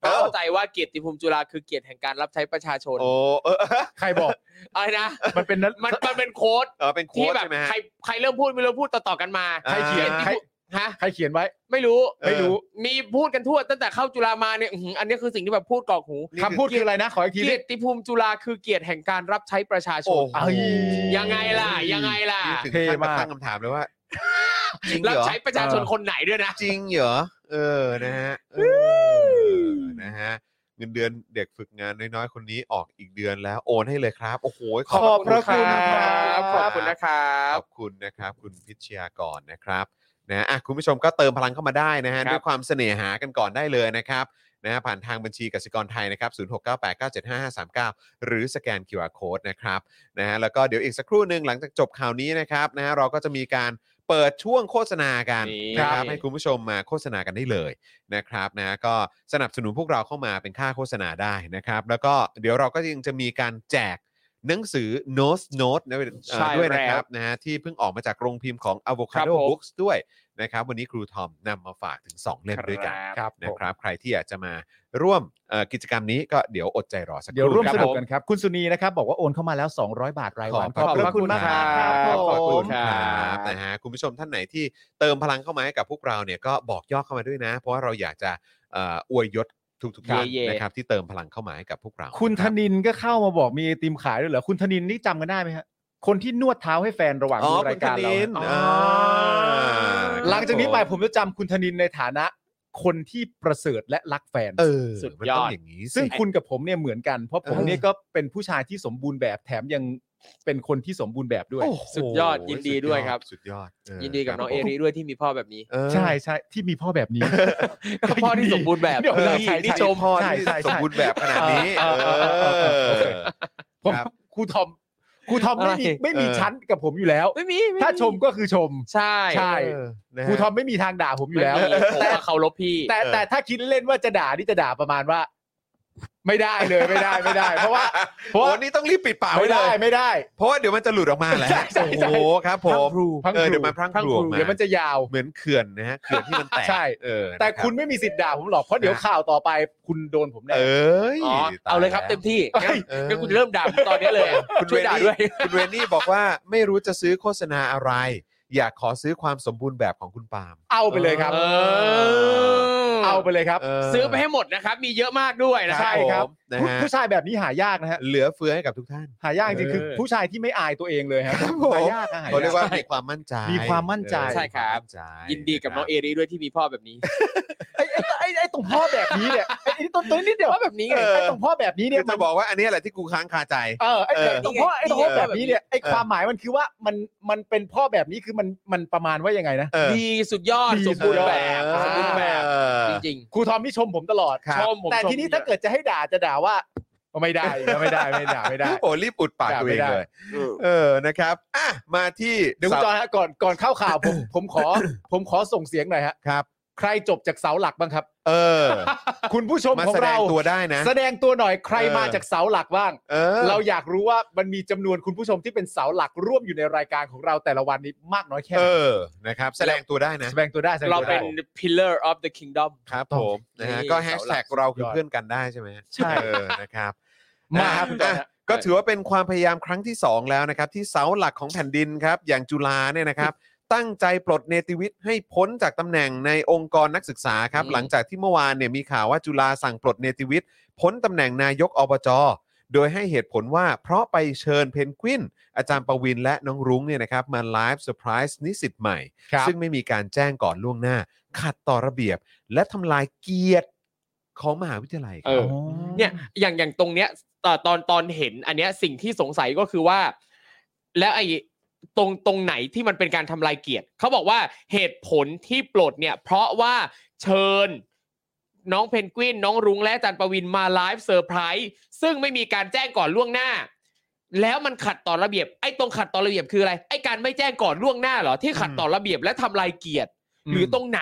เอ้า
เข้าใจว่าเกียรติภูมิจุฬาคือเกียรติแห่งการรับใช้ประชาชน
โอ้เอ <laughs> อ
ใครบอก
อะไรนะ
มันเป็นนั้น
มันมันเป็นโค้ด
เออเป็นโค้
ที่
ด
แบบ
ใช่ไหมฮะ
ใครใครเริ่มพูดไม่เริ่มพูดต่อๆกันมา
ใครเขียน
กีติ
ใคร
ภูมิฮะ
ใครเขียนไว้
ไม่รู้
ไม่รู้
มีพูดกันทั่วตั้งแต่เข้าจุฬามาเนี่ยอื้อหืออันนี้คือสิ่งที่แบบพูดกรอกหู
นี่
คำพูดคืออะไรนะ ขออีกที
เกี
ดิ
ยรติภูมิจุฬาคือเกียรติแห่งการรับใช้ประชาช
โอ้
น
โห
เอ้ย
ยังไงล่ะ ยังไงล่ะ
นี่ถึง
เท่
ขั้น
มาก
ตั้งคำถามเลยว่า จริง
รั
เห
บ
รอ
ใช้ประชาชนคนไหนด้วยนะ
จริงเหรอเออนะฮะเออนะฮะเงินเดือนเด็กฝึกงานน้อยๆ คนนี้ออกอีกเดือนแล้วโอนให้เลยครับ โอ้โห
ขอบพระคุณครับ
ข
ข
อ
อ
บบ คุ
คุณ ณ
นะ
นะ
ค
ค
ข
รับ รับ
อบคุณนะครับ คุณพิชยากรนะครับนะอ่ะคุณผู้ชมก็เติมพลังเข้ามาได้นะฮะ
ครับ
ด้วยความเสน่หากันก่อนได้เลยนะครับนะฮะผ่านทางบัญชีกสิกรไทยนะครับ0698975539 หรือสแกน QR Code นะครับ นะฮะแล้วก็เดี๋ยวอีกสักครู่หนึ่งหลังจากจบข่าวนี้นะครับนะฮะเราก็จะมีการเปิดช่วงโฆษณากัน
นี่
นะครับ
ครับ
ให้คุณผู้ชมมาโฆษณากันได้เลยนะครับนะฮะก็สนับสนุนพวกเราเข้ามาเป็นค่าโฆษณาได้นะครับ แล้วก็เดี๋ยวเราก็ยังจะมีการแจกหนังสือ Notes Note นะเอ่อ
ใช่
ด้วยนะครับนะฮะที่เพิ่งออกมาจากโรงพิมพ์ของ
ครับ
Avocado
ผม
Books ด้วยนะครับวันนี้ครูทอมนำมาฝากถึง 2 เล่มด้วยกัน
ค
ค
รับ
รับ
นะ
ผม
ครับใครที่อยากจะมาร่วมเอ่อกิจกรรมนี้ก็เดี๋ยวอดใจรอสักค
เดี๋ยวร่วม
ค
ส
บ
นุกกันครับ คุณสุนีนะครับ บอกว่าโอนเข้ามาแล้ว 200 บาทรายวัน
ขอบพระคุณมากครั
ครับบ
ขอบคุณ
ผม
ครับนะฮะคุณผู้ชมท่านไหนที่เติมพลังเข้ามาให้กับพวกเราเนี่ยก็บอกย่อเข้ามาด้วยนะ เพราะว่าเราอยากจะเอ่ออวยยศทุกๆท่าน
เย่ๆ
นะครับที่เติมพลังเข้ามาให้กับพวกเรา
คุณธ
นิ
นินก็เข้ามาบอกมีไอติมขายด้วยเหรอ คุณธนินนี่จำกันได้ไหมฮะ คนที่นวดเท้าให้แฟนระหว่าง
อ๋อ
ดู
คุณ
ราย
ธ
การเรา
นิน
ฮะ
อ่า
อ๋อ
หลังจากนี้ไป
ค
ผ
รับ
มจะจำคุณธนินในฐานะ คนที่ประเสริฐและรักแฟน
เออ
สุด
มัน
ยอด
ต้องอย่างนี้สิ
ซึ่งคุณกับผมเนี่ยเหมือนกัน เพราะผม
เออ
เนี่ยก็เป็นผู้ชายที่สมบูรณ์แบบแถมยังเป็นคนที่สมบูรณ์แบบด้วย
โอ้โห
สุดยอดยินดีด้วยครับ
สุดยอดเ
ยินดีกับน้อง
ค
เอ
รับ
รีด้วยที่มีพ่อแบบนี้
เออ
ใช่ใช่ที่มีพ่อแบบนี้
ก็พ่อที่สมบูรณ์แบบ
เดี๋ยว
เออ
นี่
ใครที่ชม
พ่อ
ใช่
ที่
ใช่ใช่
สมบูรณ์แบบขนาดนี้
เอ
เอ
อเออเออเออโอ
อ
เค ผม
ครับ
ครูทอมครูทอมไม่มี
อะไร
ไม่มี
เออ
ชั้นกับผมอยู่แล้ว
ไม่มีไ
ถ้าชมก็คือชม
ใช่
ใช่
เออนะฮะ
ครูทอมไม่มีทางด่าผมอยู่แล้ว
ไม่มีผม
แต่
ว่าเคารพพี่
แต่แต่ถ้าคิดเล่นว่าจะด่านี่จะด่าประมาณว่า ไม่ได้เลยไม่ได้ไม่ได้ เพราะว่าเพราะ
โอ้
ว่า
นี่ต้องรีบปิดปาก
ไม่
ไว้เล
ได้
ย
ไม่ได้
เพราะว่าเดี๋ยวมันจะหลุดออกมาแหละ
ใช่ใช่ใช่
โอ้โหครับผม
พัง
เออ
ครู
เดี๋ยวมันพรัง
พรั
พรูออกมา
เดี๋ยวมันจะยาว
เหมือนเขื่อนนะฮะเขื่อนที่มันแตก
ใช่
เออนะ
แต่
รับ
คุณไม่มีสิทธิ์ด่าผมหรอกเพราะเดี๋ยวข่าวต่อไป คุณโดนผมแน่
เอ้ย
อ๋อเอาเลยครับเต็มที่งั้น
เออ
งั้นคุณเริ่มด่าผมตอนนี้เลย
คุณ
ช่
เร
วย
น
ด่า
นี่
ด้วย
คุณเรนนี่บอกว่าไม่รู้จะซื้อโฆษณาอะไร อยากขอซื้อความสมบูรณ์แบบของคุณปาล์ม
เอาไปเลยครับ
เออ
เอาไปเลยครับ
เออ
ซื้อไปให้หมดนะครับ มีเยอะมากด้วยนะ
ใช่ครับ
ผมนะ
ผู้
ฮะ
ผู้ชายแบบนี้หายากนะฮะ
เหลือเฟือให้กับทุกท่าน
หายากจริงๆคือ
เออ
ผู้ชายที่ไม่อายตัวเองเลยฮะ
ครับผม
หายากอะหายาก
เขาเรียกว่ามีความมั่นใจ
มีความมั่นใจ
เออ
ใช่ครับ
วามมั่นใจ
ยินดีกับน้องเอรีด้วยที่มีพ่อแบบนี้
ไอ้ไอ้ไอ้ไอ้ตรงพ่อแบบนี้เนี่ยไอ้ไอ้ตรงตัวนิดเดียว
พ่อแบบนี้ไง
เออไอ้ตรงพ่อแบบนี้
คื
เนี่ย
อ
มั
จะ
น
บอกว่าอันนี้แหละที่กูค้างคาใจ
เออไอ้
เออ
ไอ้ตรงพ่อไอ้ตรงพ่อแบบนี้เนี่ยไอ้
เออ
ความหมายมันคือว่ามันมันเป็นพ่อแบบนี้คือมันมันประมาณว่ายังไงนะ
เออ
ดีสุดยอด
ดี
สมบูรณ์แบบ
สุดยอด
สมบูรณ์แบบ
เออ
จริง
ครูทอมนี่ชมผมตลอด
ครับ
ชมผม
แต่
ชม
ทีนี้
เยอะ
ถ้าเกิดจะให้ด่าจะด่าว่าไม่ได้อีก <laughs> แล้วไม่ได้ไม่ด่าไม่ได้
โอ้รีบอุดปาก
ด่า
ตัว
ไม่
เอง
ได้
เลย
ๆ
เออ นะครับ อ่ะ มาที่
เดี๋ยวคุณจ
สา
อ
ว
ห์นฮะก่อนก่อนเข้าข่าวผม ผมขอ ผมขอส่งเสียงหน่อยฮะ
ครับ
ใครจบจากเสาหลักบ้างครับ
เออ
คุณผู้ชม
มา
ของ
แสด
เรา
งตัวได้นะ
แสดงตัวหน่อยใคร
เออ
มาจากเสาหลักบ้าง
เออ
เราอยากรู้ว่ามันมีจำนวนคุณผู้ชมที่เป็นเสาหลักร่วมอยู่ในรายการของเราแต่ละวันนี้มากน้อยแค่ไห
เอน อ นะครับ แสดงตัวได้นะ
แสดงตัวได้แสดง
เรา
ตัว
เป็
ได้
น pillar of the kingdom
ครับผมนะฮะ
นี่
ก็แฮชแท็กเราคือ
สุดยอด
เพื่อนกันได้ใช่ไหม
ใช่
เออ นะครับ
มาครับคุณจอห์น
อ่ะก็ถือว่าเป็นความพยายามครั้งที่ 2 แล้วนะครับ ที่เสาหลักของแผ่นดินครับ อย่างจุฬาเนี่ยนะครับ ตั้งใจปลดเนติวิทย์ให้พ้นจากตำแหน่งในองค์กรนักศึกษาครับ
อืม
หลังจากที่เมื่อวานเนี่ยมีข่าวว่าจุฬาสั่งปลดเนติวิทย์พ้นตำแหน่งนายกอบจโดยให้เหตุผลว่าเพราะไปเชิญเพนกวิน อาจารย์ประวินและน้องรุ้งเนี่ยนะครับมาไลฟ์เซอร์ไพรส์นิสิตใหม่
ครับ
ซึ่งไม่มีการแจ้งก่อนล่วงหน้า ขัดต่อระเบียบ และทำลายเกียรติของมหาวิทยาลัยค
เอ
รับ
อ เนี่ยอย่างอย่างตรงเนี้ยตอนตอนตอนเห็นอันเนี้ยสิ่งที่สงสัยก็คือว่า แล้วไอ้ตรงตรงไหนที่มันเป็นการทำลายเกียรติเขาบอกว่าเหตุผลที่ปลดเนี่ย เพราะว่าเชิญน้องเพนกวิน น้องรุ้งและอาจันประวินมาไลฟ์เซอร์ไพรส์ซึ่งไม่มีการแจ้งก่อนล่วงหน้า แล้วมันขัดต่อระเบียบไอ้ตรงขัดต่อระเบียบคืออะไรไอ้การไม่แจ้งก่อนล่วงหน้าเหรอที่ขัดต่อระเบียบและทำลายเกียรติ หรือตรงไหน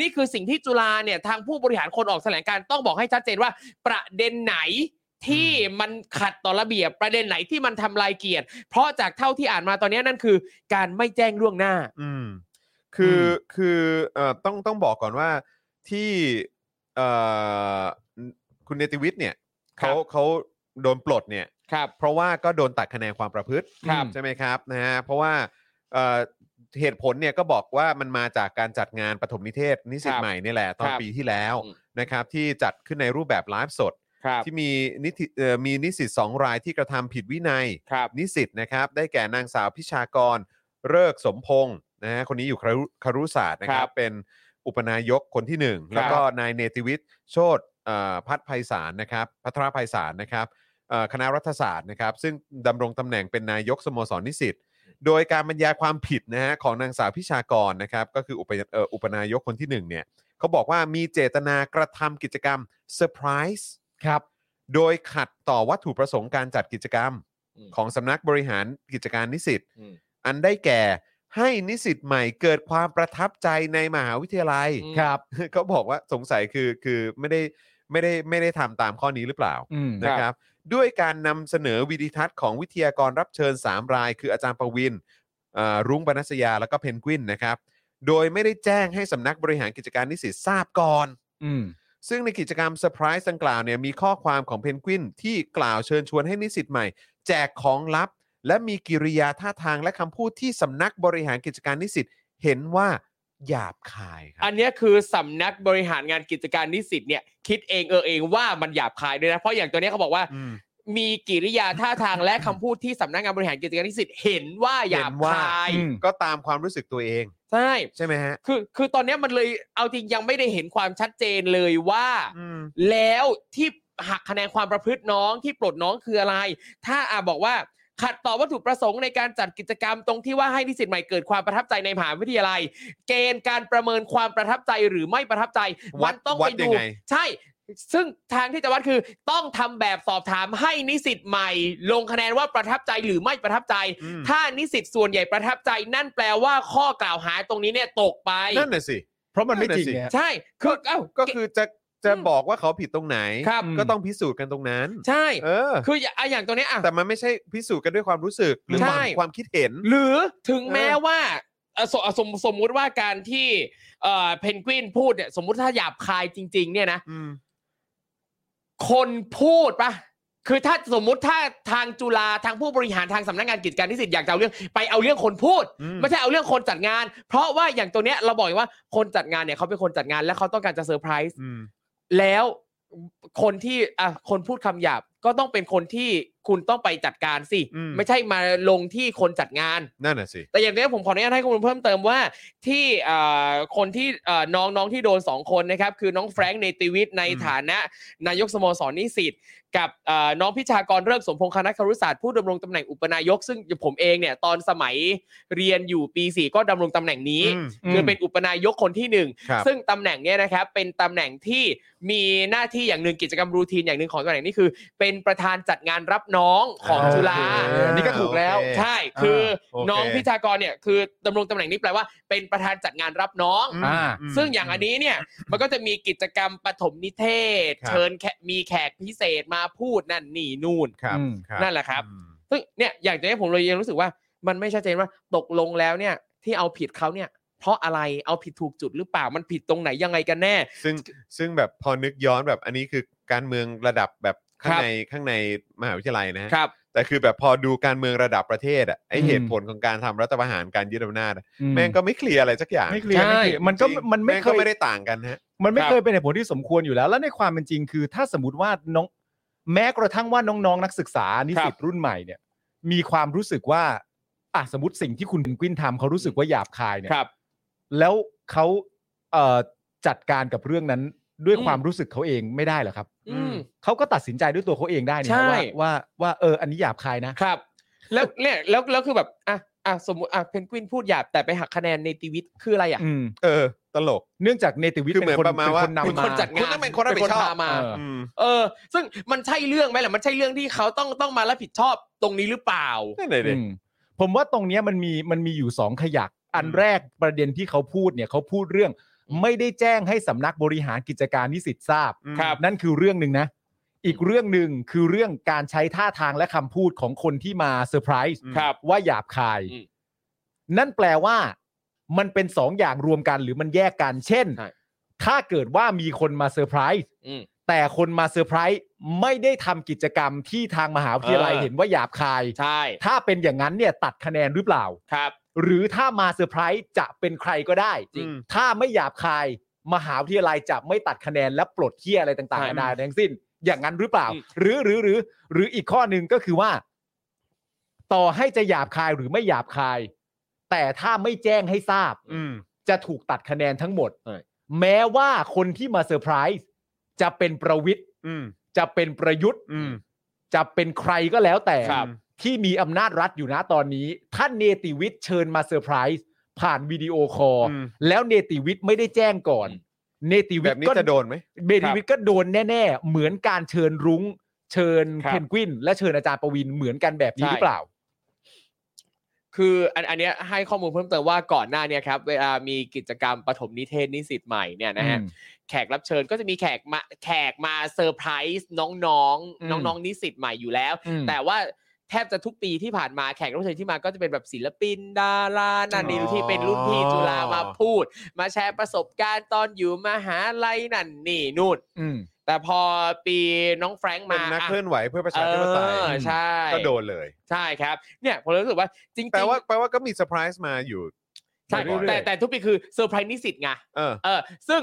นี่คือสิ่งที่จุฬาเนี่ยทางผู้บริหารคนออกแถลงการต้องบอกให้ชัดเจนว่า ประเด็นไหนที่มันขัดต่อระเบียบ ประเด็นไหนที่มันทำลายเกียรติ เพราะจากเท่าที่อ่านมาตอนนี้นั่นคือ การไม่แจ้งล่วงหน้า
อืม คืออคือเอ่อต้องต้องบอกก่อนว่าที่เอ่อคุณเนติวิทย์เนี่ย
ครั
เขา
บ
เขาโดนปลดเนี่ย
ครับ
เพราะว่าก็โดนตัดคะแนนความประพฤติ
ครับ
ใช่ไหมครับนะฮะเพราะว่าเอ่อเหตุผลเนี่ยก็บอกว่ามันมาจากการจัดงานปฐมนิเทศนิสิต
ครับ
ใหม่นี่แหละตอน
ครับ
ปีที่แล้ว
อืม
นะครับ ที่จัดขึ้นในรูปแบบไลฟ์สด
ครับ
ที่มีนิติเอ่อมีนิสิตสองรายที่กระทำผิดวินัย
ครับ
นิสิตนะครับได้แก่นางสาวพิชากร เริกสมพงศ์นะฮะคนนี้อยู่ครุครุศาสตร์นะค
ค
รั
รั
บบ เป็นอุปนายกคนที่หนึ่ง
ครับ
แล้วก็นายเนติวิทย์โชตเอ่อพัฒไพศาลนะครับพัทรไพศาลนะครับเอ่อคณะรัฐศาสตร์นะครับ ซึ่งดำรงตำแหน่งเป็นนายกสโมสรนิสิตโดยการบรรยายความผิดนะฮะของนางสาวพิชากรนะครับก็คืออุปเอ่ออุปนายกคนที่หนึ่งเนี่ยเขาบอกว่ามีเจตนากระทำกิจกรรมเซอร์ไพรส์
ครับ
โดยขัดต่อวัตถุประสงค์การจัดกิจกรรม
อืม
ของสำนักบริหารกิจการนิสิต
อืม
อันได้แก่ให้นิสิตใหม่เกิดความประทับใจในมหาวิทยาลัย
อืม
ครับ
เขาบอกว่าสงสัยคือคือไม่ได้ไม่ได้ไม่ได้ทำตามข้อนี้หรือเปล่า
อืม
นะค
ครั
รับ
บ
ด้วยการนำเสนอวิดีทัศน์ของวิทยากรรับเชิญ 3 ราย คืออาจารย์ประวินเอ่อรุ้งบรรณสยาแล้วก็เพนกวินนะครับ โดยไม่ได้แจ้งให้สำนักบริหารกิจการนิสิตทราบก่อน
อืม
ซึ่งในกิจกรรมเซอร์ไพรส์ดังกล่าวเนี่ยมีข้อความของเพนกวินที่กล่าวเชิญชวนให้นิสิตใหม่ แจกของลับ และมีกิริยาท่าทางและคำพูดที่สำนักบริหารกิจการนิสิตเห็นว่าหยาบคายค
อั
รับ
นเนี้ยคือสำนักบริหารงานกิจการนิสิตเนี่ยคิดเองเออเองว่ามันหยาบคายด้วยนะเพราะอย่างตัวเนี้ยเขาบอกว่า
อืม
มีกิริยาท่าทางและคำพูดที่สำนักงานบริหารกิจการนิสิตเห็นว่าหยาบ
เห็นว่า
คาย
อืม
ก็ตามความรู้สึกตัวเอง
ใช่
ใช่ไหมฮะ
คือคือตอนเนี้ยมันเลยเอาจริงยังไม่ได้เห็นความชัดเจนเลยว่า
อืม
แล้วที่หักคะแนนความประพฤติน้องที่ปลดน้องคืออะไร ถ้าอาบอกว่าขัดต่อวัตถุประสงค์ในการจัดกิจกรรมตรงที่ว่าให้นิสิตใหม่เกิดความประทับใจในมหาวิทยาลัย เกณฑ์การประเมินความประทับใจหรือไม่ประทับใจ
วั
มั
ด
นต้อง
วั
ไป
ดยั
ดู
งไง
ใช่ ซึ่งทางที่จะวัดคือต้องทำแบบสอบถามให้นิสิตใหม่ ลงคะแนนว่าประทับใจหรือไม่ประทับใจ
อืม
ถ้านิสิตส่วนใหญ่ประทับใจนั่นแปลว่าข้อกล่าวหาตรงนี้เนี่ยตกไป
นั่นน่ะสิ
เพราะมันไม่จริงไงฮะ
ใช่คือเอ้า
ก็คือจะจะบอกว่าเขาผิดตรงไหน
ครับ
ก็ต้องพิสูจน์กันตรงนั้น
ใช่
เออ
คืออย่าอ่ะอย่างตัวเนี้ยอ่ะ
แต่มันไม่ใช่พิสูจน์กันด้วยความรู้สึก หรือค
ใช่
วามความคิดเห็น
หรือถึงแม้
เออ
ว่าอ่ะสมอ่ะสมสมมุติว่าการที่เอ่อเพนกวินพูดเนี่ยสมมุติถ้าหยาบคายจริง ๆ เนี่ยนะ
อืม
คนพูดปะคือถ้าสมมุติถ้าทางจุฬาทางผู้บริหารทางสำนักงานกิจการนิสิตอยากจะเอาเรื่องไปเอาเรื่องคนพูด
อืม
ไม่ใช่เอาเรื่องคนจัดงาน เพราะว่าอย่างตัวเนี้ยเราบอกอยู่ว่าคนจัดงานเนี่ยเขาเป็นคนจัดงานและเขาต้องการจะเซอร์ไพรส์
อืม
แล้วคนที่อ่ะคนพูดคำหยาบก็ต้องเป็นคนที่คุณต้องไปจัดการสิ
อืม
ไม่ใช่มาลงที่คนจัดงาน
นั่นน่ะสิ
แต่อย่างเนี้ยผมขออนุญาตให้ข้อมูลเพิ่มเติมว่าที่อ่าคนที่อ่าน้องน้องที่โดน 2 คนนะครับ คือน้องแฟรงค์เนติวิทย์ใน
อืม
ฐานะนายกสโมสรนิสิตกับอ่าน้องพิชากรเริกสมพงษ์คณะครุศาสตร์ผู้ดำรงตำแหน่งอุปนายก ซึ่งผมเองเนี่ยตอนสมัยเรียนอยู่ปี 4 ก็ดำรงตำแหน่งนี้
อืม
คือเป็นอุปนายกคนที่หนึ่ง
ครับ
ซึ่งตำแหน่งเนี้ยนะครับเป็นตำแหน่งที่มีหน้าที่อย่างหนึ่งกิจกรรมรูทีนอย่างหนึ่งของตำแหน่งนี้คือ เป็นประธานจัดงานรับน้องของ
อ่า
จุฬา
โอเคอันนี้ก็ถูกแล้ว
โอเค
ใช่ คืออา น้อง
โอเค
พิชากรเนี่ยคือดำรงตำแหน่งนี้แปลว่าเป็นประธานจัดงานรับน้อง
ม
อ่า
ม
ซึ่งอย่างอันนี้เนี่ยมันก็จะมีกิจกรรมปฐมนิเทศ
ครับ
เชิญแขกมีแขกพิเศษมาพูดนั่นนี่นู่น
ครับ
อืม
ครับ
นั่นแหละครับ
อืม
ซึ่งเนี่ยอย่างนี้ผมเลยยังรู้สึกว่ามันไม่ชัดเจนว่าตกลงแล้วเนี่ยที่เอาผิดเขาเนี่ย เพราะอะไรเอาผิดถูกจุดหรือเปล่ามันผิดตรงไหนยังไงกันแน่
ซึ่งซึ่งแบบพอนึกย้อนแบบอันนี้คือการเมืองระดับแบบข้า
ค
ง
รับ
ในข้างในมหาวิทยาลัยนะฮะ
ครับ
แต่คือแบบพอดูการเมืองระดับประเทศอ่ะไอ
อืม
เหตุผลของการทำรัฐประหารการยึดอำนาจอะ
อื
แม่งก็ไม่เคลียร์อะไรสักอย่าง
ไม่เคลียร์
ใช่
ไม่เคลียร์มันก็
จริง
มันไม่
แง
เค
ก็
ย
ไม่ได้ต่างกันฮะ
มันไม่
ครับ
เคยเป็นเหตุผลที่สมควรอยู่แล้ว และในความเป็นจริงคือ ถ้าสมมติว่าน้องแม้กระทั่งว่าน้องๆนนักศึกษานิสิตรุ่นใหม่เนี่ย มีความรู้สึกว่าอ่ะสมมติสิ่งที่คุณเพนกวินทำเขารู้สึกว่าหยาบคายเนี่ย
ครับ
แล้วเขาเอ่อจัดการกับเรื่องนั้นด้วยความรู้สึกเขาเองไม่ได้เหรอครับ
อืม
เขาก็ตัดสินใจด้วยตัวเขาเองได้นี่ฮะ
ใช่
ว่าว่าว่าเอออันนี้หยาบคายนะ
ครับ แล้วเนี่ยแล้วแล้วคือแบบอ่ะอ่ะสมมติอ่ะเพนกวินพูดหยาบแต่ไปหักคะแนนในตีวิทย์คืออะไรอ่ะ
อืม
เออ ตลก
เนื่องจากเนติวิทย์
คือ
เป็นคน
เหมือนประมาณว่า
เป็นคนนำ
เป็น
มา
คนจัด
คุ
งาน
ณต้องเป็นคนรับผิดชอบ
พามา
เออ
อืม
เออ ซึ่งมันใช่เรื่องไหมล่ะมันใช่เรื่องที่เขาต้องต้องมารับผิดชอบตรงนี้หรือเปล่า
นั่นเลยดิ
อืมผมว่าตรงเนี้ยมันมีมันมีอยู่สองขยัก อัน
อืม
แรกประเด็นที่เขาพูดเนี่ยเขาพูดเรื่อง ไม่ได้แจ้งให้สำนักบริหารกิจการนิสิตทราบ
อืม
ครับ
นั่นคือเรื่องหนึ่งนะ อีกเรื่องหนึ่งคือเรื่องการใช้ท่าทางและคำพูดของคนที่มาเซอร์ไพรส์
อืม
ครับ
ว่าหยาบคาย
อืม
นั่นแปลว่ามันเป็นสองอย่างรวมกันหรือมันแยกกัน เช่น
ใช่
ถ้าเกิดว่ามีคนมาเซอร์ไพรส์
อืม
แต่คนมาเซอร์ไพรส์ไม่ได้ทำกิจกรรมที่ทางมหาวิทยาลัย
เออ
เห็นว่าหยาบคาย
ใช่
ถ้าเป็นอย่างนั้นเนี่ยตัดคะแนนหรือเปล่า
ครับ
หรือถ้ามาเซอร์ไพรส์จะเป็นใครก็ได้
จริง
ถ้าไม่หยาบคาย มหาวิทยาลัยจะไม่ตัดคะแนนและปลดเที่ยอะไรต่าง
ใช่
ๆนานาทั้งสิ้น อย่างนั้นหรือเปล่า
อืม
หรือหรือหรือ หรืออีกข้อหนึ่งก็คือว่า ต่อให้จะหยาบคายหรือไม่หยาบคาย แต่ถ้าไม่แจ้งให้ทราบ
อืม
จะถูกตัดคะแนนทั้งหมด
ใช่
แม้ว่าคนที่มาเซอร์ไพรส์จะเป็นประวิทย์
อืม
จะเป็นประยุทธ์
อืม
จะเป็นใครก็แล้วแต่
ครับ
ที่มีอำนาจรัฐอยู่นะตอนนี้ ท่านเนติวิทย์เชิญมาเซอร์ไพรส์ผ่านวิดีโอคอล
อืม
แล้วเนติวิทย์ไม่ได้แจ้งก่อน
อืม
เนติวิ
แบบ
ทย์
นี้
ก็
จะโดนไหม
เนติวิทย์ก็โดนแน่ ๆ เหมือนการเชิญรุ้ง เชิญ
ครับ
เพนกวิน และเชิญอาจารย์ประวินเหมือนกันแบบนี้
ใช่
หรือเปล่า
คืออันอันเนี้ยให้ข้อมูลเพิ่มเติมว่าก่อนหน้าเนี้ครับเวลามีกิจกรรมปฐมนิเทศนิสิตใหม่เนี่ยนะฮะ แขกรับเชิญก็จะมีแขกมาแขกมาเซอร์ไพรส์น้อง
อื
ๆ
ม
น้องๆนิสิตใหม่อยู่แล้ว
อืม
แต่ว่าแทบจะทุกปีที่ผ่านมาแขกรับเชิญที่มาก็จะเป็นแบบศิลปินดารานั่นนี่
อ๋อ
ที่เป็นรุ่นพี่จุฬามาพูด มาแชร์ประสบการณ์ตอนอยู่มหาลัยนั่นนี่นู่น
อืม
แต่พอปีน้องแฟรงค์
เป็น
มา
นักเคลื่อนไหวเพื่อประ
เอ
ชาธิปไตย
อใช่
ก็โดนเลย
ใช่ครับ เนี่ยผมรู้สึกว่าจริงๆ
แปลว่าแปลว่าก็มีเซอร์ไพรส์มาอยู่
ใช่
บ่อยๆ
แต่แต่ทุกปีคือเซอร์ไพรส์นิสิตไง
เออ
เออซึ่ง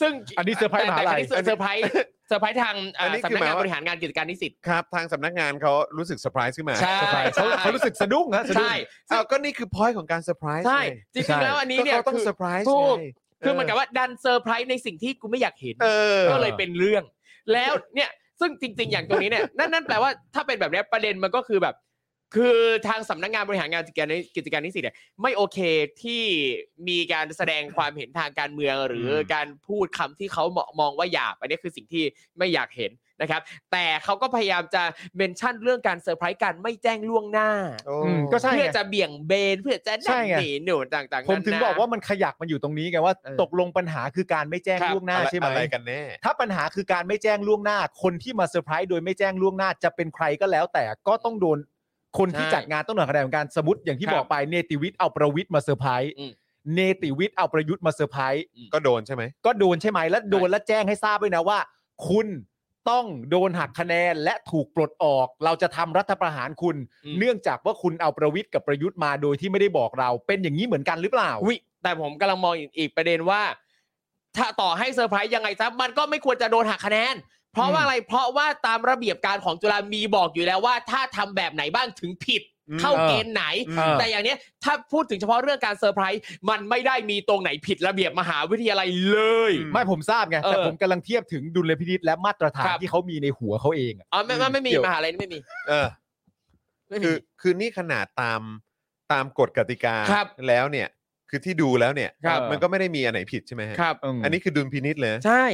ซึ่ง
อันนี้เซอร์ไพรส์มหาลัย
แต่แต่อันนี้เซอร์ไพรส์เซอร์ไพรส์ทางเอ่ออน
นี้คือ
สำนักงา
ห
น
มายว่า
บริหารงานกิจการนิสิต
ครับทางสำนักงานเขารู้สึกเซอร์ไพรส์ขึ้นมา
ใช่
เซอร์ไพรส์เขาเขารู้สึกสะดุ้งนะสะดุ้ง
ใช่ซึ่ง
อ้าวก็นี่คือพอยต์ของการเซอร์ไพรส์
ใช่
ไง
จริงๆแล้วอันนี้
ก็
เนี่ย
เขาต้อง
คือ
เซอร์ไพรส์
ถูก
ไง
คือเหมันกับว่าดันเซอร์ไพรส์ในสิ่งที่กูไม่อยากเห็น
เออ
ก็เลยเป็นเรื่อง แล้วเนี่ยซึ่งจริง ๆ อย่างตรงนี้เนี่ยนั่นนั่นแปลว่าถ้าเป็นแบบเนี้ยประเด็นมันก็คือแบบ คือทางสำนักงานบริหารงานกิจการกิจการนิสิตเนี่ยไม่โอเคที่มีการแสดงความเห็นทางการเมือง หรืออ
ม
การพูดคำที่เขามองว่าหยาบอันนี้คือสิ่งที่ไม่อยากเห็นนะครับ แต่เขาก็พยายามจะเมนชั่นเรื่องการเซอร์ไพรส์การไม่แจ้งล่วงหน้า
โอ้
อืมก็ใช่ ไง
เพื่อจะเบี่ยงเบนเพื่อจะ
ใช่
นั่น
ไง
หนีหนูต่างๆ
ผมถึง
นน
บอกว่ามันขยักมันอยู่ตรงนี้ไงว่า
เออ
ตกลงปัญหาคือการไม่แจ้ง
ครับ
ล่วงหน้า
อะไร
ใช่ไหม
อะไรกันแน่
ถ้าปัญหาคือการไม่แจ้งล่วงหน้า คนที่มาเซอร์ไพรส์โดยไม่แจ้งล่วงหน้าจะเป็นใครก็แล้ว แต่ก็ต้องโดนคนที่
ใช่
จัดงานต้องโดนคะแนนของการสมมติอย่างที่
ครับ
บอกไปเนติวิทย์เอาประวิทย์มาเซอร์ไพรส์
อืม
เนติวิทย์เอาประยุทธ์มาเซอร์ไพรส์
ก็โดนใช่ไหม
ก็โดนใช่ไหมและโดนและแจ้งให้ทราบด้วยนะว่า คุณต้องโดนหักคะแนนและถูกปลดออก เราจะทำรัฐประหารคุณ
อืม
เนื่องจากว่าคุณเอาประวิทย์กับประยุทธ์มาโดยที่ไม่ได้บอกเรา เป็นอย่างนี้เหมือนกันหรือเปล่า
วิแต่ผมกำลังมองอีกอีกประเด็นว่า ถ้าต่อให้เซอร์ไพรส์ยังไงซะมันก็ไม่ควรจะโดนหักคะแนน เพราะว่าอะไรเพราะว่าตามระเบียบการของจุฬามีบอกอยู่แล้วว่า ถ้าทำแบบไหนบ้างถึงผิด
อืม
เข้าเกณฑ์ไหน
เออ
แต่อย่างเนี้ยถ้าพูดถึงเฉพาะเรื่องการเซอร์ไพรส์มันไม่ได้มีตรงไหนผิดระเบียบมหาวิทยาลัยเลย
อืม
ไม่ผมทราบไง
เออ
แต่ผมกำลังเทียบถึงดุลพินิษและมาตรฐาน
ครับ
ที่เขามีในหัวเขาเองอะ
อ๋อไม่ไม่ไม่มี
เดี๋ยว
มหาลัยนี่ไม่มี
เออ
ไม่มี
คือคือนี่ขนาดตามตามกฎกติกา
ครับ
แล้วเนี่ย คือที่ดูแล้วเนี่ย
ครับ
มันก็ไม่ได้มีอันไหนผิดใช่ไหมฮะ
ครับ
ม
อันนี้คือดุลพินิษเลย
ใช่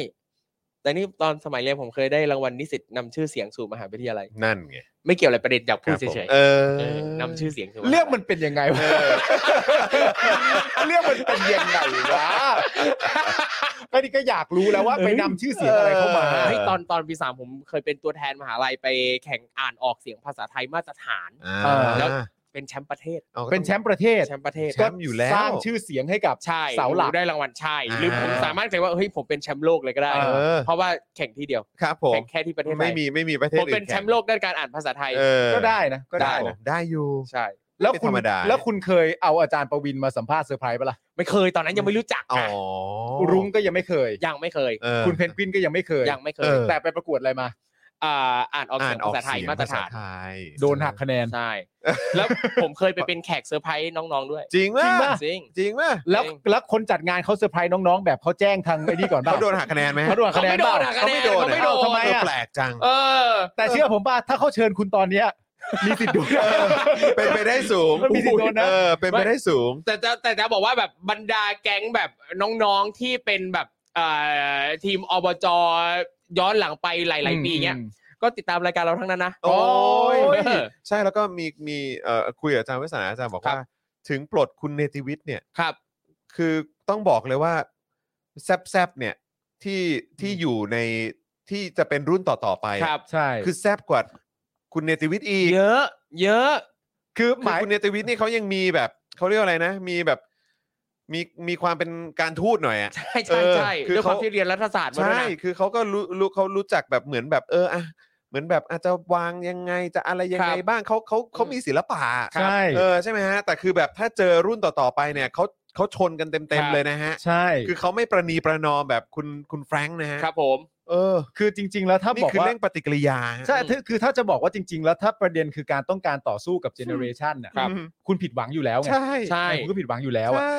แต่นี่ตอนสมัยเรียนผมเคยได้รางวัลนิสิตนำชื่อเสียงสู่มหาวิทยาลัย
นั่นไง
ไม่เกี่ยวอะไรประเด็นอยากพู
ค
ด
รับผม
เฉย
เออ
ๆเออนำชื่อเสียงสู่หาวิทยาลัย
เรื่องมันเป็นยังไงวะ เรื่องมันเป็นยังไงวะไอ้นี่ก็อยากรู้แล้วว่าไปนำชื่อเสียงอะไรเข้ามา
เฮ้ยตอนตอนปีสามผมเคยเป็นตัวแทนมหาลัยไปแข่งอ่านออกเสียงภาษาไทยมาตรฐาน
อ่า
เออ
แล้ว เป็นแชมป์ประเทศ
อาก็ต้อง
เป็นแชมป์ประเทศ
แชมป์ประเทศ
แชมป์อยู่แล้ว
สร้างชื่อเสียงให้กับ
ใช่
เสาหลัก
ได้รางวัลใช่ หรือผม
อ่า
สามารถเคลมว่าเฮ้ยผมเป็นแชมป์โลกเลยก็ได้
เออ
เพราะว่าแข่งที่เดียว
ครับผม
แข่งแค่ที่ประเทศไทย
ไม่มีไม่มีประเทศ
ผม
อื่น
เป็นแชมป์โลกด้านการอ่านภาษาไทย
เออ
ก็ได้นะก็ได้
ได้นะ
นะ
ได้อยู่
ใช่
แล้ว
ไม่
คุณ
ธรรมดา
แล้วคุณเคยเอาอาจารย์ประวินมาสัมภาษณ์เซอร์ไพรส์ปะล่ะ
ไม่เคยตอนนั้นยังไม่รู้จัก
อ๋อ
นะ
รุ้งก็ยังไม่เคย
ยังไม่เคย
ออ
คุณเพนกวินก็ยังไม่เคย
ยังไม่เคย
เออ
แต่ไปประกวดอะไรมา
อ่าอ่านออก
อ่า
เสีย
น
ง
ออก
ภาษาไทย
เสียง
มาตรฐาน
ภษไทย
โดนหักคะแนน
ใช่ แล้วผมเคยไปเป็นแขกเซอร์ไพรส์น้องๆด้วย
จริงป่ะ
จริง
จริงป่ะ
แล้ว
เอง
แล้วคนจัดงานเขาเซอร์ไพรส์น้องๆ แบบเขาแจ้งทางไอ้นี่ก่อนปะ
เขาโดนหักคะแนนไหมฮะ
เขาโดนคะแนน
ไม่โด
เปล่า
นหักคะแนน
เขา
เขา
ไม่
ไม่
โดนเหรอเออ
ทำไม
โดน
อะ
แปลกจัง
เออ
แต่เชื่อผมป่ะถ้าเขาเชิญคุณตอนเนี้ย <laughs> มีสิทธิ์โดน
เป็นไปได้สูง
มันมีสิทธิ์โดนนะ
เออเป็นไปได้สูง
แต่จะแต่จะบอกว่าแบบบรรดาแก๊งแบบน้องๆที่เป็นแบบเอ่อทีมอบจย้อนหลังไปหลายๆปีเนี้ยก็ติดตามรายการเราทั้งนั้นนะ
โอ้ย
โอ้ย
ใช่แล้วก็มีมีเอ่อคุยกับอาจารย์วิสนาอาจารย์บอกว่า ถึงปลดคุณเนติวิทย์เนี่ย
ครับ
คือต้องบอกเลยว่าแซบแซบๆเนี่ยที่ที่อยู่ในที่จะเป็นรุ่นต่อ ๆ ไปอะ
ครับ
ใช่
คื
คือ
อแซบกว่าคุณเนติวิทย์อีก
เยอะ เยอะ
คือ
คือ
หมาย
คุณเนติวิทย์นี่เขายังมีแบบเขาเรียกว่าอะไรนะ มีแบบมีมีความเป็นการทูตหน่อยอะ
ใช่ใช่ใช่
เออคือ
ด้วยความ
เขา
ที่เรียนรัฐศาสตร์มาด้วย
ใช่
นะ
คือเขาก็รู้รู้เขารู้จักแบบเหมือนแบบเอออะเหมือนแบบอาจจะวางยังไงจะอะไรยังไง
ครับ
บ้างเขาเขาเขามีศิลปะ
ใช่
เออใช่ไหมฮะแต่คือแบบถ้าเจอรุ่นต่อๆไปเนี่ยเขาเขาชนกันเต็ม
ครั
ๆ
บ
เลยนะฮะ
ใช่
คื
คือ
อเขาไม่ประนีประนอมแบบคุณคุณแฟรงค์นะฮะ
ครับผม
เออ
คือจริง ๆ แล้วถ้า
นี่
บอก
คือ
ว่า
เรื่องปฏิกิริยาฮะ
ใช่คือคือถ้าจะบอกว่าจริง ๆ แล้วถ้าประเด็นคือการต้องการต่อสู้กับเจเนอเรชันน่ะ
ครับ
อืม
คุณผิดหวังอยู่แล้วไง
ใช่
ใช่
คุณก็ผิดหวังอยู่แล้วอะ
ใช่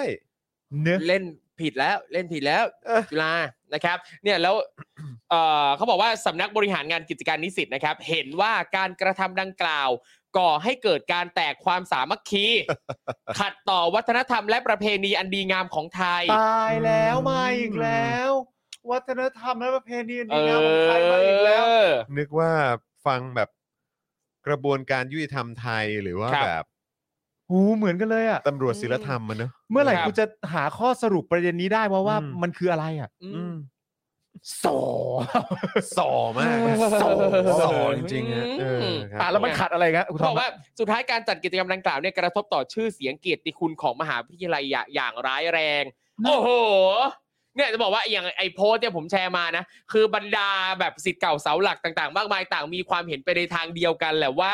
เนื้อะ
เล่นผิดแล้วเล่นผิดแล้ว
เออ
จุฬานะครับ เนี่ยแล้ว <coughs> เอ่อเขาบอกว่าสำนักบริหารงานกิจการนิสิตนะครับ เห็นว่าการกระทำดังกล่าว ก่อให้เกิดการแตกความสามัคคี
<laughs>
ขัดต่อวัฒนธรรมและประเพณีอันดีงามของไทย
ตายแล้วมาอีกแล้ว วัฒนธรรมและประเพณีอัน
เอ
ดีงามของไทยมาอีกแล้ว
อ
นึกว่าฟังแบบกระบวนการยุติธรรมไทยหรือว่า
ครับ
แบบ
หูเหมือนกันเลยอ่ะ
ตำรวจศิลธรรมมันเนอะ
เมื่อไหร่
ครับ
กูจะหาข้อสรุปประเด็นนี้ได้ว่าว่า
อืม
มันคืออะไรอ่ะ
อื
อื
ม
ม
สอ
ส่อมากส่อส่อจริงๆฮะเออครับ
อ่ะแล้วมันขัดอะไรครับคุณทอ
เขาบอ
ม
กว่าสุดท้ายการจัดกิจกรรมดังกล่าวเนี่ยกระทบต่อชื่อเสียงเกียรติคุณของมหาวิทยาลัยอย่าอย่างร้ายแรง โอ้โห เนี่ยจะบอกว่าอย่างไอ้โพสต์เนี่ยผมแชร์มานะ คือบรรดาแบบสิทธิ์เก่าเสาหลักต่าง ๆ มากมายต่างมีความเห็นไปในทางเดียวกันแหละว่า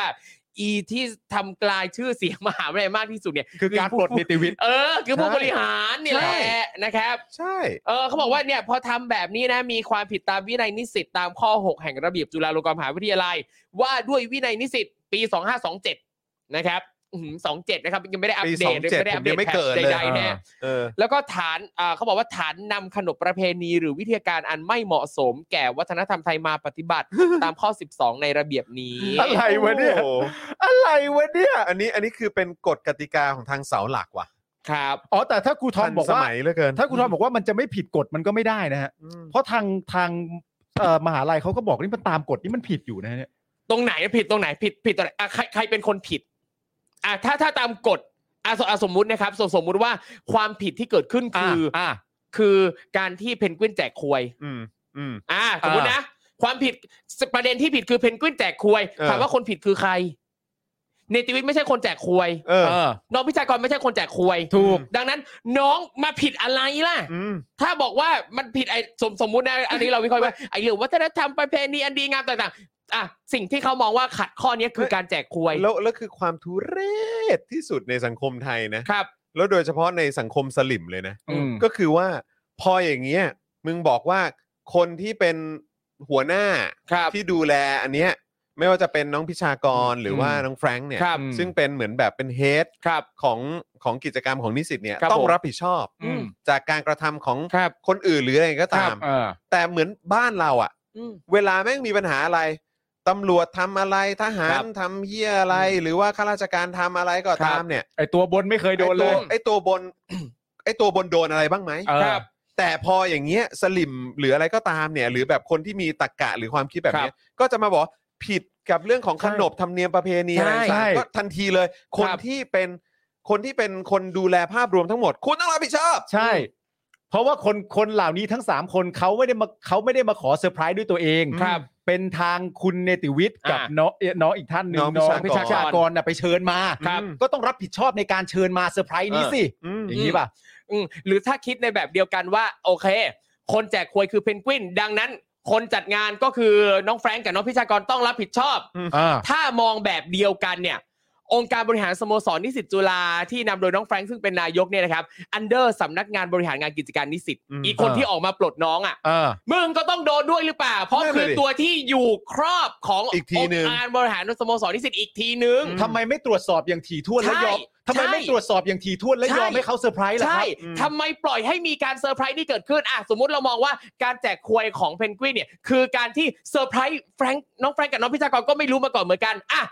อีที่ทำกลายชื่อเสียงมหาวิทยาลัยมากที่สุดเนี่ย
คือการปลดนิติวิทย์
เออ คือผู้
ใช่
บริหารนี่แหละนะครับ
ใช่
เออเขาบอกว่าเนี่ยพอทำแบบนี้นะมีความผิดตามวินัยนิสิตตามข้อ 6 แห่งระเบียบจุฬาลงกรณ์มหาวิทยาลัย ว่าด้วยวินัยนิสิตปี 2527 นะครับสองเจ็ดนะครับยังไม่ได้อัป
ปี
เด
สอ
ต
งเจ็ด
ไม่ได้
ผ
อั
ม
ปเด
ยั
ต
งไม่
แพท
เกิดเลย
ใดๆแน่
เออ
แล้วก็ฐานอ่าเขาบอกว่าฐานนำขนบประเพณีหรือวิธีการอันไม่เหมาะสม แก่วัฒนธรรมไทยมาปฏิบัติ ตามข้อ 12 ในระเบียบนี้
อะไรวะเนี่ย
โอ้โห
อะไรวะเนี่ย
อันนี้อันนี้คือเป็นกฎกติกาของทางเสาหลักว่ะ
ครับ
อ๋อแต่ถ้าครูทอมบอก
ทันส
ว่า
มัยเหลือเกิน
ถ้าครูทอมบอกว่ามันจะไม่ผิดกฎมันก็ไม่ได้นะฮะ
อืม
เพราะทางทางเอ่อมหาลัยเขาก็บอกนี่มันตามกฎนี่มันผิดอยู่นะฮะเนี่ย
ตรงไหนผิดตรงไหนผิดผิดตรงไหนอ่ะใครใครเป็นคนผิดอ่ะถ้าถ้าตามกฎอ่ะสอ่ะสมมุตินะครับสมสมมุติว่าความผิดที่เกิดขึ้นคืออคือการที่เพนกวินแจกควย
อืมอืม
อ่ะสมมตินะ ความผิดประเด็นที่ผิดคือเพนกวินแจกควย
เออ
ถามว่าคนผิดคือใครเนติวิทย์ไม่ใช่คนแจกควย
เออ
น้องพิชากรไม่ใช่คนแจกควย
ถูก
ดังนั้นน้องมาผิดอะไรล่ะ
อืม
ถ้าบอกว่ามันผิดไอ้สมสมมุตินะอันนี้เราวิเคราะห์ว่าไอ้เรื่องวัฒนธรรมประเพณีอันดีงามต่างๆอ่ะสิ่งที่เขามองว่าขัดข้อเนี้ยคือการแจกควย
แล้วแล้วคือความทุเรศที่สุดในสังคมไทยนะ
ครับ
แล้วโดยเฉพาะในสังคมสลิมเลยนะ
อืม
ก็คือว่าพออย่างเงี้ยมึงบอกว่าคนที่เป็นหัวหน้า
ครับ
ที่ดูแลอันเนี้ยไม่ว่าจะเป็นน้องพิชากรหรือว่าน้องแฟรงค์เนี่ย
ครับ
ซึ่งเป็นเหมือนแบบเป็นเฮด
ครับ
ของของกิจกรรมของนิสิตเนี่ย
ครับ
ต้อง
ผม
รับผิดชอบ
อืม
จากการกระทำของ
ครับ
คนอื่นหรืออะไรก็ตาม
เออ
แต่เหมือนบ้านเราอะ
อืม
เวลาแม่งมีปัญหาอะไรตำรวจทำอะไรทหาร
ครับ
ทำเฮียอะไร หรือว่าข้าราชการทำอะไรก็ตามเนี่ย
ไอตัวบนไม่เคยโดนเลย
ไอ้ตัวไอ้ตัวบน <clears throat> ไอ้ตัวบนโดนอะไรบ้างไหม
เออ
ครับ
แต่พออย่างเงี้ยสลิมหรืออะไรก็ตามเนี่ย หรือแบบคนที่มีตรรกกะหรือความคิดแบบเนี้ยก็จะมาบอกผิดกับเรื่องของขนบธรรมเนียมประเพณีอะไรต่า
ใช่
งๆก็ทันทีเลย คน
ครับ
ที่เป็นคนที่เป็นคนดูแลภาพรวมทั้งหมด คุณต้องรับผิดชอบ
ใช่ เพราะว่าคนคนเหล่านี้ทั้ง 3 คนเขาไม่ได้มาเขาไม่ได้มาขอเซอร์ไพรส์ด้วยตัวเอง
ครับ
เป็นทางคุณเนติวิทย์กับ
อ่ะ
น้องเอ่อน้องอีกท่านหนึ่ง
น้อง
น้อง
พิ
พิ
ชา
ชาก ก
ร
รน่ะไปเชิญมา
ครับ
ก็ต้องรับผิดชอบในการเชิญมาเซอร์ไพรส์นี้สิ
อืม
อย่างนี้ป่ะ
อืมหรือถ้าคิดในแบบเดียวกันว่า โอเค คนแจกควยคือเพนกวิน ดังนั้น คนจัดงานก็คือน้องแฟรงก์กับน้องพิชากรต้องรับผิดชอบ ถ้ามองแบบเดียวกันเนี่ย องค์การบริหารสโมสรนิสิตจุฬาที่นำโดยน้องแฟรงค์ซึ่งเป็นนายกเนี่ยนะครับอันเดอร์สำนักงานบริหารงานกิจการนิสิต
อืม
อีกคน
เออ
ที่ออกมาปลดน้องอ่ะ
เออ
มึงก็ต้องโดนด้วยหรือเปล่า เพราะ
นั่นน่ะ
คือ
ดิ
ตัวที่อยู่ครอบของ
อีกทีหนึ่ง
องค์การบริหารสโมสรนิสิตอีกทีหนึง
อืม
ทำไมไม่ตรวจสอบอย่างถี่ถ้วนและยอม
ใช่
ทำไมไม่
ใช่
ตรวจสอบอย่างถี่ถ้วนและยอม
ใช่
ให้เขาเซอร์ไพรส์ล่ะค
ใช่
รับ
อืม
ทำไมปล่อยให้มีการเซอร์ไพรส์ที่เกิดขึ้นอ่ะสมมติเรามองว่าการแจกควยของเพนกวินเนี่ยคือการที่เซอร์ไพรส์แฟรงค์น้องแฟรงค์กับน้องพิชากรก็ไม่รู้มาก่อนเหมือนกันอ่ะ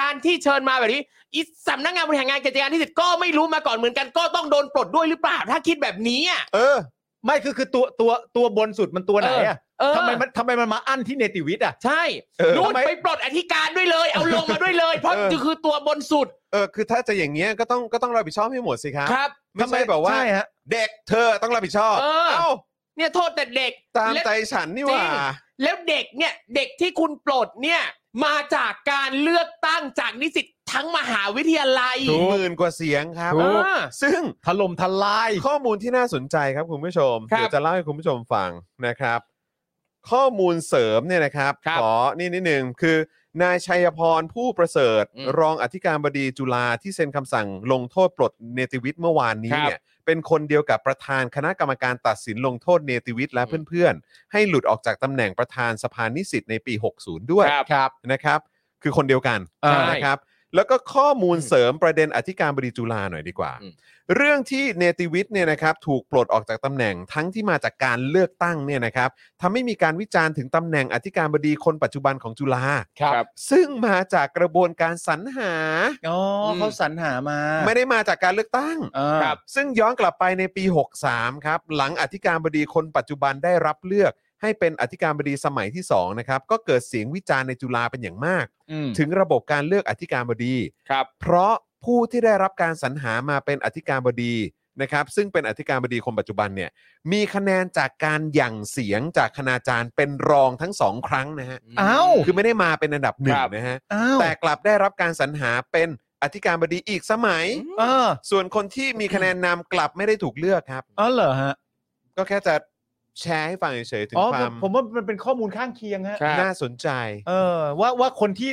การที่เชิญมาแบบนี้อีสำนักงานบริหารงานกิจการที่สิทธิ์ก็ไม่รู้มาก่อนเหมือนกัน ก็ต้องโดนปลดด้วยหรือเปล่า ถ้าคิดแบบนี้อ่ะ
เออ
ไม่คือคือตัวตัวตัวบนสุดมันตัวไหนอ่ะ
เออ
ทำไมมันทำไมมันมาอั้นที่เนติวิทย์อ่ะ
ใช่
เออ
นู่น
ทำไม
ไปปลดอธิการด้วยเลย เอาลงมาด้วยเลย เพราะ
เออ
คือตัวบนสุด
เออคือถ้าจะอย่างเงี้ยก็ต้องก็ต้องรับผิดชอบให้หมดสิครับ
ครับ
ไม่ใช่แบบว่า
ใช่ฮะ
เด็กเธอต้องรับผิดชอบ
เออ
า
เนี่ยโทษแต่เด็ก
ตาม
และ
ใจฉันนี่หว่า
จริง แล้วเด็กเนี่ยเด็กที่คุณปลดเนี่ยมาจากการเลือกตั้งจากนิสิตทั้งมหาวิทยาลัย
อีกหมื่นกว่าเสียงครับ
ถูก
เออซึ่ง
ถล่มทลาย
ข้อมูลที่น่าสนใจครับคุณผู้ชม
ครับ
เดี๋ยวจะเล่าให้คุณผู้ชมฟังนะครับ ข้อมูลเสริมเนี่ยนะครับ
ครับ
ขอนี่นิดหนึ่งคือนายชัยพรผู้ประเสริฐ
อืม
รองอธิการบดีจุฬาที่เซ็นคำสั่งลงโทษปลดเนติวิทย์เมื่อวานนี้
ครับ
เนี่ยเป็นคนเดียวกับประธานคณะกรรมการตัดสินลงโทษเนติวิทย์และเพื่อนๆ ให้หลุดออกจากตำแหน่งประธานสภานิสิตในปี 60 ด้วย
ครับ
ครับ
นะครับคือคนเดียวกัน
ใช่
นะครับ แล้วก็ข้อมูลเสริมประเด็นอธิการบดีจุฬาหน่อยดีกว่า
อืม
เรื่องที่เนติวิทย์เนี่ยนะครับถูกปลดออกจากตำแหน่งทั้งที่มาจากการเลือกตั้งเนี่ยนะครับทำให้มีการวิจารณ์ถึงตำแหน่งอธิการบดีคนปัจจุบันของจุฬา
ครับ
ซึ่งมาจากกระบวนการสรรหา
อ๋ออ
ม
เขาสรรหามา
ไม่ได้มาจากการเลือกตั้ง
เออ
ครับ
ซึ่งย้อนกลับไปในปี 63 ครับ หลังอธิการบดีคนปัจจุบันได้รับเลือก ให้เป็นอธิการบดีสมัยที่สองนะครับก็เกิดเสียงวิจารณ์ในจุฬาเป็นอย่างมาก
อืม
ถึงระบบการเลือกอธิการบดี
ครับ
เพราะผู้ที่ได้รับการสรรหามาเป็นอธิการบดีนะครับ ซึ่งเป็นอธิการบดีคนปัจจุบันเนี่ย มีคะแนนจากการหยั่งเสียงจากคณาจารย์เป็นรองทั้งสองครั้งนะฮะ
อ้าว
คือไม่ได้มาเป็นอันดับหนึ่ง
ครับ
นะฮะ
อ้าว
แต่กลับได้รับการสรรหาเป็นอธิการบดีอีกสมัย
เออ
ส่วนคนที่มีคะแนนนำกลับไม่ได้ถูกเลือกครับ
อ๋อเหรอฮะ
ก็แค่จะแชร์ให้ฟังเฉยๆถึง
อ๋อ
ค
ผ
วาม
มผมว่ามันเป็นข้อมูลข้างเคียงฮะ
ครับ
น่าสนใจ
เออว่าว่าคนที่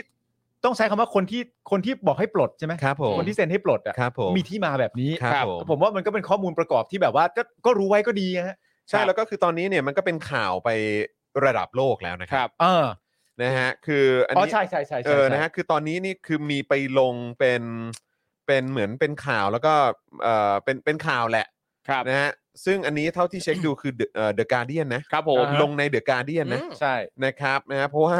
ต้องใช้คำว่าคนที่คนที่บอกให้ปลดใช่ไหม
ครับผม
คนที่เซ็นให้ปลดอ่ะ
ครับผม
มีที่มาแบบนี้
ครับผม
ผมว่ามันก็เป็นข้อมูลประกอบที่แบบว่าก็ก็รู้ไว้ก็ดีฮะ
ใช่แล้วก็คือตอนนี้เนี่ยมันก็เป็นข่าวไประดับโลกแล้วนะค
ครั
รับ บ
เออ
นะฮะคืออัน
อ๋อ
นี้
ใช่ใช่ใช่
เอ
ใช่
อ
ใช่
นะฮะคือตอนนี้นี่คือมีไปลงเป็นเป็นเหมือนเป็นข่าวแล้วก็เออเป็นเป็นข่าวแหละ
ครับ
นะฮะซึ่งอันนี้เท่าที่เช็คดูคือเดอะการเดียนนะครับ
ผม
ลงในเดอะการเดียนนะ
อืม
ใช่
นะครับนะฮะเพราะว่า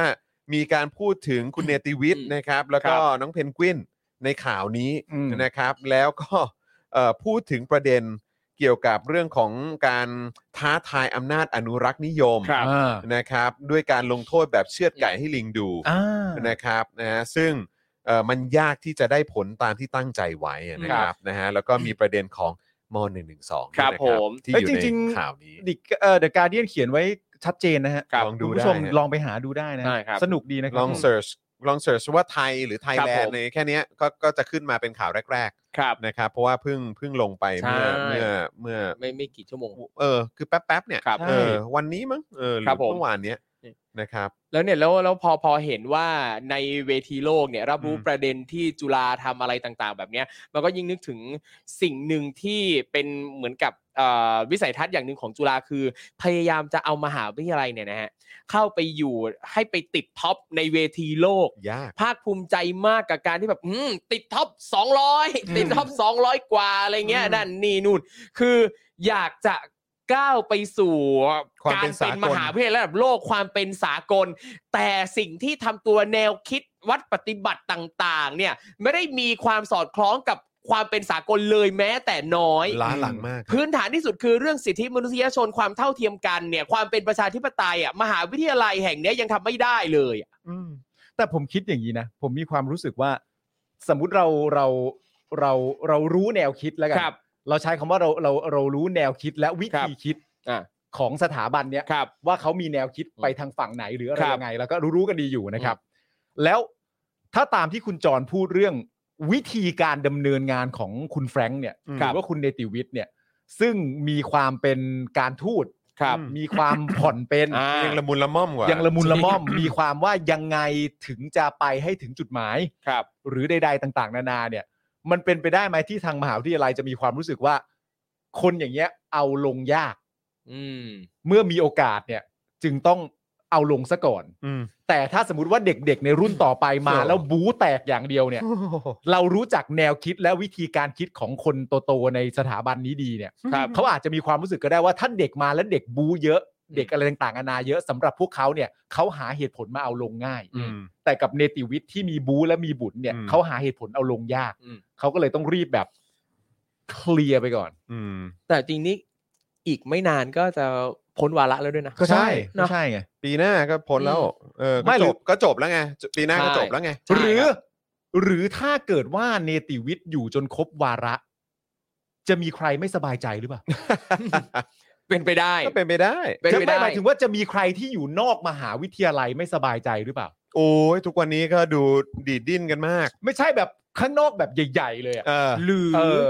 มีการพูดถึงคุณเนติวิทย์
อืม
นะครับ แล้วก็น้องเพนกวินในข่าวนี้
อืม
นะครับ แล้วก็เอ่อพูดถึงประเด็นเกี่ยวกับเรื่องของการท้าทายอำนาจอนุรักษ์นิยม
ครับ
อ่า
นะครับ ด้วยการลงโทษแบบเชือดไก่ให้ลิงดู
อ่า
นะครับนะฮะซึ่งเอ่อมันยากที่จะได้ผลตามที่ตั้งใจไว้นะครับนะฮะแล้วก็มีประเด็นของม .112 ด้วย
ครับ
นะ
ผม
ที่
เอ้
อย ยู่
จริง
ใน
ๆ
ข่าวนี้
ดิเอ่อเดอะการเดียนเขียนไว้ชัดเจนนะฮะ
ครับลองดู
คุณผู้ชม
ได้นะ
ลองไปหาดูได้นะฮะ
ได้ครับ
สนุกดีนะครั
<laughs>
ลอง
ผม
เ e ิร์ชลองเ e ิร์ชว่าไทยหรือไทย
ครับ
แลน
ผ
ด์
ม
ในแค่เนี้ยก็ก็จะขึ้นมาเป็นข่าวแรก
ครับ
ๆนะครับ เพราะว่าเพิ่งเพิ่งลงไปเมื่อ
ใช่
เมื่อเมื่อ
ไม่ไม่กี่ชั่วโมง
เออคือแป๊บๆเนี่ย
ครับ
เออวันนี้มั้งเออหรื
ครั
อบ
ผม
เมื่อวานเนี้ย
นี่
นะครับ
แล้วเนี่ยแล้วแล้วพอพอเห็นว่าในเวทีโลกเนี่ยรับรู้
อืม
ประเด็นที่จุฬาทำอะไรต่างๆ แบบเนี้ยมันก็ยิ่งนึกถึงสิ่งหนึ่งที่เป็นเหมือนกับเอ่อวิสัยทัศน์อย่างหนึ่งของจุฬาคือ พยายามจะเอามหาวิทยาลัยเนี่ยนะฮะเข้าไปอยู่ให้ไปติดท็อปในเวทีโลก
ยาก
ภาคภูมิใจมากกับการที่แบบอืมติดท็อป 200 ติดท็อป 200 กว่าอะไรเงี้ยนั่นนี่นู่นคืออยากจะก้าวไปสู่
ความ
การ
เป็นสากล
เป็นมหาวิทยาลัยระดับโลกความเป็นสากล แต่สิ่งที่ทำตัวแนวคิดวัดปฏิบัติต่างๆ เนี่ยไม่ได้มีความสอดคล้องกับความเป็นสากลเลยแม้แต่น้อย
ล้าหลังมาก
พื้นฐานที่สุดคือเรื่องสิทธิมนุษยชนความเท่าเทียมกันเนี่ยความเป็นประชาธิปไตยอ่ะมหาวิทยาลัยแห่งเนี้ยยังทำไม่ได้เลยอะ
แต่ผมคิดอย่างนี้นะ ผมมีความรู้สึกว่า สมมุติเราเราเราเรารู้แนวคิดแล้วกั
ครับ
เราใช้คำว่าเราเราเรารู้แนวคิดและวิ
ครับ
ธีคิด
อ่ะ
ของสถาบันเนี้ย
ครับ
ว่าเขามีแนวคิด
อืม
ไปทางฝั่งไหนหรืออะไร
ครับ
ยังไง แล้วก็รู้ๆกันดีอยู่นะครับ แล้วถ้าตามที่คุณจรพูดเรื่องวิธีการดำเนินงานของคุณแฟรงค์เนี่ย
อืม
หรือว่าคุณเนติวิทย์เนี่ย ซึ่งมีความเป็นการทูต
ครับ
มีความผ่อนเป็น
อ่า
ยังละมุนละม่อมกว่า
ยั
ยัง
ละมุนละม่อม มีความว่ายังไงถึงจะไปให้ถึงจุดหมาย
ครับ
หรือใด ๆ ต่าง ๆ นานาเนี่ย มันเป็นไปได้ไหมที่ทางมหาวิทยาลัยจะมีความรู้สึกว่า คนอย่างเงี้ยเอาลงยาก
อืม
เมื่อมีโอกาสเนี่ย จึงต้องเอาลงซะก่อน
อืม
แต่ถ้าสมมติว่าเด็กๆ ในรุ่นต่อไปมา
โอ้
แล้วบู๊แตกอย่างเดียวเนี่ย เรารู้จักแนวคิดและวิธีการคิดของคนโตๆในสถาบันนี้ดีเนี่ย
ครับ
เขาอาจจะมีความรู้สึกก็ได้ว่าถ้าเด็กมาแล้วเด็กบู๊เยอะเด็กอะไรต่างๆนานาเยอะสำหรับพวกเขาเนี่ยเขาหาเหตุผลมาเอาลงง่าย
อืม
แต่กับเนติวิทย์ที่มีบู๊และมีบุญเนี่ย
อืม
เขาหาเหตุผลเอาลงยาก
อืม
เขาก็เลยต้องรีบแบบเคลียร์ไปก่อน
อืม
แต่จริงนี้อีกไม่นานก็จะพ้นวาระแล้วด้วยนะ
ก็ใช่
ก็ใช่ไง
ปีหน้าก็พ้นแล้วเออ
ไม่
ก็
หรื
จ
อ
บก็จบแล้วไงปีหน้าก็จบแล้วไง
ใช่
หรือ
ครับ
หรือถ้าเกิดว่าเนติวิทย์อยู่จนครบวาระ จะมีใครไม่สบายใจหรือเปล่า
เป็นไปได้
ก็เป็นไปได้
เป็น
ถึง
ไป
ไม่
ได้
หมายถึงว่าจะมีใครที่อยู่นอกมหาวิทยาลัยไม่สบายใจหรือเปล่า
โอ้ยทุกวันนี้ก็ดูดีดดิ้นกันมาก
ไม่ใช่แบบข้างนอกแบบใหญ่ๆเลยอะ
เออ
หรือ
เออ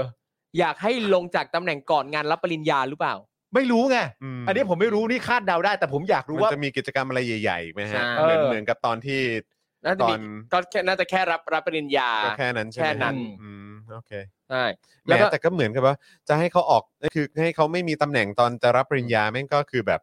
อยากให้ลงจากตำแหน่งก่อนงานรับปริญญาหรือเปล่า
ไม่รู้ไง
ม
อันนี้ผมไม่รู้นี่คาดเดาได้ แต่ผมอยากรู้
มัน
ว่า
จะมีกิจกรรมอะไรใหญ่ๆไหม
ใช่
ฮะเหมือน
เออ
เหมือนกับตอนที่
น่าจะมี
ตอน
ก็แค่น่าจะแค่รับรับปริญญา
ก็แค่นั้นใช่ไหม
แค่นั้น
อืมโอเค
ใช่ แล้
แล้ว ว
ก็
แต่ก็เหมือนกับว่า จะให้เขาออกคือให้เขาไม่มีตำแหน่งตอนจะรับปริญญาแม่งก็คือแบบ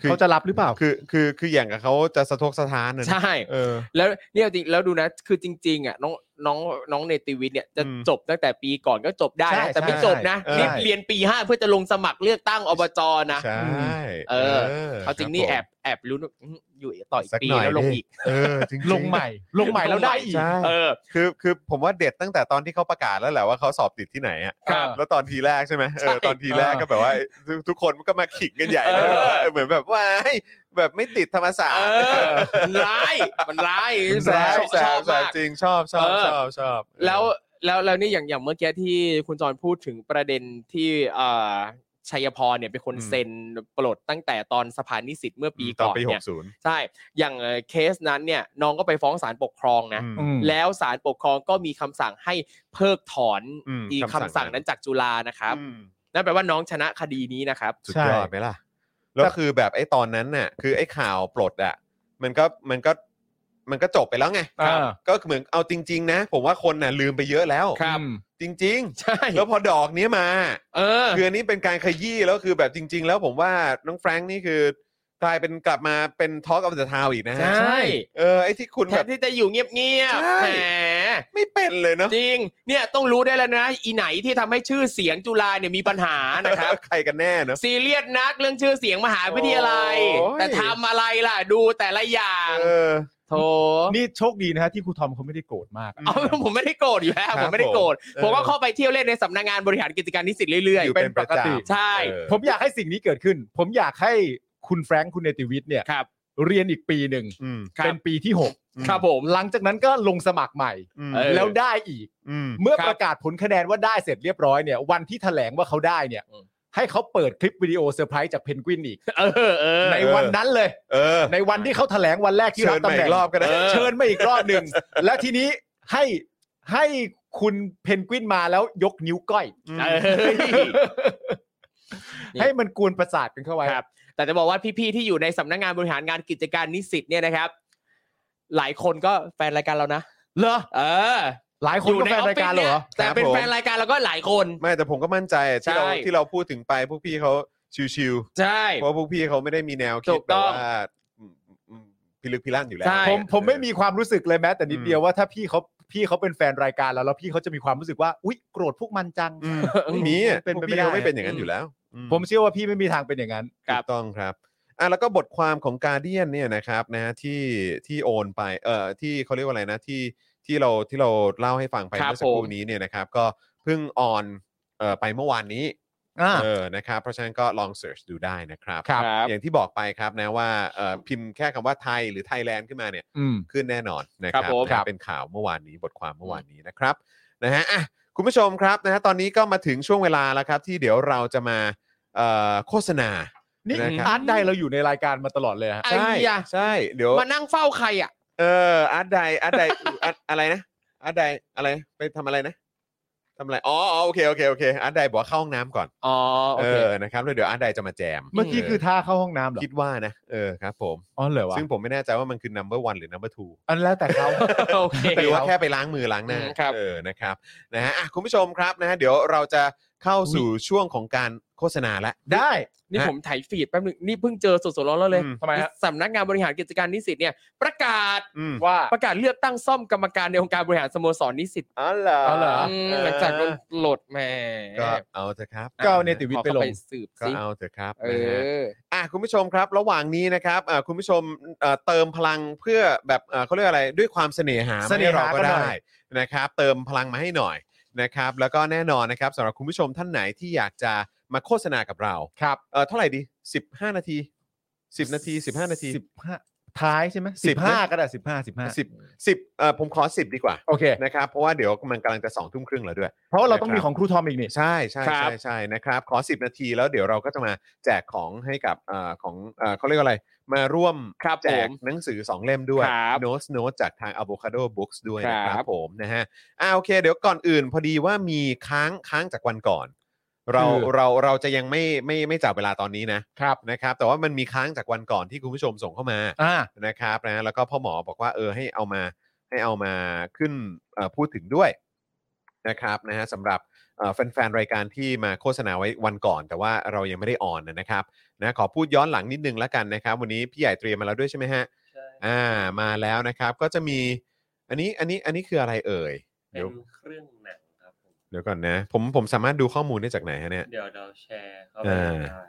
คือ
เขาจะรับหรือเปล่า
คือคือคืออย่างกับเขาจะสะทกสะท้านนะ
ใช่
เออ
แล้วเนี่ยจริงแล้วดูนะ คือจริง ๆอ่ะน้องน้องน้องเนติวิทย์เนี่ยจะ
อืม
จบตั้งแต่ปีก่อนก็จบได้
ใช่
นะแต่ไม่
ใช่
จบนะ
ใช่
รีบเรียนปีห้าเพื่อจะลงสมัครเลือกตั้งอบจนะ
ใช่
เออ เอาจริงนี่
ค
แอ
ผม
บแอบรู้นอืมอยู่ต่ออีก
สัก
ปี
หน่ย
แล้วลง
ดิ
อีก
เออจริงๆ
ลงใหม่ลงใหม่แล้วได้อีก
ใช่
เออ
คือคือผมว่าเด็ดตั้งแต่ตอนที่เขาประกาศแล้วแหละว่าเขาสอบติดที่ไหนอะ
ครับ
แล้วตอนทีแรกใช่ไหมเอ
ใช่
อตอนทีแรกก็แบบว่าทุกทุกคนก็มาขิงกันใหญ่เลย
เออ
เออเหมือนแบบว่าเฮ้ยแบบไม่ติดธรรมศาสต
เอ
ร์
อมันร้ายมันร้าย
แซว
ช
แซ
อ
ว
บ
แซ
มาว ก
จริงชอบชอบ
เออ
ชอบชอบ
แล้วแล้วแล้วนี่อย่างอย่างเมื่อกี้ที่คุณจรพูดถึงประเด็นที่เอ่อชัยพรเนี่ยเป็นคนเซ็นปลดตั้งแต่ตอนสภานิสิตเมื่อปี
ตอน
ก่อน
ปีห
เนี่ย
กศูนย์
ใช่อย่างเอ่อเคสนั้นเนี่ยน้องก็ไปฟ้องศาลปกครองนะ
อืม
แล้วศาลปกครองก็มีคำสั่งให้เพิกถอน
อืม
อี
คำสั่ง
คำสั่ง
นั้
นั้น
น
จากจุฬานะครับ
อืม
นั่นแปลว่าน้องชนะคดีนี้นะครับ
สุด
ใช่
ยอดไหมล่ะ แล้วคือแบบไอ้ตอนนั้นน่ะ คือไอ้ข่าวปลดอ่ะ มันก็มันก็ มันก็จบไปแล้วไง
อ่า
ก็เหมือนเอาจริง ๆ นะ ผมว่าคนน่ะลืมไปเยอะแล้ว
ครับ
อืม
จริง
ใช่
ๆ <laughs> แล้วพอดอกเนี้ยมา
เออ
คืออันนี้เป็นการขยี้แล้วคือแบบจริง ๆ แล้วผมว่าน้องแฟรงค์นี่คือกลายเป็นกลับมาเป็นทอล์กอัพเดอะทาวอีกนะฮะ
ใช่
เออไอ้ที่คุณ
แท
แบบ บ
ที่จะอยู่เงียบ
ใช่
ๆแหม
ไม่เป็นเลยเนาะ
จริง เนี่ยต้องรู้ได้แล้วนะ อีไหนที่ทำให้ชื่อเสียงจุฬาเนี่ยมีปัญหานะครับ
<laughs> ใครกันแน่เนาะ
ซีเรียสนักเรื่องชื่อเสียงมหาวิทยาลัย
โอ้ย
แต่ทำอะไรล่ะ ดูแต่ละอย่าง
เออ
โถ
นี่โชคดีนะฮะที่ครูทอมเขาไม่ได้โกรธมาก
เอาผมไม่ได้โกรธอยู่แล้ว
ครับ
ผมไม่ได้โกรธ
ผม
ผมก็เข้าไปเที่ยวเล่นในสำนักงานบริหารกิจการนิสิตเรื่อย
อยู่
เป็น
เป็นประ
ปกติ
จำ
ใช่
เออ
ผมอยากให้สิ่งนี้เกิดขึ้น ผมอยากให้คุณแฟรงค์คุณเนติวิทย์เนี่ย
ๆ ครับ
เรียนอีกปีหนึ่ง
อืม
ครับ
เป็นปีที่หก
ครับผม
หลังจากนั้นก็ลงสมัครใหม่
อืม
เออ
แล้วได้อีก
อืม
เมื่อ
ครับ
ประกาศผลคะแนนว่าได้เสร็จเรียบร้อยเนี่ยวันที่แถลงว่าเขาได้เนี่ย
อืม
ให้เขาเปิดคลิปวิดีโอเซอร์ไพรส์จากเพนกวินอีก
เออเออ
ในวันนั้นเลย
เออ
ในวันที่เขาแถลงวันแรกที่
เชิ
รับ
ญ
ตำ
มา
แหน่
อี
ง
กรอบก็ได้
เออ
เชิญมาอีกรอบหนึ่งและทีนี้ให้ให้คุณเพนกวินมาแล้วยกนิ้วก้อย
อืม
เออ นี่
ให้มันกวนประสาทกันเข้าไว้
ครับแต่จะบอกว่าพี่ๆที่อยู่ในสำนักงานบริหารงานกิจการนิสิตเนี่ยนะครับ หลายคนก็แฟนรายการเรานะ
เหรอ
เออ
หลายคนก็แฟนรายการเหรอ
แต่เป็น
ครับผม
แฟนรายการเราก็หลายคน
ไม่แต่ผมก็มั่นใจที่เรา
ใช่
ที่เราพูดถึงไปพวกพี่เขาชิว
ใช่
ๆเพราะพวกพี่เขาไม่ได้มีแนวคิ
ถู
ด
ก
แบ
ต้
บ
อง
ว่าอืมอืมพิลึกพิลั่นอยู่แล้ว
ใช่
ผมผมไม่มีความรู้สึกเลยแม้แต่นิด
อืม
เดียวว่าถ้าพี่เขาพี่เขาเป็นแฟนรายการแล้วแล้วพี่เขาจะมีความรู้สึกว่าอุ๊ยโกรธพวกมันจัง
อืม
อื
ไม่มี
ม
อะ
เป็น
พวก
ไปไม่
พี่
ได้
เขาไม่เป็นอย่างนั้นอยู่แล้วอื
ผมเชื่อว่าพี่ไม่มีทางเป็นอย่างนั้น
ครับ
ถูกต้องครับอ่ะแล้วก็บทความของกา a เดียนเนี่ยนะครับนะฮะที่ที่โอนไปเอ่อที่เขาเรียกว่าอะไรนะที่ที่เราที่เราเล่าให้ฟังไป
ครับ
เมื่อสักครู่
ผม
นี้เนี่ยนะครับก็เพิ่งออนเอ่อไปเมื่อวานนี้
อ่า
เออนะครับเพราะฉะนั้นก็ลองเสิร์ชดูได้นะครับ
ครับ
อย่างที่บอกไปครับนะว่าเอ่อพิมพ์แค่คำว่าไทยหรือไทยแลนด์ขึ้นมาเนี่ย
อืม
ขึ้นแน่นอนนะครับ
ครับผม
นะเป็นข่าวเมื่อวานนี้บทความเมื่อวานนี้นะครับนะฮะอ่ะคุณผู้ชมครับนะฮะตอนนี้ก็มาถึงช่วงเวลาแล้วครับที่เดี๋ยวเราจะมาเอ่อโฆษณา
นี่
นะครับ
อาร์ตได้เราอยู่ในรายการมาตลอดเลยฮะ
ไอ้
ใช่
ยะ
ใช่เดี๋ยว
มานั่งเฝ้าใครอ่ะ
เอออาร์ตไดอาร์ตไดอาร์ตอะไรนะอาร์ตไดอะไรไปทำอะไรนะทำอะไรอ๋ออ๋อโอเคโอเคโอเคอาร์ตไดบอกว่าเข้าห้องน้ำก่อน
อ๋อ โอ
เอ
เค
อนะครับแล้วเดี๋ยวอาร์ตไดจะมาแจม
เมื่อกี้คือท่าเข้าห้องน้ำเหรอ
คิดว่านะเออครับผม
อ๋อเหรอวะ
ซึ่งผมไม่แน่ใจว่ามันคือ number one หรือ number two
อันแล้วแต่เขา
<laughs>
โอเค
หรือว่าแค่ไปล้างมือล้างหน้า
อืมครับ
เออนะครับนะฮะอ่ะคุณผู้ชมครับนะฮะเดี๋ยวเราจะเข้าสู่ช่วงของการโฆษณาละ
ได้
นี่
ฮะ
ผมถ่ายฟีดแป๊บนึง นี่เพิ่งเจอสดๆร้อนๆเลย
อืม
ทำไมฮะ
สำนักงานบริหารกิจการนิสิตเนี่ย ประกาศ
อืม
ว่า
ประกาศเลือกตั้งซ่อมกรรมการในองค์การบริหารสโมสรนิสิต
อ๋อเหรอ
อเหรอ
อืมหลังจากโดนโหลดแหม
ก็เอาเถอะครับ
ก็เอาเนติวิท
ขอ
ย์ไปล
เข้าง ไปสืบ
ก็
สิ
เอาเถอะครับ
เอ
นะฮะ
อ
อ่ะคุณผู้ชมครับ ระหว่างนี้นะครับอ่ะคุณผู้ชมเอ่อเติมพลังเพื่อแบบเอ่อเขาเรียกอะไรด้วยความเสน่หา
เสน่หา
ให้เราก็
ก็ได้
ได้นะครับ เติมพลังมาให้หน่อยนะครับ แล้วก็แน่นอนนะครับสำหรับคุณผู้ชมท่านไหนที่อยากจะมาโฆษณากับเรา
ครับ
เออเท่าไหร่ดี 15 นาที 10 นาที 15 นาที
สิบห้าท้ายใช่ไหม
สิ
สิ
บบ
ห้า
นะ
ก็ได้สิบห้าสิบห้า
10 10เอ่อผมขอ 10 ดีกว่า
โอเค
นะครับเพราะว่าเดี๋ยวมันกำลังจะ2ทุ่มครึ่งแล้วด้วย
เพราะว่าเราต้อง
นะครับ
มีของครูทอมอีกนี่
ใช่ใช่
ครั
ใช่
บ
ใช่นะครับ ขอ 10 นาทีแล้วเดี๋ยวเราก็จะมาแจกของให้กับเอ่อของเอ่อเขาเรียกว่าอะไร มาร่วม
ครับ
แจ
ผ
ก
ม
หนังสือ 2 เล่มด้วย
ครับ
โน้ตโน้ตจากทาง Avocado Books ด้วยนะค
ครั
รับบ ผมนะฮะอ่าโอเค เดี๋ยวก่อนอื่นพอดีว่ามีค้างค้างจากวันก่อน เรา
คือ
เราเราจะยังไม่ไม่ไม่จับเวลาตอนนี้นะครับ นะครับแต่ว่ามันมีค้างจากวันก่อนที่คุณผู้ชมส่งเข้ามา
อ่า
นะครับนะแล้วก็พ่อหมอบอกว่าเออให้เอามาให้เอามาขึ้นเอ่อพูดถึงด้วยนะครับนะฮะสำหรับเอ่อแฟนๆ รายการที่มาโฆษณาไว้วันก่อน แต่ว่าเรายังไม่ได้ออนนะครับนะขอพูดย้อนหลังนิดนึงแล้วกันนะครับ วันนี้พี่ใหญ่เตรียมมาแล้วด้วยใช่ไหมฮะ
ใช่
อ่ามาแล้วนะครับก็จะมีอันนี้อันนี้อันนี้คืออะไรเอ่ย
เป็
เดี๋ยวน
เครื่องหนังครับผม
เดี๋ยวก่อนนะ ผมผมสามารถดูข้อมูลได้จากไหนฮะเนี่ย
เดี๋ยวเราแชร์เข้าไป
อ่า
ได้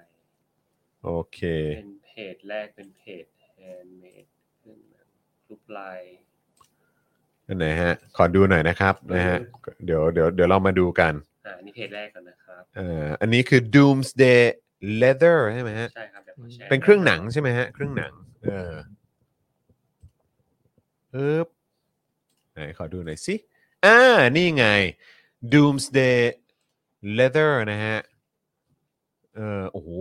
โอเค
เป็นเพจแรกเป็นเพจแฮนด์เมดเครื่องหนังรูปลาย
อันไหนฮะ ขอดูหน่อยนะครับนะฮะเดี๋ยวเดี๋ยวเดี๋ยวเรามาดูกัน
อ่านี่เพจแรกก่อนนะครับ
เอ่ออันนี้คือ Doomsday Leather ใช่ไหมฮะ
ใช่ครับเดี๋ยวผมแชร์
เป็นเครื่องหนังใช่ไหมฮะเครื่องหนังเออปึ๊บไหนขอดูหน่อยสิอ่านี่ไง Doomsday Leather นะฮะเออโอ้โห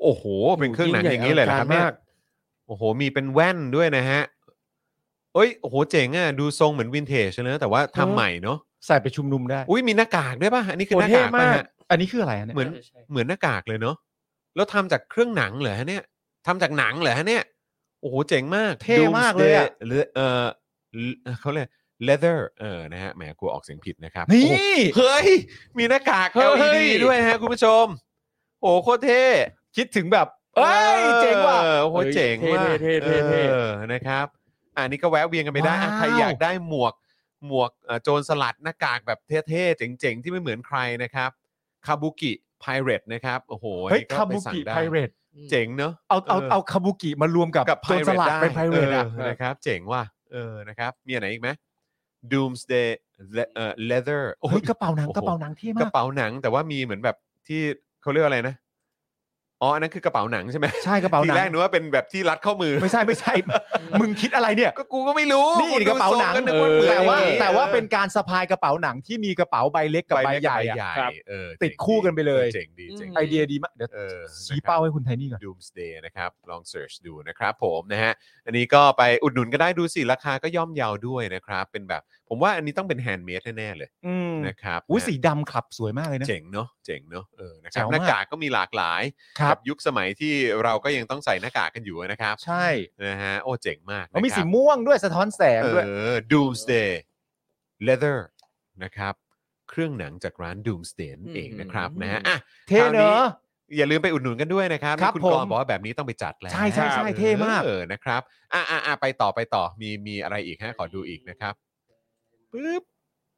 โอ้โห เป็นเครื่องหนังอย่างนี้เลยเหรอครับเนี่ย โอ้โห มีเป็นแว่นด้วยนะฮะ เอ้ย โอ้โห เจ๋งอ่ะ ดูทรงเหมือนวินเทจเลยนะ แต่ว่าทำ
เออ
ใหม่เนาะ
ใส่ไปชุมนุมได้
อุ้ย มีหน้ากากด้วยป่ะ อันนี้คือ
โอ้
หน้า
เท่
กาก
มา
ป่ะ
ก
ฮะ
อันนี้คืออะไรฮะเนี่ย
เหมือน
ใช่
เหมือนหน้ากากเลยเนาะ แล้วทำจากเครื่องหนังเหรอฮะเนี่ยทำจากหนังเหรอฮะเนี่ย โอ้โห เจ๋งมาก
เท่มากเลยอะ
หรือเออเขาเรียก leather เออนะฮะแหมกลัวออกเสียงผิดนะครับ
นี่
โอ้โหเฮ้ย มีหน้ากาก
เฮ้ย
LED ด้วยฮะคุณผู้ชม โอ้โหโคตรเท่
คิดถึงแบบเอ้ย
ออ
เจ๋งว่ะ
โอ้โห
เฮ้ย
เจ๋งว่ะ
เท่เท่เท่เท่เท่
ออนะครับอันนี้ก็แวะเวียนกันไปได้อ่ะ
ว้าว
ใครอยากได้หมวกหมวกเอ่อโจรสลัดหน้ากากแบบเท่ๆ เจ๋งๆ ที่ไม่เหมือนใครนะครับคาบุกิไพเรตนะครับโอ้โห
เฮ้ย
อันนี้
คา
ไป
บุ
สั่ง
กิ
ด้
ไพเรต
เจ๋งเนอะ
เอาเอา
เออ
เอาคาบุกิมารวมกับ
กับ
โจรสลัดเป็นไพเรตอ่ะ
เออนะครับ เจ๋งว่ะเออนะครับ มีอันไหนอีกไหม Doomsday Le- เอ่อ leather โอ้โห
เฮ้ยกระเป๋าหนัง
โอ้โห
กระเป๋าหนังเที่
ก
มา
ระ
ก
เป๋าหนังแต่ว่ามีเหมือนแบบที่เขาเรียกอะไรนะ อ๋อ อันนั้นคือกระเป๋าหนังใช่ไหม
ใช่กระเป๋า
ที
หนัง
แรกนึกว่าเป็นแบบที่รัดข้อมือ
ไม่ใช่ไม่ใช่ มึงคิดอะไรเนี่ย
ก็กูก็ไม่รู้
นี่
คุณ
กระเป๋าหนัง
ดูทรก็กว่าเห
เออ
มือนอย่งนี้
แต่ว่าแต่ว่าเป็นการสะพายกระเป๋าหนังที่มีกระเป๋าใบเล็กกับใบ
เล็ก
ใหญ่
ใบ
อะ
ญ่เออ
ติดคู่กันไปเลย
เจ๋งดีเจ๋ง
อืม
ไอเดียดีมากเดี๋ยว
เออ
ชี้
นะครับ
เป้าให้คุณไทนี่ก่อน
Doomsday นะครับ ลองเสิร์ชดูนะครับผมนะฮะ อันนี้ก็ไปอุดหนุนก็ได้ดูสิ ราคาก็ย่อมเยาวด้วยนะครับ เป็นแบบ ผมว่าอันนี้ต้องเป็นแฮนด์เมดแน่ ๆ เลย
อืม
นะครับ
อุ้ย
นะ
สีดำขับสวยมากเลยนะ
เจ๋งเนาะเจ๋งเนาะเออนะครั
แจ๋
บ
วมาก
หน้ากากก็มีหลากหลาย
ครั
กับ บยุคสมัยที่เราก็ยังต้องใส่หน้ากากกันอยู่นะครับ
ใช่
นะฮะโอ้เจ๋งมากนะครั
แล้ว
บ
มีสีม่วงด้วยสะท้อนแสง
เอ
ด้วย
อ Doomsday Leather นะครับเครื่องหนังจากร้าน Doomsday นั่นเองนะครับนะฮะอ่ะ
เท่เนอะ
อย่าลืมไปอุดหนุนกันด้วยนะครับ
ครับ
นี่คุณ
ผม
กรณ์บอกว่าแบบนี้ต้องไปจัดแล้ว
ใช่ใช่ใช่
ออ
เท่มาก
เออนะครับอ่ะอ่ะอ่ะไปต่อไปต่อมีมีอะไรอีกฮะขอดูอีกนะครับปึ๊บ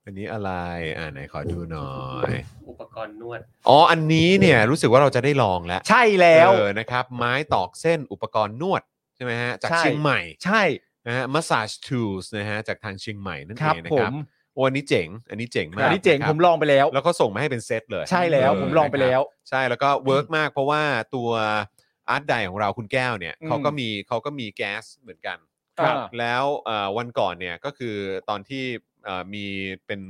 อันนี้อะไรอ่าไหนขอดูหน่อย
อุปกรณ์นวด
อ๋ออันนี้เนี่ยรู้สึกว่าเราจะได้ลองแล้ว
ใช่แล้ว
เออนะครับ ไม้ตอกเส้นอุปกรณ์นวดใช่ไหมฮะจาก
ใช่
เชียงใหม่
ใช่
นะฮะ massage tools นะฮะจากทางเชียงใหม่นั่น
ค
เอ
รับ
งนะ
ผ
ครั
ม
บโอ้อันนี้เจ๋ง อันนี้เจ๋งมาก
อันนี้เจ๋ง
ะครับ
ผมลองไปแล้ว
แล้วก็ส่งมาให้เป็นเซตเลย
ใช่แล้ว
เ
ผมลองไป
นะครับ
แล้ว
ใช่แล้วก็เวิร์กมากเพราะว่าตัวอาร์ตไดของเราคุณแก้วเนี่ย
อืม
เขาก็มีเขาก็มีแก๊สเหมือนกัน
ครับ
แล้วเอ่อวันก่อนเนี่ยก็คือตอนที่เอ่อมีเป็น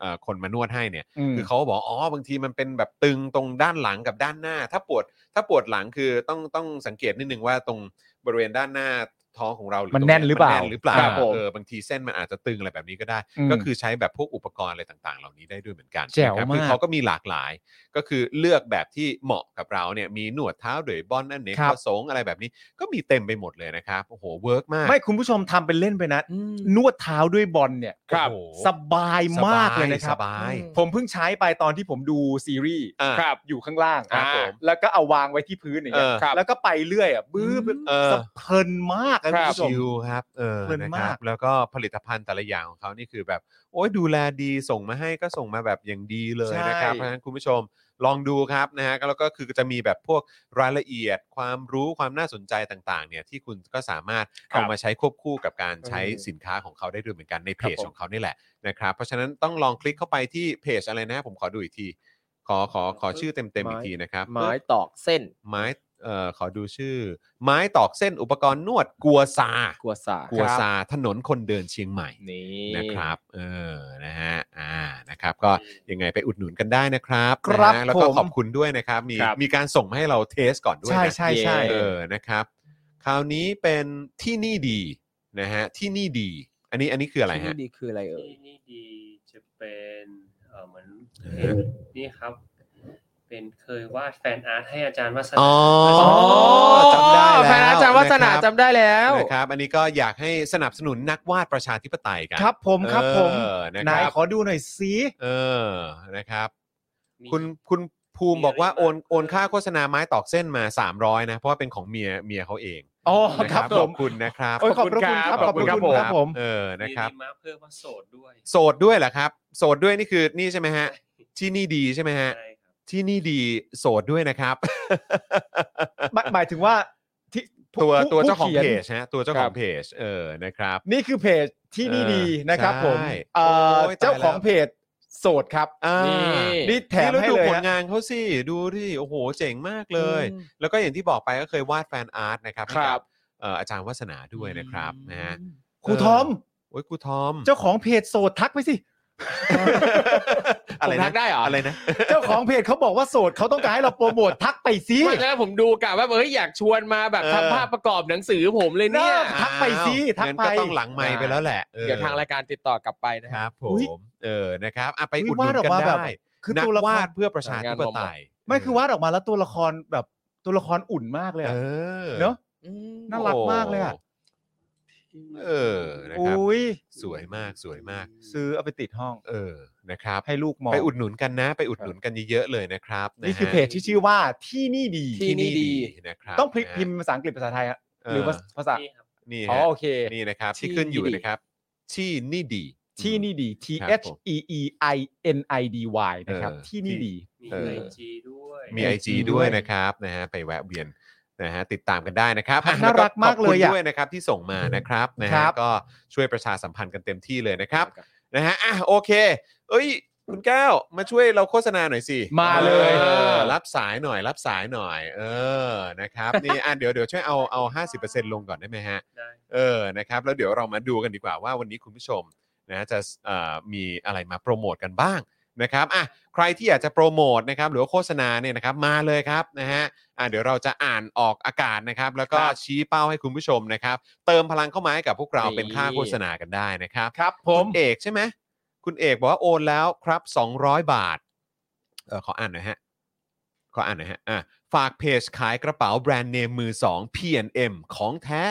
เอ่อคนมานวดให้เนี่ย
อืม
คือเขาบอกอ๋อบางทีมันเป็นแบบตึงตรงด้านหลังกับด้านหน้า ถ้าปวดถ้าปวดหลังคือต้องต้องสังเกตนิดนึงว่าตรงบริเวณด้านหน้าท้องของเรา
มั
มัน
แน่นหรือเปล่า
แน่นหรือเปล่า
ครับผม
เออบางทีเส้นมันอาจจะตึงอะไรแบบนี้ก็ได้
อืม
ก็คือใช้แบบพวกอุปกรณ์อะไรต่างๆ เหล่านี้ได้ด้วยเหมือนกัน
แจ๋ว
นะครับ
มาก
คือเขาก็มีหลากหลาย ก็คือเลือกแบบที่เหมาะกับเราเนี่ยมีหนวดเท้าด้วยบอลอันเนกประสงค์อะไรแบบนี้ก็มีเต็มไปหมดเลยนะครับโอ้โหเวิร์กมาก
ไม่คุณผู้ชมทำเป็นเล่นไปนะ
อืม
นวดเท้าด้วยบอลเนี่ย
โอ้โห
สบายมากเลยนะครับ
สบาย
อื
ผมเพิ่งใช้ไปตอนที่ผมดูซีรีส์
อ่ะ
ครับอยู่ข้างล่าง
ครับผม
แล้วก็เอาวางไว้ที่พื้นอย่างเงี้ย
เออครับ
แล้วก็ไปเรื่อยอ่ะบื้อ
เออ
สะเพลินมากนะคุณผู้ชม
ชิลครับเออ
เพลิน
นะค
มา
รั
ก
บแล้วก็ผลิตภัณฑ์แต่ละอย่างของเขานี่คือแบบ โอ้ยดูแลดีส่งมาให้ก็ส่งมาแบบอย่างดีเลย
ใช่
นะครับเพราะฉะนั้นคุณผู้ชมลองดูครับนะฮะก็แล้วก็คือจะมีแบบพวกรายละเอียด ความรู้ความน่าสนใจต่างๆเนี่ยที่คุณก็สามารถ
ครับ
เอามาใช้ควบคู่กับการใช้
เออ
สินค้าของเขาได้ด้วยเหมือนกันในเพจ
ครับผม
ของเขานี่แหละนะครับเพราะฉะนั้นต้องลองคลิกเข้าไปที่เพจอะไรนะผมขอดูอีกที ขอขอขอชื่อเต็มๆอีกทีนะครับ
ไม้ตอกเส้น
ไม้เอ่อขอดูชื่อ ไม้ตอกเส้นอุปกรณ์นวดกัวซา
กัวสา
กัวซาถนนคนเดินเชียงใหม่
นี่
นะครับ เออนะฮะอ่านะครับ ก็ยังไงไปอุดหนุนกันได้นะครับ
ครับ
นะฮะแล้วก็
ผม
ขอบคุณด้วยนะครับ มี
ครับ
มีการส่งมาให้เราเทสก่อนด้วย
ใช่
นะ
ใช่ใช่
เออนะครับ คราวนี้เป็นที่นี่ดีนะฮะที่นี่ดี อันนี้อันนี้คืออะไร
ที่
ฮะ
นี่ดีคืออะไรเอ่ย
ที่นี่ดีจะเป็นเออเหมือนเห็นนี่ครับ เป็นเคยวาดแฟนอาร์ตให้อาจารย์วัสนา
อ๋อ
อ๋อ
จำได้แล้ว
แฟนอาจารย์วัฒนา
ะครับ
จำได้แล้ว
นะครับ อันนี้ก็อยากให้สนับสนุนนักวาดประชาธิปไตยกัน
ครับผมครับผม
เออนะ
ไหน
ครับ
ขอดูหน่อยสิ
เออ นะครับ
มี
คุณคุณภูมิ
มี
บอกว่า
อะไร
โอน
บ้าง
โอนค่าโฆษณาไม้ตอกเส้นมา 300 นะ เพราะว่าเป็นของเมียเมียเขาเอง
อ๋อ
นะครับ ข
ผ
อบ
ม
คุณนะครับ
โอ้ยขอบพระคุณครับขอบพระคุณครับผม
เออ นะครับ
มีมาเพิ่มว่าโสดด้วย
โสดด้วยเหรอครับ โสดด้วยนี่คือนี่ใช่ไหมฮะ ที่นี่ดีใช่ไหมฮะ
ใช่ครับ
ที่นี่ดีโสดด้วยนะครับ
หมายหมายถึงว่าที่ผู้
ตัว
ผู้
ตัวเจ้าของ
ผู้ขียน
เพจฮะ ตัวเจ้าขอ
ครั
ง
บ
เพจ เออ นะครับ
นี่คือเพจที่นี่ดี
เออ
นะครับ ผม
ใช่
เอ่อ
โอ้ยตายแล้ว
เจ้าของเพจโสดครับ
อ่า
นี่
นี่แถ
นี่
ม
เรา
ให้
ดู
เลย
ผล
ฮะ
งานเขาสิ ดูที่โอ้โห เจ๋งมากเลย
อืม
แล้วก็อย่างที่บอกไปก็เคยวาดแฟนอาร์ตนะครับให้
ครั
กับบ เอ่ออาจารย์วัฒนาด้วยนะครับนะฮะ
ครูทอม
โอ้ยครูทอม
เจ้าของเพจโสดทักไปสิ
อะไร
ผมทั
นะ
กได้เหรอ
อะไรนะ
เจ้าของเพจเขาบอกว่าโสดเขาต้องการให้เราโปรโมททักไปสิ
ไม่แล้วผมดูกะว่าเอ้ยอยากชวนมาแบบทำภาพประกอบหนังสือผมเลย
เน
เนี่ย
อะทักไปสิทัก
งั้น
ไป
ก็ต้องหลังไมค์ไปแล้วแหละออ
เดี๋ยวทางรายการติดต่อกลับไปนะ
ค
ครับ
รับผ
อุ๊ย
มเออนะครับอ่ะไป
อุ๊ย
อุดหนุน
วาดออ
กัน
กมาแบบ
ได้
คือ
นัก
ตัวละคว
าร ดเพื่อประชาธิปไตย
ไม่คือวาดออกมาแล้วตัวละครแบบตัวละครอุ่นมากเลยอะ
เออ
เนอะ
อืม
น่ารักมากเลยอะ
เออนะครับ
อุ้ย
สวยมากสวยมาก
ซื้อเอาไปติดห้อง
เออนะครับ
ให้ลูกมอง
ไปอุดหนุนกันนะ ไปอุดหนุนกันเยอะๆเลยนะครับะฮะ
นี่คือเพจที่ชื่อว่าที่นี่ดี
ที่นี่ดี
นะครับ
ต้องพลิก
นะฮะ
พิมพ์ภาษาอังกฤษภาษาไทยฮะ
เห
รือภาษาภาษา
นี่ครับ
นี่
อ๋อ
ฮะ
โอเค
นี่นะครับ ที่
ที่
ขึ้นอยู่
นี่ดี
นะครับ ที่นี่ดี
ที่นี่ดี T
ครับ
H
ผม
E E I N I D Y นะครับ
เออ
ที่นี่ดี
มี
เออ
ไอจีด้วย
มี
IG
IG ด้วยนะครับนะฮะไปแวะเวียนนะฮะติดตามกันได้นะครับ
ครับ
อ่ะแล้ว
น่ารักมากเล
ข
ย
อบคุณ
อะ
ด้วยนะครับที่ส่งมานะครับนะ
ค
ฮะ
รับ
ก็ช่วยประชาสัมพันธ์กันเต็มที่เลยนะครับนะฮะอ่ะโอเค เอ้ย คุณแก้วมาช่วยเราโฆษณาหน่อยสิ
มาเลย
ออรับสายหน่อย รับสายหน่อย เออนะครับนี่อ่ะเดี๋ยวเดี๋ยวช่วยเอาเอา 50%ลงก่อนได้ไหมฮะ
ได้
เออ นะครับ แล้วเดี๋ยวเรามาดูกันดีกว่าว่าวันนี้คุณผู้ชมนะจะเอ่อมีอะไรมาโปรโมทกันบ้างนะครับอ่ะใครที่อยากจะโปรโมทนะครับหรือว่าโฆษณาเนี่ยนะครับมาเลยครับนะฮะอ่ะเดี๋ยวเราจะอ่านออกอากาศนะครับ แล้วก็ชี้เป้าให้คุณผู้ชมนะครับ เติมพลังเข้ามาให้กับพวกเรา
นี่
เป็นค่าโฆษณากันได้นะครับ
ครับ ผ
คุ
ม
ณเอกใช่ไหมคุณเอกบอกว่าโอนแล้วครับ 200 บาทเออขออ่านหน่อยฮะ ขออ่านหน่อยฮะอ่ะฝากเพจขายกระเป๋าแบรนด์เนมมือ 2 P&M ของแท้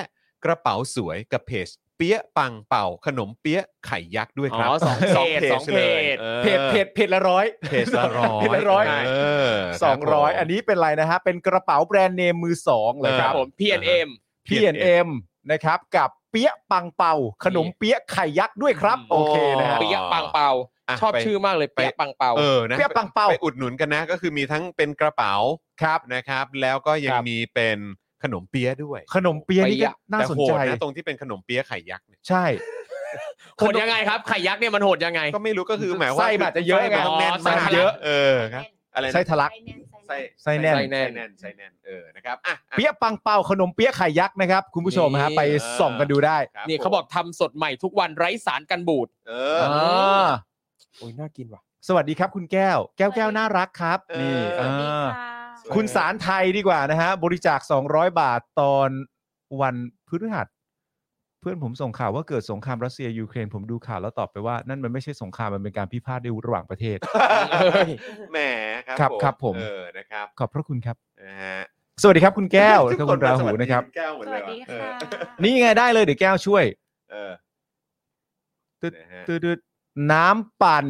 กระเป๋าสวยกับเพจ เปี๊ยะปังเป่าขนมเปี๊ยะไข่ยักษ์ด้วยครับ
อ๋อสองเพจสองเพจ
เลยออ
เพจเพจเพจละร้อย
เพจละร้อย
เพจละร้อย
เออ
สองร้อย
คบผม
อันนี้เป็นอะไรนะฮะ เป็นกระเป๋าแบรนด์เนมมือสองเลย
ค
ค
รั
รับ บ
ผม P&M
P&M นะครับ กับเปี๊ยะปังเป่า ขนมเปี๊ยะไข่ยักษ์ด้วยครับ
อืม
โอเคนะฮะ
เปียะปังเปา
อ่ะ
ชอบ
ไป
ชื่อมากเลยเปียะปังเปา
เออนะ
เปี๊ยะปังเป่า
ไปอุดหนุนกันนะ ก็คือมีทั้งเป็นกระเป๋า
ครับ
นะครับ แล้วก็ยัง
ครับ
มีเป็นขนมเปี๊ยะด้วย
ขนมเปี๊ยะนี่ก็
เปี๊ยะ
น่าสนใจ
แต่โหดนะตรงที่เป็นขนมเปี๊ยะไข่ยักษ์เนี่ย
ใช่
โหดยังไงครับไข่ยักษ์เนี่ยมันโหดยังไง
ก็ไม่รู้ก็คือหมายว่า
ไส้มันอาจจะเยอะ
ไส้มันต้องแน่น
ไงอ๋อไส้
มาก
มันเยอะ
เออครับอะไรนะ
ไส้ทะลัก
ไส้
ไส้แน่น
ไส้แน่นไส้แน่นเออนะครับอ่ะอ่ะ
เปี๊ยะปังเป่าขนมเปี๊ยะไข่ยักษ์นะครับ คุณผู้ชมฮะ
นี่
ไปส่องกันดูได้
ครั
นี่เขาบอกทำสดใหม่ทุกวันไร้สารกันบูด
เออ
อ่า
โอ้ยน่ากินว่ะ
สวัสดีครับคุณแก้ว แก้วแก้วน่ารักครับ
เออ
นี่
สวัสดี
อ่า
สวัสดี
คุณสารไทยดีกว่านะฮะ บริจาค 200 บาทตอนวันพฤหัส เพื่อนผมส่งข่าวว่าเกิดสงครามรัสเซียยูเครนผมดูข่าวแล้วตอบไปว่านั่นมันไม่ใช่สงคราม มันเป็นการพิพาทในระหว่างประเทศ
แหมครับ
ครับครับผม
เออนะครับ
ขอบพระคุณครับ
นะฮะ
สวัสดีครับคุณแก้ว
ทุ
และ
ก
คุณราหูนะครับ
สวัสดีณแก้วหมด
ส
เล
วั
ยเหรอ
สดี
เอ
ค่ะ
อ
นี่ไงได้เลยเดี๋ยวแก้วช่วย
เออ
ตึ๊ด
นะฮะ
ตืดๆน้ำปั่น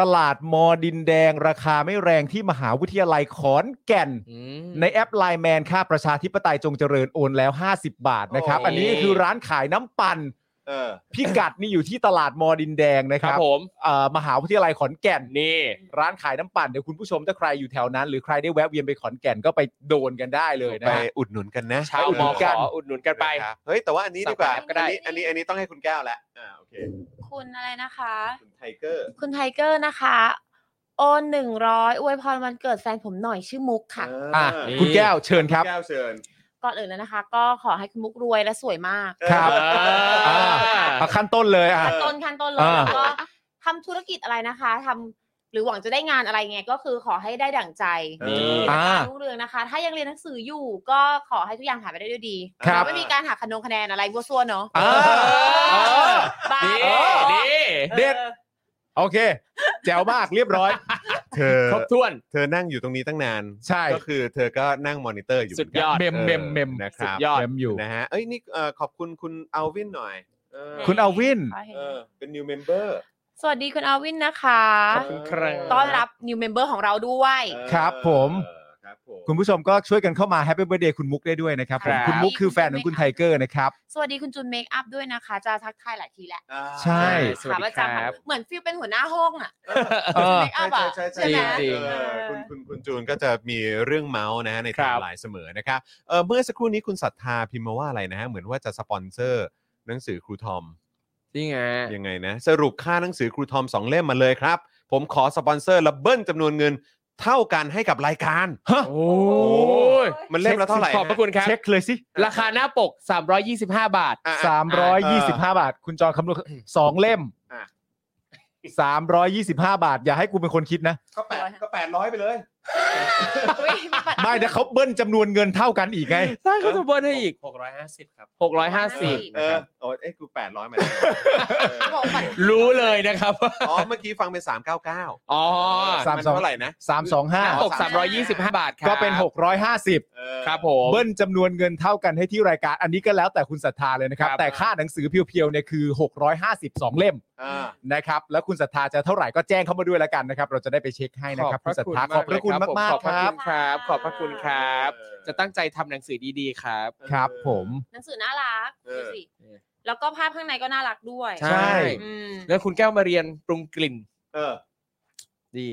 ตลาดมอดินแดง ราคาไม่แรงที่มหาวิทยาลัยขอนแก่น ในแอปไลน์แมนค่าประชาธิปไตยจงเจริญโอนแล้ว 50 บาทนะครับ อันนี้คือร้านขายน้ำปั่น
เออ
พิกัดนี่อยู่ที่ตลาดมอดินแดงนะ
ค
ค
รั
รั
บบ ผม
เอ่อมหาวิทยาลัยขอนแก่น
นี่
ร้านขายน้ำปั่นเดี๋ยวคุณผู้ชมถ้าใครอยู่แถวนั้น หรือใครได้แวะเวียนไปขอนแก่นก็ไปโดนกันได้เลยนะ
ไป
ฮะ
อุดหนุนกันนะ
ชาว
อุด
ม
หนุ
อ
นกัน
ขออุดหนุนกันไป
นะครับเฮ้ยแต่ว่าอันนี้ดีกว่า
สั่งแบบก็ได้
อันนี้อันนี้อันนี้ต้องให้คุณแก้วละอ่าโอเค
คุณอะไรนะคะ
คุณไทเกอร์
คุณไทเกอร์นะคะ โอนหนึ่งร้อยอวยพรวันเกิดแฟนผมหน่อยชื่อมุกค่ะ
อ่ะคุณแก้วเชิญครับ
แก้วเชิญ
ก่อนอื่นเลยนะคะ ก็ขอให้คุณมุกรวยและสวยมาก
ครับ
เออ
อ่า อ่ะขั้นต้นเลยอ่ะ
ขั้นต้นขั้นต้นเลย
อ่า
แล้วก็ทำธุรกิจอะไรนะคะทำหรือหวังจะได้งานอะไรไงก็คือขอให้ได้ดั่งใจ
นี่
อ่า
รุ่งเรืองนะคะ ถ้ายังเรียนหนังสืออยู่ก็ขอให้ทุกอย่างผ่านไปได้ด้วยดี
ครับ
ไม่มีการหักคะแนนคะแนนอะไรวัวซัวเนาะ
อ่า
เออ
บ้า
นี่
บอ
นี่
เด็ดโอเค แจ๋วมากเรียบร้อย
เธอ
ครบถ้วน
เธอนั่งอยู่ตรงนี้ตั้งนาน
ใช่
ก็คือเธอก็นั่งมอนิเตอร์อยู่
สุดยอด
หนกัน
เมมเมมเมม
ออนะค
สุด
รับ
ยอด
เต็มอยู่
นะฮะเอ้ยนี่เอ่อขอบคุณคุณเอาวินหน่อยเออ
คุณเอาวิน
ขอให้
เออเป็น new member
สวัสดีคุณอาวินนะคะ
ขอบคุณครับ
ต้อนรับ new member ของเราด้วย
เออ
ครับผม
ครับผม
คุณผู้ชมก็ช่วยกันเข้ามาแฮปปี้เบ t ร์ a เดย์คุณมุกได้ด้วยนะครับผม
ครับ
คุณมุกคือแฟนของคุณไทเกอร์นะครับ
สวัสดีคุณจูนเมคอัพด้วยนะคะ จะทักทายหลายทีแล้ว
อ่า
ใช่
สวัสดี
ขาประจำ
ครั
อะ
บ
เหมือนฟิลเป็นหัวหน้าห้องอะ
เออ
make up อะ
ใช่
ใช่ไหม
ใช่
จริงๆ
เออคุณคุณคุณจูนก็จะมีเรื่องเมาส์นะฮะในไท
ครับ
ม์ไลน์เสมอนะครับเออเมื่อสักครู่นี้คุณศรัทธาพิมพ์มาว่าอะไรนะฮะเหมือนว่าจะสปอนเซอร์หนังสือครูทอม
นี่ไง
ยังไงนะ สรุปค่าหนังสือครูทอมสองเล่มมาเลยครับ ผมขอสปอนเซอร์และเบิ้ลจำนวนเงินเท่ากันให้กับรายการ
โอ้ย
มันเล่มละเท่าไหร่
ขอบพระคุณครับ
เช็คเลยสิ
ราคาหน้าปก 325 บาท
อ่ะอ่ะ
325 บาท คุณจอนคำนวณสองเล่ม
อ่ะ
325 บาท อย่าให้กูเป็นคนคิดนะ
ก็แปดก็แปดร้อยไปเลย
ไม่แต่เขาเบิ้ลจำนวนเงินเท่ากันอีกไง
ใช่เขาจะเบิ้ลให้อีก
หกร้อยห้าสิบครับ
หกร้อยห้าสิบ
เออโอ้ยเอ้ยกูแปดร้อยมา
บอกก่อน
รู้เลยนะครับ <laughs> ว่า
อ๋อเมื่อกี้ฟังเป็นสามเก้าเก้า
อ๋อ
สาม
มัน
สอง
เท่าไหร่นะ
สามสองห้า
ตกสามร้อยยี่สิบห้าบาทครับ
ก็เป็นหกร้อยห้าสิบ
เออ
ครับผม
เบิ้ลจำนวนเงินเท่ากันให้ที่รายการอันนี้ก็แล้วแต่คุณศรัทธาเลยนะครับ
ครับ
แต่ค่าหนังสือเพียวๆเนี่ยคือ 652 เล่ม
อ่า
นะครับ แล้วคุณศรัทธาจะเท่าไหร่ก็แจ้งเข้ามาด้วยแล้วกันนะครับ เราจะได้ไปเช็คให้นะครับคุณศรัทธาขอบพระคุณมาก
ขอบ
ๆค
พระ
รับ
คุณครับ ขอบพระคุณครับ จะตั้งใจทำหนังสือดีๆครับ
ครับผม
หนังสือน่ารัก
เออ
ดูสิแล้วก็ภาพข้างในก็น่ารักด้วย
ใช่
อืม
แล้วคุณแก้วมาเรียนปรุงกลิ่น
เออ
ดี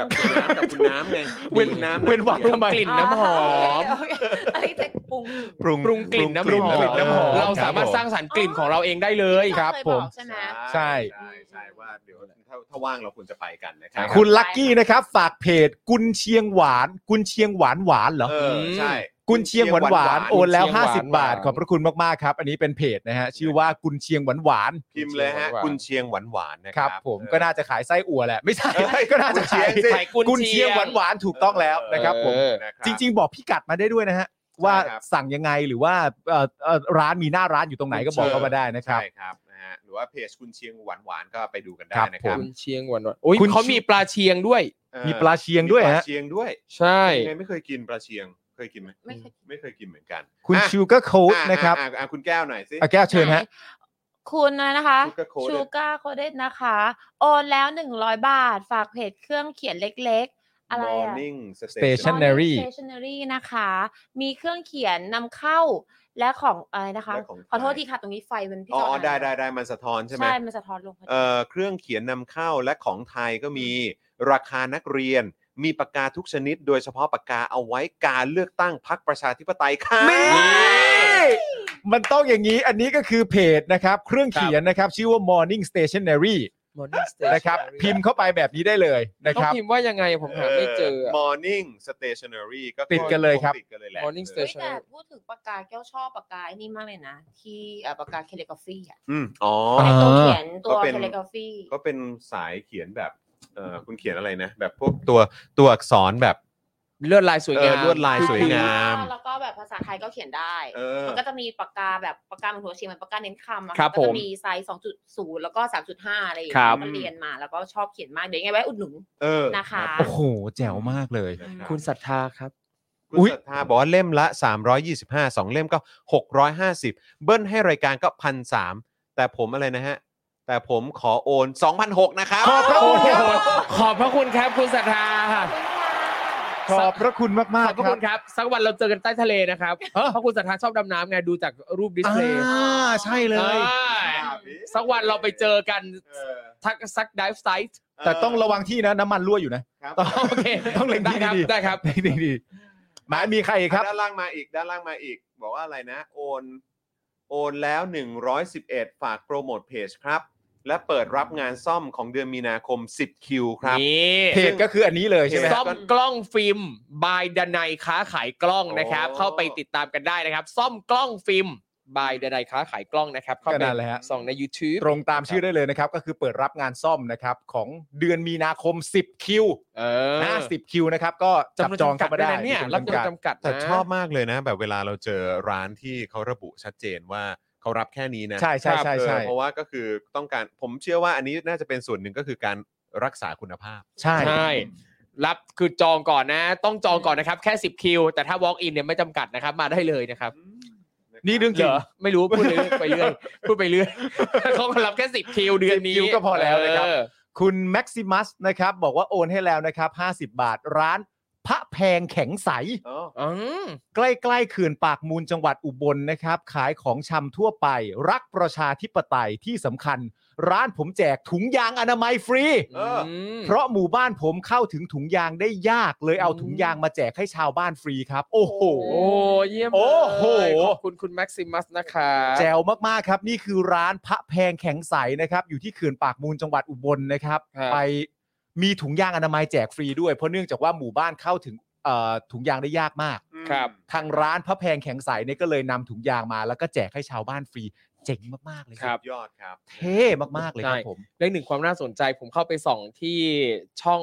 กับคุณน้ำกับคุณน้ำไง
เว้น
คุณน้ำ
เว้นวักทำไม
กลิ่นน้ำหอม
โอเคอะไรจะปรุง
ปรุง
ปรุงกลิ่นน้ำหอ
ปรุงกลิ่นน้ำหอ
ม
ม
เราสามารถสร้างสรรค์กลิ่นของเราเองได้เลย
ที่
ครับ
เย
ผ
อ
ม
กใช่ไหม
ใช่
ใช่
ใช่ใช่ว่าเดี๋ยวถ้าถ้าว่างเราควรจะไปกันนะครับ
คุณลักกี้นะครับ ฝากเพจกุนเชียงหวาน กุนเชียงหวานหวานเหรอ
เออใช่
กุนเชียงหวานหวานโอนแล้ว 50 บาท
หวาน
ขอบพระคุณมากๆครับ อันนี้เป็นเพจนะฮะชื่อว่ากุนเชียงหวานหวาน
พิมพ์เลยฮะกุนเชียงหวานหวานๆนะ
ๆค
ค
รั
รั
บบ ผม
เออ
ก็น่าจะขายไส้อั่วแหละไม่ใช่
เอ้ย
<laughs> ก็น่าจะขาย
กุนเชียงสิ
ไข่
กุ
กุ
นเชียงหวานหวานๆถูกต้องแล้วนะครับผม
เออ
นะครับ
จริง ๆ บอกพี่กัดมาได้ด้วยนะฮะ ว่า
ใช่ครับ
สั่งยังไงหรือว่าเอ่อเอ่อร้านมีหน้าร้านอยู่ตรงไหนก็บอกเขามาได้นะครับ
ใช่ครับนะฮะหรือว่าเพจคุณเชียงหวานหวานๆก็ไปดูกันได้
ครับ
นะค
ผ
รับ
ม
คุณเชียงหวานหวานโอ้ย
คุณ
เขามีปลาเชียงด้วย
เออ
มีปลาเชียงด้วย
มีป
ฮะ
ลาเชียงด้วย
ใช่
ยังไงไม่เคยกินปลาเชียงเคยกินไหม
ไม่เคย
ไม่เคยกินเหมือนกัน
คุณ
อ่ะ
ชูก็โค้ด
อ่
นะครับ
อ่อ่อ่คุณแก้วหน่อยสิ
อ่ะแก้วเชิญฮะ
คุณอะไรนะคะ
ชูการ์โค้ด
การ์โคเดตนะคะ โอนแล้วหนึ่งร้อยบาท ฝากเพจเครื่องเขียนเล็กๆ อะไรอะ
Morning
Station
Station
Stationery
stationery นะคะ มีเครื่องเขียนนำเข้าและของอะไรนะคะ
และของ
ขอโทษ
ไทย
ทีค่ะตรงนี้ไฟมันพี่
อ๋
จ
อ
หา
ได้ได้ได้มันสะท้อนใช่ไหม
ใช่มันสะท้อนลงพอดี
เอ่อเครื่องเขียนนำเข้าและของไทยก็มีราคานักเรียน มีปากกาทุกชนิด โดยเฉพาะปากกาเอาไว้การเลือกตั้งพรรคประชาธิปไตยค่ะ
มันต้องอย่างนี้อันนี้ก็คือเพจนะครับ เครื่องเขียนนะครับ ชื่อว่า Morning Stationery
Morning Station
นะครับพิมพ์เข้าไปแบบนี้ได้เลยนะ
ต้
ค
อง
รับ
พิมพ์ว่ายังไงผมหาไม่เจออะ
Morning Stationery ก็
ติดกันเลยครับ
ติดกันเลยแหละ
Morning
เฮ้ย
Station
แต่พูดถึงปากกาแก้วชอบปากกาไอ้นี่มากเลยนะ ที่เอ่อปากกาเคเลกราฟีอ่ะ
อืมอ๋อ
ไอตัวเขียนตั
ก็
ว
เป็น
เคเลกราฟี
ก็เป็นสายเขียนแบบเออคุณเขียนอะไรนะ แบบพวกตัวตัวอักษรแบบ
เลือดลายสวยงาม
เออลวดลายสวยงาม
แล้วก็แบบภาษาไทยก็เขียนได้
เออ
มันก็จะมีปากกาแบบปากกาเหมือนหัวเฉียงเหมือนปากกาเน้นคำอะะ
ครับ
ก็
ผม
จะมีไซส์2.0 แล้วก็ 3.5 อะไรอย่าง
ครับ
เงี้ยก็เรียนมาแล้วก็ชอบเขียนมาก เดี๋ยวยังไงไว้อุดหนุน
เออ
นะคะ
โอ้โห แจ๋วมากเลย
นะครับ
คุณศรัทธาครับ
คุณ
อุ๊ย
ศรัทธาบอกว่าเล่มละ 325 2 เล่มก็ 650 เบิ้ลให้รายการก็พันสแต่ผมอะไรนะฮะ แต่ผมขอโอน2,006นะครับ
ขอบพระคุณครับ
ขอบพระคุณครับคุณศรัทธา
ขอบพระคุณมาก
ข
มา
อก บ
ครั
พระคุ
บ
ณครับสักวันเราเจอกันใต้ทะเลนะครับเพราะคุณศรัทธาชอบดำน้ำไงดูจากรูปดิส
อ่
เพลย์
าใช่เลย
อ่าสักวันเราไปเจอกัน
เออ
ทักสักดิฟไซต์
แต่ต้องระวังที่นะน้ำมันรั่วอยู่นะ <laughs>
ครับ
ต้อง
โอเค
ต้องเล็งที่
ได้ครับ
ดีๆ
ได้ครับ
ดีดีๆหมายมีใครอีกครับ
ด้านล่างมาอีกด้านล่างมาอีก บอกว่าอะไรนะ โอนโอนแล้ว 111 ฝากโปรโมทเพจครับ และเปิดรับงานซ่อมของเดือนมีนาคม 10 คิวครับ
นี่
เพจก็คืออันนี้เลยใช่ไหม
ค
ฮะ
รั
ซ่อบมกล้องฟิล์มบายดนายค้าขายกล้องนะครับ
โอ้
เข้าไปติดตามกันได้นะครับ ซ่อมกล้องฟิล์มบายดนายค้าขายกล้องนะครับ เข้า
ก็
ไป
นั่นแหละฮะ
ส่องใน YouTube
ตรงตามชื่อได้เลยนะครับ ก็คือเปิดรับงานซ่อมนะครับ ของเดือนมีนาคม 10 คิว
เออ
นะ10 คิวนะครับ ก็จับจองเข้ามาได้
จำนวนจำกัดด้วยนะเนี่ยรับ
จำนวนจำกัด
จำกัดนะ
แต่ชอบมากเลยนะ แบบเวลาเราเจอร้านที่เขาระบุชัดเจนว่าเขารับแค่นี้นะ
ใช่ใช่ใช่ใช่
เออเพราะว่าก็คือต้องการผมเชื่อว่าอันนี้น่าจะเป็นส่วนหนึ่งก็คือการรักษาคุณภาพ
ใช่
ใช่ รับคือจองก่อนนะ ต้องจองก่อนนะครับ แค่ 10 คิว แต่ถ้า walk in เนี่ยไม่จำกัดนะครับ มาได้เลยนะครับ
นี่เรื่องจ
เห
ริ
รง อไม่รู้ พูดไปเรื่อย <laughs> พูดไปเรื่อยเขาก็รับแค่ 10 คิวเดือน
10
นี้
คิวก็พอแล้วนะครับ
เออ
คุณแม็กซิมัสนะครับ บอกว่าโอนให้แล้วนะครับ 50 บาทร้านพระแพงแข็งใส
อ๋อ
อืม
ใกล้ๆเขื่อนปากมูลจังหวัดอุบลนะครับ ขายของชำทั่วไป รักประชาธิปไตยที่สำคัญ ร้านผมแจกถุงยางอนามัยฟรี
เออ
ม
เพราะหมู่บ้านผมเข้าถึงถุงยางได้ยากเลยเอา
อืม
ถุงยางมาแจกให้ชาวบ้านฟรีครับ โอ้โห
โอ้เยี่ยม
โอ้โห
เลยขอบคุณคุณแม็กซิมัสนะคะ
แจ๋วมากๆครับ นี่คือร้านพระแพงแข็งใสนะครับ อยู่ที่เขื่อนปากมูลจังหวัดอุบลนะครับ ไปมีถุงยางอนามัยแจกฟรีด้วย เพราะเนื่องจากว่าหมู่บ้านเข้าถึงเอ่อถุงยางได้ยากมาก
ครับ
ทางร้านพระแพงแข็งใสเนี่ยก็เลยนำถุงยางมา แล้วก็แจกให้ชาวบ้านฟรี เจ๋งมากๆเลย
ครับ
ยอดครับ
เท่มากๆเลยครับผม
เรื่องหนึ่งความน่าสนใจผมเข้าไปส่องที่ช่อง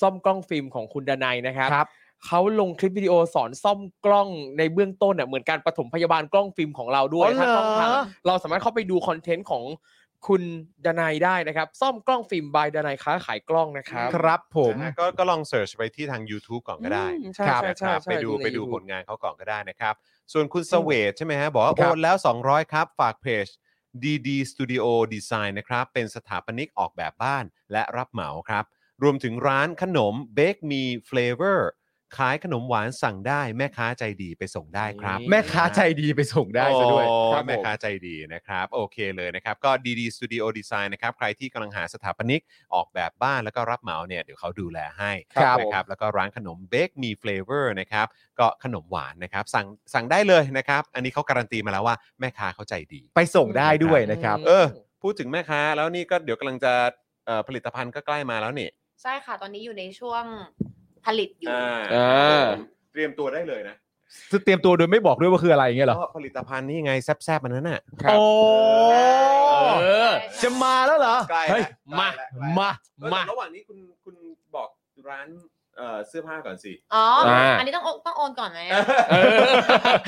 ซ่อมกล้องฟิล์มของคุณดนัยนะครับ
ครับ
เขาลงคลิปวิดีโอสอนซ่อมกล้องในเบื้องต้นเน่ะเหมือนการปฐมพยาบาลกล้องฟิล์มของเราด้วย
อ๋อเห
ทาง
รอ
ช่องทางเราสามารถเข้าไปดูคอนเทนต์ของคุณดนายได้นะครับ ซ่อมกล้องฟิล์มบายดนายค้าขายกล้องนะครับ
ครับผม
นะฮะก็ก็ลองเสิร์ชไปที่ทาง YouTube ก่อนก็ได้
อืมใช่
ครับ
ใช่
นะ
ใช่
ครับ
ใช่
ไปดู
ดูใน
ไปดู
YouTube
ผลงานเขาก่อนก็ได้นะครับ ส่วนคุณเสเวตใช่ไหมฮะ บอกว่าโอ
ครับ
นแล้ว 200 ครับ ฝากเพจ DD Studio Design นะครับ เป็นสถาปนิกออกแบบบ้านและรับเหมาครับ รวมถึงร้านขนม Bake Me Flavor ขายขนมหวานสั่งได้แม่ค้าใจดีไปส่งได้ครับ
นี่
แม่ค้าใจดีไปส่งได้ซะด้วย
โอ้
ครับผม
แม่ค้าใจดีนะครับ โอเคเลยนะครับ ก็ DD Studio Design นะครับ ใครที่กำลังหาสถาปนิกออกแบบบ้านแล้วก็รับเหมาเนี่ยเดี๋ยวเขาดูแลให้
ครับ
นะครับแล้วก็ร้านขนมเบ k มีเฟลเวอร์นะครับก็ขนมหวานนะครับสั่งสั่งได้เลยนะครับ อันนี้เขาการันตีมาแล้วว่าแม่ค้าเขาใจดี
ไปส่งได้ด้วยนะครับ
เออ พูดถึงแม่ค้าแล้วนี่ก็เดี๋ยวกำลังจะเอ่อผลิตภัณฑ์ก็ใกล้มาแล้วนี่
ใช่ค่ะ ตอนนี้อยู่ในช่วงผลิตอยู่
อ่า
อ่า
เตรียมตัวได้เลยนะ
เตรียมตัวโดยไม่บอกด้วยว่าคืออะไรอย่างเงี้ยเหรอ
ก็ผลิตภัณฑ์นี่ไงแซบๆมันนั้นน่ะ
ครับ
โอ้
เออ
จะมาแล้วเหรอ
ใกล้แล้ว
เฮ้ย
ใกล้
มา
แล้ว
มา
เออ
มา
แต่ระหว่างนี้คุณคุณบอกร้านเอ่อเสื้อผ้าก่อนสิ
อ๋ออา อันนี้ต้องโอนต้องโอนก่อนไหม
เออ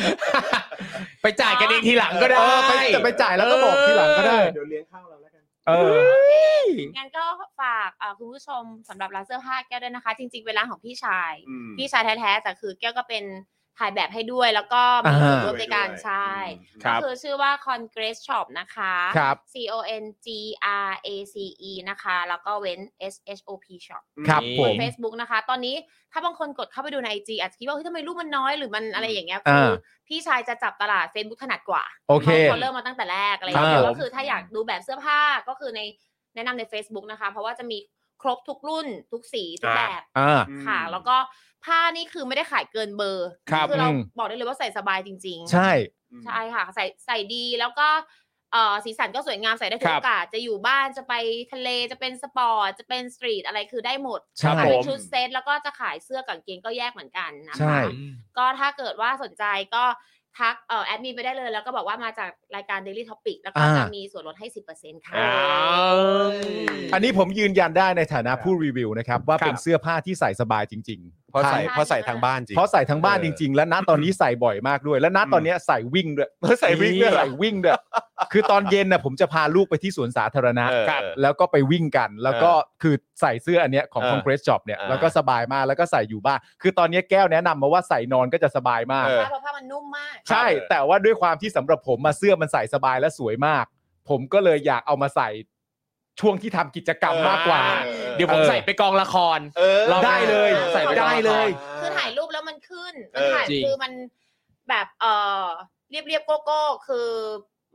ไปจ่ายกันเองทีหลังก็ได้
เออไปแต่ไปจ่ายแล้วก็บอกทีหลังก็ได้
เดี๋ยวเลี้ยงข้าวเราแล้วกัน
เออ
งั้นก็ฝากเอ่อคุณผู้ชมสำหรับร้านเสื้อผ้าแก้วด้วยนะคะ จริงๆเป็นร้านของพี่ชาย
อืม
พี่ชายแท้ๆแต่คือแก้วก็เป็นถ่ายแบบให้ด้วย แล้วก็
อ่า
มี
มี
ส่วนร่วมในการใช่
ค
ก็
รับ
คือชื่อว่า Congress Shop นะคะ
ครับ
C O N G R A C E นะคะ แล้วก็เว้น S H O P Shop
ครับผม
บน Facebook นะคะ ตอนนี้ถ้าบางคนกดเข้าไปดูใน IG อาจจะคิดว่าเฮ้ยทำไมรูปมันน้อยหรือมันอะไรอย่างเงี้ย
อ่า
คือพี่ชายจะจับตลาด Facebook ถนัดกว่า
โอเค
เขาเริ่มมาตั้งแต่แรกอะไรอย่างเงี้ย
ครับผม
ก็คือถ้าอยากดูแบบเสื้อผ้าก็คือในแนะนำใน Facebook นะคะ เพราะว่าจะมีครบทุกรุ่นทุกสีทุกแบบ
อ่า
ค่ะ แล้วก็ผ้านี่คือไม่ได้ขายเกินเบอร์
ครับ
อเรา
อืม
บอกได้เลยว่าใส่สบายจริงๆ
ใช่
ใช่ค่ะ ใส่ใส่ดีแล้วก็เอ่อสีสันก็สวยงามใส่ได้
ค
ทุก
รับ
โอกาสจะอยู่บ้านจะไปทะเลจะเป็นสปอร์ตจะเป็นสตรีทอะไรคือได้หมด
ใช่
จะเป็นชุดเซตแล้วก็จะขายเสื้อกางเกงก็แยกเหมือนกันนะคะ
ใช่
ก็ถ้าเกิดว่าสนใจก็ทักเอ่อแอดมินไปได้เลย แล้วก็บอกว่ามาจากรายการ Daily Topic แล้วก็
อ่า
จะมีส่วนลดให้ 10%ค่ะ
อ้าว
อันนี้ผมยืนยันได้ในฐานะผู้รีวิวนะครับ ว่า
ครับ
เป็นเสื้อผ้าที่ใส่สบายจริงๆ
เพราะใส่
ทั้ง
เพราะใส่ทางบ้านจริง
เพราะใส่ทั้งบ้านจริง ๆ และณตอนนี้ใส่บ่อยมากด้วย และณตอนเนี้ยใส่วิ่งด้วย
ใส่วิ่งด้วยเหรอ
ใส่วิ่งด้วยคือตอนเย็นน่ะผมจะพาลูกไปที่สวนสาธารณะ
เออ
ครับ
เออ
แล้วก็ไปวิ่งกัน แล้วก็
เออ
คือใส่เสื้ออันเนี้ยของ
เออ
Congress Job เนี่ย
อ่า
แล้วก็สบายมากแล้วก็ใส่อยู่บ้าน คือตอนเนี้ยแก้วแนะนำมาว่าใส่นอนก็จะสบายมาก
เออ
เพราะผ้ามันนุ่มมาก
ใช่
เออ
แต่ว่าด้วยความที่สำหรับผมมาเสื้อมันใส่สบายและสวยมาก ผมก็เลยอยากเอามาใส่ช่วงที่ทำกิจกรรมมากกว่า
ออ
เดี๋ยวผม
เออ
ใส่ไปกองละคร
เออ
เรา
ได้เลย
ใส่ไป
ได้เลย
คือถ่ายรูปแล้วมันขึ้น
เออ
มันถ่าย
จริง
คือมันแบบเออเรียบเรียบๆโก้โก้คือ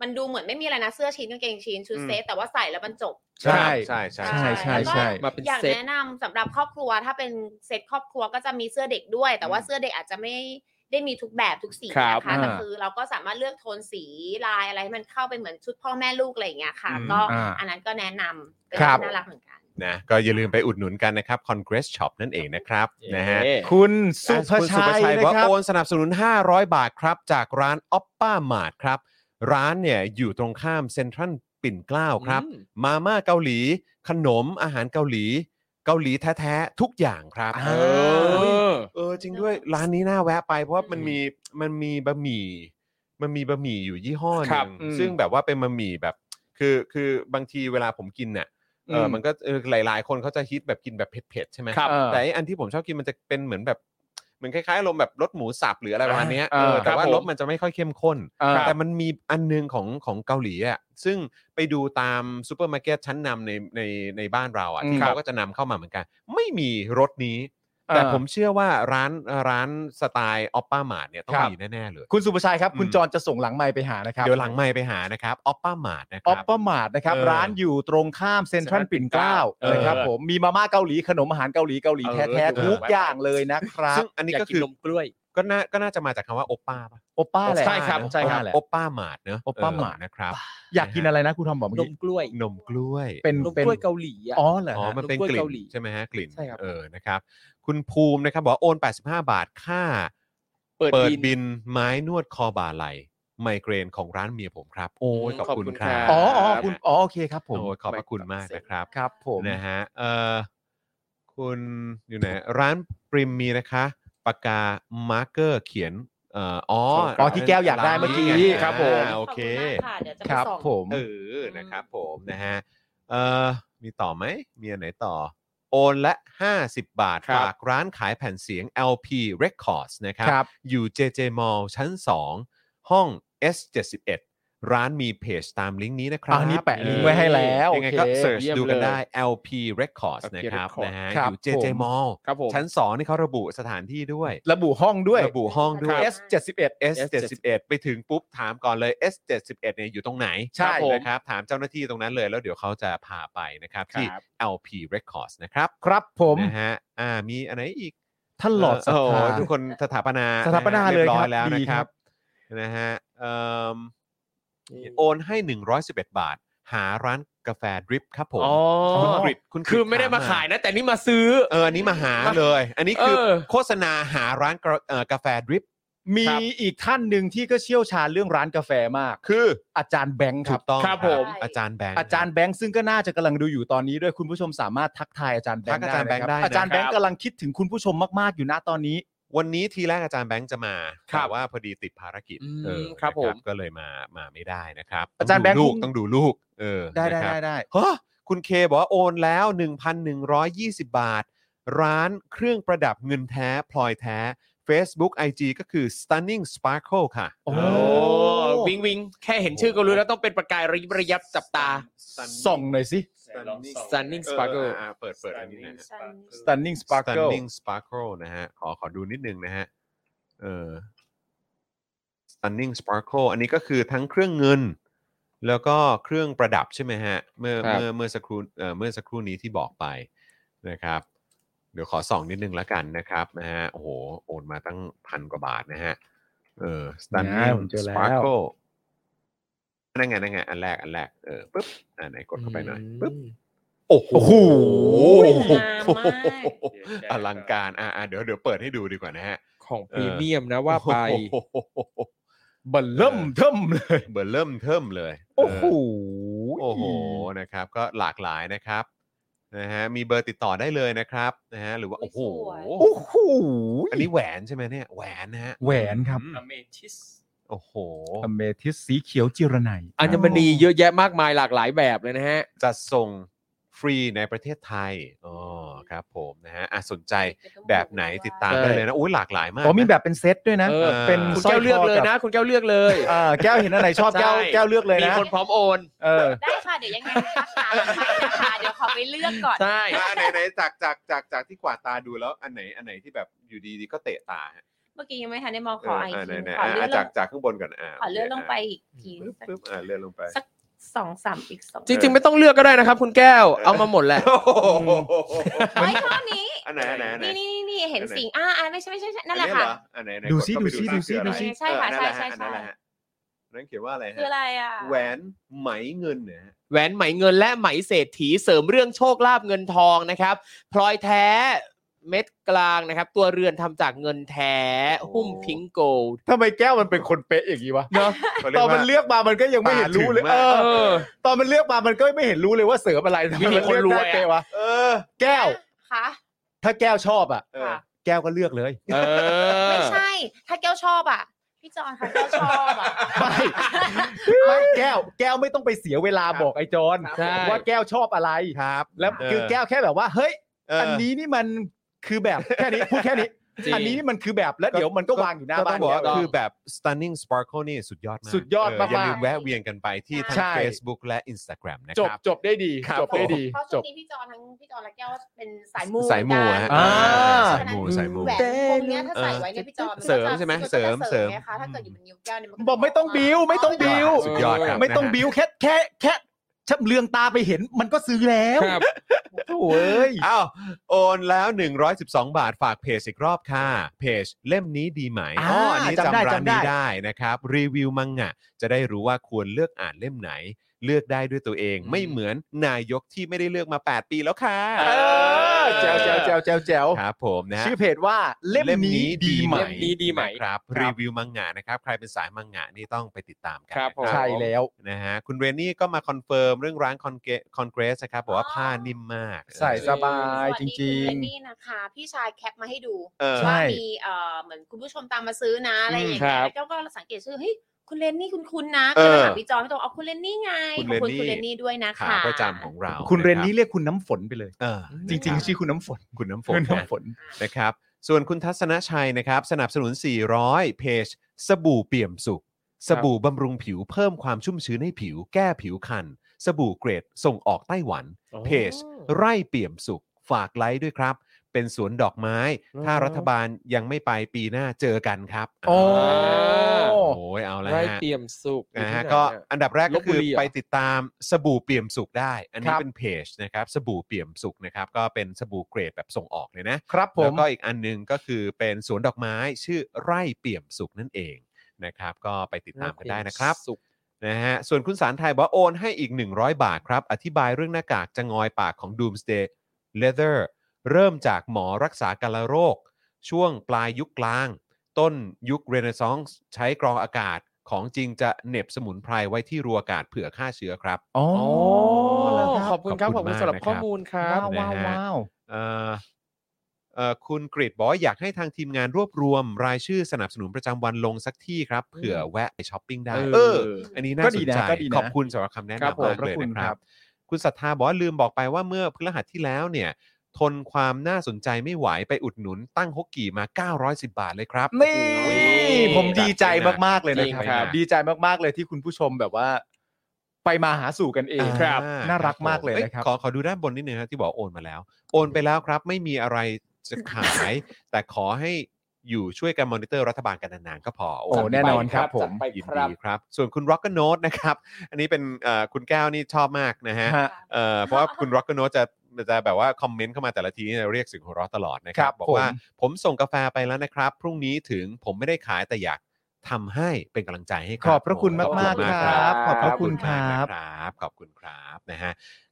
มันดูเหมือนไม่มีอะไรนะ เสื้อชิ้นกางเกงชิ้นชุดเซตแต่ว่าใส่แล้วมันจบ
ใช่
ใช่ใช่
ใช่ใช่
มาเป็น
อยาก
เซต
แนะนำสำหรับครอบครัวถ้าเป็นเซตครอบครัวก็จะมีเสื้อเด็กด้วย แต่ว่าเสื้อเด็กอาจจะไม่ได้มีทุกแบบทุกสี
ครับ
นะคะแต่
อ่า
คือเราก็สามารถเลือกโทนสีลายอะไรให้มันเข้าไปเหมือนชุดพ่อแม่ลูกอะไรอย่างเงี้ยค่ะ
อืม
ก็
อ่า
อันนั้นก็แนะนำเป็น
ครับ
น่ารักเหมือนกัน
นะก็อย่าลืมไปอุดหนุนกันนะครับ Congress Shop นั่นเองนะครับนะฮะ
คุณสุภ
คุณ
ชัย
บอก
นะ
ว่า
ครับ
โอนสนับสนุน 500 บาทครับ จากร้านอ p ปป้าหมาดครับ ร้านเนี่ยอยู่ตรงข้ามเซ็นทรัลปิ่นเกล้าครับ
อืม
มาม่าเกาหลี ขนมอาหารเกาหลี เกาหลีแท้ ๆ ทุกอย่างครับ
อ่า
เอ
เอ
อเฮ้ย
อ
เออจริงด้วยร้านนี้น่าแวะไป เพราะว่ามัน
อืม
มีมันมีบะหมี่มันมีบะหมี่อยู่ยี่ห้อห
ครั
นึ่
บ
ง
อืม
ซึ่งแบบว่าเป็นบะหมี่แบบ คือคือบางทีเวลาผมกินเนี่ย เออ มันก็เออหลายๆ คนเขาจะฮิตแบบกินแบบเผ็ดๆ ใช่ไหม
ครับ
เออ
แต่ไอ้อันที่ผมชอบกินมันจะเป็นเหมือนแบบ เหมือนคล้ายๆอารมณ์แบบรสหมูสับหรืออะไรประมาณเนี้ย
อ่า
เออ
ครับ
แต่ว่า
ผม
รสมันจะไม่ค่อยเข้มข้น
อ่า
แต่มันมีอันหนึงของของเกาหลีอ่ะ ซึ่งไปดูตามซูเปอร์มาร์เก็ตชั้นนำในในในบ้านเราอ่ะ
อืม
ที่เขา
ครับ
ก็จะนำเข้ามาเหมือนกัน ไม่มีรสนี้ แต่
เออ
ผมเชื่อว่าร้านร้านสไตล์ออปป้าหมาดเนี่ยต้อง
ครับ
มีแน่ๆเลย
คุณสุภชัยครับ
อืม
คุณจรจะส่งหลังไมค์ไปหานะครับ
เดี๋ยวหลังไมค์ไปหานะครับออปป้าหมาดนะค
ออ
รั
ป
บ
เปอร์มาร์ทนะครับ
เออ
ร้านอยู่ตรงข้ามเซ็นทรัล
Central
ปิ่นเกล้า
เออ
นะครับผมมีมาม่าเกาหลีขนมอาหารเกาหลีเกาหลี
เออ
แท้
เออ
ๆทุกอย่างเลยนะครับ
ซึ่งอันนี้
อยา
ก็
กิ
คือน
มกล้วย
ก็น่าก็น่าจะมาจากคำว่าโอปป้าปะ
โอป้าแหละ
ใช่ครับใช่ครับ
โอป้าแหละ
โอป้าหมาดเนอะ
โอป้าหมาด
เออนะครับ
อยากกินอะไรนะครูทอมบอกเมื่อน กี้
มกล้วย
นมกล้วย
เป็น
นม
เป็น
กล้วยเกาหลีอ่ะ
อ๋อเหรอ
อ๋อ
ฮะ
มันเป็น
นม
ก
กล้วย
ลิ่น
เกาหลี
ใช่ไหมฮะกลิ่น
ใช่ครับ
เออนะครับคุณภูมินะครับบอกว่าโอน 85 บาทค่า
เปิด
เปิด
บิน
บินไม้นวดคอบ่าไหลไมเกรนของร้านเมียผมครับ โอ้ยขอบคุณครับ
ขอบคุณครับ
อ๋ออ๋อคุณอ๋อโอเคครับผม
โอ้ยขอบพระคุณมากนะครับ
ครับผม
นะฮะเออ คุณอยู่ไหนร้านปริมมีนะคะปากกามาร์เกอร์เขียนเอ่ออ๋อ
อ๋อที่แก้วอยากได้เมื่อกี้
ร้านนี้ไง
ครับผม
อ่าโอเค
ขบณมากค่ะเดี๋ยวจะไป
ครับ
ส่อง
ผม
เออ นะครับผมนะฮะ เอ่อ มีต่อไหม มีอันไหนต่อ โอนละ 50 บาท
ครับ
ฝากร้านขายแผ่นเสียง LP Records นะครับ
ครับ
อยู่ JJ Mall ชั้น 2 ห้อง S71 ร้านมีเพจตามลิงก์นี้นะครับ
อ่านี่แปะ
เออ
ลิงก์ไว้ให้แล้ว
ยังไงก็
โอเค
เสิร์ช
เยี่ยม
ดูกัน
เลย
ได้ LP Records
LP
นะครับนะฮะ
ครั
อบ ยู่ JJ
ผม
Mall
ครับผม
ชั้น 2 นี่เขาระบุสถานที่ด้วย
ระบุห้องด้วย
ระบุห้องด้วย
S 71
S71 ไปถึงปุ๊บถามก่อนเลย S71 เนี่ยอยู่ตรงไหน
ใช่
นะครับถามเจ้าหน้าที่ตรงนั้นเลยแล้วเดี๋ยวเขาจะพาไปนะครับ ที่
ครับ
LP Records นะครับ
ครับผม
นะฮะอ่ามีอันไหนอีก
ท่านหลอดศรัทธา
เโโหทุกคนสถาปนา
สถาปนาเล
รี
ย
บร้อ
ครั
ย
บ
แล้วนะ
ดี
ค
ครั
รับบ นะฮะเอิ่มโอนให้ 111 บาท หาร้านกาแฟดริปครับผม
อ๋อ
คุณก
อ
ริดคุณกริ
คือไม่ได้มาขายนะ แต่นี่มาซื้อ
เอออันนี้มาหาเลย อันนี้คือ
เออ
โฆษณาหาร้านกาเอ่อกาแฟดริป
มีอีกท่านหนึ่งที่ก็เชี่ยวชาญเรื่องร้านกาแฟมาก
คือ
อาจารย์แบงค์ค
ถู
รับ
กต้อง
ครับผม
ใช่
อาจารย์แบงค์
อาจารย์แบงค์ซึ่งก็น่าจะกำลังดูอยู่ตอนนี้ด้วยคุณผู้ชมสามารถทักทายอาจารย์แบง
ทั
ค์
กอา
ได้
จารย์แบงค์
นะ
ได้
ครับ
นะ
อาจารย์แบงค์กำลังคิดถึงคุณผู้ชมมากๆอยู่นะตอนนี้
วันนี้ทีแรกอาจารย์แบงค์จะมา
ครับ
แต่ว่าพอดีติดภารกิจ
อืม
เออ
ครับ
นะ
ผม
ก็เลยมามาไม่ได้นะครับ
อาจารย์แบงค์
ต้ดูลูกต้องดูลูกเออ
ได้ได้
นะครับ
ได้ได้
ฮะคุณเคบอกว่าโอนแล้ว 1,120 บาท ร้านเครื่องประดับเงินแท้พลอยแท้ Facebook IG ก็คือ stunning sparkle ค่ะ
โอ้
โอ้วิงวิงแค่เห็นชื่อก็รู้แล้วต้องเป็นประกายระยิบระยับจับตา
Stunning
ส่องหน่อยสิ
ไหนลองส่อง
Stunning
เออ
Sparkle
อ่าเปิดเปิดอันนี้นะ
Stunning
stunning sparkle
stunning sparkle นะฮะ ขอขอดูนิดนึงนะฮะ เออ stunning sparkle อันนี้ก็คือทั้งเครื่องเงิน แล้วก็เครื่องประดับใช่ไหมฮะ เมื่อ
ครับ
เมื่อเมื่อสักครู่เอ่อเมื่อสักครู่นี้ที่บอกไปนะครับ เดี๋ยวขอส่องนิดนึงละกันนะครับนะฮะ โอ้โห โอนมาตั้งพันกว่าบาทนะฮะ เออ
นะ
stunning
ผมเจอแล้ว
sparkle นั่นไงนั่นไงอันแรกอันแรกเออปึ๊บอ่าไหนกดเข้าไปหน่อยปึ๊บ โอ้โห
งามมาก
อลังการอ่าเดี๋ยวเดี๋ยวเปิดให้ดูดีกว่านะฮะ
ของพรีเมียมนะว่าไป
โอ้โห
บัลเริ่มเทิมเลย
เบอร์เริ่มเทิมเลย
โอ้โห
เออโอ้โหนะครับ ก็หลากหลายนะครับนะฮะมีเบอร์ติดต่อได้เลยนะครับนะฮะหรือว่า
อุ๊
โอ้
ย
โห
สวย
โอ้โห
อันนี้แหวนใช่ไหมเนี่ยแหวนนะฮะ
แหวนครับ
อืม
อเมทิส
โอ้โห
อเมทิสสีเขียวจิรนัย
อัญมณีเยอะแยะมากมายหลากหลายแบบเลยนะฮะ
จัดส่งฟรีในประเทศไทยอ๋อครับผมนะฮะอ่ะสนใจแบบไหนติดตามได้เลยนะอุ้ยหลากหลายมาก
อ๋อมี
นะ
แบบเป็นเซตด้วยนะ
เออ
เป็น
คุ
คุณ
ณ
สร้
แก้
ยว
เลื
ค
อก
อ
เลย
กับ
นะ คุณแก้วเลือกเลย
เอ่อแก้วเห็นอันไหนชอบแก้ว
ใช่
แก้วเลือกเลย
มี
นะ
คนพร้อมโอน
เออ
ได้ค่ะ เดี๋ยวยังไงทักหาหลังไมค์นะคะเดี๋ยวขอไปเลือกก่อน
ใช่
อ่ะไหนไหนจากจากจากจากที่กวาดตาดูแล้วอันไหนอันไหนที่แบบอยู่ดีๆก็เตะตาฮะ
เมื่อกี้ยังไม่ทันได้มองข
เอ
อ
อ
ไอ
อ่า
ที
ไหนๆ
ขอ
อ่า
เลื่อ
อ่าน
ล
จาก
ง
จากข้างบนก่อนอ่า
ขอเลื่อนลงไปอีกที
ปึ๊บปึ๊บอ่าเลื่อนลงไป
สักสองสามอีกสอง
จริงๆ ไม่ต้องเลือกก็ได้นะครับ คุณแก้ว <laughs> เอามาหมดแหละ
โอ้โห
เฮ้ยเท่านี้
อันไหนอันไหนอันไหน
นี่นี่นี่เห็นสิ่งอ่าอ่าไม่ใช่ไม่ใช่ไม่ใช่นั่นแหละ
อั
ค่ะ
เรออันไหนอันไหน
ดูซิ
กเข้าไป
ดูซิดูซิ
คืออะไร
ดูซิ
ใช่ค่ะ
เออนั่นแหล
ใช่
ฮอัน
ใช่
นั่นแหละฮะอันนั่นเขียนว่าอะไร
คืออะ
ฮะ
ไรอ่ะ
แหวนไหมเงินเนี่ยฮะ
แหวนไหมเงินและไหมเศรษฐีเสริมเรื่องโชคลาภเงินทองนะครับ พลอยแท้เม็ดกลางนะครับ ตัวเรือนทำจากเงินแท้ หุ้มพิงโกลด์
ทำไมแก้วมันเป็นคนเป๊ะอย่างนี้วะ
เนาะ
เขาเรี
ต
ย
อก นมัน
ว่า
เลือกมามันก็ยังไม่เห็นรู้เลย
ตาถึงมา
เอ
ก
เอ
อ
อ
ตอนมันเลือกมามันก็ไม่เห็นรู้เลยว่าเสริมอะไรแต่มัน
มีค
เลื
น
อก
รว
ได้
ยอะ
เป๊ะวะ
เออ
แก้ว
คะ
ถ้าแก้วชอบอ่ะ
เออ
แก้วก็เลือกเลย
เออ
ไม่ใช่ ถ้าแก้วชอบอ่ะ พี่จอนค่ะแก้วชอบอ่ะ
ไม่ไม่แก้ว แก้วไม่ต้องไปเสียเวลา
ครับ
บอกไอ้จอน
ใช่
ว่าแก้วชอบอะไร
ครับ
แล้วคือแก้วแค่แบบว่า เฮ้ย
เออ
อันนี้นี่มันคือแบบแค่นี้พูดแค่นี้
จริง
อันนี้นี่มันคือแบบแล้วเดี๋ยวมันก็วางอยู่หน้า
ก็ต้
บ้า
อน งบอกว่า
แก้ว
คือแบบ stunning sparkle นี่สุดยอดมาก
สุดยอดมาก
เอ
ๆ
ย่าลืมแวะเวียนกันไปที่ทั้ง
ใช่
Facebook และ Instagram นะ
จ
ค
บ
รับ
จบได้ดี
ครับ
จบได้ดี
เพราะ
จ
ช่ว
บ
งนี้พี่จอนทั้งพี่จอนและแก้วเป็นสายมู
สายมู
กัน
ฮะ
อ่า
สายมูสายมู
แหวนวงเนี้ยถ้าใส่ไว้เนี่ยพี่จอนนก็จะ
เสริมใช่ไหม
นก็จะ
เสริมเสริม
ไงคะถ้าเกิดอยู่บนนิ้วแก้วเนี่ยนจะ
บอกไม่ต้องบิวไม่ต้องบิว
สุดยอดครับ
ไม่ต้อง
นะฮะ
บิวแค่แค่แค่ชับเลืองตาไปเห็นมันก็ซื้อแล้ว
ครับ
โถ่เอ้ย
<laughs> อ้าวโอนแล้ว 112 บาทฝากเพจอีกรอบค่ะ เพจเล่มนี้ดีไหม
อ่า
อันนี้
จำได้
จำร้าน
จำได้
นี้ได้นะครับ รีวิวมังงะ จะได้รู้ว่าควรเลือกอ่านเล่มไหน เลือกได้ด้วยตัวเอง ไม่เหมือนนายกที่ไม่ได้เลือกมา 8 ปีแล้วค่ะ
เออ
แจวแจวแจวแจวแจว
ครับผมนะฮะ
ชื่อเพจว่าเล่มนี้ดีไหม
เล่มนี้ดีไหม
นะครับ
ครับ
รีวิวมังงะนะครับ ใครเป็นสายมังงะนี่ต้องไปติดตามกั
ครับผม
ใช่แล้ว
นะฮะคุณเรนนี่ก็มาคอนเฟิร์มเรื่องร้านคอนเกคอนเกรสนะครับบอกว่าผ้านิ่มมาก
ใส่สบาย จริงๆ
สวัสดีคุณเรนนี่นะคะ พี่ชายแคปมาให้ดู
เออ
ใช่
ว่ามีเอ่อเหมือนคุณผู้ชมตามมาซื้อนะอะไรอย่าง
ค
เงี้
รั
ย
บ
แล้วก็สังเกตชื่อเฮ้ยคุณเลนนี่คุณคุณนะ
เอ
ก็
อ
เลยถามพี่จอยพี่จอยเอาคุณเลนนี่ไง
คุณ
ขอบคุณ
เรนนี่
คุณเลนนี่ด้วยนะ
ขา
คะ
ประจำของเรา
คุณเรนะ
บ
นี่เรียกคุณน้ำฝนไปเลย
เออ
จริง ๆ ชื่อคุณน้ำฝน
คุณน้ำฝน
คุณ
นะ
น้ำฝน
นะครับ ส่วนคุณทัศนชัยนะครับ สนับสนุน 400 เพจ สบู่เปี่ยมสุข สบู่บำรุงผิวเพิ่มความชุ่มชื้นให้ผิว แก้ผิวคัน สบู่เกรดส่งออกไต้หวัน เพจไร่เปี่ยมสุขฝากไลค์ด้วยครับ เป็นสวนดอกไม้
อืม
ถ้ารัฐบาลยังไม่ไปปีหน้าเจอกันครับ
โอ้
โอ้โหเอาละ
ไร่
ฮะ
เตรียมสุขอยู่
นะ
ที่
ฮะ
ไหน
ก็
อะ
อันดับแรกก็คื
ลพบุ
อ
รีเหรอ
ไปติดตามสบู่เปี่ยมสุขได้ อันนี้
ครับ
เป็นเพจนะครับ สบู่เปี่ยมสุขนะครับ ก็เป็นสบู่เกรดแบบส่งออกเลยนะครับ
ผ
แล้ว
ม
ก็อีกอันหนึงก็คือเป็นสวนดอกไม้ชื่อไร่เปี่ยมสุขนั่นเองนะครับ ก็ไปติดตามกันได้นะครับ
สุข
นะฮะส่วนคุณสารไทยบอกว่าโอนให้อีก 100 บาทครับ อธิบายเรื่องหน้ากากจะงอยปากของ Doomsday Leather เริ่มจากหมอรักษากาฬโรค ช่วงปลายยุคกลาง ต้นยุคเรเนซองส์ใช้กรองอากาศของจริงจะเหน็บสมุนไพรไว้ที่รูอากาศเผื่อฆ่าเชื้อครับ
อ๋อ
โอ้
เหรอ
ขอบคุณครับ
ข
ข
อ
อ
บบ คุ
คุณ ณสำหรั
มา
บ
ก
ข้อมูลครับ
นะ
ว้าวว้าว
เอ่อเอ่อคุณกริดบอกว่าอยากให้ทางทีมงานรวบรวมรายชื่อสนับสนุนประจำวันลงสักที่ครับเผื่อแวะไปช้อปปิ้งได้ เออ อันนี้น่า
ก็
ส
ดี
น
นะ
ใจ
ก็ดีนะ
ขอบคุณสำหรับคำแนะครับ นำ
ผม
มาก
ขอบ
เลย
คุณ
นะค
ค
รั
รับ บ
คุณศรัทธาบอกว่าลืมบอกไปว่าเมื่อพฤหัสที่แล้วเนี่ย ทนความน่าสนใจไม่ไหวไปอุดหนุนตั้งฮกกี่มา 910 บาทเลยครับ
นี่ ผมดีใจมากๆเลยนะ
จริง
ค
ครั
รับ
บ
ดีใจมากๆเลยที่คุณผู้ชมแบบว่า ไปมาหาสู่กันเอง
อ่า
น่ารักมากเลย
อ้
นะครับ
ขอขอดูด้านบนนิดนึงครับที่บอกโอนมาแล้ว โอนไปแล้วครับ ไม่มีอะไรจะขาย แต่ขอให้อยู่ช่วยกันมอนิเตอร์รัฐบาลกันนานๆก็พอ
โอ้แน่นอนครับผม
ไป
ยิน
ครับ
ดีครับ ส่วนคุณ Rock n o t e นะครับ อันนี้เป็นเอ่อคุณแก้วนี่ชอบมากนะฮะ
ฮะ
เอ่อเพราะว่าคุณ Rock n o t e จะจะแบบว่าคอมเมนต์เข้ามาแต่ละทีนี่เรียกเสิ่งหัวเราะตลอดนะครั
ครับ บ
บอกว่า
ผม
ผมส่งกาแฟไปแล้วนะครับ พรุ่งนี้ถึงผมไม่ได้ขายแต่อยากทำให้เป็นกำลังใจให้ค
ข
รั
อบพระคุณ
โอ้ขอบ
มากๆค
ค
รั
รับ
บ ขอบพระ
ขอบ
คุณค
มาก
รับ
นะครับ ขอบคุณครับนะฮะ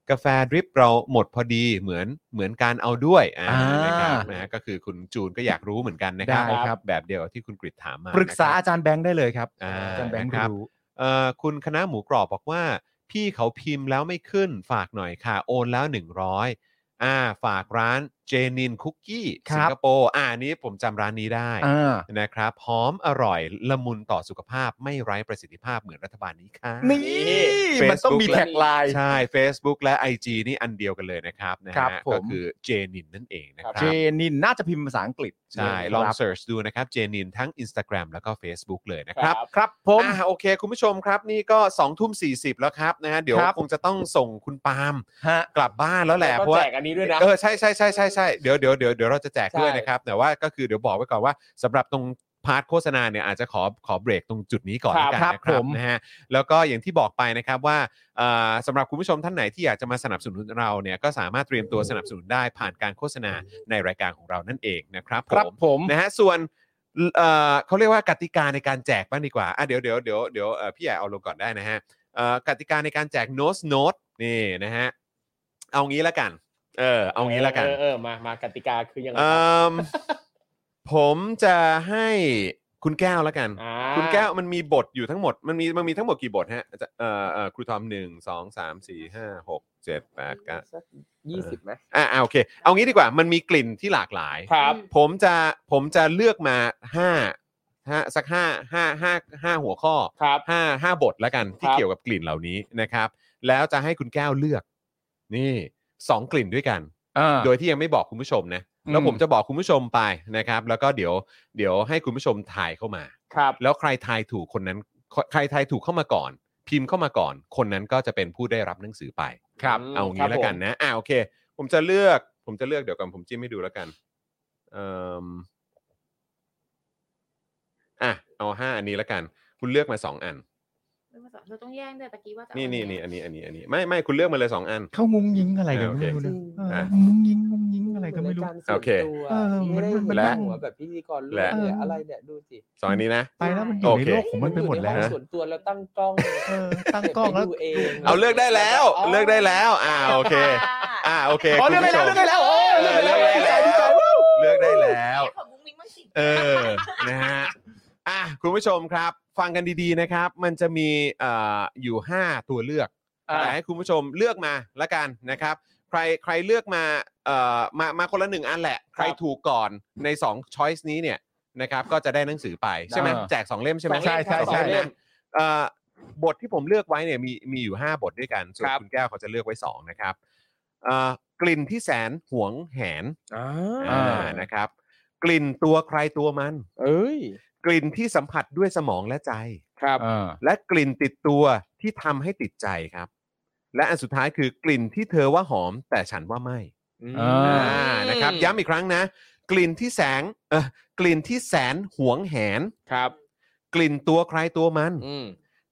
กาแฟดริปเราหมดพอดีเหมือนเหมือนการเอาด้วยอ่า
อ่าน
นะครับนะฮะก็คือคุณจูนก็อยากรู้เหมือนกันนะครับ
ได้ครับ
แบบเดียวที่คุณกริดถามมา
ปรึกษา
นะค
อา
บ
จารย์แบงค์ได้เลยครับ
อ่า
อาจารย์แบงค์
นะครับ
รู้
เอ่อคุณคณะหมูกรอบบอกว่า พี่เขาพิมพ์แล้วไม่ขึ้นฝากหน่อยค่ะ โอนแล้ว 100อ่าฝากร้านเจนินคุกกี้
ครั
สิ
บ
งคโปร์อ่าอันนี้ผมจำร้านนี้ได้
อ่า
นะครับหอมอร่อยละมุนต่อสุขภาพไม่ไร้ประสิทธิภาพเหมือนรัฐบาลนี้ค่ะ
นี่ มันต้องมีแท็กไลน์
ใช่ Facebook และ IG นี่อันเดียวกันเลยนะครับนะ
ครั
ฮะ
บผม
ก็คือเจนินนั่นเองนะครับ
เจนินน่าจะพิมพ์ภาษาอังกฤษ
ใช่ ลอง
ครับ
เสิร์ชดูนะครับเจนินทั้ง Instagram แล้วก็ Facebook เลยนะครับ
ครับผม
อ่ะโอเค คุณผู้ชมครับ นี่ก็2ทุ่ม40 แล้วครับนะฮะเดี๋ยว
ครับ
คงจะต้องส่งคุณปาล์ม
ฮะ
กลับบ้านแล้วแหละ
ก็
เพราะว่า
แจกอันนี้ด้วยนะ
เออใช่ใช่ใช่ใช่ใช่เดี๋ยวเดี๋ยวเดี๋ยวเดี๋ยวเราจะแจก
ใช่
ด้วยนะครับ แต่ว่าก็คือเดี๋ยวบอกไว้ก่อนว่าสำหรับตรงพาร์ทโฆษณาเนี่ยอาจจะขอขอเบรกตรงจุดนี้ก่อน
ค
แล้
รั
ว
บ
กันนะค
ครั
รับบ
ผม
นะฮะแล้วก็อย่างที่บอกไปนะครับว่าเอ่อสำหรับคุณผู้ชมท่านไหนที่อยากจะมาสนับสนุนเราเนี่ยก็สามารถเตรียมตัวสนับสนุนได้ผ่านการโฆษณาในรายการของเรานั่นเองนะครับ
ครับผม
<laughs> นะฮะส่วนเอ่อเขาเรียกว่ากติกาในการแจกบ้างดีกว่าอ่ะเดี๋ยวเดี๋ยวเดี๋ยวเดี๋ยวเอ่อพี่ใหญ่เอาลงก่อนได้นะฮะ เอ่อกติกาในการแจกโน้ตโน้ตนี่นะฮะ เอางี้ละกัน เออ เอางี้ละกัน
เออเออมามากติกาคือยังไง
เอ่มผมจะให้คุณแก้วละกัน
อ่า
คุณแก้วมันมีบทอยู่ทั้งหมดมันมีมันมีทั้งหมดกี่บทฮะอาจารย์เอ่อเอ่อครูทอมหนึ่งสองสามสี่ห้าหกเจ็ดแปดเก้า
สักยี่สิบไหม
อ่าโอเค เอางี้ดีกว่ามันมีกลิ่นที่หลากหลาย
ครับ
ผมจะผมจะเลือกมาห้าห้าสักห้าห้าห้าห้าหัวข้อ
ครับ
ห้าห้าบทแล้วกันที่
ครับ
เกี่ยวกับกลิ่นเหล่านี้นะครับ แล้วจะให้คุณแก้วเลือก นี่สองกลิ่นด้วยกัน
อ่า
โดยที่ยังไม่บอกคุณผู้ชมนะ
อืม
แล้วผมจะบอกคุณผู้ชมไปนะครับ แล้วก็เดี๋ยวเดี๋ยวให้คุณผู้ชมทายเข้ามา
ครับ
แล้วใครทายถูกคนนั้นใครทายถูกเข้ามาก่อน พิมพ์เข้ามาก่อน คนนั้นก็จะเป็นผู้ได้รับหนังสือไป
ครับ
เอา
ครั
งี้
บ
แล้วกัน
ผม
นะอ่าโอเค ผมจะเลือก ผมจะเลือกเดี๋ยวก่อนผมจิ้มให้ดูแล้วกันเอ่มอ่ะเอาห้าอันนี้แล้วกัน คุณเลือกมาสองอัน
เป็นภาษาเราต้องแย่งด้วยตะกี้ว่าจะเอา
นี่นี่
อั
นี่
เย
อันนี้อันนี้อันนี้ไม่ไม่คุณเลือกมาเลยสองอัน
เข้างงยิงอะไรกัน
โอเค
ไม่รู้นะเออ
อ่ะ
งงยิงงงยิงอะไรก็ไม่รู้
เหนายกาส่วน
โอเค
ตัว
เออ
ที่
มัน
ไม่ได้มา
และ
นั่งหัวแบบพิธีกรเลือก
และ
เนี่ยอะไรเนี่ยดูสิ
สองอันนี้นะ
ไปแล้วมันอยู่ใน
โอเค
โลกของมันไปหมด
อยู่
แล้ว
ใองส่วนตัวแล้วตั้งกล้อง
เออตั้งกล้องแล้ว
เก็บไดูเอง
เอาเลือกได้แล้ว เลือกได้แล้วอ่าโอเค
ค่ะ
อ่าโอเค
อ๋อเลือกได้แล้ว
คุณผู้ชม
เลือกได้แล้วโอ้ยเลือกได้แล้ว
เออเลือกได้แล้วเลือกได้
ดีใจดีใจ
แล้ว
ขอบุ้งมิ้งบ้างสิ
เออ นะฮะ อ่ะ คุณผู้ชมครับ ฟังกันดีๆ นะครับ มันจะมีเอ่ออยู่ 5 ตัวเลือก
อ่า
แต่ให้คุณผู้ชมเลือกมาละกันนะครับ ใคร ใครเลือกมา เอ่อ มา มาคนละหนึ่งอันแหละ ใครถูกก่อนใน2 choice นี้เนี่ยนะครับ ก็จะได้หนังสือไปใช่ไหม
อ่า
แจก 2 เล่มใช่ไหม
ใช่ใช่ใช่
สองเล่มเอ่อบทที่ผมเลือกไว้เนี่ยมี มีอยู่ 5 บทด้วยกัน ส่วน
ครับ
คุณแก้วเขาจะเลือกไว้ 2 นะครับเอ่อกลิ่นที่แสนหวงแหน อ่านะครับ กลิ่นตัวใครตัวมัน
เอ้ย
กลิ่นที่สัมผัสด้วยสมองและใจ
ครับ
เออ
และกลิ่นติดตัวที่ทำให้ติดใจครับ และอันสุดท้ายคือกลิ่นที่เธอว่าหอมแต่ฉันว่าไม่
อ่
อ่า
า
นะครับ ย้ำอีกครั้งนะ กลิ่นที่แสงเออกลิ่นที่แสนหวงแหน
ครับ
กลิ่นตัวใครตัวมัน
อืม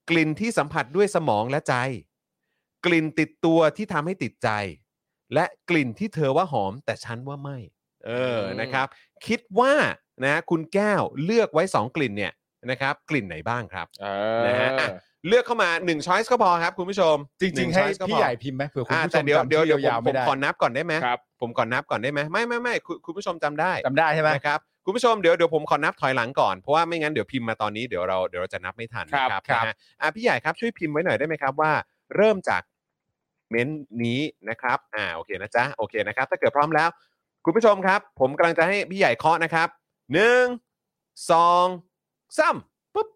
กลิ่นที่สัมผัสด้วยสมองและใจ กลิ่นติดตัวที่ทำให้ติดใจ และกลิ่นที่เธอว่าหอมแต่ฉันว่าไม่ เออ
อืม
นะครับ คิดว่านะคุณแก้วเลือกไว้ 2 กลิ่นเนี่ยนะครับ กลิ่นไหนบ้างครับ
เอ
นะฮะอ่ะ เลือกเข้ามา1ช้อยส์ก็พอครับคุณผู้ชม
จริง
นึ่
ๆ ให้
ช้อยส์ก็
พี่
พอ
ใหญ่พิมพ์ไหมเผื่อคุณ
อ่ะ
ผู้ช
แต่
ม
เดี๋ยว
จำ
เดี๋ยว
ชื่
เดี๋ยวผ
ยาว
มผ
ๆไม่
ม
ได้
ขอนับก่อนได้ไหม
ครับ
ผมขอนับก่อนได้ไหมไม่ไม่ไม่คุณคุณผู้ชมจำได้
จำได้ใช่ไหม
นะครับคุณผู้ชมเดี๋ยวเดี๋ยวผมขอนับถอยหลังก่อนเพราะว่าไม่งั้นเดี๋ยวพิมพ์มาตอนนี้เดี๋ยวเราเดี๋ยวเราจะนับไม่ทัน
ครับ
นะครับ
ครับ
นะฮะอ่ะพี่ใหญ่ครับช่วยพิมพ์ไว้หน่อยได้ไหมครับว่า เริ่มจากเม้นท์นี้นะครับอ่าโอเคนะจ๊ะโอเคนะครับ ถ้าเกิดพร้อมแล้ว คุณผู้ชมครับ ผมกำลังจะให้พี่ใหญ่เคาะนะครับหนึ่งสองสามปุ๊บ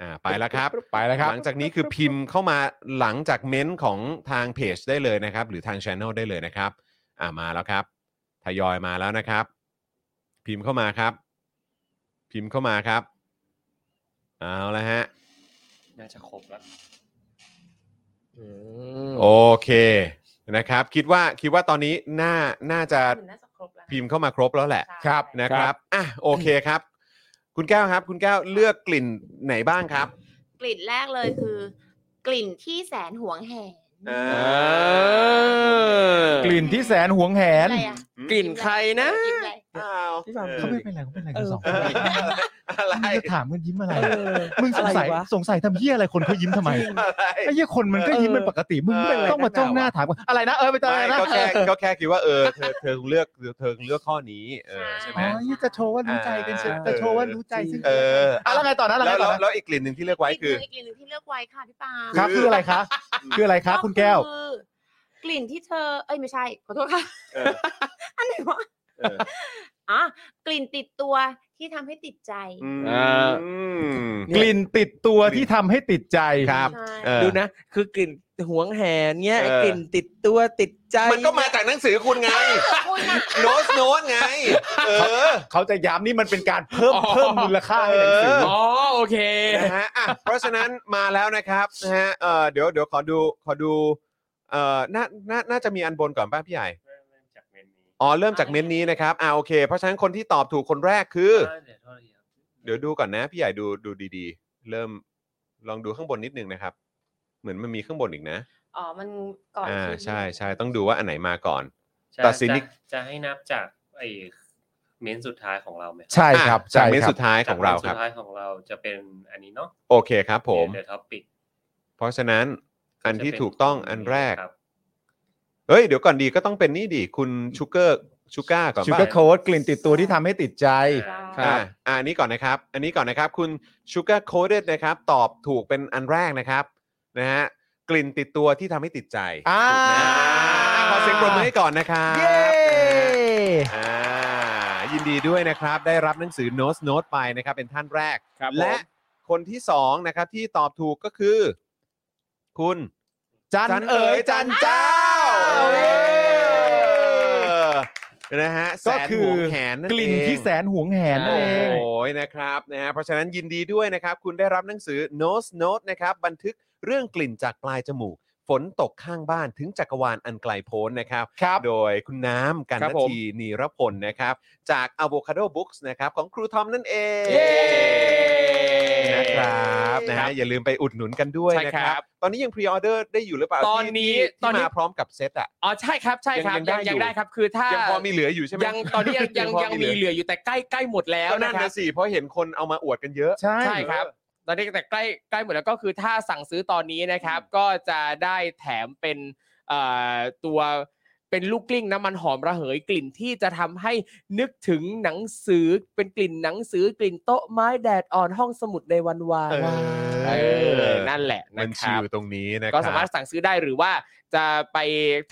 อ่าไปแล้วครับ
ไปแล้วครับ
หลังจากนี้คือพิมพ์เข้ามาหลังจากเม้นท์ของทางเพจได้เลยนะครับ หรือทางช anel ได้เลยนะครับ อ่ามาแล้วครับ ทยอยมาแล้วนะครับ พิมพ์เข้ามาครับ พิมพ์เข้ามาครับ เอาละฮะ
น่าจะครบแล้ว
โอเคนะครับ คิดว่าคิดว่าตอนนี้น่าน่าจะ
หนูน่าจะครบแล้วนะ
พิมพ์เข้ามาครบแล้วแหละ
ใช่
ครับ
นะค
ค
รั
รั
บบ อ่ะโอเคครับ คุณแก้วครับ คุณแก้วเลือกกลิ่นไหนบ้างครับ
กลิ่นแรกเลยคือ กลิ่นที่แสนหวงแหน
อ่
เอา อ
กลิ่นที่แสนหวงแหน
อะไรอะ
กลิ่นใครนะ
กลิ่อะไร
พี่บาง
เขาไม่เป็นไรเขาเป็นไรกันสองค
เอน ออะไร
มึงจะถามมึงยิ้มอะไร
เออ
มึงสงสัย
อะไรวะ
สงสัยทำเหี้ยอะไรคนเขายิ้มทำไม
อะไร
ไอ้เหี้ยคนมันก็ยิ้มเป็นปกติ มึง
เออ
ไม่ต้องมาจ้องหน้าถามกันอะไรนะเออไปเจอ
ไม่
อะไรนะ
ก็แค่
เออ
ก็แค่คิดว่าเออเธอเธอเลือกเธอเลือกข้อนี้เออใช่ไหม
อ๋อนี่จะโชว์ว่ารู้ใจกันเชียว
อ่า
จะโชว์ว่ารู้ใจซึ่ง
เออ
อ่ะแล้วไงต่อนะแล้ว
แล้
ไง
ว
ต่
แล้ว
อนะ
แล้วอีกกลิ่นหนึ่งที่เลือกไว้
ก
คือ
ลิ่นหนึ่งกลิ่นหนึ่งที่เลือกไว้ค่ะพี่ปาล์ม
ครับคืออะไรคะคืออะไรคะคุณแก้ว
คือ กลิ่นที่เธอ เอ้ยไม่ใช่ขอโทษค่ะ
เออ
อันไหนวะ
เออ
อ่ะกลิ่นติดตัวที่ทำให้ติดใจ
อืม
อ่า
กลิ่นติดตัวที่ทำให้ติดใจ
ครับ
ใช่
เออ
ดูนะ คือกลิ่นหวงแหนเนี้ยไอ้
เออ
กลิ่นติดตัวติดใจ
มันก็มาจากหนังสือคุณไง
คุณอะ
โน้ตโน้ตไง เออ
เขาจะย้ำนี่มันเป็นการเพิ่มเพิ่มมูลค่าให้หนังสือ
เ
อ๋อโอเค
นะฮะอ่ะเพราะฉะนั้นมาแล้วนะครับนะฮะเออเดี๋ยวเดี๋ยวขอดูขอดูเอ่อน่าน่าน่าจะมีอันบนก่อนป่ะพี่ใหญ่
เริ่มเริ่มจากเมนนี้
อ๋อเริ่มจากเม้นท์นี้นะครับอ่าโอเค เพราะฉะนั้นคนที่ตอบถูกคนแรกคือ
าเดี๋ยว
เดี๋ยว
โทษทีครับ
ดูก่อนนะ พี่ใหญ่ดูดูดีๆ เริ่มลองดูข้างบนนิดนึงนะครับ เหมือนมันมีข้างบนอีกนะ
อ๋อมันก่อน
อ่า
ที่
ใช่ใช่ต้องดูว่าอันไหนมาก่อน
จะ
ตัดสินอีก
จะจะให้นับจากไอ้เมนสุดท้ายของเราไหม
ใช่ครับ
อ่ะจาก
ใช่
เมน
ครับ
สุดท้ายของเราค
จกมนสุ
รับ
ดท้ายของเราจะเป็นอันนี้เนาะ
โอเคครับผม
เดอะท็อปิก
เพราะฉะนั้นอันที่ถูกต้องอันแรก
ครับ
เฮ้ยเดี๋ยวก่อนดีก็ต้องเป็นนี่ดิคุณชูเกอร์ชูก้าก่อน
ชู
ป่ะ
เกอร์โค้ดกลิ่นติดตัวที่ทำให้ติดใจ
ใช่
อ่าอ่าอันนี้ก่อนนะครับ อันนี้ก่อนนะครับ คุณชูเกอร์โคเดนะครับ ตอบถูกเป็นอันแรกนะครับนะฮะกลิ่นติดตัวที่ทำให้ติดใจ
อ่า
ถูกนะอ่ะขอเสียงปรบมือให้ก่อนนะครับ
เย้
อ่ายินดีด้วยนะครับ ได้รับหนังสือโน้ตโน้ตไปนะครับ เป็นท่านแรก
ครับผม
และคนที่สองนะครับที่ตอบถูกก็คือ คุณ
จัน
จัน
เอ๋
เอ๋
ย
ย
จั
จั
น
น
เจ้า
เจ้า
เย้
นะฮะแส
ก็
น
คื
ห
อ
วงแหนนั่น
กลิ่น
เอง
ที่แสนหวงแหนนั่
โอ้
นเอง
โหนะครับนะฮะเพราะฉะนั้นยินดีด้วยนะครับ คุณได้รับหนังสือ Nose Note นะครับบันทึกเรื่องกลิ่นจากปลายจมูก ฝนตกข้างบ้านถึงจักรวาลอันไกลโพ้นนะครับ
ครับ
โดยคุณน้ำกัน
ครั
น
บผม
ทีนีรพลนะครับ จาก Avocado Books นะครับของครูทอมนั่นเอง
เย้
นะครับนะ
ครั
ฮะ
บ
อย่าลืมไปอุดหนุนกันด้วย
ใช่
นะ
ค
ค
รั
รับ
บ
ตอนนี้ยังพรีออเดอร์ได้อยู่หรือเปล่า
ตอนนี้
ที่ที่
ตอนนี้
มาพร้อมกับเซตอ่ะ
อ๋อใช่ครับใช่ครับ
ยังได้อยู่
ยังได้ครับคือถ้า
ยังพอมีเหลืออยู่ใช่ไหม
ยังตอนนี้ยังยัง
พอ
ยังมีเหลืออยู่แต่ใกล้ใกล้หมดแล้ว
ก็นั่น
นะครับ
นะสิเพราะเห็นคนเอามาอวดกันเยอะ
ใช่
ใช่ครับ ตอนนี้แต่ใกล้ใกล้หมดแล้วก็คือถ้าสั่งซื้อตอนนี้นะครับ ก็จะได้แถมเป็นเอ่อตัวเป็นลูกกลิ้งน้ำมันหอมระเหยกลิ่นที่จะทำให้นึกถึงหนังสือเป็นกลิ่นหนังสือกลิ่นโต๊ะไม้แดดอ่อนห้องสมุดในวันวาน
เออ
เออนั่นแหละ
มั
นะ
น
ค
ชิ
รับ
วตรงนี้นะค
ก็
รับ
สามารถสั่งซื้อได้หรือว่าจะไป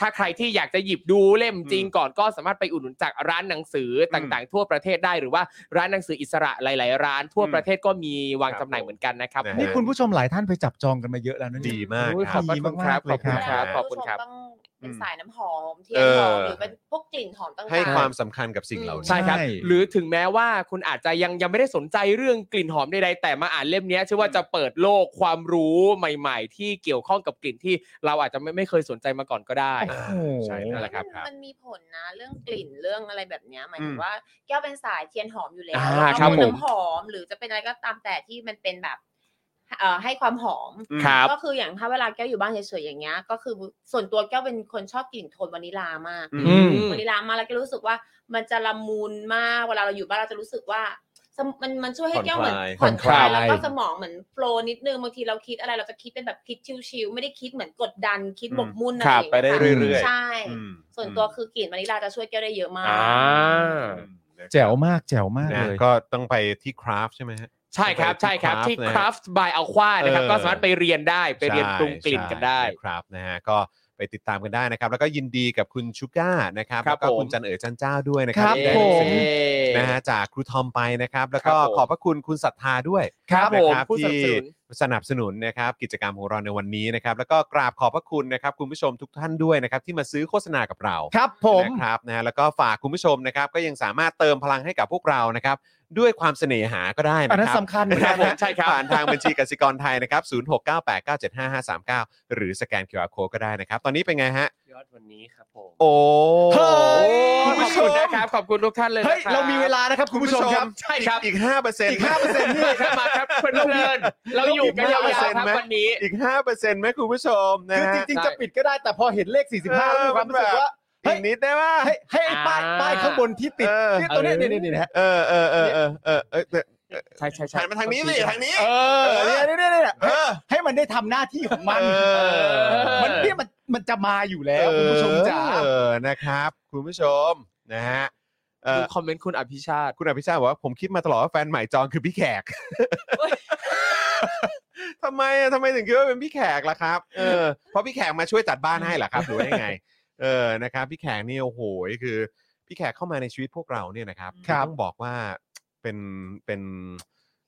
ถ้าใครที่อยากจะหยิบดูเล่มจริงก่อนก็สามารถไปอุดหนุนจากร้านหนังสือต่างๆ ทั่วประเทศได้หรือว่าร้านหนังสืออิสระหลาย ๆ ร้านทั่วประเทศก็มีวางจำหน่ายเหมือนกันนะครับ
นะฮะ
นี่คุณผู้ชมหลายท่านไปจับจองกันมาเยอะแล้วนะเนี่ย
ดีมาก
โอ้ย
ค
ข
รั
อบ บพระคุณครับ
ดี
ขอบคุณ
มากๆ
ครับ ขอบคุณ
ผู้ชม
ครับ
ต้องเป็น
อืม
สายน้ำหอมเทีย
เอน อ
หอมหรือเป็นพวกกลิ่นหอมต่างๆ
ให้ความสำคัญกับสิ่งเหล่านี้
ใช่ครับ
ใช่
หรือถึงแม้ว่าคุณอาจจะยังยังไม่ได้สนใจเรื่องกลิ่นหอมใดๆแต่มาอ่านเล่มเนี้ยเชื่อว่าจะเปิดโลกความรู้ใหม่ ๆ ที่เกี่ยวข้องกับกลิ่นที่เราอาจจะไม่ไม่เคยสนใจมาก่อนก็ได้
โอ้โห
ใช่นั่นแหละครับ
มันมันมีผลนะเรื่องกลิ่นเรื่องอะไรแบบเนี้ยหมายถึ
อื
ง
ม
ว่าแก้วเป็นสายเทียนหอมอยู่แล้ว
อ่า
แล้วก็
ครับผม
น้ำหอมหรือจะเป็นอะไรก็ตามแต่ที่มันเป็นแบบเอ่อให้ความหอม
ครับ
ก็คืออย่างถ้าเวลาแก้วอยู่บ้านเฉยๆอย่างเงี้ยก็คือส่วนตัวแก้วเป็นคนชอบกลิ่นโทนวานิลามาก
อืม
วานิลามากแล้วก็รู้สึกว่ามันจะละมุนมากเวลาเราอยู่บ้านเราจะรู้สึกว่าสมมันมันช่วยให้แก้วเหมือน
ผ่อนคลาย
แล้วก็สมองเหมือนโฟลว์นิดนึงบางทีเราคิดอะไรเราจะคิดเป็นแบบคิดชิวๆไม่ได้คิดเหมือนกดดันคิดหมกมุ่นอะ
ค
ไร
รั
อบ ย่างเงี้ย
ไปได้
ค่ะ
เรื่อยๆ
ใช่
อืม
ส่วนตัวคือกลิ่นวานิลาจะช่วยแก้วได้เยอะมาก
อ่า
แจ๋วมากแจ๋วมาก
นะ
เลย
ก็ต้องไปที่คราฟใช่ไหมฮะ
ใช่ครับใช่ครับ
ที่
ที่
Craft
Craft by Aqua นะครับ
เออ
ก็สามารถไปเรียนได้ไปเรียนปรุงกลิ่นกันได้
ใช่ครับนะฮะก็ไปติดตามกันได้นะครับ แล้วก็ยินดีกับคุณชูก้านะครับ
ครั
แล้
บ
วก็
ผม
คุณจันเอ๋อจันเจ้าด้วยนะครั
ครับ
ที่ได้หนังสือ
ผม
นะฮะจากครูทอมไปนะครับ แล้วก็
ครับผม
ขอบพระคุณคุณศรัทธาด้วย
ครับผม
นะครับ
ผู้สนับ
ที่
สนุน
สนับสนุนนะครับกิจกรรมของเราในวันนี้นะครับ แล้วก็กราบขอบพระคุณนะครับคุณผู้ชมทุกท่านด้วยนะครับที่มาซื้อโฆษณากับเรา
ครับผม
นะครับนะฮะแล้วก็ฝากคุณผู้ชมนะครับ ก็ยังสามารถเติมพลังให้กับพวกเรานะครับ ด้วยความเสน่หาก็ได้
อัน
นะ
นั้น
ครับ
สำคัญนะครับผม
ใช่ครับ
ผ่านทางบัญชีกสิกรไทยนะครับ0698975539 หรือสแกน QR Code ก็ได้นะครับ ตอนนี้เป็นไงฮะ
ยอดวันนี้ครับผม
โอ้
เฮ้ย
ขอบ
คุณผู้ช
คุ
ม
ณนะครับขอบคุณทุกท่านเลย
เฮ้ย
นะคบ
เรามีเวลานะครับ คุณผู้ชมครับ
ใช่ครับ
อีก5%
อีก5%นี่
ครับมาครับเพลินๆเราอยู่กันยาวๆครับวันนี้
อีก5%ไหมคุณผู้ชมนะ
คือ
ฮะ
จริงๆจะปิดก็ได้แต่พอเห็นเลข 45แล้วมีความรู้สึกว่า เฮ้
อี
ย
กนิดได้ป่ะ
ให้ให้ไอ้ป้าย
อ่า
ป้ายข้างบนที่ติด
เออ
เนี่ยตัวเนี้ยเนี่ยเนี่ยเนี่ยฮะ
เออเออเออเออเออเออเออ
ใช่ใช่ใช่
หันมาทางนี้สิทางนี้
เออเนี่ยเนี่ยเนี่ยเนี่ย
เออ
ให้มันได้ทำหน้าที่ของมัน
เออ
มันเนี่ยมันมันจะมาอยู่แล้วคุณผู้ชมจ๋า
เออนะครับ คุณผู้ชมนะฮะเอ่
ดู
อ
คอมเมนต์คุณอภิชาติ
คุณอภิชาติบอกว่าผมคิดมาตลอดว่าแฟนใหม่จองคือพี่แขก
เฮ้ย
<laughs> ทำไมอะทำไมถึงคิดว่าเป็นพี่แขกล่ะครับเออเพราะพี่แขกมาช่วยจัดบ้านให้เหรอครับหรือว่ายังไง เออนะครับ พี่แขกนี่โอ้โหคือ พี่แขกเข้ามาในชีวิตพวกเราเนี่ยนะครับ
ครับ
ต้องบอกว่าเป็นเป็น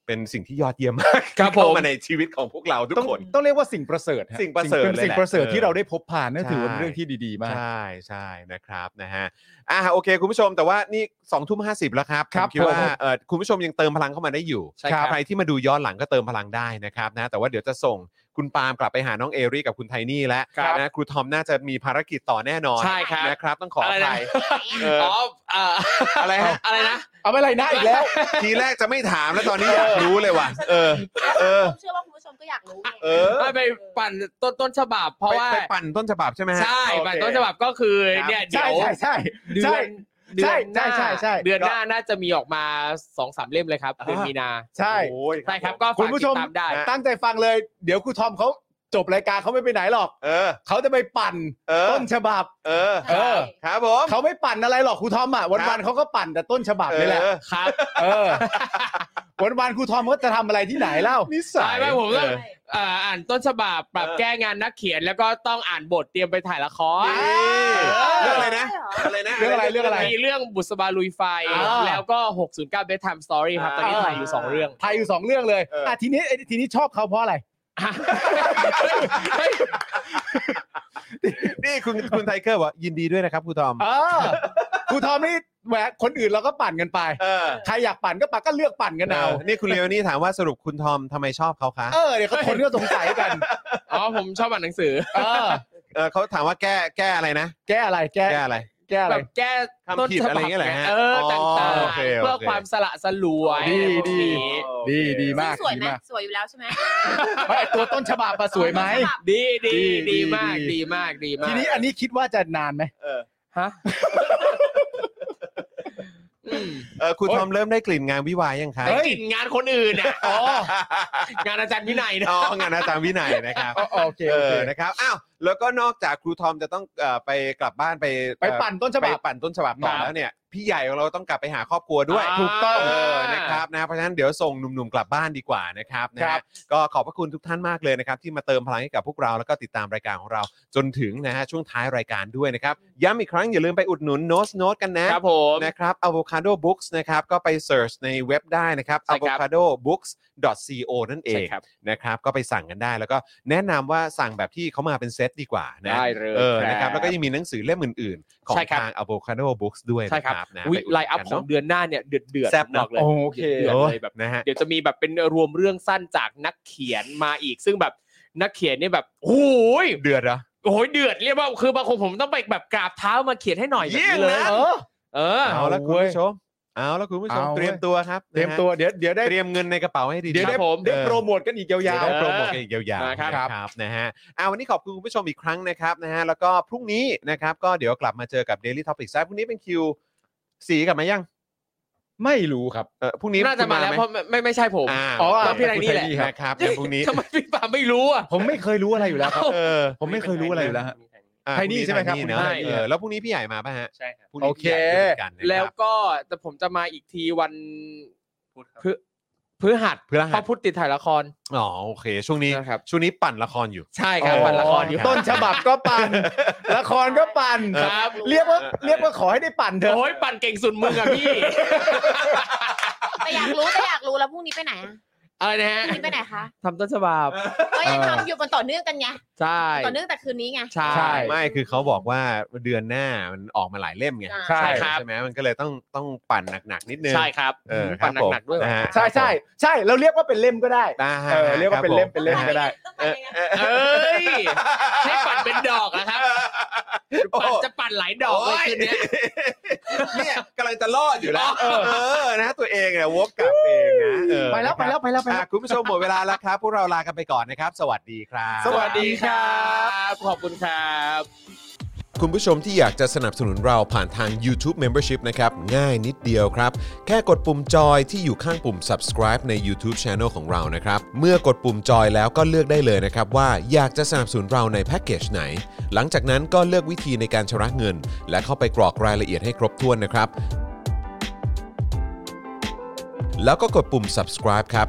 เป็นสิ่งที่ยอดเยี่ยมมาก
ครับผม
เข้ามาในชีวิตของพวกเราทุก
ต้อง
คน
ต้องเรียกว่าสิ่งประเสริฐฮ
สิ่งประเสริฐ
เป็น
เลย
สิ่
แห
ง
ละ
ประเสริฐ
เออ
ที่เราได้พบผ่านนั่นถือว่า
ใช่
เป็นเรื่องที่ดีๆมาก
ใช่ใช่นะครับนะฮะอ่ะโอเค คุณผู้ชมแต่ว่านี่2องทุ่มห้าสิบแล้วครับ
ครับ
ผมคิดว่าเออคุณผู้ชมยังเติมพลังเข้ามาได้อยู่
ใช่ครับ
ใครที่มาดูย้อนหลังก็เติมพลังได้นะครับนะแต่ว่าเดี๋ยวจะส่งคุณปาล์มกลับไปหาน้องเอรี่กับคุณไทนี่แล้ว
ครับ
นะครูทอมน่าจะมีภารกิจต่อแน่นอน
ใช่ครับ
นะครับต้องขออ
อะไรนะ
ภัยเออ
อ๋อเอ่อ
อะไรฮะ
อะไรนะ
เอาไม่ไรนะอีกแล้ว
ทีแรกจะไม่ถามแล้วตอนนี้อยากรู้เลยว่ะเออ เออ
ผมเชื่อว่าคุณผู้ชมก็อยากรู้ไง
เออ
ไม่ไปปั่นต้นต้นฉบับ เพราะว่า
ไปไปปั่นต้นฉบับใช่ไหมฮะ
ใช่
โอเค
ปั่นต้นฉบับก็คือเนี่ยเดี๋
ใช่
ยว
ใช่ใช่
เดื
ใช่
อนเดือนหน้า
ใช่ใช่ใช่
เดือนหน้าน่าจะมีออกมาสองสามเล่มเลยครับเดือนมีนา
ใช่
โอ้ย
ใช่ครับก็ฝาก
คุณผู้ชม
ติดตามได้
ตั้งใจฟังเลย เดี๋ยวครูทอมเขาจบรายการเขาไม่ไปไหนหรอก
เออ
เขาจะไปปั่น
เออ
ต้นฉบับ
เออ
ใช่
เออ
ครับผม
เขาไม่ปั่นอะไรหรอกครูทอมอ่ะ
ครั
วั
บ
นๆเขาก็ปั่นแต่ต้นฉบับนี่แหละ
เออ
ครับ
เออ วันๆครูทอมเขาจะทำอะไรที่ไหนเล่า
นิสั
ใช่
ย
ไหมผมก็
ใช่
เอ่ออ่านต้นฉบับปรับ
เออ
แก้งานนักเขียนแล้วก็ต้องอ่านบทเตรียมไปถ่ายละคร
นี่เรื่องอะไรนะ อะไรนะ
เรื่องอะไรเรื่องอะไร
มีเรื่องบุษบาลุยไฟ
อ่า
แล้วก็ 609 bedtime story ครับตอนนี้ถ่ายอยู่ 2 เรื่อง
ไทยอยู่สองเรื่องเลย
เอออ่
อ่ะทีนี้ไอ้ทีนี้ชอบเขาเพราะอะไร
นี่คุณคุณไทเกอร์บอกว่ายินดีด้วยนะครับครูทอม
เออครูทอมนี่แหวะคนอื่นเราก็ปั่นกันไป
เออ
ใครอยากปั่นก็ปั่นก็เลือกปั่นกันเอา
นี่คุณเลวนี่ถามว่าสรุปคุณทอมทำไมชอบเขาคะ
เออเดี๋ยวเขาคนก็สงสัยกัน
อ๋อผมชอบอ่านหนังสือ
เออ
เออเขาถามว่าแก้แก้อะไรนะ
แก้อะไรแก้
แก้อะไร
แ แก้อะไร
แบบแก้ต้นฉบั
ทำผิดอะ
บ
ไรอย่างเงี้ยเหรอฮะ
เออต่า
อ๋อโอง เคโอ
ๆ
เค
เพื่อความสละสลวย
ดีดี ดีดีมาก
สวย
ดี
ไหม
มาก
สวยอยู่แล้วใช่ไหม
ไม่ตัวต้นฉบับอะสวยไหม
ดีดี
ดี
ดี
ดี
มากดีมากดีมาก
ทีนี้อันนี้คิดว่าจะนานไหม
ฮะ
เออคุณ
โอ๊
ท
ย
อมเริ่มได้กลิ่นงานวิวายังครับ
ไปกินงานคนอื่นอ่ะอ๋องานอาจารย์วินัยนะ
อ๋องานอาจารย์วินัยนะครับ
อ๋อโอเค
เอ
โอเค
อนะครับอ้าวแล้วก็นอกจากครูทอมจะต้องเอ่อไปกลับบ้านไป
ไปปั่นต้นฉ
ไป
บับ
ปั่นต้นฉบับต่อ
ครับ
แล้วเนี่ยพี่ใหญ่ของเราต้องกลับไปหาครอบครัวด้วย
า ถูกต้อง
เออนะครับนะเพราะฉะนั้นเดี๋ยวส่งหนุ่มๆกลับบ้านดีกว่านะครับนะ
ครั
ฮะ
บ
ก็ขอบพระคุณทุกท่านมากเลยนะครับ ที่มาเติมพลังให้กับพวกเราแล้วก็ติดตามรายการของเราจนถึงนะฮะช่วงท้ายรายการด้วยนะครับย้ำอีกครั้งอย่าลืมไปอุดหนุนโน้ตโน้ตกันนะ
ครับผม
นะครับ avocado books นะครับ ก็ไป search ในเว็บได้นะครับ
ใช่ครับ
avocado books co นั่นเอ
ใช่
ง
ครับ
นะครับ ก็ไปสั่งกันได้ แล้วก็แนะนำว่าสั่งแบบที่เขามาเป็นเซตดีกว่านะ
ได้เลย
เออนะค
ค
รั
รั
บบ แล้วก็ยังมีหนังสือเล่มอื่นๆ ของ
ใช่ครับ
ทาง avocado books ด้วย
ใช่ครับ
นะนะ
วิ
ปดห
ไล
นุน
อัพ
กัน
ของ
เนะ
เดือนหน้าเนี่ยเดือดเดือด
แซ่บ
บ
เนาะ
อกเลย
โอเค
เดือด
โอ้
เลย ยแบบ
นะฮะ
เดี๋ยวจะมีแบบเป็นรวมเรื่องสั้นจากนักเขียนมาอีก ซึ่งแบบนักเขียนเนี่ยแบบโอ้ย
เดือดเหรอ
โอ้ยเดือดเรียกว่าคือบางคนผมต้องไปแบบกราบเท้ามาเขียนให้หน่อยแบบ
เยี่ยม
นี้เล
นะ
ย
เออ
เออ
เอาละคุณ
เว้ย
ผู้ชม เอาละคุณผู้ชม
เอาเว้ย
เตรียมตัวครับ
เตรียม
นะฮะ
ตัวเดี๋ยวเดี๋ยวได้
เตรียมเงินในกระเป๋าให้ดี
เดี๋ยวได้
ครับผม
ได้โปรโมทกันอีกยา
เดี๋ยว
ว
ได้
เออ
โปรโมทกันอีกยาวๆ
นะครับ
นะครับนะฮะอ่าวันนี้ขอบคุณคุณผู้ชมอีกครั้งนะครับนะฮะแล้วก็พรุ่งนี้นะครับก็เดี๋ยวกลับมาเจอกับ Daily Topic พรุ่งนี้เป็นคิวสีกลับมายัง
ๆ ไม่รู้ครับ
เออพรุ่งนี้
น่าจะมาแล้ว
คุณ
เพราะไม่ไม่ไม่ใช่ผม
อ่า
อ๋ออ่ะ
แล้วพี่ไรนี่แหละ
คุณไทนี่ครับ
นะครับเดี๋ยวพรุ่งนี้
ทำไมพี่ปาไม่รู้อ่ะ
ผมไม่เคยรู้อะไรอยู่แล้วครับ
เออ
ผมไม่เคยรู้อะไรอยู่แล้วฮะ
อ่ะ
ไทนี่ใช่ไหมครับ
ท
คุณ
เนอะ
ไทนี่
เออแล้วพรุ่งนี้พี่ใหญ่มาป่ะฮะ
ใช่ครับ
พรุ่งนี้
โอเค
พี่ใหญ่ด้วยเหมือนกันนะครับ
แล้วก็แต่ผมจะมาอีกทีวัน
พูดครับ
พฤพฤหัส
พฤหัส
เพราะพุธติดถ่ายละคร
อ๋อโอเค ช่วงนี้
นะครับ
ช่วงนี้ปั่นละครอยู่
ใช่ครับวันละคร
อ๋อ
อยู่
ต้นฉบับก็ปั่น ละครก็ปั่น
ครับ
เรียกว่าเรียกว่าขอให้ได้ปั่นเถอะ
โอ้ยปั่นเก่งสุดมึงอ่ะ
<laughs>
พี่
แต่อยากรู้แต่อยากรู้แล้วพรุ่งนี้ไปไหนอะ
อะไรนะ
พ
ฮะ
รุ่งนี้ไปไหนคะ
ทำต้นฉบับ
ก็ยังทำอยู่มันต่อเนื่องกันไง
ใช่
ต่อเนื่องแต่คืนนี้ไง
ใช่
ใช่
ไม่คือเขาบอกว่าเดือนหน้ามันออกมาหลายเล่มไง
ใช่
ครับ
ใช่ไหมมันก็เลยต้องต้องปั่นหนักๆนิดนึง
ใช่ครับ
เออครับ
ปั่นหนัก
ผม
ๆด้วยว่ะ
นะฮะ
ใช่ใช่ใช่เราเรียกว่าเป็นเล่มก็ได้
ได้ฮะ
เออเรียกว่าเป็นเล่มเป็นเล่ม
ค
ก็
รับผ
ได้
ต้องไปยังไงอะ
เอ้ยให้ปั่นเป็นดอกนะครับ
โอ้
ปั่นจะปั่นหลายดอกเลยคืนเนี้ย
เนี่ยกำลังจะรอดอยู่แล้ว
เออ
เออนะตัวเองเนี่ยวกกลับเองนะเออ
ไปแล้วไปแล้วไปแล้วไปแล้ว
อ่ะคุณผู้ชมหมดเวลาแล้วครับ พวกเราลากันไปก่อนนะครับ สวัสดีครับ
สวัสดีครับ
บขอบคุณครับ
คุณผู้ชมที่อยากจะสนับสนุนเราผ่านทาง YouTube Membership นะครับ ง่ายนิดเดียวครับ แค่กดปุ่มจอยที่อยู่ข้างปุ่ม subscribe ใน YouTube Channel ของเรานะครับ เมื่อกดปุ่มจอยแล้วก็เลือกได้เลยนะครับ ว่าอยากจะสนับสนุนเราในแพ็กเกจไหน หลังจากนั้นก็เลือกวิธีในการชำระเงิน และเข้าไปกรอกรายละเอียดให้ครบถ้วนนะครับ แล้วก็กดปุ่ม subscribe ครับ